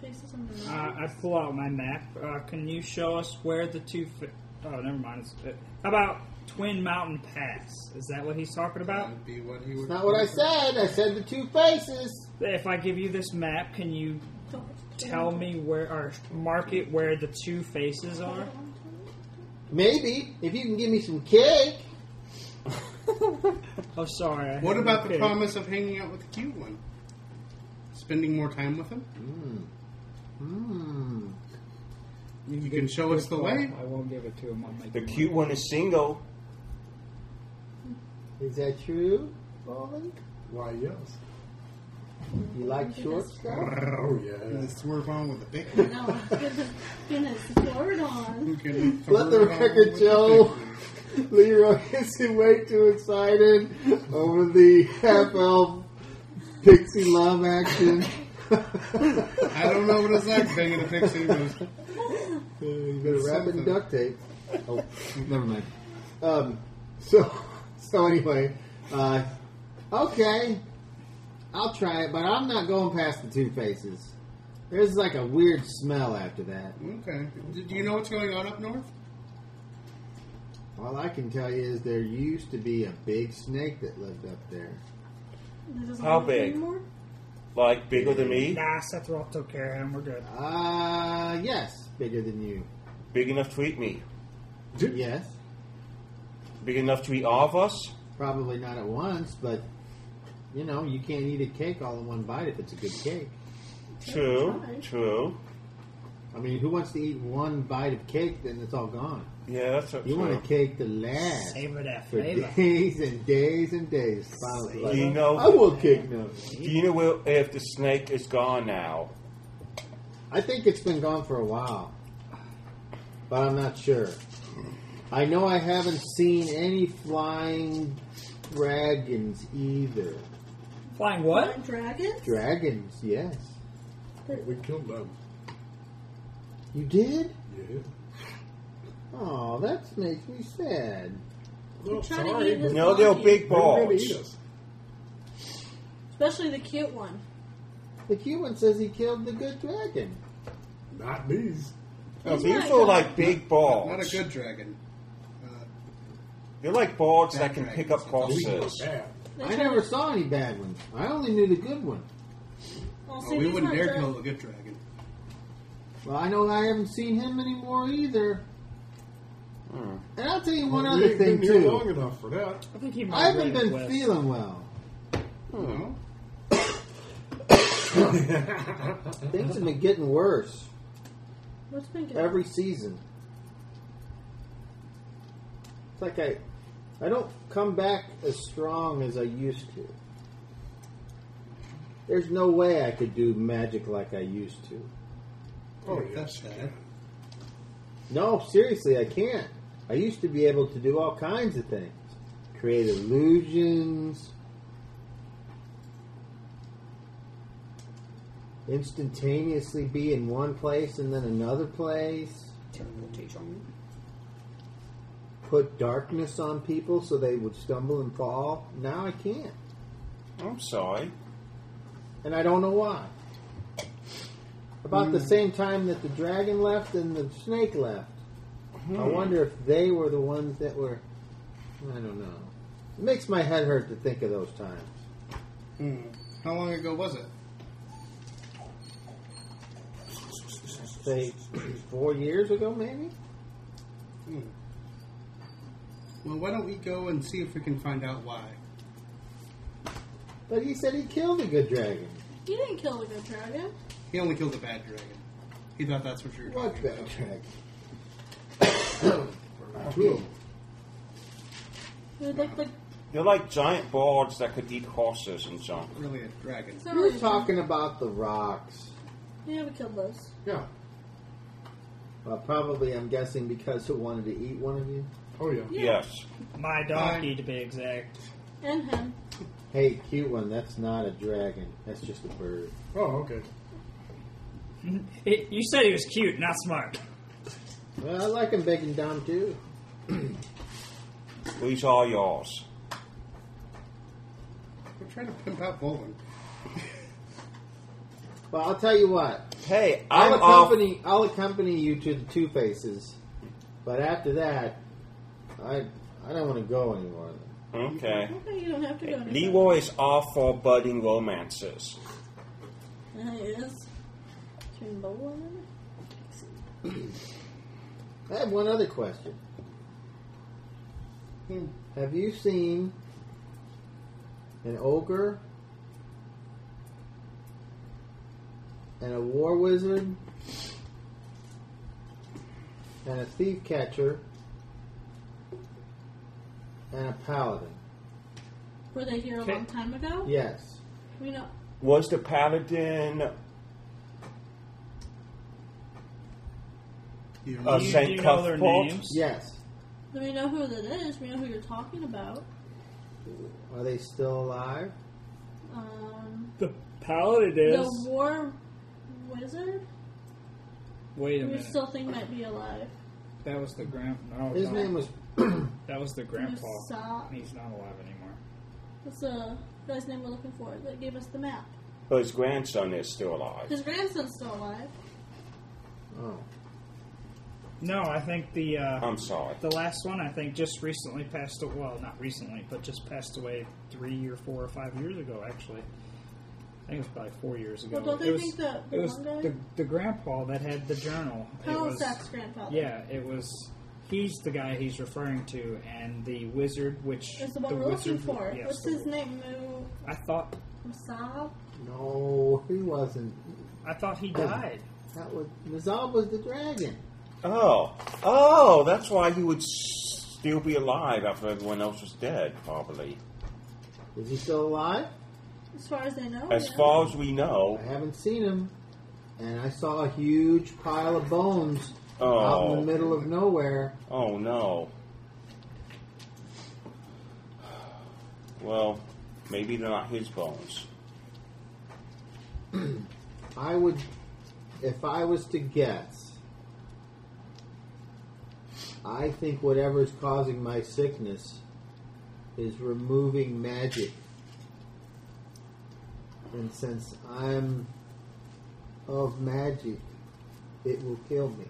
[SPEAKER 2] faces on the
[SPEAKER 1] Uh,
[SPEAKER 2] right?
[SPEAKER 1] I pull out my map. Uh, can you show us where the Two Face? Oh, never mind. It's, uh, how about Twin Mountain Pass? Is that what he's talking
[SPEAKER 6] That
[SPEAKER 1] about?
[SPEAKER 6] would be what he
[SPEAKER 5] It's
[SPEAKER 6] would.
[SPEAKER 5] not what I said. I said the Two Faces.
[SPEAKER 1] If I give you this map, can you tell me where or mark it where the two faces are?
[SPEAKER 5] Maybe if you can give me some cake.
[SPEAKER 1] Oh, sorry. I
[SPEAKER 6] What
[SPEAKER 1] had
[SPEAKER 6] about
[SPEAKER 1] no clue.
[SPEAKER 6] the promise of hanging out with the cute one? Spending more time with him?
[SPEAKER 5] Hmm.
[SPEAKER 6] You can show us the way.
[SPEAKER 1] I won't give it to him. I'll make
[SPEAKER 4] The
[SPEAKER 1] him
[SPEAKER 4] cute one is single.
[SPEAKER 5] Is that true, Bowling?
[SPEAKER 7] Why, yes.
[SPEAKER 5] You like short stuff?
[SPEAKER 7] Oh, yeah.
[SPEAKER 6] Let's work on with the big one.
[SPEAKER 2] No, goodness, goodness, word on.
[SPEAKER 6] You can
[SPEAKER 5] Let the
[SPEAKER 6] throw it on
[SPEAKER 5] record
[SPEAKER 6] with
[SPEAKER 5] show.
[SPEAKER 6] the big one.
[SPEAKER 5] Leroy is way too excited over the half elf pixie love action.
[SPEAKER 6] I don't know what it's like banging a pixie. but it's-
[SPEAKER 5] you better wrap it in
[SPEAKER 6] Something.
[SPEAKER 5] duct tape. Oh, never mind. Um, so, so anyway, uh, okay, I'll try it, but I'm not going past the two faces. There's like a weird smell after that.
[SPEAKER 6] Okay. Do- Do you know what's going on up north?
[SPEAKER 5] All I can tell you is there used to be a big snake that lived up there.
[SPEAKER 2] It doesn't
[SPEAKER 4] How
[SPEAKER 2] work
[SPEAKER 4] big?
[SPEAKER 2] Anymore?
[SPEAKER 4] Like bigger than me,
[SPEAKER 1] Nah, Seth Roth took care of him. We're good.
[SPEAKER 5] Uh, yes, bigger than you.
[SPEAKER 4] big enough to eat me,
[SPEAKER 5] Yes.
[SPEAKER 4] big enough to eat all of us.
[SPEAKER 5] Probably not at once, but you know, you can't eat a cake all in one bite if it's a good cake.
[SPEAKER 4] True, true.
[SPEAKER 5] I mean, who wants to eat one bite of cake then it's all gone?
[SPEAKER 4] Yeah, that's a,
[SPEAKER 5] You want
[SPEAKER 4] true.
[SPEAKER 5] a cake to last
[SPEAKER 1] Savor that
[SPEAKER 5] for
[SPEAKER 1] flavor.
[SPEAKER 5] days and days and days. Finally,
[SPEAKER 4] Do you
[SPEAKER 5] like, I
[SPEAKER 4] know?
[SPEAKER 5] want cake now.
[SPEAKER 4] Do you know where, if the snake is gone now?
[SPEAKER 5] I think it's been gone for a while, but I'm not sure. I know I haven't seen any flying dragons either.
[SPEAKER 1] Flying what?
[SPEAKER 2] Like dragons?
[SPEAKER 5] Dragons, yes.
[SPEAKER 7] We killed them.
[SPEAKER 5] You did?
[SPEAKER 7] Yeah.
[SPEAKER 5] Oh, that makes me sad.
[SPEAKER 2] You're
[SPEAKER 7] Well,
[SPEAKER 2] trying
[SPEAKER 7] sorry,
[SPEAKER 2] to eat his
[SPEAKER 4] No, they're
[SPEAKER 2] body,
[SPEAKER 4] big
[SPEAKER 7] They were going to
[SPEAKER 4] balls.
[SPEAKER 7] eat us.
[SPEAKER 2] Especially the cute one.
[SPEAKER 5] The human says he killed the good dragon.
[SPEAKER 7] Not these.
[SPEAKER 4] No,
[SPEAKER 2] He's
[SPEAKER 4] these
[SPEAKER 2] not
[SPEAKER 4] are
[SPEAKER 2] gone.
[SPEAKER 4] like big balls.
[SPEAKER 6] Not a good dragon. Uh,
[SPEAKER 4] They're like balls
[SPEAKER 6] Bad
[SPEAKER 4] that can
[SPEAKER 6] dragons.
[SPEAKER 4] pick up
[SPEAKER 7] We killed
[SPEAKER 4] horses.
[SPEAKER 7] that.
[SPEAKER 2] They
[SPEAKER 5] I
[SPEAKER 2] try-
[SPEAKER 5] never saw any bad ones. I only knew the good one.
[SPEAKER 2] Well,
[SPEAKER 6] oh,
[SPEAKER 2] see,
[SPEAKER 6] we
[SPEAKER 2] he's
[SPEAKER 6] wouldn't
[SPEAKER 2] not
[SPEAKER 6] dare
[SPEAKER 2] dra-
[SPEAKER 6] kill a good dragon.
[SPEAKER 5] Well, I know I haven't seen him anymore either.
[SPEAKER 13] And I'll tell you one
[SPEAKER 7] Well, we
[SPEAKER 13] other
[SPEAKER 7] ain't
[SPEAKER 13] thing
[SPEAKER 7] been here long
[SPEAKER 13] too.
[SPEAKER 7] enough for that.
[SPEAKER 1] I think he
[SPEAKER 13] I haven't
[SPEAKER 1] migrated
[SPEAKER 13] been
[SPEAKER 1] west.
[SPEAKER 13] feeling well.
[SPEAKER 5] Things have been getting worse
[SPEAKER 2] What's been good?
[SPEAKER 5] every season. It's like I, I don't come back as strong as I used to. There's no way I could do magic like I used to.
[SPEAKER 7] Oh, yes.
[SPEAKER 5] No, seriously, I can't. I used to be able to do all kinds of things, create illusions, instantaneously be in one place and then another place,
[SPEAKER 14] Teleportation.
[SPEAKER 5] put darkness on people so they would stumble and fall. Now I can't,
[SPEAKER 4] I'm sorry.
[SPEAKER 5] and I don't know why. About the same time that the dragon left and the snake left. I wonder if they were the ones that were. I don't know. It makes my head hurt to think of those times.
[SPEAKER 6] How long ago was it?
[SPEAKER 5] Say four years ago, maybe.
[SPEAKER 6] Well, why don't we go and see if we can find out why?
[SPEAKER 5] But he said he killed a good dragon.
[SPEAKER 2] You didn't kill the good dragon.
[SPEAKER 6] He only killed a bad dragon. He thought that's what you were
[SPEAKER 5] What
[SPEAKER 6] talking
[SPEAKER 5] bad
[SPEAKER 6] about.
[SPEAKER 5] dragon?
[SPEAKER 2] It would look like
[SPEAKER 4] They're like giant birds that could eat horses and junk.
[SPEAKER 6] Really a dragon.
[SPEAKER 2] it's not
[SPEAKER 5] You were
[SPEAKER 2] really.
[SPEAKER 5] talking about the rocks.
[SPEAKER 2] Yeah, we killed those.
[SPEAKER 7] Yeah.
[SPEAKER 5] Well, probably I'm guessing because it wanted to eat one of you.
[SPEAKER 7] Oh, yeah.
[SPEAKER 4] Yes.
[SPEAKER 1] My donkey, to be exact.
[SPEAKER 2] And him.
[SPEAKER 5] Hey, cute one, that's not a dragon. That's just a bird.
[SPEAKER 7] Oh, okay.
[SPEAKER 1] It, you said he was cute, not smart.
[SPEAKER 5] Well, I like him big and dumb too.
[SPEAKER 4] These are yours.
[SPEAKER 6] We're trying to pimp out Bolin.
[SPEAKER 5] Well, I'll tell you what.
[SPEAKER 4] Hey,
[SPEAKER 5] I'll
[SPEAKER 4] I'm off.
[SPEAKER 5] accompany. I'll accompany you to the Two Faces, but after that, I I don't want to go anymore.
[SPEAKER 4] Okay.
[SPEAKER 2] Okay, you don't have to go. anywhere.
[SPEAKER 4] Leroy is off for budding romances.
[SPEAKER 2] Yeah, he is. Between Bolin.
[SPEAKER 5] I have one other question. Have you seen an ogre and a war wizard and a thief catcher and a paladin?
[SPEAKER 2] Were they here a long time ago?
[SPEAKER 5] Yes.
[SPEAKER 2] We know.
[SPEAKER 4] Was the paladin
[SPEAKER 6] You
[SPEAKER 4] uh,
[SPEAKER 1] you,
[SPEAKER 4] Saint
[SPEAKER 1] you know their
[SPEAKER 4] Cuthbert?
[SPEAKER 1] names.
[SPEAKER 5] Yes.
[SPEAKER 2] Do we know who that is? We know who you're talking about.
[SPEAKER 5] Are they still alive?
[SPEAKER 2] Um,
[SPEAKER 1] The paladin is.
[SPEAKER 2] the war wizard.
[SPEAKER 1] Wait a
[SPEAKER 2] Who we
[SPEAKER 1] minute.
[SPEAKER 2] still think might be alive.
[SPEAKER 1] That was the grand. No,
[SPEAKER 5] His
[SPEAKER 1] no.
[SPEAKER 5] name was
[SPEAKER 1] That was the grandpa.
[SPEAKER 2] Musa-
[SPEAKER 1] He's not alive anymore.
[SPEAKER 2] That's the guy's name we're looking for that gave us the map.
[SPEAKER 4] But his grandson is still alive.
[SPEAKER 2] His grandson's still alive.
[SPEAKER 5] Oh.
[SPEAKER 1] No, I think the uh,
[SPEAKER 4] I'm sorry.
[SPEAKER 1] the last one. I think just recently passed. a- Well, not recently, but just passed away three or four or five years ago. Actually, I think it was probably four years ago.
[SPEAKER 2] Well, don't
[SPEAKER 1] it
[SPEAKER 2] they
[SPEAKER 1] was,
[SPEAKER 2] think that the
[SPEAKER 1] it was
[SPEAKER 2] one guy-
[SPEAKER 1] the, the grandpa that had the journal. It was-
[SPEAKER 2] Palisade's grandfather.
[SPEAKER 1] Yeah, it was. He's the guy he's referring to, and the wizard, which
[SPEAKER 2] That's the one we're looking
[SPEAKER 1] wizard,
[SPEAKER 2] for.
[SPEAKER 1] Yes,
[SPEAKER 2] What's
[SPEAKER 1] the-
[SPEAKER 2] his name? Mu
[SPEAKER 1] I thought
[SPEAKER 2] Musab?
[SPEAKER 5] No, he wasn't.
[SPEAKER 1] I thought he died.
[SPEAKER 5] That was Mazal was the dragon.
[SPEAKER 4] Oh, oh, that's why he would s- still be alive after everyone else was dead, probably.
[SPEAKER 5] Is he still alive?
[SPEAKER 2] As far as they know.
[SPEAKER 4] As
[SPEAKER 2] yeah.
[SPEAKER 4] far as we
[SPEAKER 5] I
[SPEAKER 4] know,
[SPEAKER 5] haven't seen him. And I saw a huge pile of bones out in
[SPEAKER 4] oh,
[SPEAKER 5] the middle of nowhere.
[SPEAKER 4] oh no. Well, maybe they're not his bones.
[SPEAKER 5] I would, if I was to guess, I think whatever's causing my sickness is removing magic. And since I'm of magic, it will kill me.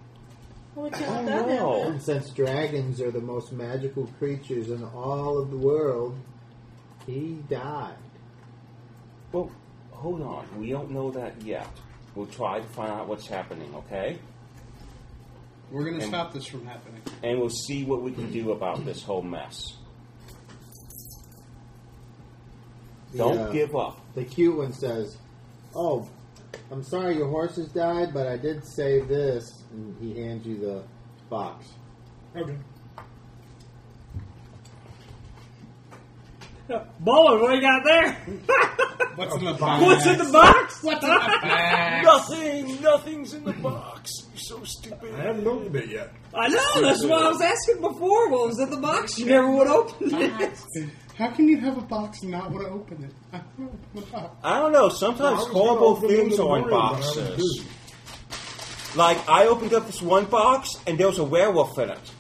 [SPEAKER 2] Well, we can't
[SPEAKER 4] Oh,
[SPEAKER 2] let that
[SPEAKER 4] no.
[SPEAKER 2] happen.
[SPEAKER 5] And since dragons are the most magical creatures in all of the world, he died.
[SPEAKER 4] Well, hold on. We don't know that yet. We'll try to find out what's happening, okay?
[SPEAKER 6] We're going to
[SPEAKER 4] And-
[SPEAKER 6] stop this from happening.
[SPEAKER 4] and we'll see what we can do about this whole mess. Don't
[SPEAKER 5] Yeah.
[SPEAKER 4] give up.
[SPEAKER 5] The cute one says, "Oh, I'm sorry your horses died, but I did save this." And he hands you the box.
[SPEAKER 1] Okay. Baller, what do you got there?
[SPEAKER 6] What's in the box?
[SPEAKER 1] What's in the box?
[SPEAKER 4] Nothing, nothing's in the box. You're so
[SPEAKER 7] I
[SPEAKER 4] stupid.
[SPEAKER 7] haven't opened it yet.
[SPEAKER 1] I know, that's what I was asking before. What was in the box? You never would open it.
[SPEAKER 6] How can you have a box and not want to open it? I don't know. What about-
[SPEAKER 4] I don't know.
[SPEAKER 7] I
[SPEAKER 4] Sometimes
[SPEAKER 7] was gonna
[SPEAKER 4] horrible
[SPEAKER 7] open it in
[SPEAKER 4] things
[SPEAKER 7] the
[SPEAKER 4] are in
[SPEAKER 7] morning, but I was
[SPEAKER 4] boxes.
[SPEAKER 7] busy.
[SPEAKER 4] Like I opened up this one box and there was a werewolf in it.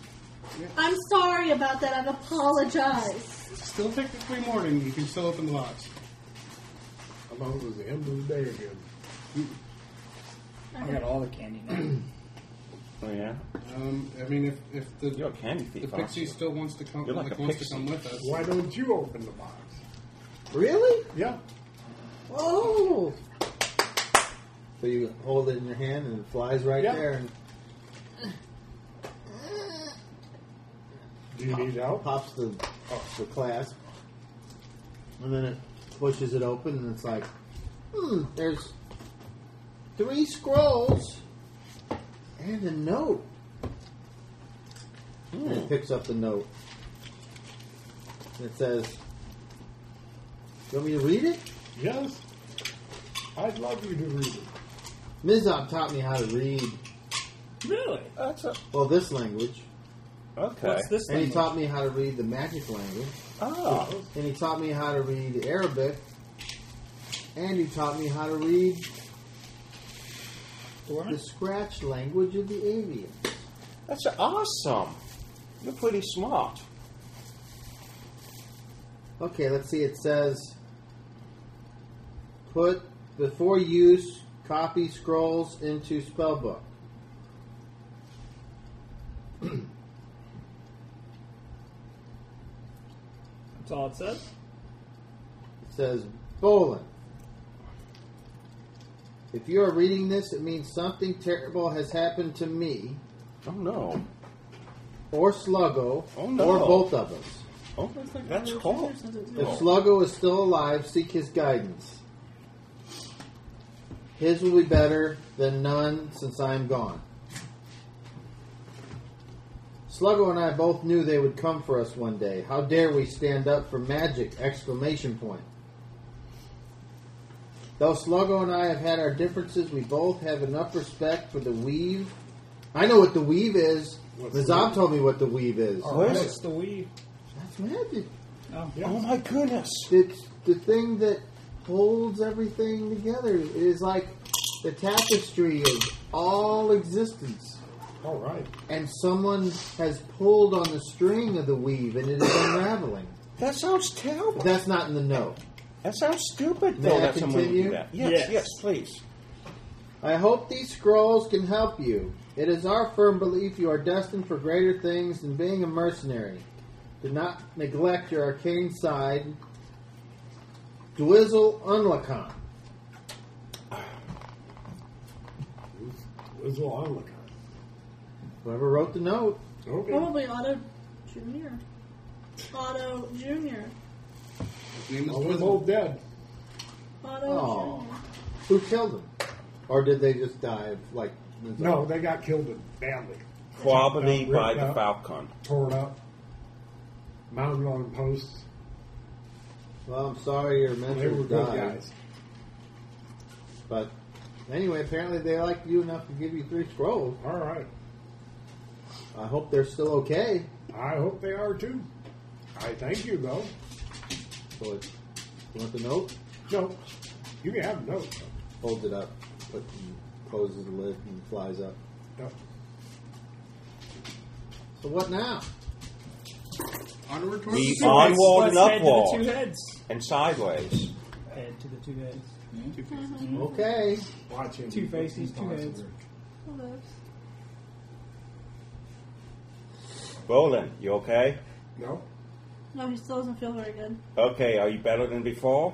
[SPEAKER 2] I'm sorry about that. I apologize.
[SPEAKER 6] It's Still technically morning. You can still open the box.
[SPEAKER 15] How long was the end of the day again?
[SPEAKER 16] I got all the candy now.
[SPEAKER 4] Oh yeah,
[SPEAKER 6] Um, I mean, if, if the,
[SPEAKER 4] you're a candy
[SPEAKER 6] the
[SPEAKER 4] thief. aren't
[SPEAKER 6] pixie
[SPEAKER 4] you?
[SPEAKER 6] still wants to come,
[SPEAKER 4] You're
[SPEAKER 6] like
[SPEAKER 4] like a
[SPEAKER 6] wants
[SPEAKER 4] pixie.
[SPEAKER 6] to come with us,
[SPEAKER 7] Why don't you open the box?
[SPEAKER 5] Really?
[SPEAKER 7] Yeah.
[SPEAKER 5] Oh. So you hold it in your hand and it flies right
[SPEAKER 7] Yeah.
[SPEAKER 5] there and
[SPEAKER 7] Do you need help?
[SPEAKER 5] pops the the clasp, and then it pushes it open and it's like, hmm, there's three scrolls and a note. And
[SPEAKER 7] Hmm.
[SPEAKER 5] it picks up the note. And it says, "You want me to read it?"
[SPEAKER 7] Yes. I'd love you to read it.
[SPEAKER 5] Mizab taught me how to read.
[SPEAKER 1] Really?
[SPEAKER 4] That's a,
[SPEAKER 5] Well, this language,
[SPEAKER 4] okay.
[SPEAKER 1] What's this
[SPEAKER 5] and he
[SPEAKER 1] thing?
[SPEAKER 5] taught me how to read the magic language.
[SPEAKER 4] Oh,
[SPEAKER 5] and he taught me how to read Arabic, and he taught me how to read the scratch language of the avian.
[SPEAKER 4] that's awesome. You're pretty smart.
[SPEAKER 5] Okay, let's see. It says, "Put before use, copy scrolls into spellbook."
[SPEAKER 1] That's all it says.
[SPEAKER 5] It says, "Bolin." If you are reading this, it means something terrible has happened to me,
[SPEAKER 4] Oh no.
[SPEAKER 5] or Sluggo,
[SPEAKER 4] Oh, no.
[SPEAKER 5] or both of us.
[SPEAKER 4] Oh, that's cool.
[SPEAKER 5] If Sluggo is still alive, seek his guidance. His will be better than none since I am gone. Sluggo and I both knew they would come for us one day. How dare we stand up for magic! Exclamation point. Though Sluggo and I have had our differences, we both have enough respect for the weave. I know what the weave is.
[SPEAKER 7] What's
[SPEAKER 5] Mazab told me what the weave is.
[SPEAKER 4] Where is
[SPEAKER 16] It's the weave.
[SPEAKER 5] That's magic.
[SPEAKER 4] Oh my goodness.
[SPEAKER 5] It's the thing that holds everything together. It is like the tapestry of all existence.
[SPEAKER 7] All right.
[SPEAKER 5] And someone has pulled on the string of the weave and it is unraveling.
[SPEAKER 4] That sounds terrible. That,
[SPEAKER 5] That's not in the note.
[SPEAKER 4] sounds stupid,
[SPEAKER 5] May
[SPEAKER 4] though,
[SPEAKER 5] I
[SPEAKER 4] that someone would do
[SPEAKER 5] continue?
[SPEAKER 4] that. Yes, yes,
[SPEAKER 1] Yes.
[SPEAKER 4] please.
[SPEAKER 5] I hope these scrolls can help you. It is our firm belief you are destined for greater things than being a mercenary. Do not neglect your arcane side. Dwizzle Unlacan.
[SPEAKER 7] It's all I'm looking
[SPEAKER 5] Whoever wrote the note.
[SPEAKER 7] at. Okay.
[SPEAKER 2] Probably Otto Junior. Otto Junior.
[SPEAKER 6] his name is
[SPEAKER 7] Well, we're
[SPEAKER 6] Twizzle.
[SPEAKER 7] both dead.
[SPEAKER 2] Otto
[SPEAKER 1] Oh.
[SPEAKER 5] Aw.
[SPEAKER 2] Junior.
[SPEAKER 5] Who killed him? Or did they just die of, like
[SPEAKER 7] No, they got killed badly.
[SPEAKER 4] Probably
[SPEAKER 7] Chopped
[SPEAKER 4] by
[SPEAKER 7] up,
[SPEAKER 4] the
[SPEAKER 7] ripped up,
[SPEAKER 4] Falcon.
[SPEAKER 7] Torn up. Mounted on posts.
[SPEAKER 5] Well, I'm sorry your
[SPEAKER 7] They were
[SPEAKER 5] mentors
[SPEAKER 7] good
[SPEAKER 5] died.
[SPEAKER 7] guys.
[SPEAKER 5] But anyway, apparently they liked you enough to give you three scrolls.
[SPEAKER 7] All right.
[SPEAKER 5] I hope they're still okay.
[SPEAKER 7] I hope they are too. I thank you though.
[SPEAKER 5] So it, you want the note?
[SPEAKER 7] No, you can have no.
[SPEAKER 5] Holds it up, put, and closes the lid and flies up.
[SPEAKER 7] no.
[SPEAKER 5] So what now?
[SPEAKER 6] Onward towards
[SPEAKER 4] We
[SPEAKER 6] the two
[SPEAKER 4] onward
[SPEAKER 6] heads.
[SPEAKER 4] and
[SPEAKER 16] head
[SPEAKER 4] upward
[SPEAKER 16] to the two heads.
[SPEAKER 4] and sideways.
[SPEAKER 16] Head to the two heads.
[SPEAKER 5] Okay.
[SPEAKER 7] Watch him.
[SPEAKER 16] Two faces, two heads.
[SPEAKER 2] Hello.
[SPEAKER 4] Roland, you okay?
[SPEAKER 7] No.
[SPEAKER 2] No, he still doesn't feel very good.
[SPEAKER 4] Okay, are you better than before?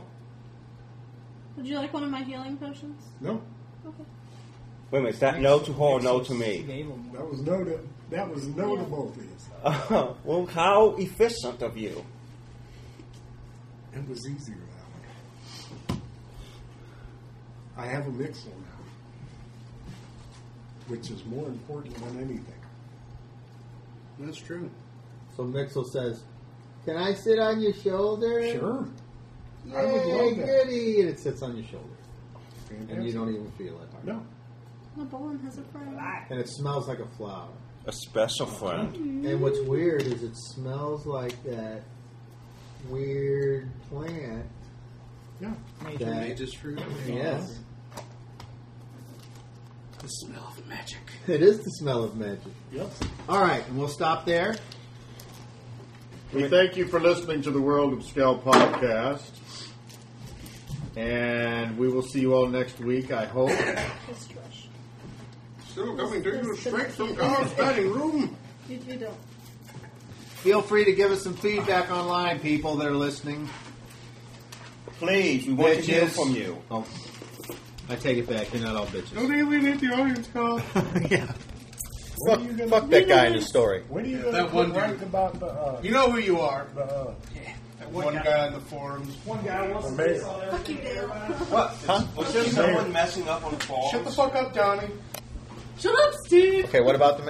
[SPEAKER 2] Would you like one of my healing potions?
[SPEAKER 7] No.
[SPEAKER 2] Okay.
[SPEAKER 4] Wait a minute, is that no to her or no to me?
[SPEAKER 7] That was nota- that was notable.
[SPEAKER 4] Uh, well, how efficient of you.
[SPEAKER 7] It was easier that way. I have a mixel now, which is more important than anything.
[SPEAKER 6] That's true.
[SPEAKER 5] So Mixel says, "Can I sit on your shoulder?"
[SPEAKER 7] Sure.
[SPEAKER 5] Yay,
[SPEAKER 7] I would love that.
[SPEAKER 5] goody! And it sits on your shoulder, and you
[SPEAKER 7] Fantastic.
[SPEAKER 5] don't even feel it.
[SPEAKER 7] No.
[SPEAKER 2] The Bolin has a friend.
[SPEAKER 5] And it smells like a flower.
[SPEAKER 4] A special friend.
[SPEAKER 5] And what's weird is it smells like that weird plant.
[SPEAKER 7] Yeah.
[SPEAKER 5] that-
[SPEAKER 6] Mage's fruit.
[SPEAKER 5] yes,
[SPEAKER 6] The smell of magic.
[SPEAKER 5] it is the smell of magic.
[SPEAKER 7] Yep.
[SPEAKER 5] All right, and we'll stop there.
[SPEAKER 17] We thank you for listening to the World of Scale podcast. And we will see you all next week, I hope.
[SPEAKER 2] It's trash.
[SPEAKER 6] Still coming to you straight from God's dining room.
[SPEAKER 2] You, you don't.
[SPEAKER 5] Feel free to give us some feedback online, people that are listening.
[SPEAKER 4] Please, we want to hear
[SPEAKER 5] Bitches.
[SPEAKER 4] from you.
[SPEAKER 5] Oh, I take it back. You're not all bitches.
[SPEAKER 6] Don't alienate the audience, Carl.
[SPEAKER 5] yeah.
[SPEAKER 7] What are you gonna,
[SPEAKER 17] Fuck that guy in the story.
[SPEAKER 7] What are you
[SPEAKER 6] That
[SPEAKER 7] gonna put
[SPEAKER 6] one guy.
[SPEAKER 7] right about the uh,
[SPEAKER 6] You know who you are.
[SPEAKER 7] the, uh,
[SPEAKER 6] That one guy on the forums.
[SPEAKER 18] One guy wants
[SPEAKER 7] the
[SPEAKER 18] to
[SPEAKER 7] mayor?
[SPEAKER 2] Fuck you, Dale.
[SPEAKER 4] What? Was there someone messing up on the phone?
[SPEAKER 6] Shut the fuck up, Donnie.
[SPEAKER 2] Shut up, Steve.
[SPEAKER 17] Okay, what about the mayor?